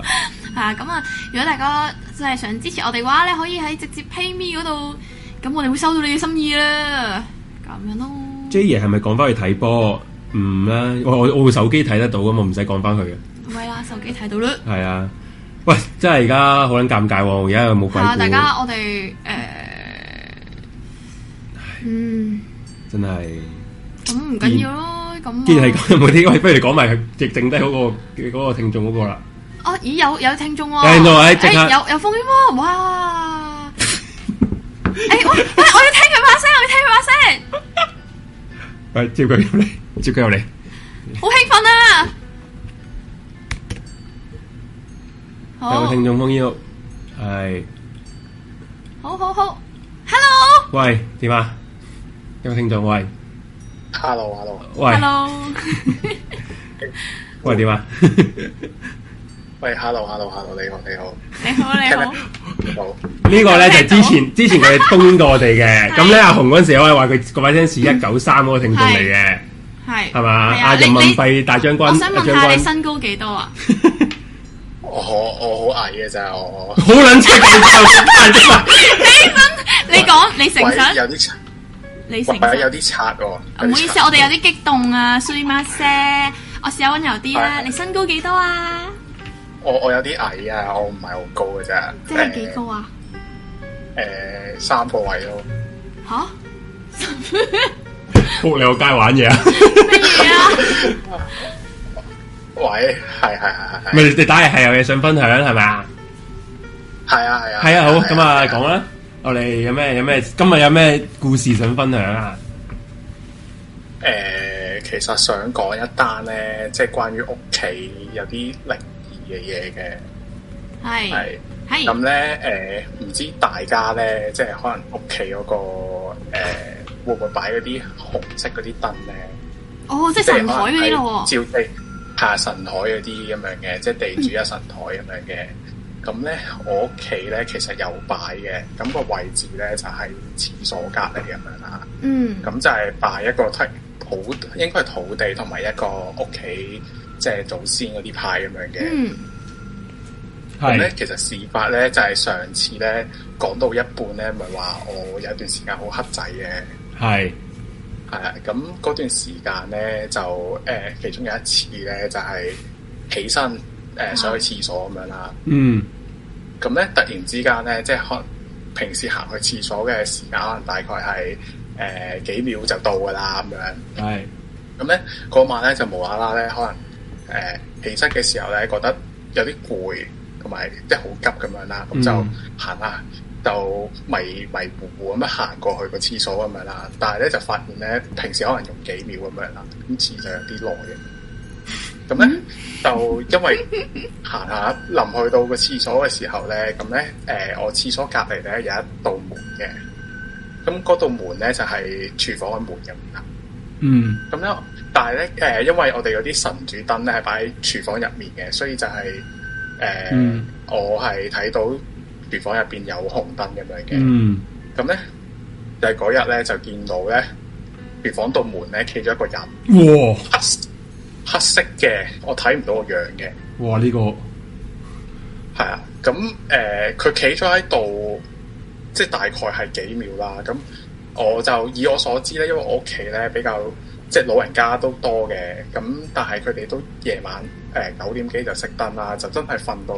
[SPEAKER 3] *laughs* 啊咁啊！如果大家真係想支持我哋嘅話咧，可以喺直接 PayMe 嗰度，咁我哋會收到你嘅心意啦，咁樣咯。
[SPEAKER 4] J 爺係咪講翻去睇波？唔啦，我我我部手機睇得到噶嘛，唔使講翻佢嘅。
[SPEAKER 3] 喂啦，手機睇到啦。
[SPEAKER 4] 係啊，喂，真係而家好撚尷尬喎！而家有冇鬼
[SPEAKER 3] 係啊，
[SPEAKER 4] 故？
[SPEAKER 3] 大家我哋誒，嗯，
[SPEAKER 4] 真係，
[SPEAKER 3] 咁唔緊要咯，咁啊
[SPEAKER 4] 既然係咁，有冇啲？喂，不如你講埋佢，直剩低嗰個嗰個聽眾嗰個啦。
[SPEAKER 3] 哦，咦有有聽眾喎、
[SPEAKER 4] 有聽眾哎即刻
[SPEAKER 3] 哎有有風喎，
[SPEAKER 4] *laughs*
[SPEAKER 3] 哇！哎喂喂，我要聽佢把聲，我要聽佢把聲，
[SPEAKER 4] 喂，接佢入嚟，接佢入嚟。
[SPEAKER 3] 好興奮啊！
[SPEAKER 4] 有
[SPEAKER 3] 好
[SPEAKER 4] 個，聽眾封煙，係，
[SPEAKER 3] 好好好，Hello，Hello，
[SPEAKER 4] 喂，點啊？有個聽眾，喂，
[SPEAKER 12] Hello，Hello，
[SPEAKER 4] 喂， *laughs* 喂，
[SPEAKER 3] *laughs*
[SPEAKER 4] 點啊？
[SPEAKER 12] 喂，Hello，Hello，Hello，你好，你好，
[SPEAKER 3] 你好你好，
[SPEAKER 12] 你好，
[SPEAKER 4] 呢個咧就係之前之前佢哋 *laughs* 封過我哋嘅，咁咧阿紅嗰陣時我係話佢嗰把聲是一九三嗰個聽眾嚟嘅，
[SPEAKER 3] 係
[SPEAKER 4] 係嘛？
[SPEAKER 3] 係啊
[SPEAKER 4] 阿
[SPEAKER 3] 你
[SPEAKER 4] 人民
[SPEAKER 3] 你
[SPEAKER 4] 幣大將軍，
[SPEAKER 3] 我想問
[SPEAKER 4] 將
[SPEAKER 3] 下
[SPEAKER 4] 軍
[SPEAKER 3] 你身高幾多啊？
[SPEAKER 12] 我好我好矮嘅咋，我我
[SPEAKER 4] 好撚出夠
[SPEAKER 3] 你講你誠
[SPEAKER 12] 喂
[SPEAKER 3] 實，
[SPEAKER 12] 有啲擦，
[SPEAKER 3] 你誠
[SPEAKER 12] 喂有
[SPEAKER 3] 實。
[SPEAKER 12] 啲擦喎，
[SPEAKER 3] 唔好意思，我哋有啲激動啊，衰
[SPEAKER 4] *laughs*
[SPEAKER 3] 媽姐，我試下温柔啲啦。
[SPEAKER 12] 係
[SPEAKER 3] 你身高幾多啊？
[SPEAKER 12] 我我有啲矮啊，我唔係好高嘅咋，
[SPEAKER 3] 即係幾高啊？
[SPEAKER 12] 誒？誒，三個位咯，
[SPEAKER 3] 吓？
[SPEAKER 4] 撲你個街玩嘢啊！
[SPEAKER 3] *laughs* 咩嘢啊？
[SPEAKER 12] *laughs* 喂，係係係係
[SPEAKER 4] 咪你打係係有嘢想分享係咪啊？
[SPEAKER 12] 係啊係啊，
[SPEAKER 4] 係啊，好咁啊，
[SPEAKER 12] 係
[SPEAKER 4] 講啦。我哋有咩有咩今日有咩故事想分享啊？
[SPEAKER 12] 誒、其實想講一單咧，即係關於屋企有啲靈異嘅嘢嘅，
[SPEAKER 3] 係
[SPEAKER 12] 係。咁
[SPEAKER 3] 係
[SPEAKER 12] 咧誒，唔、知大家咧，即係可能屋企嗰個誒、會唔會擺嗰啲紅色嗰啲燈咧？
[SPEAKER 3] 哦，即係
[SPEAKER 12] 即係
[SPEAKER 3] 神台嗰哦啲咯喎。
[SPEAKER 12] 照地下神台嗰啲咁樣嘅，即係地主啊神台咁樣嘅。咁咧，我屋企咧其實有擺嘅，咁、個位置咧就係、廁所隔離咁樣啦。
[SPEAKER 3] 嗯
[SPEAKER 12] 咁就係擺一個推土，應該係土地同埋一個屋企即係祖先嗰啲派咁樣嘅。
[SPEAKER 3] 嗯，
[SPEAKER 12] 咁咧，其實事發咧就係、上次咧講到一半咧，咪話我有一段時間好黑仔嘅。
[SPEAKER 4] 係
[SPEAKER 12] 係啊，咁嗰段時間咧就誒、呃其中有一次咧就係、起身誒、呃想去廁所咁樣啦。
[SPEAKER 2] Ừ.
[SPEAKER 4] 嗯
[SPEAKER 12] 咁咧突然之間咧，即係可能平時行去廁所嘅時間，可能大概係誒、呃、幾秒就到噶啦咁樣。
[SPEAKER 4] 係
[SPEAKER 12] 咁咧嗰晚咧就無啦啦咧，可能誒、呃起身嘅時候咧，覺得有啲攰，同埋即係好急咁樣啦，咁就
[SPEAKER 4] 嗯
[SPEAKER 12] 行啦，就迷迷糊糊咁樣行過去個廁所咁樣啦，但係咧就發現咧，平時可能用幾秒咁樣啦，咁次就有啲耐嘅。咁咧就因為行下臨去到個廁所嘅時候咧，咁咧誒我廁所隔離咧有一道門嘅，咁嗰道門咧就係、廚房嘅門咁啦。
[SPEAKER 2] Ừ.
[SPEAKER 4] 嗯
[SPEAKER 12] 咁咧，但係咧，誒、因為我哋嗰啲神主燈咧係擺喺廚房入面嘅，所以就係、誒、
[SPEAKER 2] Ừ.
[SPEAKER 4] 嗯
[SPEAKER 12] 我係睇到廚房入邊有紅燈咁樣嘅。
[SPEAKER 2] Ừ.
[SPEAKER 4] 嗯
[SPEAKER 12] 咁咧、就係嗰日咧就見到咧廚房度門咧企咗一個人，
[SPEAKER 4] 哇
[SPEAKER 12] 黑黑色嘅，我睇唔到個樣嘅，
[SPEAKER 4] 哇呢、個
[SPEAKER 12] 係啊。咁誒，佢企咗喺度，即係大概係幾秒啦。咁我就以我所知咧，因為我屋企咧比較即係老人家都多嘅，咁但係佢哋都夜晚誒九、點幾就熄燈啦，就真係瞓到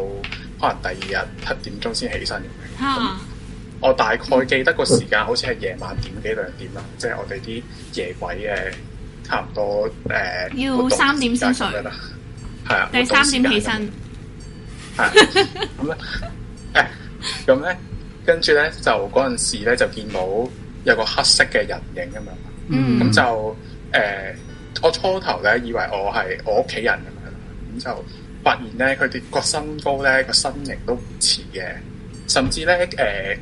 [SPEAKER 12] 可能第二日七點鐘先起身。
[SPEAKER 3] 嚇
[SPEAKER 12] 我大概記得個時間好似係夜晚點幾兩點啦，即係我哋啲夜鬼誒差唔多誒、
[SPEAKER 3] 要
[SPEAKER 12] 活動
[SPEAKER 3] 三點先睡
[SPEAKER 12] 時間咁樣啦，係啊，
[SPEAKER 3] 第三點起身，
[SPEAKER 12] 係啊咁咧誒咁咧，跟住咧就嗰陣時咧就見到有個黑色嘅人影咁樣。
[SPEAKER 4] 嗯
[SPEAKER 12] 咁就誒、呃我初頭咧以為我係我屋企人咁樣，咁就發現咧佢哋個身高咧個身形都唔似嘅，甚至咧誒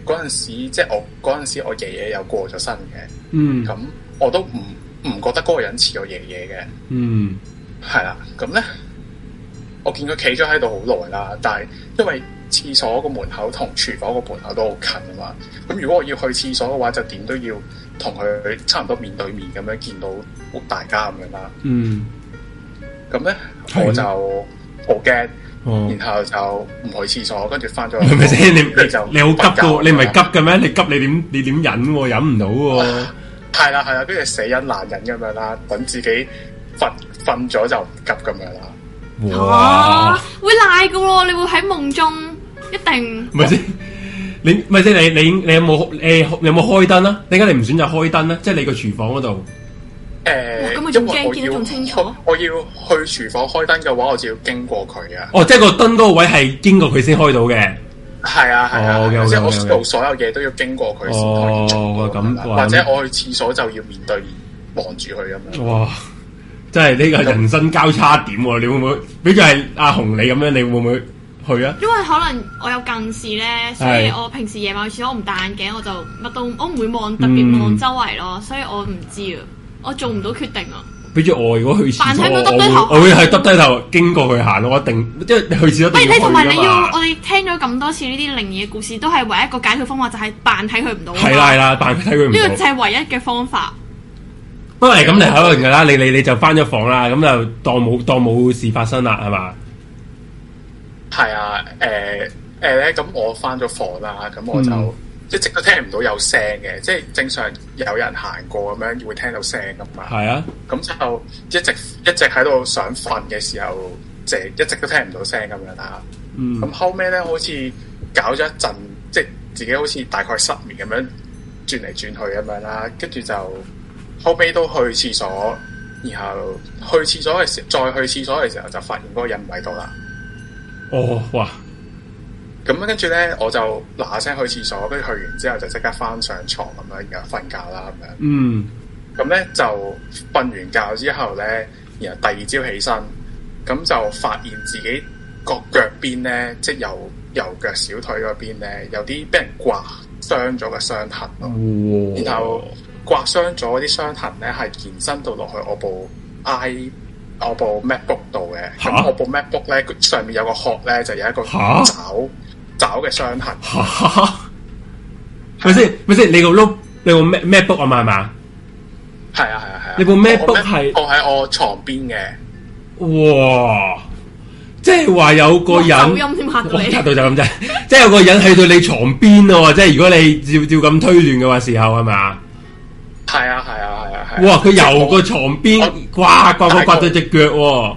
[SPEAKER 12] 嗰陣時即係我嗰陣時我爺爺又過咗身嘅，
[SPEAKER 4] 嗯
[SPEAKER 12] 咁我都唔唔覺得嗰個人似我爺爺嘅，
[SPEAKER 4] 嗯
[SPEAKER 12] 係啦，咁咧我見佢企咗喺度好耐啦，但係因為廁所個門口同廚房個門口都好近啊嘛，咁如果我要去廁所嘅話，就點都要同佢差唔多面對面咁樣見到大家咁樣啦。
[SPEAKER 2] Ừ.
[SPEAKER 4] 嗯
[SPEAKER 12] 咁咧
[SPEAKER 4] 係
[SPEAKER 12] 我就好驚，
[SPEAKER 4] 哦。
[SPEAKER 12] 然後就唔去廁所，跟住翻咗
[SPEAKER 4] 係
[SPEAKER 12] 去。
[SPEAKER 4] *laughs* 咪先？你你
[SPEAKER 12] 就
[SPEAKER 4] 你好急噶，
[SPEAKER 12] 瞓覺
[SPEAKER 4] 你唔係急嘅咩？你急你點你點忍喎？忍唔到喎。
[SPEAKER 12] 係啦係啦，跟住死忍難忍咁樣啦，等自己瞓瞓咗就唔急咁樣啦。
[SPEAKER 3] 啊
[SPEAKER 4] 哇！
[SPEAKER 3] 會賴噶喎，你會喺夢中一定
[SPEAKER 4] 咪先？你咪先？你你你有冇你你有冇開燈啊？點解你唔選擇開燈咧？即係你個廚房嗰度。
[SPEAKER 12] 誒、
[SPEAKER 3] 咁我仲
[SPEAKER 12] 呃因為
[SPEAKER 3] 驚
[SPEAKER 12] 我
[SPEAKER 3] 見得
[SPEAKER 12] 要
[SPEAKER 3] 仲清楚
[SPEAKER 12] 我要去廚房開燈嘅話，我就要經過佢啊。
[SPEAKER 4] 哦，即係個燈嗰個位係經過佢先開到嘅。
[SPEAKER 12] 係啊係啊，
[SPEAKER 4] 哦，OK，OK，OK，OK
[SPEAKER 12] 即係我做所有嘢都要經過佢先可以做
[SPEAKER 4] 哦，
[SPEAKER 12] 到
[SPEAKER 4] 咁
[SPEAKER 12] 啦
[SPEAKER 4] 哇
[SPEAKER 12] 或者我去廁所就要面對面望住佢咁樣。
[SPEAKER 4] 哇！真係呢個人生交叉點喎！你會唔會？比如係阿紅你咁樣，你會唔會去啊？
[SPEAKER 3] 因為可能我有近視咧，所以
[SPEAKER 4] 係
[SPEAKER 3] 我平時夜晚去廁所我唔戴眼鏡，我就乜都我唔會望特
[SPEAKER 4] 嗯
[SPEAKER 3] 別望周圍咯，所以我唔知啊，我做唔到決定啊。
[SPEAKER 4] 比如我如果去廁所，
[SPEAKER 3] 扮係咪
[SPEAKER 4] 我
[SPEAKER 3] 耷低頭
[SPEAKER 4] 會我會係耷低頭經過佢行咯。我一定即係去廁所一
[SPEAKER 3] 喂，
[SPEAKER 4] 定
[SPEAKER 3] 你
[SPEAKER 4] 要去
[SPEAKER 3] 同埋你
[SPEAKER 4] 㗎
[SPEAKER 3] 要，
[SPEAKER 4] 嘛
[SPEAKER 3] 我。哋聽咗咁多次呢啲靈異嘅故事，都係唯一一個解決方法，就係扮睇佢唔到啊嘛。
[SPEAKER 4] 係啦係啦，但係睇佢唔
[SPEAKER 3] 呢個
[SPEAKER 4] 到
[SPEAKER 3] 就。係唯一嘅方法。
[SPEAKER 4] 不過係咁，你考慮噶啦，你你你就翻咗房啦，咁就當冇當冇事發生啦，係嘛？
[SPEAKER 12] 係啊，誒誒咧，咁我翻咗房啦，咁我就、
[SPEAKER 4] 嗯
[SPEAKER 12] 一直都聽唔到有聲嘅，即係正常有人行過咁樣會聽到聲噶嘛。
[SPEAKER 4] 係啊，
[SPEAKER 12] 咁就一直一直喺度想瞓嘅時候，即係一直都聽唔到聲咁樣啦。
[SPEAKER 2] Ừ.
[SPEAKER 4] 嗯
[SPEAKER 12] 咁後尾咧，好似搞咗一陣，即係自己好似大概失眠咁樣轉嚟轉去咁樣啦，跟住就後尾都去廁所，然後去廁所嘅時再去廁所嘅時候就發現嗰個人唔喺度啦。
[SPEAKER 4] 哦，哇，
[SPEAKER 12] 咁跟住咧，我就嗱嗱聲去廁所，跟住去完之後就即刻翻上床咁樣，然後瞓覺啦咁樣。
[SPEAKER 4] 嗯，
[SPEAKER 12] 咁咧就瞓完覺之後咧，然後第二朝起身，咁就發現自己個腳邊咧，即係右右腳小腿嗰邊咧，有啲俾人刮傷咗嘅傷痕咯。
[SPEAKER 2] Ừ.
[SPEAKER 4] 哇，
[SPEAKER 12] 然後刮傷咗嗰啲傷痕咧，係延伸到落去我部 i 我部 MacBook 度嘅。
[SPEAKER 4] 嚇
[SPEAKER 12] 咁我部 MacBook 咧，佢上面有個殼咧，就有一個
[SPEAKER 4] 嚇
[SPEAKER 12] 爪爪嘅傷痕。
[SPEAKER 4] 嚇 *laughs* 咪先咪先，你個 look 你個 Mac MacBook 啊嘛係嘛？
[SPEAKER 12] 係啊係啊係啊！
[SPEAKER 4] 你部 MacBook
[SPEAKER 12] 我
[SPEAKER 4] 係
[SPEAKER 12] 我喺我床邊嘅，
[SPEAKER 4] 哇！即係話有個人，
[SPEAKER 3] 哇抖音添嚇到你
[SPEAKER 4] 哇嚇到就咁滯， *laughs* 即係有個人去到你床邊咯喎，即係如果你照照咁推斷嘅話，時候係咪啊？
[SPEAKER 12] 系啊系啊系啊系。
[SPEAKER 4] 哇！佢由個床邊刮刮刮刮到只腳喎，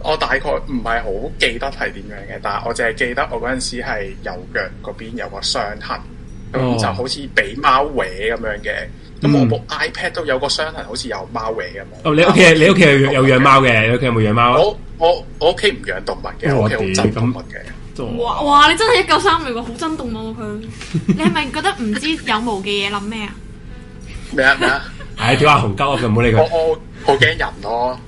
[SPEAKER 12] 我大概唔係好記得係點樣嘅，但係我淨係記得我嗰陣時係右腳嗰邊有個傷痕，咁、
[SPEAKER 4] 哦
[SPEAKER 12] 就好似俾貓搲咁樣嘅。咁我部 iPad 都有個傷痕，好似有貓搲咁樣。
[SPEAKER 4] 嗯哦，你屋企你屋企有有養貓嘅，你屋企有冇養貓啊？
[SPEAKER 12] 我我我屋企唔養動物嘅，我
[SPEAKER 4] 哦我
[SPEAKER 12] 屋企好
[SPEAKER 4] 屌
[SPEAKER 12] 憎動物
[SPEAKER 4] 咁
[SPEAKER 12] 嘅。
[SPEAKER 3] 哇哇！你真係一九三嚟喎，好啊真動喎佢。你係咪覺得唔知有毛嘅嘢諗咩啊？
[SPEAKER 12] 咩啊咩啊！
[SPEAKER 4] 唉，屌阿紅鳩，佢唔好理
[SPEAKER 12] 我
[SPEAKER 4] 佢。
[SPEAKER 12] 我好驚人咯，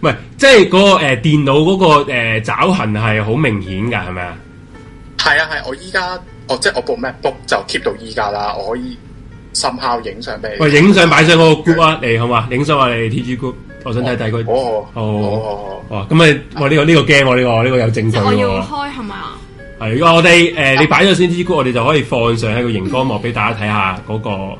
[SPEAKER 4] 唔係，即係嗰個誒電腦嗰個誒爪痕係好明顯㗎，係咪啊？
[SPEAKER 12] 係啊係，我依家我即係我部 MacBook 就 keep 到依家啦，我可以深效影相俾你。
[SPEAKER 4] 喂，影相擺上嗰個 group 啊，你好嘛？影相啊，你 T G group，我想睇睇佢。
[SPEAKER 12] 哦
[SPEAKER 4] 哦哦，咁啊，我呢個呢個驚喎，呢個呢個有證據
[SPEAKER 3] 即係我要
[SPEAKER 4] 喎。
[SPEAKER 3] 開係咪啊？
[SPEAKER 4] 係，如果我哋誒、你擺咗先 T G group，我哋就可以放上喺個熒光幕俾大家睇下嗰、個。哦，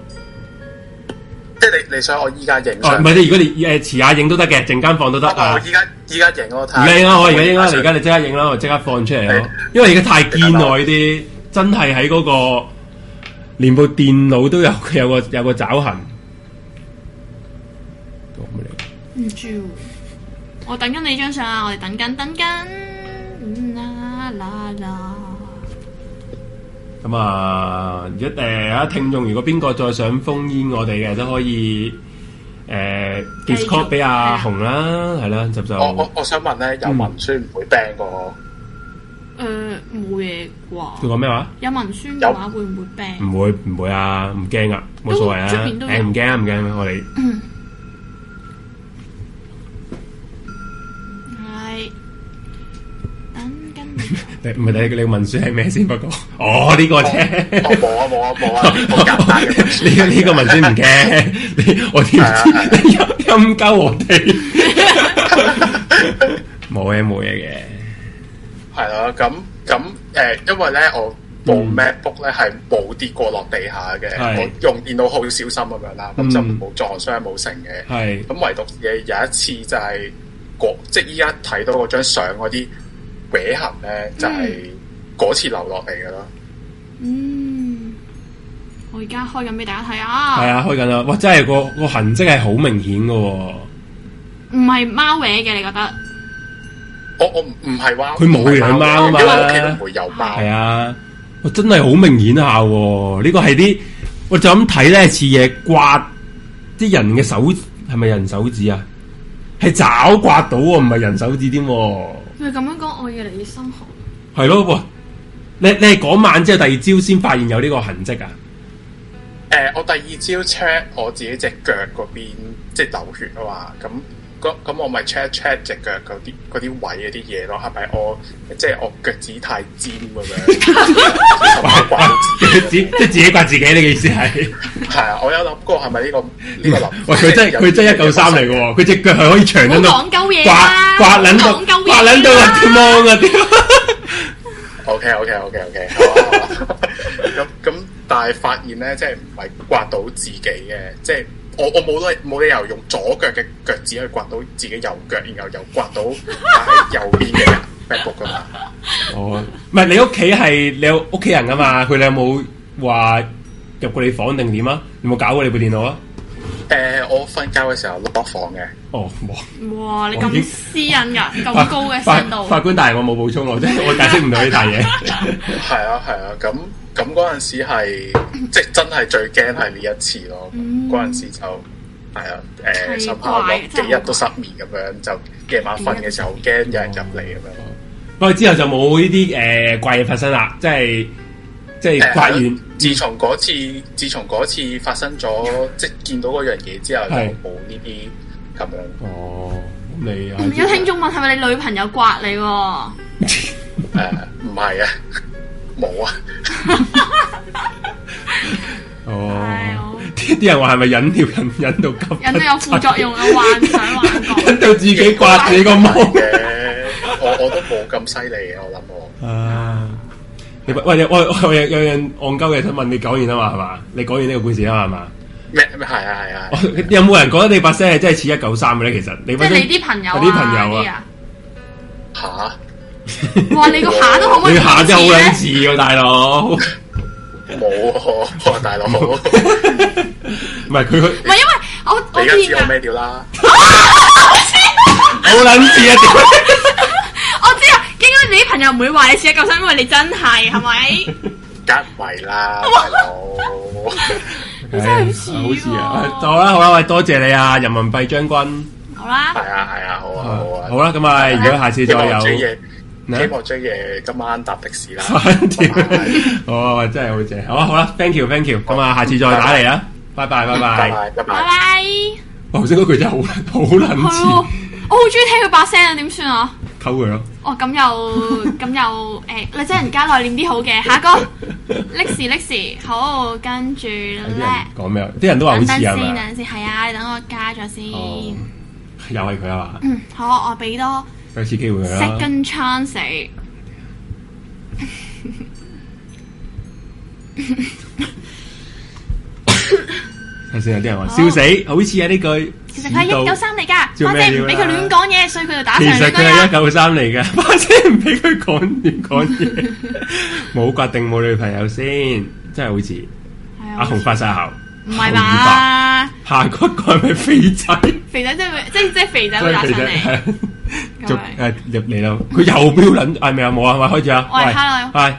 [SPEAKER 12] 即係你你想我依家影
[SPEAKER 4] 唔
[SPEAKER 12] 相？
[SPEAKER 4] 係你，如果你誒遲下影都得嘅，陣間放都得
[SPEAKER 12] 啊
[SPEAKER 4] 啊
[SPEAKER 12] 我。依家依家影我睇下。
[SPEAKER 4] 而家影啦，我而家影啦，而啊家你即刻影啦，我即刻放出嚟咯。因為而家太堅啦，呢啲真係喺嗰個連部電腦都有 *laughs* 有個有個爪痕。講咩嚟
[SPEAKER 3] 唔知喎，我等緊你張相啊！我哋等緊等緊。嗯啦啦啦！
[SPEAKER 4] 咁啊，如果誒啊聽眾，如果邊個再想封煙我哋嘅，都可以誒、Discord 俾阿紅啦，係啦，就就
[SPEAKER 12] 我我我想問咧，
[SPEAKER 4] 嗯
[SPEAKER 12] 有文書唔會 ban 過我？
[SPEAKER 3] 誒呃冇嘢
[SPEAKER 4] 佢講
[SPEAKER 3] 啩？
[SPEAKER 4] 咩話？
[SPEAKER 3] 有文宣嘅話會唔會 ban？
[SPEAKER 4] 唔會唔會啊，唔驚啊，冇所謂啊，
[SPEAKER 3] 都出邊都有
[SPEAKER 4] 誒唔驚啊唔驚啊，我哋
[SPEAKER 3] 係等緊你。
[SPEAKER 4] *laughs* 你唔係你你文書係咩先？不過 *laughs* 哦呢、個啫。
[SPEAKER 12] 我冇啊冇啊冇啊，
[SPEAKER 4] *laughs*
[SPEAKER 12] 好簡單嘅文書。
[SPEAKER 4] 呢個呢個文宣唔驚，你 *laughs* 我點知 *laughs* 陰鳩我哋？ *laughs* 冇嘢冇嘢嘅，
[SPEAKER 12] 係啦，咁咁誒，因為咧我部 MacBook 咧係冇跌過落地下嘅，
[SPEAKER 4] 嗯係
[SPEAKER 12] 我用電腦好小心啊咁樣啦，咁
[SPEAKER 4] 嗯
[SPEAKER 12] 就冇撞傷冇成嘅。
[SPEAKER 13] *laughs*
[SPEAKER 4] 係
[SPEAKER 12] 咁唯獨嘢有一次就係嗰即係依家睇到嗰張相嗰啲搲痕咧，就係
[SPEAKER 4] 嗯
[SPEAKER 12] 嗰次流落嚟嘅咯。
[SPEAKER 3] 嗯，我而家開緊俾大家睇
[SPEAKER 4] 係
[SPEAKER 3] 啊！
[SPEAKER 4] 啊，開緊啦！哇，真係個個痕跡係好明顯嘅喎，
[SPEAKER 3] 唔係貓搲嘅，你覺得？
[SPEAKER 12] 我我唔唔係話
[SPEAKER 4] 佢冇養貓啊嘛
[SPEAKER 12] 因為我屋企都唔會有貓。
[SPEAKER 4] 係啊，哇，真係好明顯下喎！呢個係啲我就咁睇咧，似嘢刮啲人嘅手，係咪人手指啊？係爪刮到喎，唔係人手指添喎。
[SPEAKER 3] 佢咁樣講，我越嚟越心寒。
[SPEAKER 4] 係咯，哇！你你係嗰晚之後第二朝先發現有呢個痕跡啊？
[SPEAKER 12] 誒、呃我第二朝 check 我自己只腳嗰邊即係流血啊嘛，咁嗰咁我咪 check check 只腳嗰啲嗰啲位嗰啲嘢咯，係咪我即係我腳趾太尖咁樣，刮刮到自己
[SPEAKER 4] 自即係自己刮自己，呢個意思係？
[SPEAKER 12] 係啊，我有諗過係咪呢個呢、個諗法？
[SPEAKER 4] *laughs* 喂，佢真係佢真係一嚿衫嚟嘅喎，佢只腳係可以長撚到
[SPEAKER 3] 唔好講鳩嘢
[SPEAKER 4] 刮
[SPEAKER 3] 啦
[SPEAKER 4] 刮撚到
[SPEAKER 3] 唔好講鳩嘢啦
[SPEAKER 4] 刮撚到個天芒啊！屌
[SPEAKER 12] OK OK OK OK，好啊好啊咁咁，但係發現咧，即係唔係刮到自己嘅，即係我我冇理冇理由用左腳嘅腳趾去刮到自己右腳，然後又刮到擺喺右邊嘅 MacBook 噶嘛。
[SPEAKER 4] 哦，唔係你屋企係你有屋企人噶嘛？佢哋有冇話入過你房定點啊？有冇搞過你部電腦啊？
[SPEAKER 12] 誒、我瞓覺嘅時候 lock 房嘅，
[SPEAKER 4] 哦，冇。
[SPEAKER 3] 哇！你
[SPEAKER 4] 我已經
[SPEAKER 3] 咁私隱㗎，咁高嘅
[SPEAKER 4] 法
[SPEAKER 3] 深度。
[SPEAKER 4] 法官大人，我冇補充，我真係我解釋唔到呢單嘢。
[SPEAKER 12] 係啊係啊，咁咁嗰陣時係即係真係最驚係呢一次咯。
[SPEAKER 3] 嗯
[SPEAKER 12] 嗰陣時就係啊，誒，
[SPEAKER 3] 奇
[SPEAKER 12] 甚
[SPEAKER 3] 怪
[SPEAKER 12] 至我幾
[SPEAKER 3] 真係
[SPEAKER 12] 日
[SPEAKER 3] 好
[SPEAKER 12] 都失眠咁樣，就夜晚瞓嘅時候驚有人入嚟咁樣。
[SPEAKER 4] 不過之後就冇呢啲誒怪嘢發生啦，即係即係刮完
[SPEAKER 12] 誒。自從嗰次，自從嗰次發生咗，即係見到嗰樣嘢之後，就
[SPEAKER 4] 係
[SPEAKER 12] 冇呢啲咁樣。
[SPEAKER 4] 哦，咁你下次
[SPEAKER 3] 有聽眾問係咪你女朋友刮你喎？
[SPEAKER 12] 誒，唔係啊，冇啊，
[SPEAKER 4] 哦，啲啲人話係咪引尿引引到急？
[SPEAKER 3] 人都有副作用啊嘅幻想幻覺。
[SPEAKER 4] 引到自己刮你個毛
[SPEAKER 12] 嘅，我我都冇咁犀利嘅，我諗我。
[SPEAKER 4] 啊！ *laughs* 你喂，你我我有有樣戇鳩嘅想問你講完啊嘛，係嘛？你講完呢個故事啊嘛，係嘛？
[SPEAKER 12] 咩咩係啊係啊，
[SPEAKER 4] 我有冇人覺得你把聲係真係似一九三嘅咧？其實你
[SPEAKER 3] 即係你啲朋友啊，
[SPEAKER 4] 有啲朋友
[SPEAKER 3] 啲啊，
[SPEAKER 12] 吓
[SPEAKER 3] *laughs* 哇！你個下都可唔可以
[SPEAKER 4] 你下真係好撚
[SPEAKER 3] 似
[SPEAKER 4] 似喎，大佬。唔
[SPEAKER 12] 冇啊，大佬，
[SPEAKER 4] 係佢佢
[SPEAKER 3] 咧？唔係因為我我
[SPEAKER 12] 你而家知
[SPEAKER 3] 見
[SPEAKER 12] 我
[SPEAKER 3] 啊，
[SPEAKER 12] 咩調啦？
[SPEAKER 4] 好撚似啊！
[SPEAKER 3] 我知啊，應該你啲朋友唔會話你似一嚿水，因為你真係係咪？ *laughs*
[SPEAKER 12] 梗唔係啦，大佬，
[SPEAKER 4] 真係似，好似啊！ *laughs* 好啦好啦，喂，多謝你啊，人民幣將軍。
[SPEAKER 3] 好啦，
[SPEAKER 12] 係啊係啊，好啊好啊，
[SPEAKER 4] 好啦，咁啊，如果下次
[SPEAKER 12] 希
[SPEAKER 4] 再
[SPEAKER 12] 望
[SPEAKER 4] 有，
[SPEAKER 12] J 嘢，
[SPEAKER 4] 咩
[SPEAKER 12] 希望 J 嘢今晚搭的
[SPEAKER 4] *laughs*
[SPEAKER 12] 士啦，
[SPEAKER 4] 屌好啊，真係好正。好啊好啦，thank you，thank you。咁啊，下次再打嚟啊，拜拜拜
[SPEAKER 12] 拜
[SPEAKER 4] 拜。
[SPEAKER 12] 拜拜
[SPEAKER 3] 拜
[SPEAKER 12] 拜。
[SPEAKER 3] 拜。
[SPEAKER 4] 我頭先嗰句真係好撚好撚
[SPEAKER 3] 係
[SPEAKER 4] 似
[SPEAKER 3] 喎，，我哦好中意聽佢把聲啊，點算啊？
[SPEAKER 4] 溝佢咯。
[SPEAKER 3] 哦，咁 *laughs* 又咁又誒，女仔人家內斂啲好嘅，下一個歷時歷時，好，跟住
[SPEAKER 4] 有啲
[SPEAKER 3] 咧
[SPEAKER 4] 人，講咩啊？啲人都話好
[SPEAKER 3] 等
[SPEAKER 4] 似
[SPEAKER 3] 等
[SPEAKER 4] 係
[SPEAKER 3] 先，
[SPEAKER 4] 咪？
[SPEAKER 3] 等先，係啊，你等我加咗先。
[SPEAKER 4] 哦，又係佢啊嘛，
[SPEAKER 3] 嗯，好，我俾多
[SPEAKER 4] *laughs* 有次機會佢啦。
[SPEAKER 3] second chance 你。
[SPEAKER 4] 頭先有啲人話笑死，好似啊呢句。
[SPEAKER 3] 其實佢係
[SPEAKER 4] 似到
[SPEAKER 3] 一九三嚟㗎，
[SPEAKER 4] 做
[SPEAKER 3] 反
[SPEAKER 4] 咩
[SPEAKER 3] 正
[SPEAKER 4] 料
[SPEAKER 3] 唔
[SPEAKER 4] 啦
[SPEAKER 3] 俾佢亂講嘢，所以佢就打
[SPEAKER 4] 其
[SPEAKER 3] 上
[SPEAKER 4] 實
[SPEAKER 3] 嚟
[SPEAKER 4] 佢係一
[SPEAKER 3] 啦。
[SPEAKER 4] 九三嚟嘅， *laughs* 或者唔俾佢講亂講嘢， *laughs* 冇決定冇女朋友先，真係好似
[SPEAKER 3] 係啊
[SPEAKER 4] 阿紅發晒姣，
[SPEAKER 3] 唔係
[SPEAKER 4] 後乳白？
[SPEAKER 3] 吧？
[SPEAKER 4] 下一個係咪肥
[SPEAKER 3] *laughs*
[SPEAKER 4] 仔？
[SPEAKER 3] 肥仔真係會即係即係肥仔會
[SPEAKER 4] 真係
[SPEAKER 3] 打上
[SPEAKER 4] 肥
[SPEAKER 3] 嚟。
[SPEAKER 4] 仔，
[SPEAKER 3] 咁
[SPEAKER 4] 仲
[SPEAKER 3] 樣
[SPEAKER 4] 誒入嚟啦！佢又標撚係咪啊？冇啊？係咪開始啊？
[SPEAKER 3] 喂
[SPEAKER 4] 喂
[SPEAKER 3] hello
[SPEAKER 4] 係。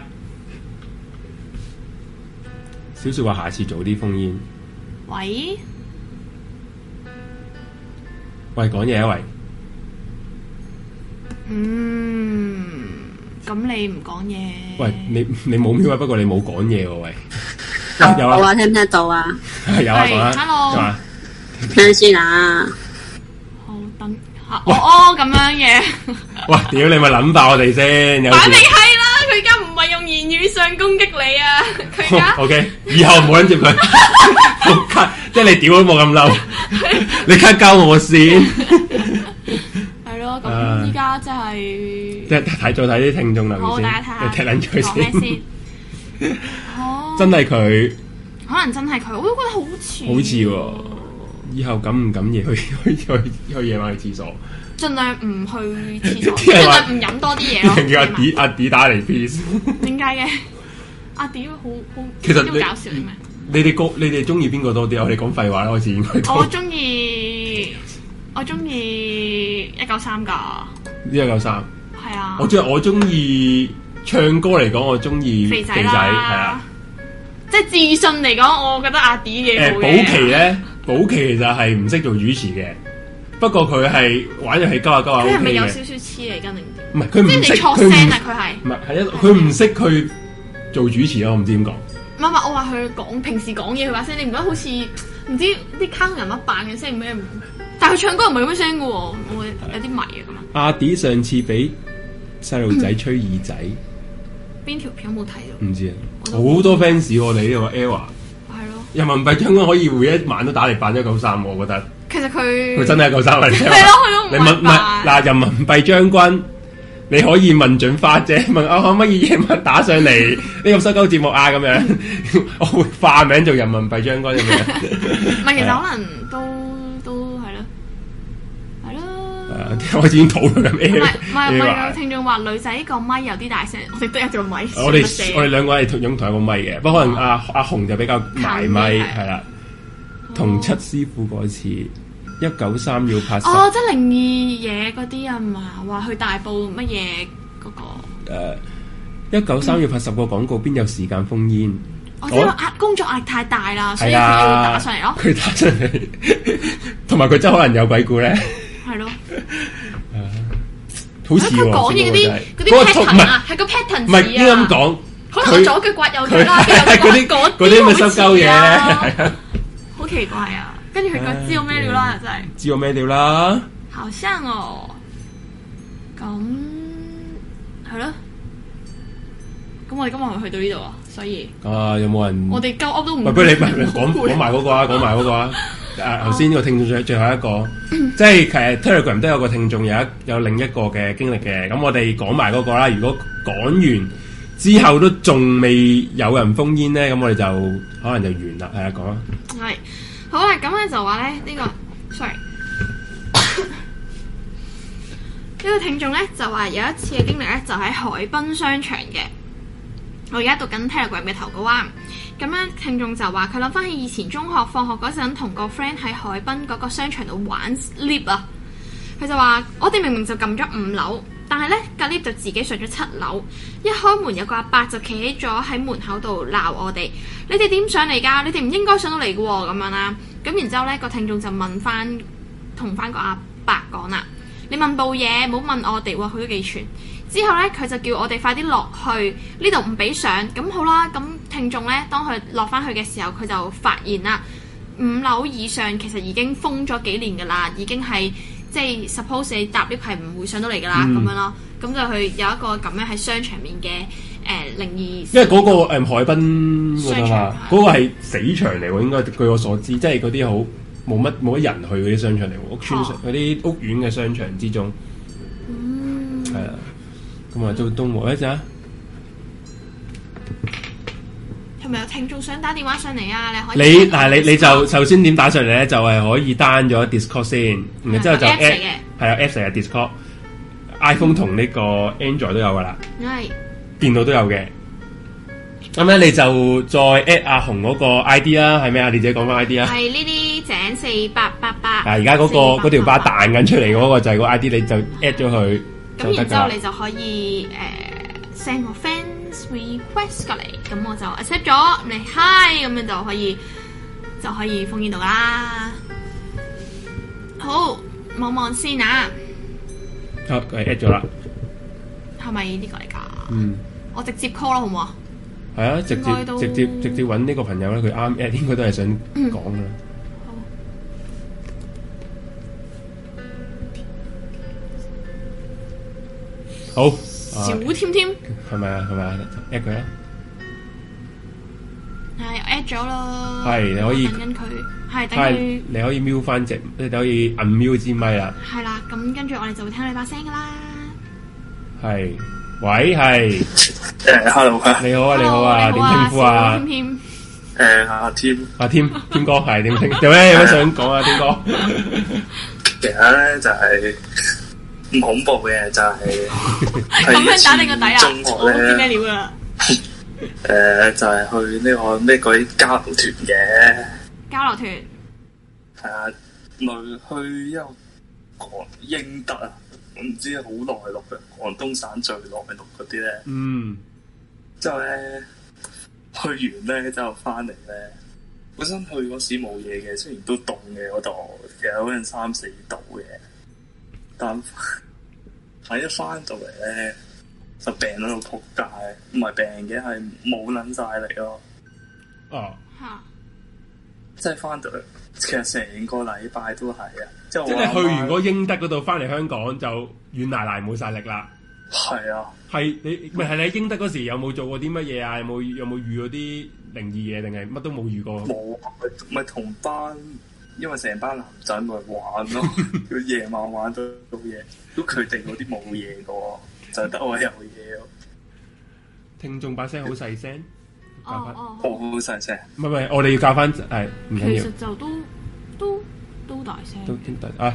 [SPEAKER 4] 小雪話下次早啲封煙，
[SPEAKER 3] 喂，
[SPEAKER 4] 喂講嘢啊喂！
[SPEAKER 3] 嗯，咁你唔講嘢？
[SPEAKER 4] 喂，你你冇瞄啊，不過你冇講嘢喎，喂，有
[SPEAKER 10] 我
[SPEAKER 4] 啊，
[SPEAKER 10] 話聽唔聽到啊？
[SPEAKER 4] *laughs* 有啊，講啊，
[SPEAKER 3] 係，hello
[SPEAKER 4] 講啊，
[SPEAKER 10] 聽先啊！
[SPEAKER 3] 好等嚇，哦哦咁樣嘅，
[SPEAKER 4] 喂，屌你咪諗爆我哋先， *laughs* 有啊
[SPEAKER 3] 擺
[SPEAKER 4] 時
[SPEAKER 3] 明係啦，佢而家唔係用言語上攻擊你啊，佢
[SPEAKER 4] *laughs*
[SPEAKER 3] 而家
[SPEAKER 4] O K，以後唔好跟接佢，仆街，即係你屌都冇咁嬲，你卡交我先，
[SPEAKER 3] 係咯，
[SPEAKER 4] 唉
[SPEAKER 3] 咁依家即係
[SPEAKER 4] 即係睇再睇啲聽眾 *laughs* 留
[SPEAKER 3] 好，
[SPEAKER 4] 言
[SPEAKER 3] 大
[SPEAKER 4] 先
[SPEAKER 3] 家，
[SPEAKER 4] 你踢撚
[SPEAKER 3] 睇下講
[SPEAKER 4] 佢
[SPEAKER 3] 咩
[SPEAKER 4] 先
[SPEAKER 3] 先，。
[SPEAKER 4] *laughs*
[SPEAKER 3] 哦，
[SPEAKER 4] 真係佢
[SPEAKER 3] 可能真係佢，我都覺得好似
[SPEAKER 4] 好似喎，以後敢唔敢夜去去去去夜晚去廁所？
[SPEAKER 3] 盡量唔去廁
[SPEAKER 4] *laughs*
[SPEAKER 3] 所，
[SPEAKER 4] 啲
[SPEAKER 3] 盡
[SPEAKER 4] 人話
[SPEAKER 3] 量唔飲多啲嘢
[SPEAKER 4] *laughs* 啲人叫阿
[SPEAKER 3] 咯。
[SPEAKER 4] 迪阿迪打嚟 please。
[SPEAKER 3] *laughs* 點解嘅？阿屌好好，
[SPEAKER 4] 其實
[SPEAKER 3] 好
[SPEAKER 4] 你
[SPEAKER 3] 搞笑嘅咩？
[SPEAKER 4] 你哋個你哋中意邊個多啲啊？我哋講廢話啦，開始應該
[SPEAKER 3] 我
[SPEAKER 4] 都
[SPEAKER 3] 中意我中意一九三㗎，
[SPEAKER 4] *laughs* 一九三。
[SPEAKER 3] 係啊
[SPEAKER 4] 我，中意我中意唱歌嚟講，我中意
[SPEAKER 3] 肥
[SPEAKER 4] 肥
[SPEAKER 3] 仔
[SPEAKER 4] 仔係
[SPEAKER 3] 啦
[SPEAKER 4] 啊。，
[SPEAKER 3] 即係自信嚟講，我覺得阿屌嘅
[SPEAKER 4] 誒
[SPEAKER 3] 好
[SPEAKER 4] 保期
[SPEAKER 3] 嘅。
[SPEAKER 4] 咧，保期其實係唔識做主持嘅，不過佢係玩遊戲鳩下鳩下
[SPEAKER 3] 佢係咪
[SPEAKER 4] OK
[SPEAKER 3] 有
[SPEAKER 4] 啊嘅
[SPEAKER 3] 少。少黐嚟筋定點？
[SPEAKER 4] 唔係佢唔
[SPEAKER 3] 即係
[SPEAKER 4] 識
[SPEAKER 3] 你錯
[SPEAKER 4] 佢唔
[SPEAKER 3] 聲啊！佢係
[SPEAKER 4] 唔係係一佢唔識佢做主持咯，啊我唔知點講。
[SPEAKER 3] 唔係唔係？我話佢講平時講嘢，佢把聲你唔覺得好似唔知啲卡通人物扮嘅聲咩？但係佢唱歌唔係咁樣聲嘅喎，我有啲迷啊咁啊！
[SPEAKER 4] 阿迪上次俾細路仔吹耳仔，
[SPEAKER 3] 邊條片有冇睇到？
[SPEAKER 4] 唔知啊，好多 fans 喎你呢個 Ella。
[SPEAKER 3] 係咯，
[SPEAKER 4] 人民幣將軍可以每一晚都打嚟扮一九三，我覺得
[SPEAKER 3] 其實佢
[SPEAKER 4] 佢真係一九三嚟
[SPEAKER 3] 係咯佢都唔
[SPEAKER 4] 你問
[SPEAKER 3] 係
[SPEAKER 4] 唔
[SPEAKER 3] 扮
[SPEAKER 4] 係嗱，人民幣將軍，你可以問準花姐，問 *laughs* 我可唔可以夜晚打上嚟
[SPEAKER 3] *laughs*
[SPEAKER 4] 呢個收鳩節目啊咁樣， *laughs* 我會化名做人民幣將軍咁樣。
[SPEAKER 3] *laughs* 唔係，其實可能都都係咯，係咯。
[SPEAKER 4] 誒開始討論緊
[SPEAKER 3] 唔
[SPEAKER 4] A *laughs*
[SPEAKER 3] 係唔係唔係，有聽眾話女仔個咪有啲大聲，我哋都有做咪。
[SPEAKER 4] 我哋我哋兩個係同擁同一個咪嘅，不過可能
[SPEAKER 3] 哦
[SPEAKER 4] 阿阿紅就比較埋咪
[SPEAKER 3] 近啲係
[SPEAKER 4] 係啦。同七師傅嗰次一九三要拍十
[SPEAKER 3] 哦，即係靈異嘢嗰啲啊，唔係話去大埔乜嘢嗰個，
[SPEAKER 4] 一九三要拍十個廣告，邊有時間封煙？
[SPEAKER 3] 我知道壓工作壓力太大啦，啊所以佢
[SPEAKER 4] 係
[SPEAKER 3] 要
[SPEAKER 4] 啦，
[SPEAKER 3] 打上嚟咯，
[SPEAKER 4] 哎佢打上嚟，同埋佢真係可能有鬼故
[SPEAKER 3] *laughs*
[SPEAKER 4] 咧，
[SPEAKER 3] 係咯。
[SPEAKER 4] 好似
[SPEAKER 3] 啊佢
[SPEAKER 4] 喎。
[SPEAKER 3] 講嘢嗰啲嗰
[SPEAKER 4] 嗰
[SPEAKER 3] 啲
[SPEAKER 4] 個
[SPEAKER 3] pattern 啊，係個 pattern
[SPEAKER 4] 唔係應該咁
[SPEAKER 3] 字啊，
[SPEAKER 4] 講，
[SPEAKER 3] 可能我
[SPEAKER 4] 佢
[SPEAKER 3] 左腳刮右腳
[SPEAKER 4] 佢
[SPEAKER 3] 啦，佢
[SPEAKER 4] 係 *laughs* 嗰
[SPEAKER 3] 又
[SPEAKER 4] 啲
[SPEAKER 3] 講
[SPEAKER 4] 嗰啲咪收
[SPEAKER 3] 好似啊
[SPEAKER 4] 鳩嘢，係啊
[SPEAKER 3] 好奇怪啊！跟住佢個知道咩料啦，真係。
[SPEAKER 4] *laughs* 知我咩料啦？
[SPEAKER 3] 好像哦，咁係咯。咁我哋今日係咪去到呢度啊？所以
[SPEAKER 4] 啊，有冇人？
[SPEAKER 3] 我哋鳩噏都唔
[SPEAKER 4] 喂，不如你唔係講
[SPEAKER 3] *laughs*
[SPEAKER 4] 講埋嗰個啊，講埋嗰個啊。誒，頭先呢個聽眾最最後一個，
[SPEAKER 3] 嗯
[SPEAKER 4] 即係誒 Telegram 都有個聽眾有一有另一個嘅經歷嘅。咁我哋講埋嗰個啦。如果講完之後都仲未有人封煙咧，咁我哋就可能就完啦。係啊，講啊。
[SPEAKER 3] 係好好啦，咁咧就話咧呢、呢個，sorry，呢個聽眾咧就話有一次嘅經歷咧就喺海濱商場嘅，我而家讀緊 Telegram 嘅投稿啊。咁咧聽眾就話佢諗翻起以前中學放學嗰陣同個 friend 喺海濱嗰個商場度玩 lift 啊，佢就話我哋明明就撳咗五樓。但係咧，隔 lift 就自己上咗七樓，一開門有個阿伯就企咗喺門口度鬧我哋：你哋點上嚟㗎？你哋唔應該上到嚟嘅喎，咁樣啦。咁然之後咧，個聽眾就問翻同翻個阿伯講啦：你問部嘢，冇問我哋喎，佢都幾串。之後咧，佢就叫我哋快啲落去呢度唔俾上。咁好啦，咁聽眾咧，當佢落翻去嘅時候，佢就發現啦，五樓以上其實已經封咗幾年㗎啦，已經係。即係 suppose 你搭 lift 係唔會上到嚟㗎啦，咁、
[SPEAKER 4] 嗯
[SPEAKER 3] 樣咯。咁就佢有一個咁樣喺商場面嘅誒靈異，
[SPEAKER 4] 因為嗰、個誒海濱嗰度
[SPEAKER 3] 商場
[SPEAKER 4] 嘛，嗰個係死場嚟喎，應該據我所知，即係嗰啲好冇乜冇乜人去嗰啲商場嚟喎，屋村
[SPEAKER 3] 哦
[SPEAKER 4] 嗰啲屋苑嘅商場之中，
[SPEAKER 3] 嗯
[SPEAKER 4] 係啊，咁啊都都冇一陣啊，
[SPEAKER 3] 係咪有聽眾想打電話上嚟啊？你可
[SPEAKER 4] 你
[SPEAKER 3] 以
[SPEAKER 4] 嗱你你就首先點打上嚟咧，就係可以 down 咗 Discord 先，然之後就
[SPEAKER 3] 係嗯 apps 嚟
[SPEAKER 4] add
[SPEAKER 3] 嘅
[SPEAKER 4] 係啊 Apps 嚟嘅 Discord。iPhone 同呢個 Android 都有噶啦，
[SPEAKER 3] 因為
[SPEAKER 4] 電腦都有嘅。咁咧你就再 at 阿紅嗰個 ID 啦，係咩啊？你自己講翻 ID 啊。
[SPEAKER 3] 係呢啲井四八八八，
[SPEAKER 4] 嗱，而家嗰個嗰條巴
[SPEAKER 3] 打，
[SPEAKER 4] 彈緊出嚟嗰個就係個 ID，你就 at 咗佢就
[SPEAKER 3] 咁
[SPEAKER 4] 得
[SPEAKER 3] 然之
[SPEAKER 4] 㗎
[SPEAKER 3] 後
[SPEAKER 4] 啦
[SPEAKER 3] 你。就可以誒 send 個 fans request 過嚟，咁我就 accept 咗，你 hi 咁樣就可以就可以封煙到啦。好，望望先啊，
[SPEAKER 4] 好，佢 at 咗啦。
[SPEAKER 3] 係咪呢個嚟㗎？
[SPEAKER 4] 嗯，
[SPEAKER 3] 我直接 call 啦，好唔好啊？
[SPEAKER 4] 係啊，直
[SPEAKER 3] 應該
[SPEAKER 4] 接
[SPEAKER 3] 都
[SPEAKER 4] 直接直接揾呢個朋友咧，佢啱 *laughs* at 應該都係想講㗎啦。好，啊
[SPEAKER 3] 小添添，
[SPEAKER 4] 係咪啊？係咪啊？at 佢啦。
[SPEAKER 3] 係 at 咗咯。
[SPEAKER 4] 係你可以
[SPEAKER 3] 等緊佢，係等
[SPEAKER 4] 係
[SPEAKER 3] 佢，
[SPEAKER 4] 你可以 mute 翻隻，你可以 unmute 支咪啦。
[SPEAKER 3] 係啦。咁跟住我哋就會聽到你把聲噶啦。
[SPEAKER 4] 係，喂，係。
[SPEAKER 13] 誒，hello 啊，
[SPEAKER 4] 你好啊，你好啊，點稱呼啊
[SPEAKER 3] 小？添
[SPEAKER 13] 誒，阿 Tim，
[SPEAKER 4] 阿添添哥係點稱？有咩有咩想講啊？添哥，
[SPEAKER 13] 其實咧就係唔恐怖嘅，就係
[SPEAKER 3] 添，咁樣打你個底啊！
[SPEAKER 13] 中
[SPEAKER 3] 我
[SPEAKER 13] 學
[SPEAKER 3] 知咩
[SPEAKER 13] 咧，
[SPEAKER 3] 料啊啦？
[SPEAKER 13] 誒就係去呢個咩嗰啲交流團嘅，
[SPEAKER 3] 交流團
[SPEAKER 13] 係啊，咪去一個廣英德啊，我唔知好內陸嘅，廣東省最內陸嗰啲咧，
[SPEAKER 2] Ừ.
[SPEAKER 4] 嗯，
[SPEAKER 13] 之後咧去完咧之後翻嚟咧，本身去嗰時冇嘢嘅，雖然都凍嘅嗰度，其實嗰陣三四度嘅，但但一翻到嚟咧就病到仆街，唔係病嘅係冇撚晒嚟咯，
[SPEAKER 4] 哦，
[SPEAKER 3] 嚇，
[SPEAKER 13] 即係翻到嚟其實成個禮拜都係啊，即係
[SPEAKER 4] 即
[SPEAKER 13] 我
[SPEAKER 4] 係
[SPEAKER 13] 阿
[SPEAKER 4] 去完
[SPEAKER 13] 媽
[SPEAKER 4] 嗰英德嗰度翻嚟香港就軟奶奶冇晒力啦。
[SPEAKER 13] 係啊，
[SPEAKER 4] 係你咪係你喺英德嗰時有冇做過啲乜嘢啊？有冇有冇遇嗰啲靈異嘢定係乜都冇遇過？
[SPEAKER 13] 冇啊咪同班，因為成班男仔咪玩
[SPEAKER 4] *laughs*
[SPEAKER 13] 咯，佢夜晚玩到到嘢，咁佢哋嗰啲冇嘢嘅喎，就係得我有嘢咯。
[SPEAKER 4] 聽眾把聲好細聲，教翻
[SPEAKER 3] 哦
[SPEAKER 13] 我好細聲，
[SPEAKER 4] 唔係唔係，我哋要教翻係唔
[SPEAKER 3] 其
[SPEAKER 4] 緊要
[SPEAKER 3] 實就都都都大聲。
[SPEAKER 4] 都聽得啊。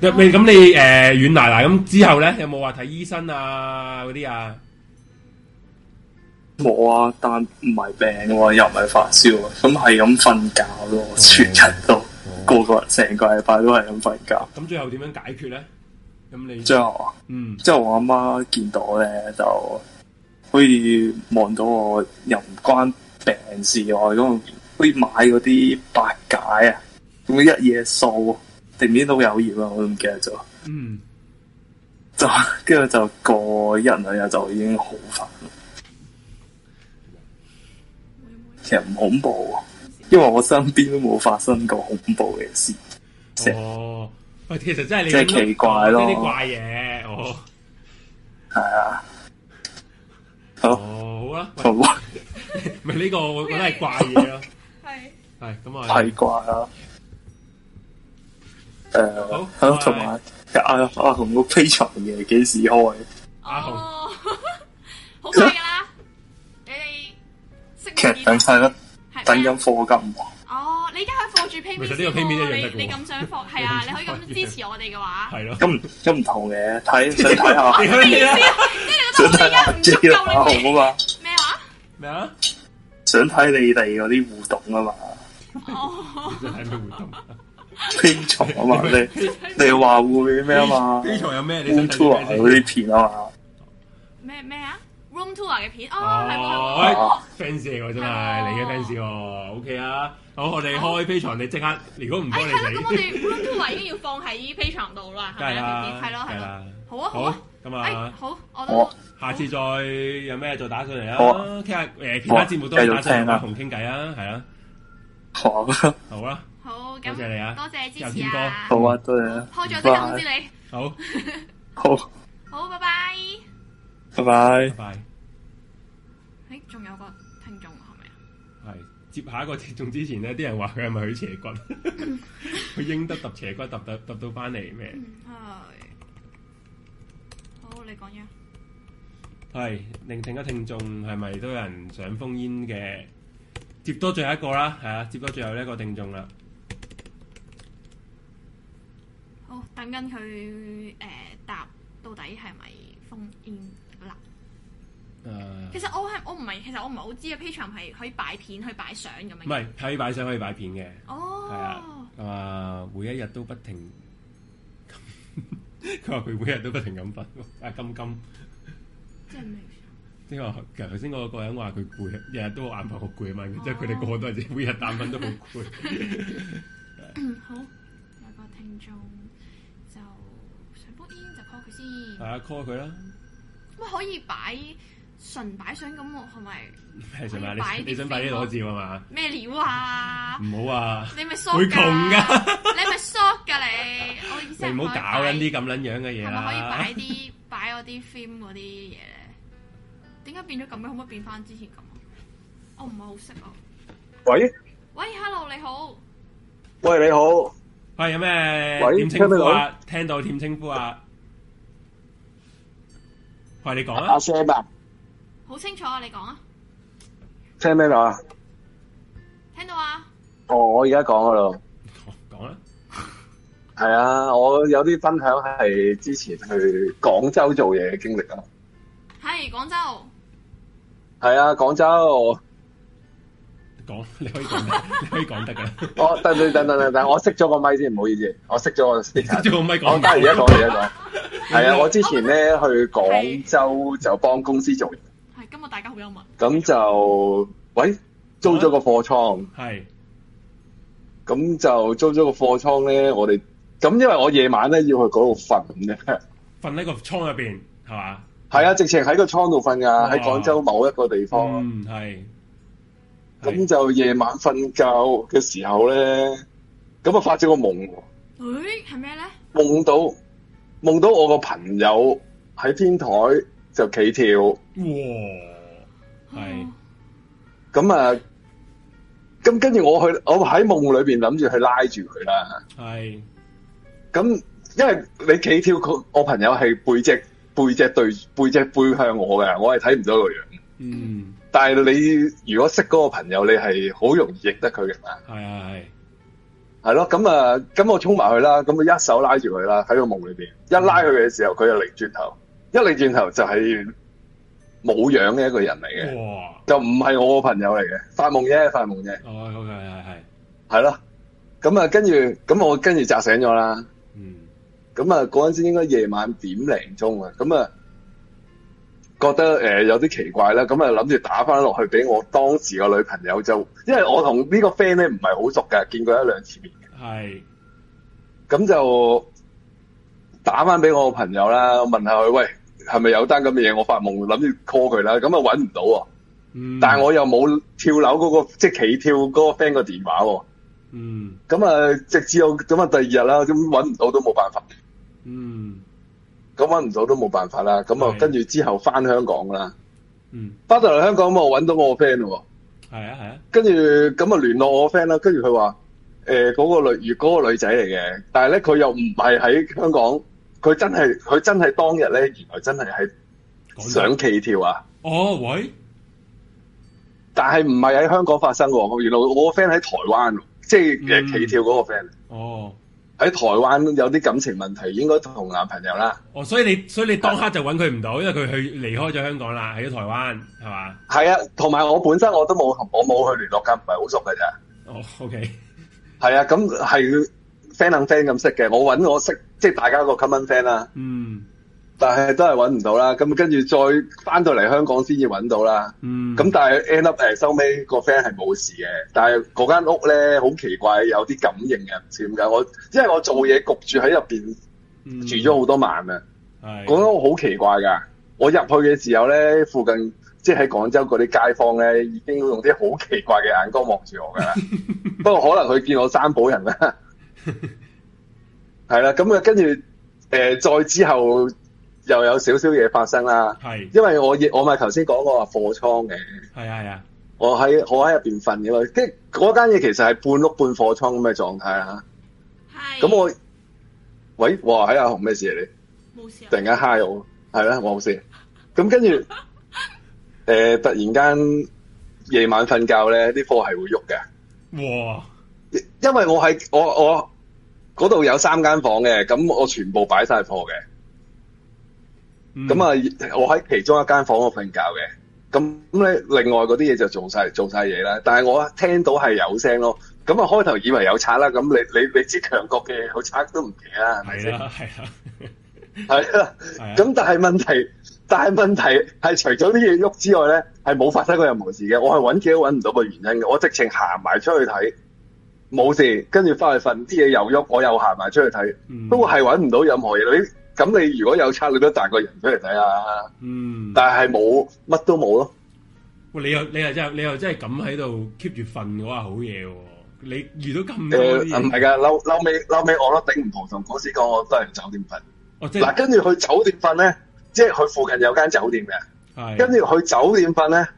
[SPEAKER 4] 咁你咁你誒軟奶奶咁之後咧有冇話睇醫生啊嗰啲啊？
[SPEAKER 13] 冇啊，但唔係病喎，又唔係發燒啊，咁係咁瞓覺咯，
[SPEAKER 4] 哦
[SPEAKER 13] 全日都個個成個禮拜都係咁瞓覺。
[SPEAKER 4] 咁最後點樣解決咧？咁你
[SPEAKER 13] 之後啊，
[SPEAKER 4] 嗯
[SPEAKER 13] 之後我阿媽見到咧就可以望到我又唔關病事我咁可以哎買嗰啲百解啊，咁一夜掃定唔知都有葉啊，我都唔記得咗。 *laughs*
[SPEAKER 2] Ừ.
[SPEAKER 4] 嗯，
[SPEAKER 13] 就跟住就過一兩日就已經好翻啦。其實唔恐怖喎，因為我身邊都冇發生過恐怖嘅事。
[SPEAKER 4] 哦，喂，其實真係你
[SPEAKER 13] 即係奇怪咯
[SPEAKER 4] 呢啲怪嘢哦。
[SPEAKER 13] 係啊，好，
[SPEAKER 4] 哦好啦，喂
[SPEAKER 13] 好啊，
[SPEAKER 4] *laughs* 咪呢個我覺得係怪嘢
[SPEAKER 3] *laughs*
[SPEAKER 4] 咯。係係咁啊，
[SPEAKER 13] 係啩啊？誒、係咯，同埋阿阿紅個 p a t r o n 嘅幾時
[SPEAKER 2] À,
[SPEAKER 13] 開？
[SPEAKER 4] 阿紅
[SPEAKER 3] 哦，好快噶啦！你哋識唔
[SPEAKER 13] 其
[SPEAKER 3] 識啊
[SPEAKER 13] 實等係啦，等緊課金喎。
[SPEAKER 3] 哦，你而家喺課住 pay me
[SPEAKER 13] 其實呢個 PayMe 一樣得㗎喎
[SPEAKER 3] 你你咁想放係啊？你可以咁支持我哋嘅話，
[SPEAKER 4] 係咯，
[SPEAKER 13] 咁咁唔同嘅，
[SPEAKER 4] *laughs*
[SPEAKER 13] 睇想睇下，
[SPEAKER 3] 咩意思啊？即係你覺得我哋而啊家唔足
[SPEAKER 13] 想睇下阿
[SPEAKER 3] 夠
[SPEAKER 13] 紅啊嘛，
[SPEAKER 3] 咩話？
[SPEAKER 4] 咩啊？
[SPEAKER 13] 想睇你哋嗰啲互動啊嘛，
[SPEAKER 3] 哦，
[SPEAKER 4] 真係咩活動？
[SPEAKER 13] 非常啊嘛，你你話會咩啊嘛？
[SPEAKER 4] 非常有咩你想
[SPEAKER 13] Room
[SPEAKER 4] 睇
[SPEAKER 13] tour
[SPEAKER 4] 啲
[SPEAKER 13] 嗰
[SPEAKER 4] 咩
[SPEAKER 13] 啲片啊嘛，
[SPEAKER 3] 咩咩啊？Room tour 嘅片哦，係喎係喎
[SPEAKER 4] 哦，fans 嚟喎真係，你嘅 fans 喎，OK 啊，好，我哋開 P 場，你即刻，如果唔
[SPEAKER 3] 哎
[SPEAKER 4] 該你
[SPEAKER 3] 係啦，咁我
[SPEAKER 4] 哋，
[SPEAKER 3] 哋 room tour 已經要放喺 P 場度啦，
[SPEAKER 4] *laughs* 梗係
[SPEAKER 3] 係咪啊
[SPEAKER 4] 啦，？
[SPEAKER 3] 係咯係
[SPEAKER 4] 係
[SPEAKER 3] 咯，
[SPEAKER 4] 啦，
[SPEAKER 3] 好啊好啊，
[SPEAKER 4] 咁
[SPEAKER 3] 哎
[SPEAKER 4] 啊，
[SPEAKER 3] 好，我都
[SPEAKER 4] 下次再有咩再打上嚟啦
[SPEAKER 13] 好啊，
[SPEAKER 4] 傾下誒其他節目都可以打上嚟
[SPEAKER 13] 好
[SPEAKER 4] 啦，
[SPEAKER 13] 啊
[SPEAKER 4] 同傾偈啊，係啊，
[SPEAKER 13] 好
[SPEAKER 4] 好啦，
[SPEAKER 3] 好
[SPEAKER 4] 多
[SPEAKER 3] 咁，
[SPEAKER 4] 謝你
[SPEAKER 13] à.
[SPEAKER 4] 啊，
[SPEAKER 3] 多謝
[SPEAKER 4] 又
[SPEAKER 3] 支持
[SPEAKER 4] 見
[SPEAKER 3] 啊！
[SPEAKER 4] 過，
[SPEAKER 13] 好啊，多謝啊，
[SPEAKER 3] 開咗即刻通知你，
[SPEAKER 4] 好，
[SPEAKER 13] 好，
[SPEAKER 3] 好拜拜。
[SPEAKER 13] 拜拜，
[SPEAKER 4] 拜
[SPEAKER 3] 哎，仲有個聽眾係咪啊？
[SPEAKER 4] 拜，係接下一個聽眾之前呢，啲人話佢係咪去斜骨？ *laughs* 佢應得揼斜骨揼到揼到翻嚟咩？
[SPEAKER 3] 嗯，係。好，你講嘢。
[SPEAKER 4] 係，聆聽嘅聽眾係咪都有人想封煙嘅？接多最後一個啦，係啊，接多最後一個聽眾啦。
[SPEAKER 3] 好，等緊佢誒答到底係咪封煙啦？
[SPEAKER 4] 誒、
[SPEAKER 3] 其實我係我唔係，其實我唔係好知啊。Patreon 係可以擺片，可以擺相咁樣。
[SPEAKER 4] 唔係可以擺相可以擺片嘅， *laughs* 係
[SPEAKER 3] 哦
[SPEAKER 4] 啊，，咁啊，每一日都不停。佢話佢每日都不停咁瞓，阿金金，
[SPEAKER 3] *laughs* 即係咩？
[SPEAKER 4] 即係話其實頭先嗰個人話佢攰，日日都眼瞓好攰啊嘛，即係佢哋個個都係每日打瞓都好攰。
[SPEAKER 3] *coughs* 好，有個聽眾就想封煙，就 call 佢先
[SPEAKER 4] 係。啊，call 佢啦，
[SPEAKER 3] 喂，可以擺純擺相咁喎，係咪
[SPEAKER 4] 係咪
[SPEAKER 3] 可以擺
[SPEAKER 4] 啊？
[SPEAKER 3] 啲
[SPEAKER 4] *laughs* 你你想擺啲裸照啊嘛？
[SPEAKER 3] 咩料啊？
[SPEAKER 4] 唔好啊！
[SPEAKER 3] 你咪 short
[SPEAKER 4] 會窮
[SPEAKER 3] 㗎，
[SPEAKER 4] 㗎，
[SPEAKER 3] 你咪 short 㗎
[SPEAKER 4] *laughs*
[SPEAKER 3] 你。我意思係
[SPEAKER 4] 你唔好搞緊啲咁撚樣嘅嘢
[SPEAKER 3] 係咪
[SPEAKER 4] 啦。
[SPEAKER 3] 可以擺啲擺我啲 film 嗰啲嘢咧？點解變咗咁樣？可唔可以變翻之前咁啊？我唔係好識啊。
[SPEAKER 9] 喂
[SPEAKER 3] 喂，hello，你好。
[SPEAKER 9] 喂，你好，
[SPEAKER 4] 喂，有咩
[SPEAKER 9] 喂
[SPEAKER 4] 點稱呼
[SPEAKER 9] 聽唔聽
[SPEAKER 4] 啊？聽到點稱呼啊？喂，你講啊
[SPEAKER 9] 阿！Sam
[SPEAKER 4] *laughs*
[SPEAKER 9] 啊，
[SPEAKER 3] 好清楚啊！你講啊，
[SPEAKER 9] 聽唔聽到啊？
[SPEAKER 3] 聽到啊？
[SPEAKER 9] 哦，我而家講噶咯，
[SPEAKER 4] 哦講啦。
[SPEAKER 9] 係啊，我有啲分享係之前去廣州做嘢嘅經歷啊。
[SPEAKER 3] 係廣州，
[SPEAKER 9] 係啊，廣州，
[SPEAKER 4] 講你可以講得，你可以講得㗎。
[SPEAKER 9] *laughs* 我哦等等等等等，我熄咗個咪先，唔好意思，我熄咗個 speaker，
[SPEAKER 4] 熄咗個咪講
[SPEAKER 9] 我得而家講而
[SPEAKER 4] *laughs*
[SPEAKER 9] 家講。係啊，我之前咧去廣州就幫公司做嘢，
[SPEAKER 3] 係今日大家好幽默。
[SPEAKER 9] 咁就喂租咗個貨倉。
[SPEAKER 4] 係
[SPEAKER 9] 咁就租咗個貨倉咧，我哋咁因為我夜晚咧要去嗰度瞓嘅，
[SPEAKER 4] 瞓喺個倉入邊係嘛？
[SPEAKER 9] 係啊，直情喺個倉度瞓噶，喺廣州某一個地方。
[SPEAKER 4] 嗯，係
[SPEAKER 9] 咁就夜晚瞓覺嘅時候咧，咁啊發咗個夢喎，
[SPEAKER 3] 誒係咩咧？
[SPEAKER 4] 哦
[SPEAKER 9] 夢到夢到我個朋友喺天台就企跳，
[SPEAKER 4] 哇，係
[SPEAKER 9] 咁啊，咁跟住我去，我喺夢裏邊諗住去拉住佢啦。
[SPEAKER 4] 係
[SPEAKER 9] 咁因為你企跳佢，我朋友係背脊背脊對背脊背向我嘅，我係睇唔到個樣。
[SPEAKER 4] 嗯，
[SPEAKER 9] 但係你如果識嗰個朋友，你係好容易認得佢嘅嘛。
[SPEAKER 4] 係啊係
[SPEAKER 9] 係咯，咁啊，咁我衝埋去啦，咁啊一手拉住佢啦，喺個夢裏邊一拉佢嘅時候，佢就擰轉頭，一擰轉頭就係冇樣嘅一個人嚟
[SPEAKER 2] à.
[SPEAKER 9] 嘅，
[SPEAKER 4] 哇！
[SPEAKER 9] 就唔係我個朋友嚟嘅，發夢啫，發夢啫，
[SPEAKER 4] 哦，OK 係係
[SPEAKER 9] 係咯。咁啊，跟住咁我跟住扎醒咗啦。
[SPEAKER 4] 嗯
[SPEAKER 9] 咁啊，嗰陣時應該夜晚點零鐘啊，咁啊覺得誒、呃有啲奇怪啦，咁啊諗住打翻落去俾我當時個女朋友就，因為我同呢個 friend 咧唔係好熟㗎，見過一兩次面，
[SPEAKER 4] 係
[SPEAKER 9] 咁就打翻俾我個朋友啦，我問下佢喂係咪有單咁嘅嘢，我發夢諗住 call 佢啦，咁啊揾唔到喎，
[SPEAKER 2] Ừ,
[SPEAKER 4] 嗯
[SPEAKER 9] 但係我又冇跳樓嗰、個即係企跳嗰個 friend 個電話喎，
[SPEAKER 2] ừ,
[SPEAKER 4] 嗯
[SPEAKER 9] 咁啊直至我咁啊第二日啦，咁揾唔到都冇辦法。
[SPEAKER 4] 嗯
[SPEAKER 9] 咁揾唔到都冇辦法啦。咁啊，跟住之後翻香港啦，
[SPEAKER 2] ừ.
[SPEAKER 4] 嗯
[SPEAKER 9] 翻到嚟香港咁我揾到我個 friend 咯
[SPEAKER 4] 係啊係啊
[SPEAKER 9] 喎，跟住咁啊聯絡我個 friend 啦，跟住佢話誒嗰個女，嗰、個女仔嚟嘅，但係咧佢又唔係喺香港，佢真係佢真係當日咧，原來真係喺想企跳啊！
[SPEAKER 4] 哦喂
[SPEAKER 9] 但係唔係喺香港發生喎，原來我個 friend 喺台灣喎，即係誒企跳嗰個 friend
[SPEAKER 4] 嗯哦，
[SPEAKER 9] 喺台灣有啲感情問題，應該同男朋友啦。
[SPEAKER 4] 哦，所以你所以你當刻就揾佢唔到，因為佢去離開咗香港啦，喺咗台灣係嘛？
[SPEAKER 9] 係啊，同埋我本身我都冇同我冇去聯絡㗎，唔係好熟㗎咋。
[SPEAKER 4] 哦，OK，
[SPEAKER 9] 係啊，咁係 friend 等 friend 咁識嘅。我揾我識，即係大家個 common friend 啦。
[SPEAKER 4] 嗯
[SPEAKER 9] 但係都係揾唔到啦。咁跟住再翻到嚟香港先至揾到啦。
[SPEAKER 4] 嗯，
[SPEAKER 9] 咁但係 end up 誒收尾個 friend 係冇事嘅，但係嗰間屋咧好奇怪，有啲感應嘅，唔知點解。我因為我做嘢焗住喺入邊住咗好多晚啊，
[SPEAKER 4] 嗯係
[SPEAKER 9] 嗰間屋好奇怪㗎。我入去嘅時候咧，附近即係喺廣州嗰啲街坊咧，已經用啲好奇怪嘅眼光望住
[SPEAKER 4] *laughs*
[SPEAKER 9] 我㗎啦。不過可能佢見我三寶人啦，係啦。咁啊，跟住誒再之後又有少少嘢發生啦。
[SPEAKER 4] 係
[SPEAKER 9] 因為我亦我咪頭先講我話貨倉嘅。
[SPEAKER 4] 係啊係啊，
[SPEAKER 9] 我喺我喺入邊瞓嘅嘛，跟住嗰間嘢其實係半碌半貨倉咁嘅狀態啦。咁我喂，哇！喺阿紅咩事嚟、
[SPEAKER 3] 冇事啊
[SPEAKER 9] 你突然間嗨我，係啦，我冇事。咁跟住
[SPEAKER 3] *laughs*
[SPEAKER 9] 誒，突然間夜晚瞓覺咧，啲貨係會喐嘅，
[SPEAKER 4] 哇，
[SPEAKER 9] 因為我喺我我嗰度有三間房嘅，咁我全部擺晒貨嘅。咁啊、我喺其中一間房我瞓覺嘅。咁咁咧，另外嗰啲嘢就做晒做晒嘢啦。但係我聽到係有聲咯。咁啊，開頭以為有賊啦。咁你你你知強國嘅有賊都唔奇啦，係咪
[SPEAKER 4] 係
[SPEAKER 9] 先？
[SPEAKER 4] 啦係
[SPEAKER 8] *laughs*
[SPEAKER 4] 啦，
[SPEAKER 9] *laughs* 係啦。
[SPEAKER 4] 啊
[SPEAKER 9] 咁但係問題，但係問題係除咗啲嘢喐之外咧，係冇發生過任何事嘅。我係揾幾都揾唔到個原因嘅。我直情行埋出去睇，冇事，跟住翻去瞓，啲嘢又喐，我又行埋出去睇，
[SPEAKER 4] 嗯
[SPEAKER 9] 都係揾唔到任何嘢。你咁你如果有賊，你都彈個人出嚟睇下。
[SPEAKER 4] 嗯，
[SPEAKER 9] 但係冇乜都冇咯。
[SPEAKER 4] 喂你又你又真係你又真係咁喺度 keep 住瞓嘅話好嘢喎，你遇到咁多嗯
[SPEAKER 9] 誒
[SPEAKER 4] 啲
[SPEAKER 9] 唔係
[SPEAKER 4] 嘢，
[SPEAKER 9] 㗎，嬲嬲尾嬲尾我都頂唔住，同嗰時講我都係酒店瞓。
[SPEAKER 4] 哦即係
[SPEAKER 9] 嗱，跟住去酒店瞓咧，即係佢附近有間酒店嘅，
[SPEAKER 4] 係
[SPEAKER 9] 跟住去酒店瞓咧，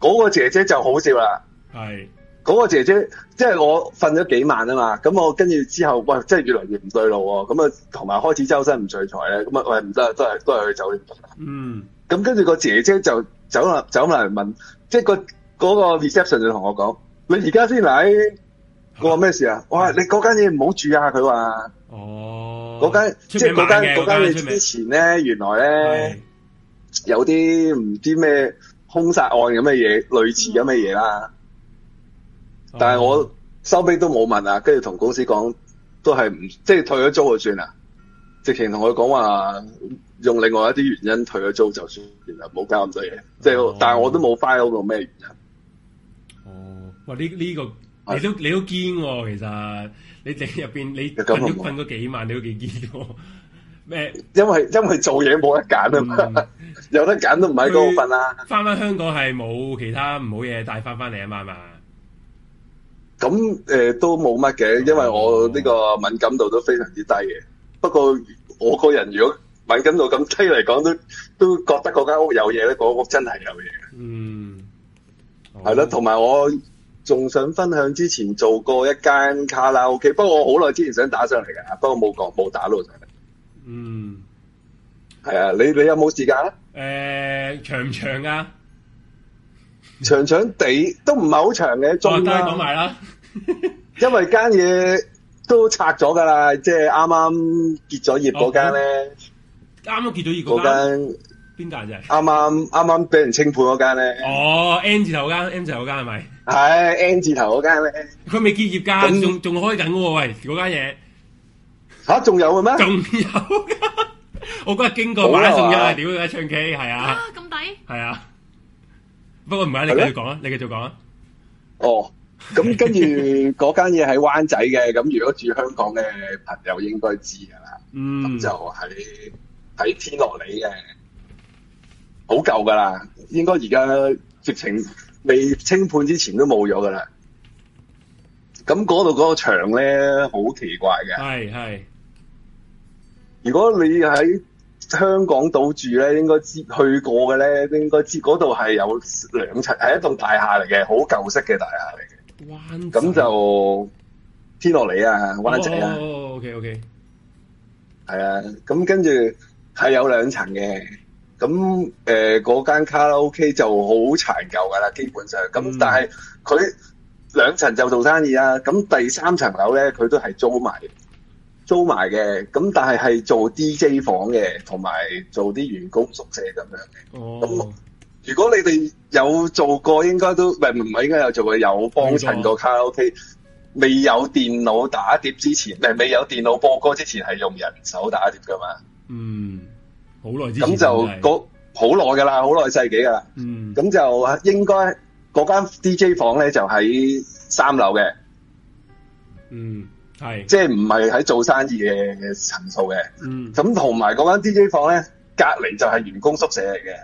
[SPEAKER 9] 嗰個姐姐就好笑啦。
[SPEAKER 4] 係
[SPEAKER 9] 嗰個姐姐，即係我瞓咗幾晚啊嘛，咁我跟住之後，喂，真係越嚟越唔對路喎，咁啊，同埋開始周身唔聚財咧，咁啊，喂，唔得，都係都係去酒店瞓啦。
[SPEAKER 2] Ừ,
[SPEAKER 4] 嗯
[SPEAKER 9] 咁跟住個姐姐就走啦，走埋嚟問，即係個嗰個 reception 就同我講：你而家先嚟，我話咩事啊？我話你嗰間嘢唔好住啊！佢話
[SPEAKER 4] 哦，
[SPEAKER 9] 嗰間即
[SPEAKER 4] 出
[SPEAKER 9] 係
[SPEAKER 4] 名
[SPEAKER 9] 嗰間
[SPEAKER 4] 嘅
[SPEAKER 9] 嗰間嘢之前咧，原來咧有啲唔知咩兇殺案咁嘅嘢，類似咁嘅嘢啦。
[SPEAKER 4] 哦
[SPEAKER 9] 但係我收尾都冇問啊，跟住同公司講都係唔即係退咗租就算啦，直情同佢講話用另外一啲原因退咗租就算啦，唔好搞咁多嘢。即係、但係我都冇 file 到咩原因。
[SPEAKER 4] 哇！呢呢、個你都你都堅喎、其實你淨入邊你瞓
[SPEAKER 9] 咁啊
[SPEAKER 4] 咗瞓咗幾晚，你都幾堅
[SPEAKER 9] *laughs*
[SPEAKER 4] 喎。咩？
[SPEAKER 9] 因為 *laughs* 因為做嘢冇得揀啊嘛， *laughs* 有得揀都唔喺嗰度瞓啦。
[SPEAKER 4] 翻翻香港係冇其他唔好嘢帶翻翻嚟啊嘛係嘛。
[SPEAKER 9] 咁誒、呃都冇乜嘅，因為我呢個敏感度都非常之低嘅。不過我個人如果敏感度咁低嚟講，都都覺得嗰間屋有嘢咧，嗰、屋真係有嘢。
[SPEAKER 4] 嗯，
[SPEAKER 9] 係啦，同埋我仲想分享之前做過一間卡拉 OK，不過我好耐之前想打上嚟㗎，不過冇講冇打到上嚟。
[SPEAKER 4] 嗯，
[SPEAKER 9] 係
[SPEAKER 8] à,
[SPEAKER 9] 啊，你你有冇時間啊？
[SPEAKER 4] 誒、長唔長啊？
[SPEAKER 9] 長長地都唔係好長嘅，
[SPEAKER 4] 我
[SPEAKER 9] 中
[SPEAKER 4] 等你
[SPEAKER 9] 啦
[SPEAKER 4] 哦講埋啦。
[SPEAKER 9] 因為間嘢都拆咗㗎啦，即係啱啱結咗業嗰
[SPEAKER 4] 哦
[SPEAKER 9] 間咧，
[SPEAKER 4] 啱啱結咗
[SPEAKER 9] 嗰
[SPEAKER 4] 二個
[SPEAKER 9] 間
[SPEAKER 4] 間，邊間就係？
[SPEAKER 9] 啱啱啱啱俾人清盤嗰間咧，
[SPEAKER 4] 哦，N 字頭間，N 字頭間係咪？
[SPEAKER 9] 係 N 字頭嗰間咧，
[SPEAKER 4] 佢未結業㗎，仲仲開緊喎，喂，嗰間嘢。
[SPEAKER 9] 吓仲有嘅咩？
[SPEAKER 4] 仲有㗎我嗰日經過
[SPEAKER 9] 好
[SPEAKER 4] 買
[SPEAKER 9] 啦
[SPEAKER 4] 一送一
[SPEAKER 9] 嘛
[SPEAKER 4] 啊，屌佢一唱 K 係啊，
[SPEAKER 3] 咁抵，
[SPEAKER 4] 係啊。不過唔係，你繼
[SPEAKER 9] 係咩
[SPEAKER 4] 續講啊，你繼續講啊。
[SPEAKER 9] 哦，咁跟住嗰間嘢喺灣仔嘅，咁如果住香港嘅朋友應該知㗎啦。
[SPEAKER 4] 嗯，
[SPEAKER 2] ừ.
[SPEAKER 9] 咁就喺喺天樂里嘅，好舊㗎啦，應該而家直情未清盤之前都冇咗㗎啦。咁嗰度嗰個場咧，好奇怪嘅。
[SPEAKER 4] 係係
[SPEAKER 9] 如果你喺香港島住咧，應該知去過嘅咧，應該知嗰度係有兩層，係一棟大廈嚟嘅，好舊式嘅大廈嚟嘅。
[SPEAKER 4] 灣
[SPEAKER 9] 咁就天落嚟啊，灣仔啊，
[SPEAKER 4] 哦，OK OK，
[SPEAKER 9] 係啊，咁跟住係有兩層嘅。咁呃誒嗰間卡拉 OK 就好殘舊㗎啦，基本上。咁但係佢兩層就做生意啦，咁第三層樓咧佢都係租埋租埋嘅，咁但係係做 DJ 房嘅，同埋做啲員工宿舍咁樣嘅。
[SPEAKER 4] 哦，
[SPEAKER 9] 如果你哋有做過，應該都唔係唔係應該有做過，有幫襯過卡拉 OK。未有電腦打碟之前，誒未有電腦播歌之前係用人手打碟噶嘛？
[SPEAKER 4] 嗯，好耐之前
[SPEAKER 9] 咁就
[SPEAKER 4] 真係
[SPEAKER 9] 嗰好耐噶啦，好耐世紀噶啦。
[SPEAKER 4] 嗯，
[SPEAKER 9] 咁就應該嗰間 DJ 房咧就喺三樓嘅，
[SPEAKER 4] 嗯係，
[SPEAKER 9] 即係唔係喺做生意嘅嘅層數嘅。
[SPEAKER 4] 嗯
[SPEAKER 9] 咁同埋嗰間 DJ 房咧，隔離就係員工宿舍嚟嘅，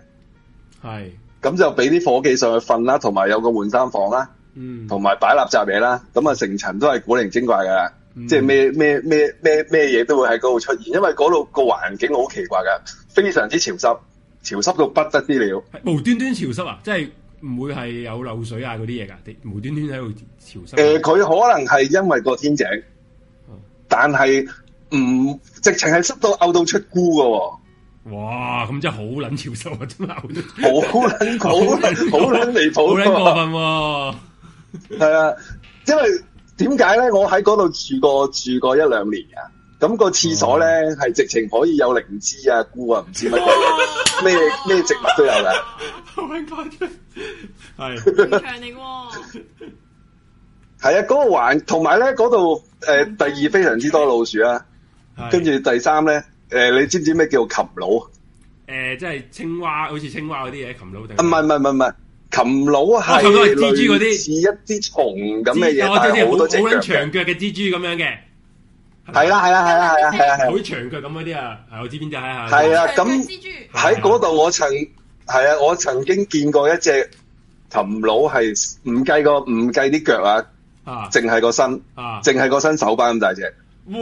[SPEAKER 4] 係，
[SPEAKER 9] 咁就俾啲伙計上去瞓啦，同埋有個換衫房啦。
[SPEAKER 2] Ừ,
[SPEAKER 4] 嗯
[SPEAKER 9] 同埋擺垃圾嘢啦，咁啊成層都係古靈精怪噶啦，
[SPEAKER 4] 嗯
[SPEAKER 9] 即係咩咩咩咩咩嘢都會喺嗰度出現，因為嗰度個環境好奇怪噶，非常之潮濕，潮濕到不得之了。
[SPEAKER 4] 無端端潮濕啊，即係唔會係有漏水啊嗰啲嘢㗎，地無端端喺度潮濕。
[SPEAKER 9] 誒、佢可能係因為個天井，
[SPEAKER 4] 哦
[SPEAKER 9] 但係唔直情係濕到嘔到出菇噶喎、
[SPEAKER 4] 哇，咁真係好撚潮濕啊！真係好
[SPEAKER 9] 好撚 *laughs* 好撚好撚離譜，
[SPEAKER 4] 好撚過分喎！
[SPEAKER 9] 係啊，因為點解咧？我喺嗰度住過住過一兩年啊，咁、個廁所咧
[SPEAKER 4] 哦
[SPEAKER 9] 係、直情可以有靈芝啊、菇啊，唔知
[SPEAKER 4] *laughs*
[SPEAKER 9] 乜嘢咩咩植物都有噶。
[SPEAKER 4] 好撚誇張，
[SPEAKER 3] 現場嚟喎，
[SPEAKER 9] 係啊，嗰、個環同埋咧嗰度誒第二非常之多老鼠啊，跟住第三咧誒、你知唔知咩叫琴佬啊？
[SPEAKER 4] *laughs* 誒，即係青蛙，好似青蛙嗰啲嘢，擒佬定
[SPEAKER 9] 唔係唔係唔係唔係，琴佬係
[SPEAKER 4] 哦琴佬係蜘蛛嗰啲
[SPEAKER 9] 類似一啲蟲咁嘅
[SPEAKER 4] 知
[SPEAKER 9] 嘢，
[SPEAKER 4] 我知
[SPEAKER 9] 但
[SPEAKER 4] 知
[SPEAKER 9] 係
[SPEAKER 4] 哦好
[SPEAKER 9] 好多隻
[SPEAKER 4] 好撚
[SPEAKER 9] 腳嘅。
[SPEAKER 4] 長腳嘅蜘蛛咁樣嘅。
[SPEAKER 9] 係啦係啦係啊啦係啦係啦係啦
[SPEAKER 4] 好長腳咁嗰啲啊，係我知邊只係啊。
[SPEAKER 9] 係啊，咁喺嗰度我曾係啊，我曾經見過一隻琴佬係唔計個唔計啲腳啊，
[SPEAKER 4] 啊
[SPEAKER 9] 淨係個身，
[SPEAKER 4] 啊
[SPEAKER 9] 淨係個身手板咁大隻，
[SPEAKER 4] 哇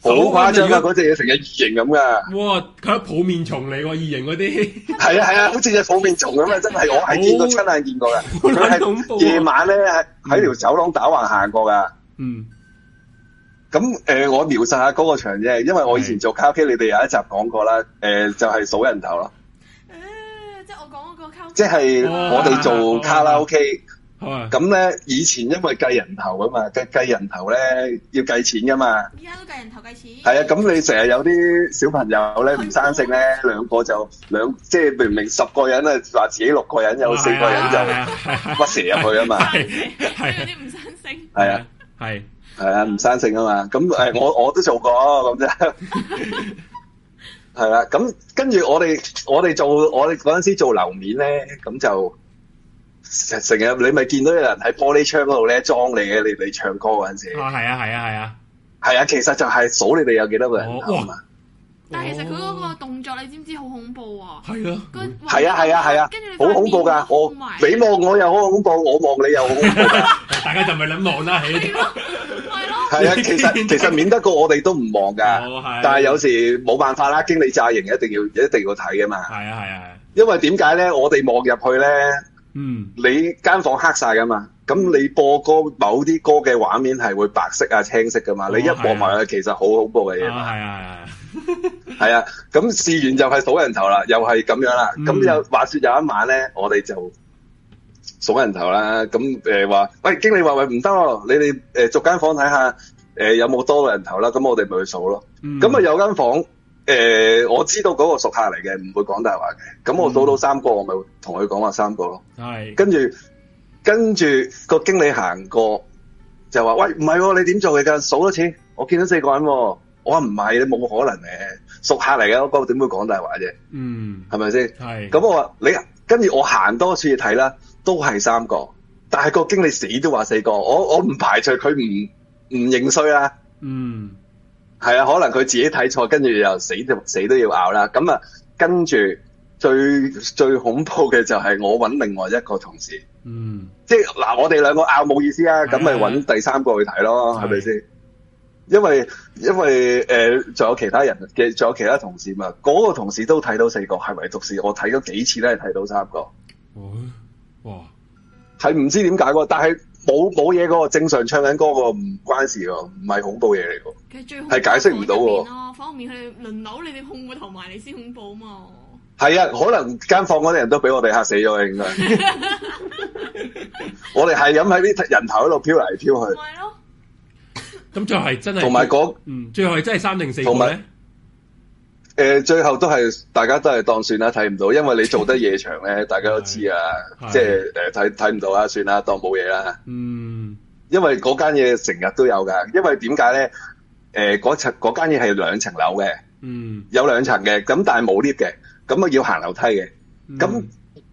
[SPEAKER 9] 好誇張啊！
[SPEAKER 4] 手
[SPEAKER 9] 嗰隻嘢成日異形咁噶，
[SPEAKER 4] 哇，佢係抱面蟲嚟喎，異形嗰啲。
[SPEAKER 9] 係啊係啊，好似隻草面蟲咁啊！真係我係見過親眼見過噶，佢係夜晚咧喺喺條走廊打橫行過噶。
[SPEAKER 4] 嗯，
[SPEAKER 9] 咁誒、呃我描述下嗰個場啫，因為我以前做卡拉 OK，你哋有一集講過啦，誒、呃就係、數人頭咯。
[SPEAKER 3] 呃
[SPEAKER 9] 即係我哋做卡拉 OK，咁啊咧以前因為計人頭啊嘛，計計人頭咧要計錢噶嘛，
[SPEAKER 3] 而家都計人頭計錢，
[SPEAKER 9] 係啊，咁你成日有啲小朋友咧唔生性咧，兩個就兩，即係明明十個人啊，話自己六個人，有四個人就屈
[SPEAKER 8] à,
[SPEAKER 9] 蛇入去啊嘛，
[SPEAKER 3] 有啲唔生性，
[SPEAKER 9] 係啊，
[SPEAKER 4] 係
[SPEAKER 9] 係啊，唔生性啊嘛，
[SPEAKER 4] *laughs*
[SPEAKER 9] 咁誒我我都做過咁啫。 *laughs* 係啦，咁跟住我哋我哋做我哋嗰陣時做樓面咧，咁就成成日你咪見到有人喺玻璃窗嗰度咧裝你嘅，你你唱歌嗰陣時，
[SPEAKER 13] À,
[SPEAKER 4] 啊係啊係啊係啊，
[SPEAKER 9] 係啊，其實就係數你哋有幾多個人
[SPEAKER 4] 哦
[SPEAKER 9] 頭啊嘛，
[SPEAKER 3] 但係其實佢嗰個動作你知唔知好恐怖啊？
[SPEAKER 4] 係啊，
[SPEAKER 9] 係啊係啊係啊
[SPEAKER 3] 跟住你，
[SPEAKER 9] 好恐怖㗎，我你望我又好恐怖，我望你又好恐
[SPEAKER 4] *laughs*
[SPEAKER 9] 怖㗎，
[SPEAKER 4] 大家就咪諗望啦，係 *laughs*
[SPEAKER 9] 係啊，其實其實免得過我哋都唔望
[SPEAKER 4] 哦
[SPEAKER 9] 㗎
[SPEAKER 4] 係，
[SPEAKER 9] 但係有時冇辦法啦，經理炸型一定要一定要睇㗎嘛，
[SPEAKER 4] 係啊係啊，
[SPEAKER 9] 因為點解咧？我哋望入去咧。
[SPEAKER 4] 嗯
[SPEAKER 9] 你間房黑晒噶嘛，咁你播歌某啲歌嘅畫面係會白色啊、青色噶嘛，你一望埋去其實好恐怖嘅嘢
[SPEAKER 4] 啊
[SPEAKER 9] 嘛，
[SPEAKER 4] 係啊係啊， *laughs*
[SPEAKER 9] *laughs* 係啊，咁試完就係數人頭啦，又係咁樣啦，咁
[SPEAKER 4] 嗯
[SPEAKER 9] 又話說有一晚咧，我哋就數人頭啦，咁誒話，喂經理話喂唔得喎，你哋誒、呃逐間房睇下誒、呃有冇多個人頭啦，咁我哋咪去數咯，
[SPEAKER 4] 嗯
[SPEAKER 9] 咁啊、有間房。誒、我知道嗰個熟客嚟嘅，唔會講大話嘅。咁我
[SPEAKER 4] 嗯
[SPEAKER 9] 數到三個，我咪同佢講話三個咯。
[SPEAKER 4] 係
[SPEAKER 9] 跟住跟住個經理行過就話：喂，唔係喎，你點做嘅㗎？數多次，我見到四個人喎、我話唔係，你冇可能嘅，熟客嚟嘅，嗰個點會講大話啫？
[SPEAKER 2] Ừ,
[SPEAKER 4] 嗯
[SPEAKER 9] 係咪先？
[SPEAKER 4] 係
[SPEAKER 9] 咁我話你，跟住我行多次睇啦，都係三個，但係個經理死都話四個，我我唔排除佢唔唔認衰啦。
[SPEAKER 4] 嗯
[SPEAKER 9] 係啊，可能佢自己睇錯，跟住又死就死都要拗啦。咁啊，跟住最最恐怖嘅就係我揾另外一個同事。
[SPEAKER 4] 嗯
[SPEAKER 9] 即係嗱，我哋兩個拗冇意思啊，咁咪揾第三個去睇咯，係咪先？因為因為誒，仲、有其他人嘅，仲有其他同事嘛，嗰、個同事都睇到四個，係唯獨是我睇咗幾次咧，睇到三個，
[SPEAKER 4] 哇
[SPEAKER 9] 係唔知點解喎，但係冇冇嘢嗰個正常唱緊歌個唔關事喎，唔係恐怖嘢嚟喎。
[SPEAKER 3] 其實最
[SPEAKER 9] 係解釋唔到喎
[SPEAKER 3] 咯，反面佢哋輪流你哋控個頭埋你先恐怖嘛。
[SPEAKER 9] 係啊，可能間房嗰啲人都俾我哋嚇死咗啊，應該。我哋係咁喺啲人頭喺度飄嚟飄去，
[SPEAKER 4] 咁最後係真係
[SPEAKER 9] 同埋嗰
[SPEAKER 4] 嗯，最後係真係三定四個
[SPEAKER 9] 同
[SPEAKER 4] 咧
[SPEAKER 9] 埋。诶、呃最後都係大家都係當算啦，睇唔到，因為你做得夜場
[SPEAKER 4] *laughs*
[SPEAKER 9] 咧，大家都知啊，
[SPEAKER 4] 係
[SPEAKER 9] 即係诶睇睇唔到啊，算啦，當冇嘢啦。
[SPEAKER 4] 嗯，
[SPEAKER 9] 因為嗰間嘢成日都有噶，因為點解咧？诶、嗰層嗰間嘢係兩層樓嘅。
[SPEAKER 2] ừ.
[SPEAKER 4] 嗯，
[SPEAKER 9] 有兩層嘅，咁啊但係冇 lift 嘅，咁啊要行樓梯嘅。
[SPEAKER 4] 嗯
[SPEAKER 9] 咁、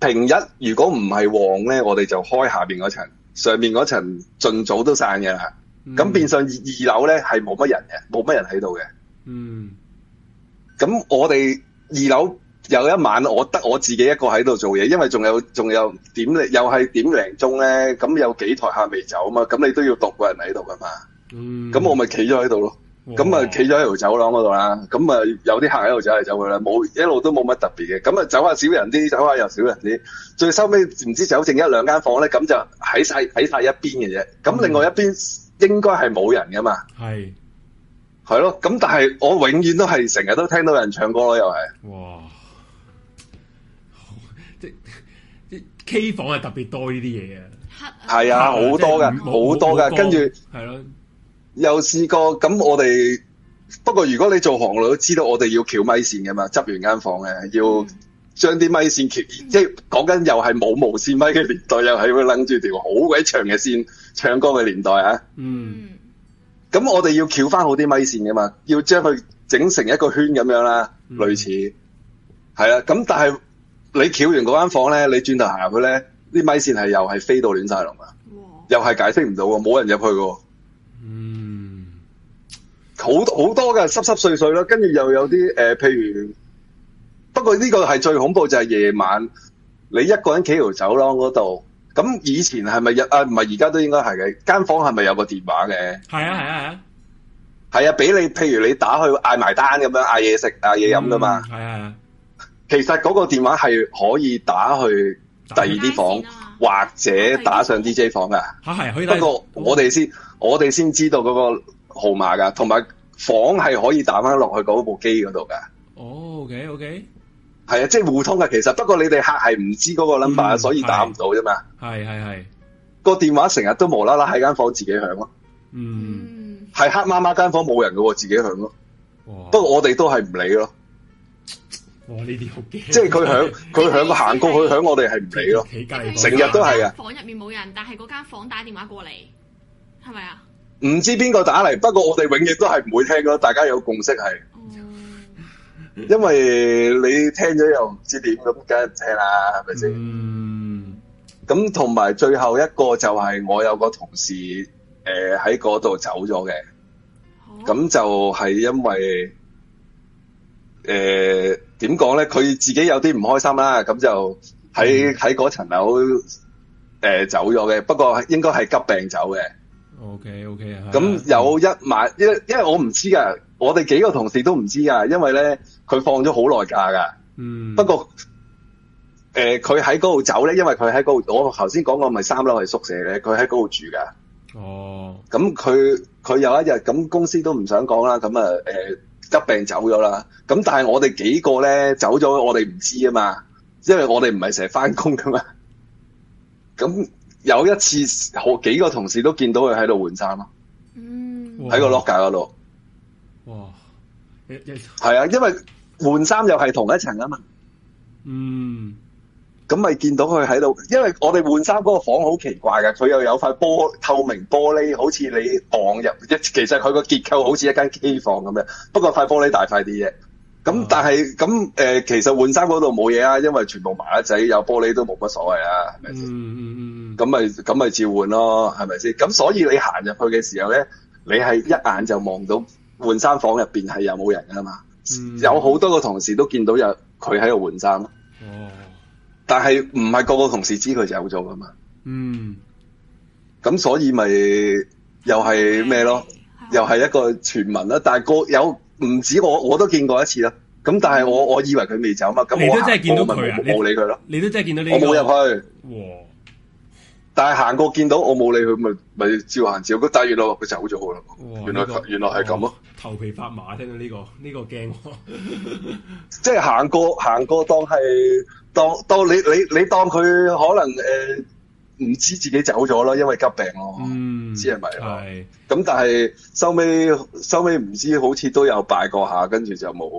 [SPEAKER 9] 平日如果唔係旺咧，我哋就開下邊嗰層，上面嗰層盡早都散嘅啦。咁、變相二二樓咧係冇乜人嘅，冇乜人喺度嘅。
[SPEAKER 4] 嗯，
[SPEAKER 9] 咁我哋二樓有一晚，我得我自己一個喺度做嘢，因為仲有仲有點零又係點零鐘咧，咁有幾台客未走啊嘛，咁你都要獨個人喺度噶嘛。
[SPEAKER 4] 嗯，
[SPEAKER 9] 咁我咪企咗喺度咯。
[SPEAKER 4] 哇
[SPEAKER 9] 咁啊，企咗喺條走廊嗰度啦。咁啊，有啲客喺度走嚟走去啦，冇一路都冇乜特別嘅。咁啊，走下少人啲，走下又少人啲。最收尾唔知走剩一兩間房咧，咁就喺晒喺晒一邊嘅啫。
[SPEAKER 4] 嗯
[SPEAKER 9] 咁另外一邊應該係冇人噶嘛，
[SPEAKER 4] 係，
[SPEAKER 9] 係咯。咁但係我永遠都係成日都聽到有人唱歌咯，又係。
[SPEAKER 4] 哇！即即 K 房係特別多呢啲嘢嘅，
[SPEAKER 9] 係啊，好多㗎，好多㗎。跟住
[SPEAKER 4] 係咯，
[SPEAKER 9] 又試過咁，我哋不過如果你做行路都知道，我哋要翹咪線嘅嘛，執完間房嘅要將啲咪線翹，即係講緊又係冇無線咪嘅年代，又係會楞住條好鬼長嘅線唱歌嘅年代啊！
[SPEAKER 2] Ừ.
[SPEAKER 4] 嗯，
[SPEAKER 9] 咁我哋要翹翻好啲咪線嘅嘛，要將佢整成一個圈咁樣啦，類似係啦。咁但係你翹完嗰間房咧，你轉頭行入去咧，啲咪線係又係飛到亂晒龍啊，又係解釋唔到喎，冇人入去嘅喎。好好多嘅濕濕碎碎啦，跟住又有啲誒、呃譬如不過呢個係最恐怖就係夜晚你一個人企條走廊嗰度。咁以前係咪有啊？唔係而家都應該係嘅。間房係咪有個電話嘅？
[SPEAKER 4] 係啊係啊係啊，
[SPEAKER 9] 係啊，俾你譬如你打去嗌埋單咁樣，嗌嘢食、嗌嘢飲噶嘛。
[SPEAKER 4] 係啊
[SPEAKER 9] 其實嗰個電話係可以打去第二啲房，或者打上 DJ 房噶。
[SPEAKER 4] 嚇係可以
[SPEAKER 9] 不過我哋先我哋先知道嗰個號碼㗎，同埋房係可以打翻落去嗰部機嗰度㗎。
[SPEAKER 4] 哦，OK OK，
[SPEAKER 9] 係啊，即係互通㗎。其實不過你哋客係唔知嗰個
[SPEAKER 4] 嗯
[SPEAKER 9] number，、所以啊打唔到啫嘛。
[SPEAKER 4] 係係係，
[SPEAKER 9] 個電話成日都無啦啦喺間房自己響咯，
[SPEAKER 4] 嗯，
[SPEAKER 9] 係黑媽媽間房冇人嘅喎，自己響咯。
[SPEAKER 4] 哇
[SPEAKER 9] 不過我哋都係唔理咯，
[SPEAKER 4] 哇呢啲好驚，
[SPEAKER 9] 即係佢響佢響行過佢響，我哋係唔理咯
[SPEAKER 4] 企隔離，
[SPEAKER 9] 成日都係啊
[SPEAKER 4] 啊
[SPEAKER 9] 㗎。
[SPEAKER 3] 房入面冇人，但係嗰間房打電話過嚟，係咪啊？
[SPEAKER 9] 唔知邊個打嚟，不過我哋永遠都係唔會聽咯，大家有共識係。因為你聽咗又唔知點，咁梗係唔聽啦，係咪先？咁同埋最後一個就係我有個同事誒喺嗰度走咗嘅，咁就係因為誒點講咧，佢自己有啲唔開心啦，咁就喺喺嗰層樓誒走咗嘅，不過應該係急病走嘅。
[SPEAKER 4] OK OK 啊，
[SPEAKER 9] 咁有一晚，因因為我唔知噶，我哋幾個同事都唔知噶，因為咧佢放咗好耐假噶。
[SPEAKER 4] 嗯，
[SPEAKER 9] 不過誒，佢喺嗰度走咧，因為佢喺嗰度，我頭先講過咪三樓係宿舍咧，佢喺嗰度住噶。
[SPEAKER 4] 哦，
[SPEAKER 9] 咁佢佢有一日咁公司都唔想講啦，咁啊誒急病走咗啦。咁但係我哋幾個咧走咗，我哋唔知啊嘛，因為我哋唔係成日翻工噶嘛。咁有一次，好幾個同事都見到佢喺度換衫啊咯，喺個 locker 嗰度。
[SPEAKER 4] 哇，一一
[SPEAKER 9] 係啊，因為換衫又係同一層啊嘛，
[SPEAKER 4] 嗯
[SPEAKER 9] 咁咪見到佢喺度。因為我哋換衫嗰個房好奇怪嘅，佢又有塊玻透明玻璃，好似你望入，一其實佢個結構好似一間機房咁樣，不過塊玻璃大塊啲啫。咁但係咁誒，其實換衫嗰度冇嘢啊，因為全部麻甩仔有玻璃都冇乜所謂啊，
[SPEAKER 2] Ừ,
[SPEAKER 9] 係咪先？咁咪咁咪照換咯，係咪先？咁所以你行入去嘅時候咧，你係一眼就望到換衫房入邊係有冇人㗎嘛？有好多個同事都見到有佢喺度換衫咯，
[SPEAKER 4] 哦，
[SPEAKER 9] 但係唔係個個同事知佢走咗噶嘛，
[SPEAKER 4] 嗯
[SPEAKER 9] 咁所以咪又係咩咯？又係一個傳聞啦。但係個有唔止我，我都見過一次啦。咁但係我我以為佢未走嘛，咁
[SPEAKER 4] 你
[SPEAKER 9] 我
[SPEAKER 4] 都真係見到
[SPEAKER 9] 行過咪
[SPEAKER 4] 佢啊
[SPEAKER 9] 冇
[SPEAKER 4] 你
[SPEAKER 9] 冇理佢咯。
[SPEAKER 4] 你都真係見到呢
[SPEAKER 9] 我
[SPEAKER 4] 個
[SPEAKER 9] 冇入去，
[SPEAKER 4] 哇，
[SPEAKER 9] 但係行過見到我冇理佢，咪咪照行照。但係原來佢走咗啦
[SPEAKER 4] 哇，
[SPEAKER 9] 原來
[SPEAKER 4] 呢個
[SPEAKER 9] 原來係咁咯。
[SPEAKER 4] 頭皮發麻，聽到呢、個呢、個驚喎。
[SPEAKER 9] 即係行過行過當係當當你你你當佢可能誒唔、知自己走咗啦，因為急病咯，
[SPEAKER 4] 嗯，
[SPEAKER 9] 知係咪咯？咁但係收尾收尾唔知好似都有拜過下，跟住就冇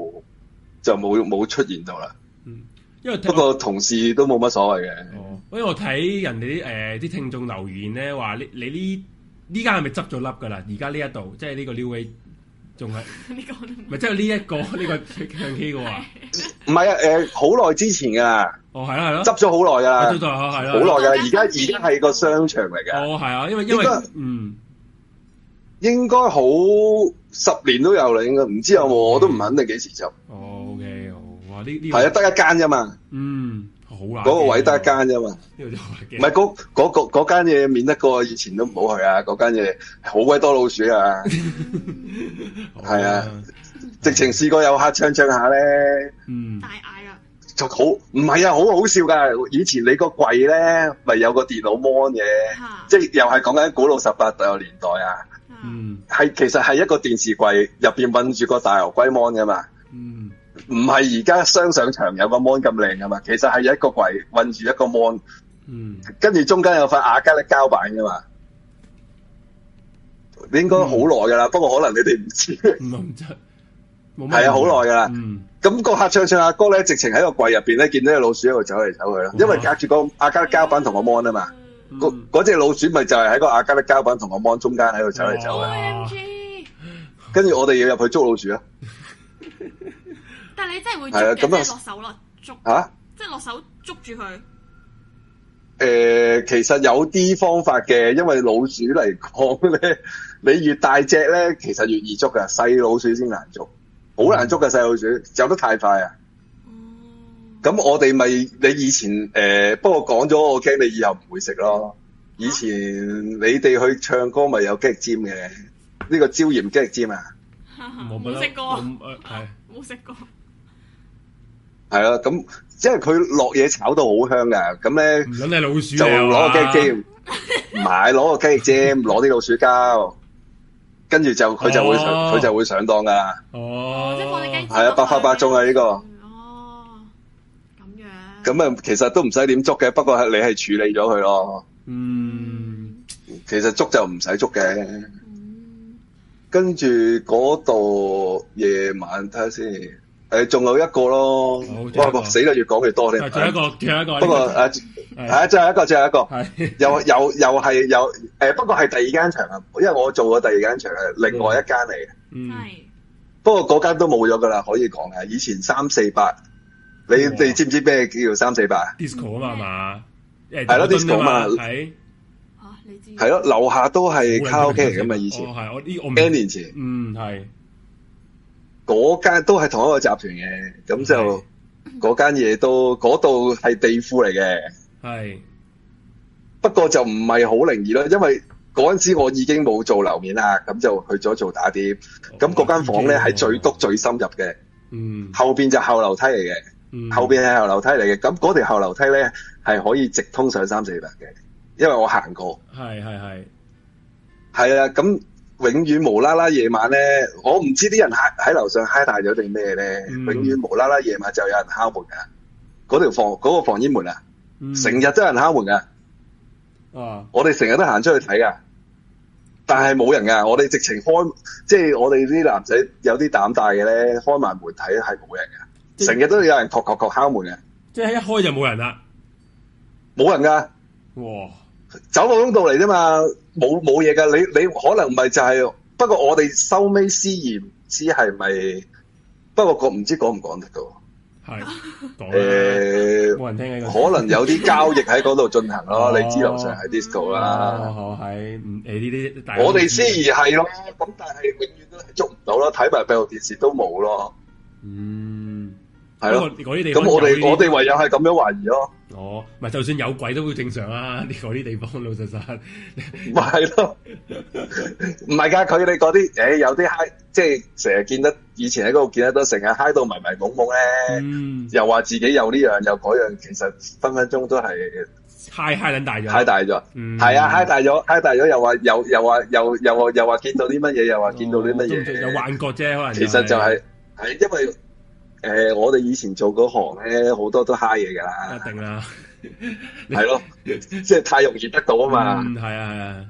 [SPEAKER 9] 就冇冇出現到啦。
[SPEAKER 4] 嗯因為聽
[SPEAKER 9] 不過同事都冇乜所謂嘅。
[SPEAKER 4] 因為我睇人哋啲誒啲聽眾留言咧，話你你呢呢間係咪執咗笠㗎啦？而家呢一度即係呢個 New Way 仲係
[SPEAKER 3] 呢個
[SPEAKER 4] 咪即係呢一個呢個唱 K 嘅話？
[SPEAKER 9] 唔係啊，誒好耐之前㗎。
[SPEAKER 4] 哦，係啦，係啦，啊
[SPEAKER 9] 執咗好耐㗎啦，
[SPEAKER 4] 執咗好耐係啦
[SPEAKER 9] 好耐㗎啦。而家而家係個商場嚟㗎。
[SPEAKER 4] 哦，係啊，因為因為
[SPEAKER 9] 應該
[SPEAKER 2] ừ.
[SPEAKER 4] 嗯
[SPEAKER 9] 應該好十年都有啦，應該唔知有冇，我都唔肯定幾時執。
[SPEAKER 4] 嗯哦，OK，好哇，呢呢個
[SPEAKER 9] 係啊，得一間啫嘛，
[SPEAKER 2] Ừ.
[SPEAKER 4] 嗯好啊，
[SPEAKER 9] 嗰個位得一間啫嘛。
[SPEAKER 4] 呢個就
[SPEAKER 9] 唔係嗰嗰嗰嗰間嘢免得過以前都唔好去啊！嗰間嘢好鬼多老鼠
[SPEAKER 4] *laughs*
[SPEAKER 9] 啊，係啊，直情試過有客唱唱下咧，
[SPEAKER 4] 嗯，
[SPEAKER 3] 大嗌啦，
[SPEAKER 9] 就好唔係啊，好好笑㗎！以前你個櫃咧咪有個電腦 mon 嘅，
[SPEAKER 3] 啊
[SPEAKER 9] 即係又係講緊古老十八代年代啊，
[SPEAKER 2] Ừ,
[SPEAKER 4] 嗯，
[SPEAKER 9] 係其實係一個電視櫃入邊韞住個大牛龜 mon 㗎嘛。
[SPEAKER 2] ừ.
[SPEAKER 4] 嗯
[SPEAKER 9] 唔係而家雙上牆有個 mon 咁靚㗎嘛，其實係有一個櫃韞住一個 mon，
[SPEAKER 4] 嗯
[SPEAKER 9] 跟住中間有塊亞加力膠板㗎嘛。應該好耐㗎啦，不過可能你哋唔知，
[SPEAKER 4] 嗯唔真冇乜
[SPEAKER 9] 係啊，好耐㗎啦。
[SPEAKER 4] 嗯
[SPEAKER 9] 咁、個客唱唱阿歌咧，直情喺個櫃入邊咧，見到只老鼠喺度走嚟走去
[SPEAKER 4] 嗯
[SPEAKER 9] 啦，因為隔住個亞加力膠板同個 mon 啊嘛。嗰嗰只老鼠咪就係喺個亞加力膠板同個 mon 中間喺度走嚟
[SPEAKER 4] 哦
[SPEAKER 9] 走去，跟住我哋要入去捉老鼠啊！
[SPEAKER 3] 但係你真係會捉
[SPEAKER 9] 係啊
[SPEAKER 3] 嘅，
[SPEAKER 9] 咁
[SPEAKER 3] 即
[SPEAKER 9] 啊
[SPEAKER 3] 係落手啦，捉
[SPEAKER 9] 嚇、
[SPEAKER 3] 即係落手捉住佢。
[SPEAKER 9] 誒、呃其實有啲方法嘅，因為老鼠嚟講咧，你越大隻咧，其實越易捉㗎，細老鼠先難捉，好難捉㗎細老鼠，走得太快啊！
[SPEAKER 4] 嗯
[SPEAKER 9] 咁我哋咪你以前誒、不過講咗我驚你以後唔會食咯。以前你哋去唱歌咪有雞翼尖嘅，呢、個椒鹽雞翼尖啊，
[SPEAKER 4] 我
[SPEAKER 3] 冇食過，
[SPEAKER 4] 係
[SPEAKER 3] 冇食過。
[SPEAKER 9] 係啊，咁即係佢落嘢炒到好香㗎，咁咧唔
[SPEAKER 4] 撚你老鼠
[SPEAKER 9] 就攞個雞翼尖
[SPEAKER 4] 啊，
[SPEAKER 9] 唔係攞個雞翼尖，攞啲老鼠膠，跟住就佢就會上
[SPEAKER 4] 哦
[SPEAKER 9] 佢、就會上當㗎啦，
[SPEAKER 4] 哦，
[SPEAKER 3] 即係放隻雞
[SPEAKER 9] 係啊，百發百中啊呢、個。哦，咁樣。咁啊，其實都唔使點捉嘅，不過係你係處理咗佢咯。
[SPEAKER 2] Ừ,
[SPEAKER 4] 嗯，
[SPEAKER 9] 其實捉就唔使捉嘅。嗯跟住嗰度夜晚睇下先，誒、仲有一個咯，
[SPEAKER 4] 仲有一個
[SPEAKER 9] 哇死啦，越講越多添。
[SPEAKER 4] 仲有一個仲有一個
[SPEAKER 9] 不
[SPEAKER 4] *laughs*
[SPEAKER 9] 過誒係啊，最後一個，最後一個，又又又係又誒，不過係第二間場啊，因為我做過第二間場係另外一間嚟嘅。
[SPEAKER 2] ừ.
[SPEAKER 4] 嗯，
[SPEAKER 9] 不過嗰間都冇咗噶啦，可以講啊嘅。以前三四八，你
[SPEAKER 4] 哦
[SPEAKER 9] 哋知唔知咩叫三四八？
[SPEAKER 4] disco 啊嘛係嘛，誒
[SPEAKER 9] 係咯
[SPEAKER 4] 佐敦啊
[SPEAKER 9] disco 嘛
[SPEAKER 4] 係
[SPEAKER 9] 係咯，樓下都係卡拉 OK 嚟噶嘛，
[SPEAKER 4] 哦
[SPEAKER 9] 以前
[SPEAKER 4] 係我呢我
[SPEAKER 9] N 年前
[SPEAKER 4] 嗯係
[SPEAKER 9] 嗰間都係同一個集團嘅，咁就嗰間嘢都嗰度係地庫嚟嘅，
[SPEAKER 4] 係
[SPEAKER 9] 不過就唔係好靈異咯，因為嗰陣時我已經冇做樓面啦，咁就去咗做打
[SPEAKER 4] 哦
[SPEAKER 9] 碟。咁嗰間房咧係最篤最深入嘅，
[SPEAKER 4] 嗯
[SPEAKER 9] 後邊就後樓梯嚟嘅。
[SPEAKER 4] 嗯
[SPEAKER 9] 後邊係後樓梯嚟嘅，咁嗰條後樓梯咧係可以直通上三四八嘅，因為我行過。
[SPEAKER 4] 係係係
[SPEAKER 9] 係啦，咁永遠無啦啦夜晚咧，我唔知啲人喺喺樓上嗨大咗定咩咧，
[SPEAKER 4] 嗯
[SPEAKER 9] 永遠無啦啦夜晚就有人敲門噶，嗰條房嗰、個防煙門啊，
[SPEAKER 2] Ừ.
[SPEAKER 4] 嗯
[SPEAKER 9] 成日都有人敲門噶，
[SPEAKER 2] À.
[SPEAKER 4] 啊
[SPEAKER 9] 我哋成日都行出去睇噶，但係冇人噶，我哋直情開，即係我哋啲男仔有啲膽大嘅咧，開埋門睇係冇人噶，成日都有人確確確敲門嘅，
[SPEAKER 4] 即係一開就冇人啦，
[SPEAKER 9] 冇人噶。
[SPEAKER 4] 哇！
[SPEAKER 9] 走個通道嚟啫嘛，冇冇嘢噶。你你可能咪就係、不過我哋收尾私言，唔知係咪？不過講唔知講唔講得到？
[SPEAKER 4] 係
[SPEAKER 9] 誒、
[SPEAKER 4] 冇人聽嘅
[SPEAKER 9] 可能有啲交易喺嗰度進行咯。
[SPEAKER 4] *laughs*
[SPEAKER 9] 你知樓上係 disco 啦，
[SPEAKER 4] 哦，係唔誒呢啲大家都
[SPEAKER 9] 我哋
[SPEAKER 4] 知
[SPEAKER 9] 私疑係咯。咁但係永遠都係捉唔到啦，睇埋閉路電視都冇咯。嗯，係咯。
[SPEAKER 4] 不過嗰啲地方
[SPEAKER 9] 咁
[SPEAKER 4] 有
[SPEAKER 9] 我
[SPEAKER 4] 呢啲
[SPEAKER 9] 哋我哋唯有係咁樣懷疑咯。
[SPEAKER 4] 哦，咪就算有鬼都會正常啊！呢嗰啲地方老實實，
[SPEAKER 9] 咪係咯，唔係㗎，佢哋嗰啲誒有啲嗨，即係成日見得，以前喺嗰度見得多，成日嗨到迷 Ừ.
[SPEAKER 4] 嗯
[SPEAKER 9] 迷懵懵咧，又話自己有呢樣有嗰樣，其實分分鐘都係
[SPEAKER 4] 太嗨撚大咗，
[SPEAKER 9] 嗨大咗，
[SPEAKER 4] 嗯
[SPEAKER 9] 係啊，嗨大咗，嗨大咗，又話又又話又又話又話見到啲乜嘢，又話見到啲乜
[SPEAKER 4] 哦都唔知有
[SPEAKER 9] 嘢，
[SPEAKER 4] 幻覺啫，可能
[SPEAKER 9] 其實就係、係因為誒、我哋以前做嗰行咧，好多都嗨嘢㗎啦，
[SPEAKER 4] 一定啦，
[SPEAKER 9] 係
[SPEAKER 4] *laughs*
[SPEAKER 9] 咯，即係太容易得到啊嘛，
[SPEAKER 4] 嗯，係啊係啊，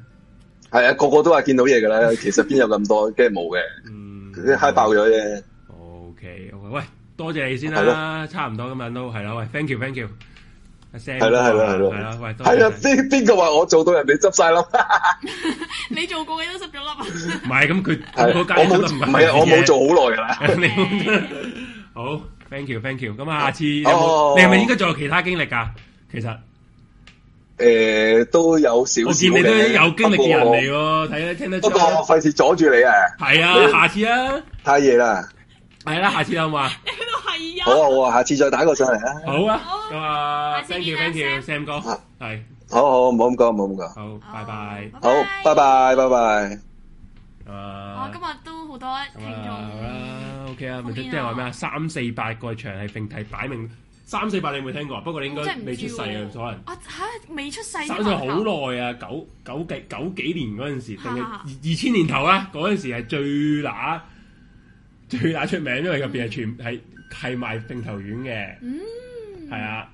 [SPEAKER 9] 係啊，個個都話見到嘢㗎啦，其實邊有咁多，梗係冇嘅，嗯，嗨爆咗啫。
[SPEAKER 4] OK，好喂，多謝你先
[SPEAKER 9] 係
[SPEAKER 4] 啦，差唔多今晚都係啦，喂，thank you，thank you，阿 Sam，
[SPEAKER 9] 係啦係啦係啦
[SPEAKER 4] 係啦，喂，多謝
[SPEAKER 9] 係啊，邊邊個話我做到人哋執晒粒？
[SPEAKER 3] 你做過嘅都濕咗粒啊！
[SPEAKER 4] 唔係咁佢
[SPEAKER 9] 係
[SPEAKER 4] 嗰
[SPEAKER 9] 我
[SPEAKER 4] 間
[SPEAKER 9] 冇唔係啊我冇做好耐㗎啦
[SPEAKER 4] 啦。 *laughs* 好，thank you，thank you。咁啊，下次你有
[SPEAKER 9] 哦
[SPEAKER 4] 冇你係咪應該仲有其他經歷㗎？其實
[SPEAKER 9] *laughs* 誒、都有少少
[SPEAKER 4] 我見你都
[SPEAKER 9] 嘅
[SPEAKER 4] 有經歷嘅人嚟
[SPEAKER 9] 不過
[SPEAKER 4] 喎，睇得聽得出
[SPEAKER 9] 不。過我費事阻住你啊！
[SPEAKER 4] 係啊，
[SPEAKER 9] 你
[SPEAKER 4] 下次啊，
[SPEAKER 9] 太夜啦，
[SPEAKER 4] 係啦，下次有冇啊？
[SPEAKER 9] 好啊好啊，下次再打個上嚟啊！
[SPEAKER 4] 好啊，咁啊，thank you，thank you，Sam 哥，係，
[SPEAKER 9] 好好，唔好咁講，唔好咁講。
[SPEAKER 4] 好，拜拜。
[SPEAKER 9] 好，拜拜，拜拜。
[SPEAKER 4] 啊
[SPEAKER 3] 我，今日都好多
[SPEAKER 4] 咁
[SPEAKER 3] 聽
[SPEAKER 4] 啊，
[SPEAKER 3] 眾，
[SPEAKER 4] 好啦，OK 啊，咪即係話咩啊？三四八個場係並提擺明，三四八你有冇聽過？不過你應
[SPEAKER 3] 我
[SPEAKER 4] 該
[SPEAKER 3] 真係唔
[SPEAKER 4] 未出
[SPEAKER 3] 知
[SPEAKER 4] 世啊，可能。
[SPEAKER 3] 我嚇未出世啫
[SPEAKER 4] 手咗好耐啊，九九幾九幾年嗰陣時，定係
[SPEAKER 3] 啊
[SPEAKER 4] 二千年頭啦，嗰陣時係最乸最乸出名，因為入邊係全係係賣並頭丸嘅，
[SPEAKER 3] 嗯，
[SPEAKER 4] 係啊。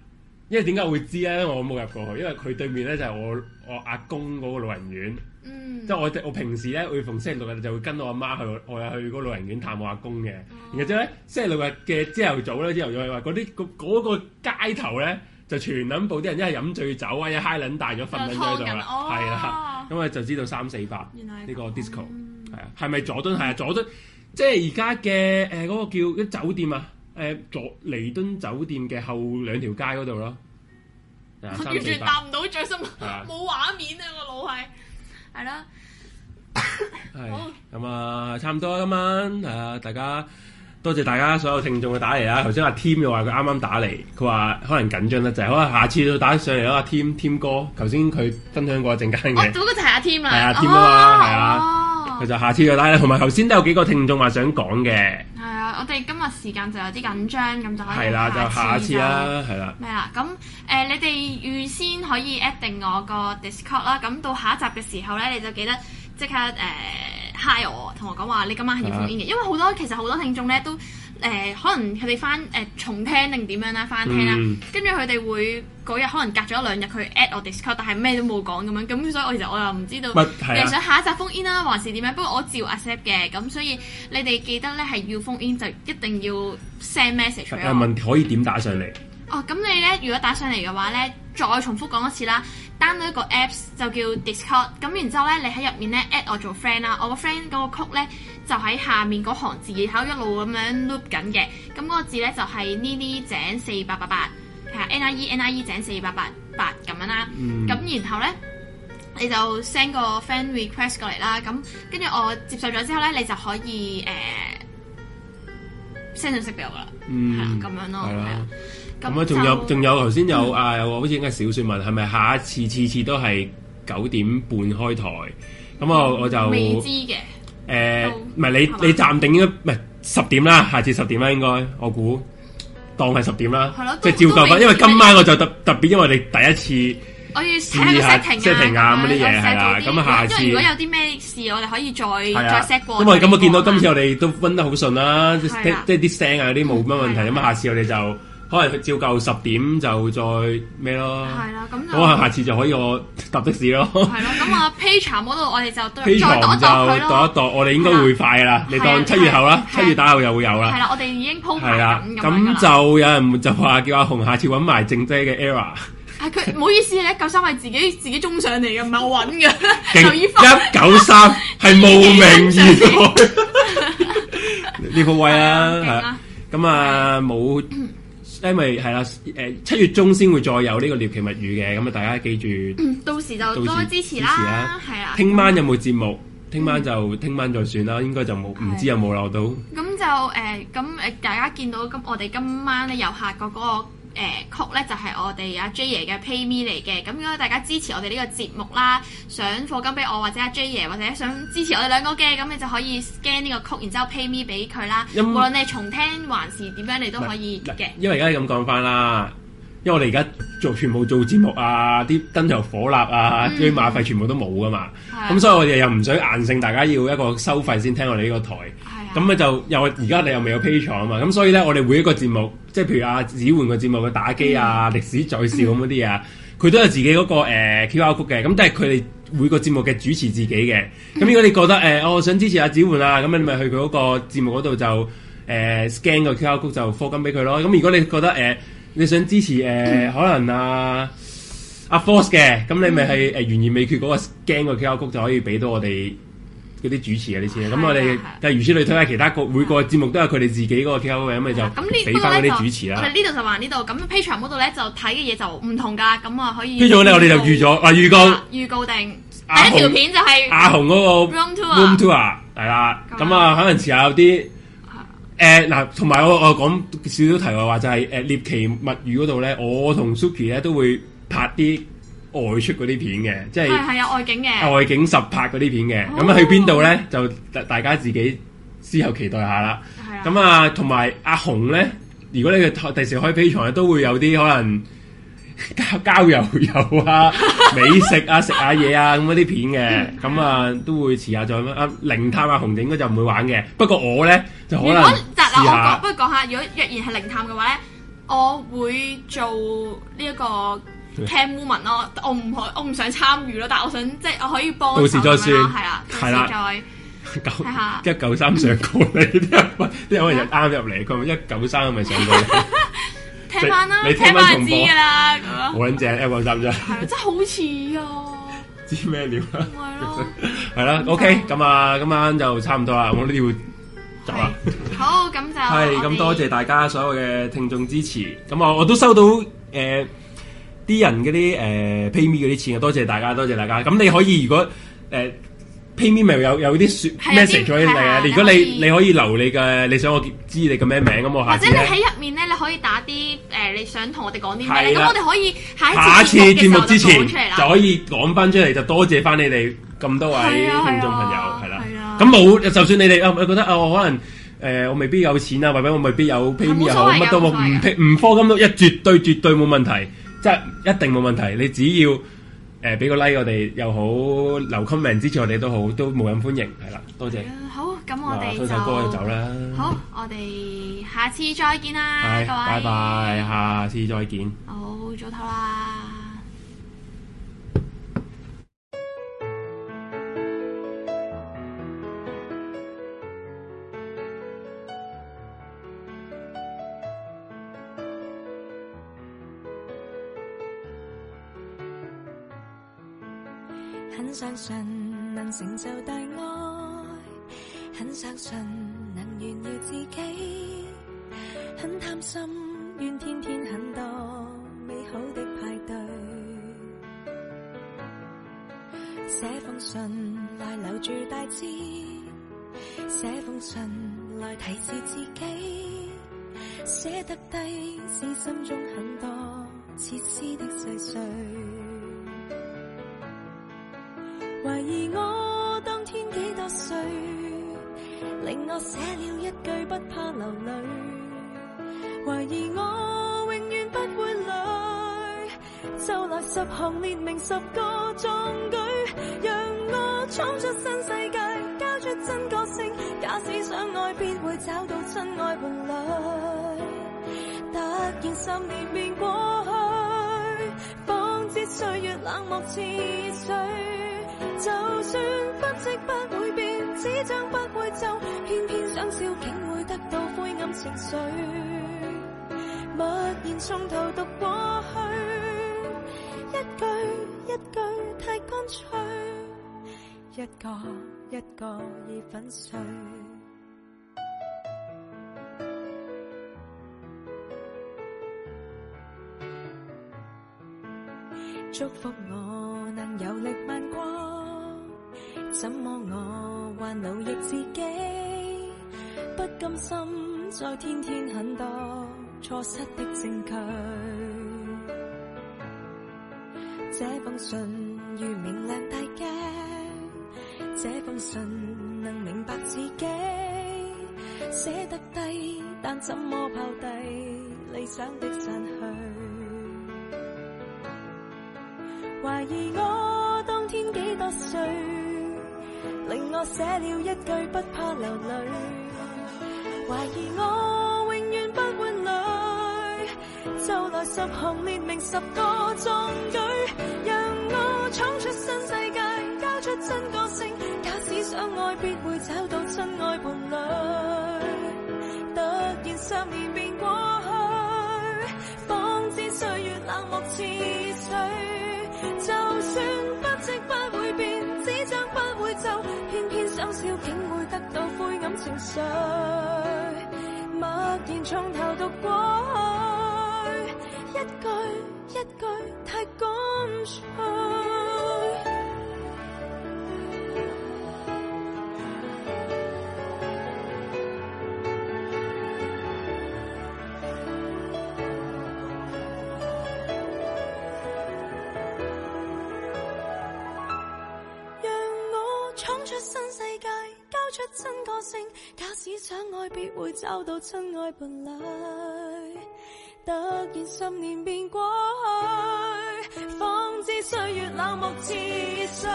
[SPEAKER 4] 因為點解我會知咧？因為我冇入過去，因為佢對面咧就係我我阿公嗰個老人院，
[SPEAKER 3] 嗯，
[SPEAKER 4] 即係我我平時咧會逢星期六日就會跟我阿媽去我我去嗰個老人院探我阿公嘅。
[SPEAKER 3] 哦
[SPEAKER 4] 然後之後咧星期六日嘅朝頭早咧，朝頭早係話嗰啲嗰嗰個街頭咧就全撚部啲人一係飲醉酒啊，一係嗨撚大咗瞓撚咗喺度
[SPEAKER 3] 就劏人
[SPEAKER 4] 啦，
[SPEAKER 3] 哦
[SPEAKER 4] 係啦，咁啊就知道三四八
[SPEAKER 3] 原來係嗯
[SPEAKER 4] 呢個 disco 係啊，係咪佐敦係啊？佐敦即係而家嘅誒嗰個叫啲酒店啊，誒佐彌敦酒店嘅後兩條街嗰度咯，係
[SPEAKER 3] *laughs*
[SPEAKER 4] 啊
[SPEAKER 3] 我
[SPEAKER 4] 三
[SPEAKER 3] 完
[SPEAKER 4] 四
[SPEAKER 3] 全
[SPEAKER 4] 八
[SPEAKER 3] 答唔到最心，
[SPEAKER 4] 啊
[SPEAKER 3] 冇畫面啊個腦係，係啦，
[SPEAKER 4] 係咁啊，差唔多啦今晚啊，大家。多謝大家所有聽眾嘅打嚟啊啦！頭先阿 Tim 又話佢啱啱打嚟，佢話可能緊張得滯，可能啊下次都打上嚟啦。阿 Tim Tim 哥，頭先佢分享過一陣間
[SPEAKER 3] 我
[SPEAKER 4] 嘅，
[SPEAKER 3] 嗰個就係阿哦 Tim 啦，
[SPEAKER 4] 係啊 Tim 啊
[SPEAKER 3] 哦
[SPEAKER 4] 嘛，係啊，佢就下次再打啦。同埋頭先都有幾個聽眾話想講嘅，
[SPEAKER 3] 係啊，我哋今日時間就有啲緊張，咁就可以
[SPEAKER 4] 係啦，就下次啦，係啦
[SPEAKER 3] 就。咩哦啦？咁誒、呃你哋預先可以 at 定我個 Discord 啦。咁到下一集嘅時候咧，你就記得即刻誒、呃、hi 我，同我講話你今晚係要
[SPEAKER 10] 啊
[SPEAKER 3] phone in 嘅，因為好多其實好多聽眾咧都誒、呃可能佢哋翻誒重聽定點樣啦，翻聽啦
[SPEAKER 10] 嗯，
[SPEAKER 3] 跟住佢哋會嗰日可能隔咗一兩日佢 at 我 Discord，但係咩都冇講咁樣，咁所以我其實我又唔知道
[SPEAKER 4] 咪係啊
[SPEAKER 3] 你哋想下一集 phone in 啦，還是點樣？不過我照 accept 嘅，咁所以你哋記得咧係要 phone in 就一定要 send message 俾
[SPEAKER 4] 有
[SPEAKER 3] 我。
[SPEAKER 4] 問可以點打上嚟？
[SPEAKER 3] 哦，咁你咧，如果打上嚟嘅話咧，再重複講一次啦。download 一個 Apps 就叫 Discord，咁然之後咧，你喺入面咧 at 我做 friend 啦。我個 friend 嗰個曲咧就喺下面嗰行字，然後一路咁樣 loop 緊嘅。咁、嗰個字咧就係 Nini 井四八八八，係啊 N I E N I E 井四八八八咁樣啦。咁、
[SPEAKER 10] 嗯
[SPEAKER 3] 然後咧。你就 send 個 friend request 過嚟啦，咁跟住我接受咗之後咧，你就可以誒 send 信息俾我啦，係啦、
[SPEAKER 4] 嗯，
[SPEAKER 3] 咁樣咯，
[SPEAKER 4] 係
[SPEAKER 3] 係啊
[SPEAKER 4] 啦。。咁啊，仲
[SPEAKER 3] 就
[SPEAKER 4] 有仲有頭先有啊，有個好似應該係小説文，係咪下一次次次都係九點半開台？咁我我就
[SPEAKER 3] 嗯未知嘅，
[SPEAKER 4] 誒，唔係你你暫定應該唔係十點啦，下次十點啦，應該我估當係十點啦
[SPEAKER 3] 係咯，都
[SPEAKER 4] 即係照舊
[SPEAKER 3] 都
[SPEAKER 4] 翻。
[SPEAKER 3] 未
[SPEAKER 4] 因為今晚我就特特別，因為你第一次
[SPEAKER 3] 我要睇
[SPEAKER 4] 試
[SPEAKER 3] 下
[SPEAKER 4] 下
[SPEAKER 3] 個 setting
[SPEAKER 4] setting
[SPEAKER 3] 啊
[SPEAKER 4] 啊咁啲嘢係啦，
[SPEAKER 3] 我 set
[SPEAKER 4] 咁啊下
[SPEAKER 3] 到啲
[SPEAKER 4] 次
[SPEAKER 3] 因為如果有啲咩事，我哋可以
[SPEAKER 4] 係
[SPEAKER 3] 再
[SPEAKER 4] 啊
[SPEAKER 3] 再 set 過。
[SPEAKER 4] 因為咁我見到今次我哋都温得好順啦，即
[SPEAKER 3] 係啊
[SPEAKER 4] 即即啲聲啊嗰啲冇乜問題，咁啊下次我哋就可能照舊十點就再咩咯。
[SPEAKER 3] 係啦，咁就
[SPEAKER 4] 咁我下次就可以我搭的士咯。
[SPEAKER 3] 係咯，咁啊 Patreon 嗰度我哋就
[SPEAKER 4] *laughs*
[SPEAKER 3] 再
[SPEAKER 4] P
[SPEAKER 3] 再
[SPEAKER 4] 床
[SPEAKER 3] 度一度
[SPEAKER 4] 就
[SPEAKER 3] 佢
[SPEAKER 4] 度一
[SPEAKER 3] 咯。
[SPEAKER 4] 度，我哋應該會快噶啦。你當七月後啦，七月打後又會有
[SPEAKER 3] 啊係
[SPEAKER 4] 啦。
[SPEAKER 3] 啦，我哋已經鋪排
[SPEAKER 4] 係啊啦，
[SPEAKER 3] 緊咁樣
[SPEAKER 4] 咁
[SPEAKER 3] 㗎啦。
[SPEAKER 4] 就有人就話叫阿紅下次揾埋靜姐嘅
[SPEAKER 3] *laughs*
[SPEAKER 4] era，
[SPEAKER 3] 係佢唔好意思咧，九三係自己自己中上嚟嘅，唔係我揾嘅。
[SPEAKER 4] 勁
[SPEAKER 3] 劉以峰
[SPEAKER 4] 一九三
[SPEAKER 3] *laughs*
[SPEAKER 4] 係慕名而來，呢個位啊，係啊咁啊冇，因為係啦，誒七月中先會再有呢個獵奇物語嘅，咁啊大家記住。
[SPEAKER 3] 嗯到時就多
[SPEAKER 4] 到時
[SPEAKER 3] 支持
[SPEAKER 4] 支持
[SPEAKER 3] 啦
[SPEAKER 4] 啊，
[SPEAKER 3] 係啦。
[SPEAKER 4] 聽晚有冇節目？聽晚就聽晚再算啦，應該就冇，唔知有
[SPEAKER 3] 啊
[SPEAKER 4] 冇啦，我都。
[SPEAKER 3] 咁就誒，呃咁、誒大家見到咁，我哋今晚咧右下角嗰、個、呃、曲咧，就係、我哋阿 J 爺嘅 Pay Me 嚟嘅。咁如果大家支持我哋呢個節目啦，想課金俾我或者阿 J 爺，或者想支持我哋兩個嘅，咁你就可以 scan 呢個曲，然之後 Pay Me 俾佢啦。
[SPEAKER 4] 因
[SPEAKER 3] 無論你係重聽還是點樣，你都可以嘅。
[SPEAKER 4] 因為而家咁講翻啦，因為我哋而家做全部做節目啊，啲燈油火蠟啊，
[SPEAKER 3] 嗯
[SPEAKER 4] 啲、馬費全部都冇噶嘛。
[SPEAKER 3] 係
[SPEAKER 4] 咁所以我哋又唔想硬性大家要一個收費先聽我哋呢個台。咁咪就又而家你又未有 p a t r o n 啊嘛，咁所以咧我哋每一個節目，即係譬如阿子換個節目嘅打機啊、歷史在笑咁嗰啲嘢啊，佢都有自己嗰、個、呃、QR code 嘅，咁但係佢哋每個節目嘅主持自己嘅。咁如果你覺得誒、呃我想支持阿子換啊，咁你咪去佢嗰個節目嗰度就誒、呃 scan 個 QR code 就課金俾佢咯。咁如果你覺得誒、呃你想支持誒、呃可能啊〜阿 Force 嘅，咁你咪係誒懸而未決嗰個 scan 個 QR code 就可以俾到我哋嗰啲主持啊啲錢。咁我哋但係如此類推啦，其他個每個節目都有佢哋自己嗰個 QR code 嘅，咁咪就
[SPEAKER 3] 咁呢
[SPEAKER 4] 俾
[SPEAKER 3] 不過
[SPEAKER 4] 翻嗰
[SPEAKER 3] 咧就
[SPEAKER 4] 啲主持
[SPEAKER 3] 我
[SPEAKER 4] 啦
[SPEAKER 3] 哋。呢度就話呢度，咁 Patreon 嗰度咧就睇嘅嘢就唔同㗎，咁啊可以
[SPEAKER 4] 跟住咧，我哋就預咗啊預告
[SPEAKER 3] 預告定
[SPEAKER 4] 阿
[SPEAKER 3] 第一條
[SPEAKER 4] 紅
[SPEAKER 3] 片就係
[SPEAKER 4] 阿紅嗰個
[SPEAKER 3] Room Tour 啊
[SPEAKER 4] room tour 啊係啦，咁啊可能遲下有啲誒嗱，同埋我我講少少題外話就係誒獵奇物語嗰度咧，我同 Suki 咧都會拍啲外出嗰啲片嘅，即係。啊
[SPEAKER 3] 係係有外景嘅，哦
[SPEAKER 4] 外景實拍嗰啲片嘅，咁啊去邊度咧就大大家自己之後期待下啦。咁啊，同埋阿紅咧，如果你嘅第時開 P 床咧，都會有啲可能 *laughs* 交交友友啊、美食啊、食下嘢啊咁嗰啲片嘅，咁啊都會遲下再啊靈探阿紅應該就唔會玩嘅，不過我咧就可
[SPEAKER 3] 如
[SPEAKER 4] 能
[SPEAKER 3] 果就嗱，
[SPEAKER 4] 試
[SPEAKER 3] 我講
[SPEAKER 4] 下
[SPEAKER 3] 不如講下，如果若然係靈探嘅話咧，我會做呢一個 cam woman 咯，我唔可我唔想參與咯，但係我想即係我可以幫
[SPEAKER 4] 到時再
[SPEAKER 3] 算
[SPEAKER 4] 算
[SPEAKER 3] 係啦，到
[SPEAKER 4] 係
[SPEAKER 3] 時
[SPEAKER 4] 啦
[SPEAKER 3] 再
[SPEAKER 4] 九
[SPEAKER 3] 睇下
[SPEAKER 4] 一九三上過嚟，啲人喂啲人可能人啱入嚟，佢話一九三咪上過嚟，
[SPEAKER 3] 聽翻啦，
[SPEAKER 4] 你
[SPEAKER 3] 聽
[SPEAKER 4] 聽
[SPEAKER 3] 翻
[SPEAKER 4] 翻
[SPEAKER 3] 就
[SPEAKER 4] 重播
[SPEAKER 3] 知㗎啦，咁樣
[SPEAKER 4] 好撚正一九三啫。
[SPEAKER 3] 係啊咯，真係好似啊，
[SPEAKER 4] 知咩料啦？
[SPEAKER 3] 咯
[SPEAKER 4] 係啦，OK，咁啊，今晚就差唔多啦，我呢啲要走啦。
[SPEAKER 3] 好咁就
[SPEAKER 4] 係
[SPEAKER 3] 我
[SPEAKER 4] 咁，
[SPEAKER 3] 哋
[SPEAKER 4] 多謝大家所有嘅聽眾支持。咁啊，我都收到誒啲、人嗰啲誒 PayMe 嗰啲錢啊，多謝大家，多謝大家。咁你可以如果誒、呃 PayMe 咪有有啲説
[SPEAKER 3] 係有啲
[SPEAKER 4] message 咗你
[SPEAKER 3] 係啊
[SPEAKER 4] 啊？如果你你可以留你嘅，你想我知你嘅咩名咁，我
[SPEAKER 3] 或
[SPEAKER 4] 下
[SPEAKER 3] 者
[SPEAKER 4] 次
[SPEAKER 3] 你
[SPEAKER 4] 呢
[SPEAKER 3] 喺入面咧，你可以打啲誒、呃你想同我哋講啲咩咧？
[SPEAKER 4] 係
[SPEAKER 3] 咁
[SPEAKER 4] 啦
[SPEAKER 3] 我哋可以下
[SPEAKER 4] 下
[SPEAKER 3] 一
[SPEAKER 4] 次
[SPEAKER 3] 次
[SPEAKER 4] 節
[SPEAKER 3] 節
[SPEAKER 4] 目
[SPEAKER 3] 目之
[SPEAKER 4] 之
[SPEAKER 3] 前就講
[SPEAKER 4] 前
[SPEAKER 3] 出嚟啦
[SPEAKER 4] 就可以講翻出嚟，就多謝翻你哋咁多位
[SPEAKER 3] 係啊
[SPEAKER 4] 聽眾朋友，係啦。咁冇，就算你哋啊，我覺得啊，我可能誒、呃我未必有錢啊，或者我未必有 PayMe 又好，
[SPEAKER 3] 冇所謂㗎啊
[SPEAKER 4] 乜都冇，
[SPEAKER 3] 冇所謂
[SPEAKER 4] 唔 pay- 唔科金都一絕對絕對冇問題，即係一定冇問題。你只要誒俾、個 like 我哋又好，留 comment 支持我哋都好，都冇人歡迎，係啦，多謝。
[SPEAKER 3] 好，咁我
[SPEAKER 4] 啊
[SPEAKER 3] 哋
[SPEAKER 4] 推
[SPEAKER 3] 就
[SPEAKER 4] 首歌就走啦。
[SPEAKER 3] 好，我哋下次再見啦，
[SPEAKER 4] 係，
[SPEAKER 3] 各
[SPEAKER 4] 拜
[SPEAKER 3] 位。
[SPEAKER 4] 拜，下次再見。
[SPEAKER 3] 好，早唞啦。
[SPEAKER 14] 很相信能成就大愛，很相信能炫耀自己，很貪心，願天天很多美好的派對。寫封信來留住大志，寫封信來提示自己，寫得低是心中很多設施的碎碎。懷疑我當天幾多歲，令我寫了一句不怕流淚。懷疑我永遠不會累，就來十行列明十個壯舉，讓我闖出新世界，交出真個性。假使想愛，必會找到真愛伴侶。突然十年便過去，方知歲月冷漠似水。就算不即不會變，紙張不會皺，偏偏想笑竟會得到灰暗情緒。默然從頭讀過去，一句一句太乾脆，一個一個已粉碎。祝福我能有力漫過，怎麼我還奴役自己？不甘心再天天很多錯失的證據。這封信如明亮大鏡，這封信能明白自己。寫得低，但怎麼拋低理想的散去？懷疑我當天幾多歲，令我寫了一句不怕流淚。懷疑我永遠不會累，就來十行列明十個壯舉，讓我闖出新世界，交出真個性。假使相愛，必會找到真愛伴侶。突然十年便過去，方知歲月冷漠似水。就算不即不會變，只爭不會就，偏偏想笑竟會得到灰暗情緒。默然從頭讀過去，一句一句太乾脆。让我闯出新世界，交出真个性。假使想爱，必会找到真爱伴侣。突然十年便过去，方知岁月冷漠似水。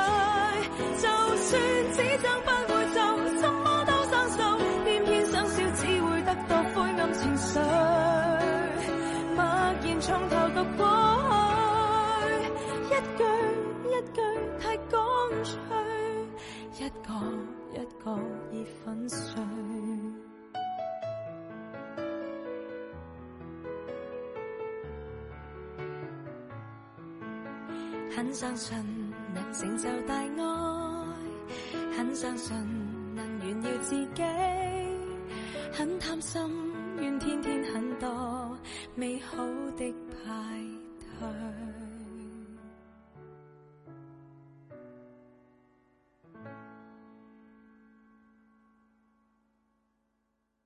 [SPEAKER 14] 就算只争不會就，什麼都生疏，偏偏想笑只會得到灰暗情緒。默然從頭讀過去，一句。一句太乾脆，一個一個已粉碎。很相信能成就大愛，很相信能炫耀自己，很貪心，願天天很多美好的派對。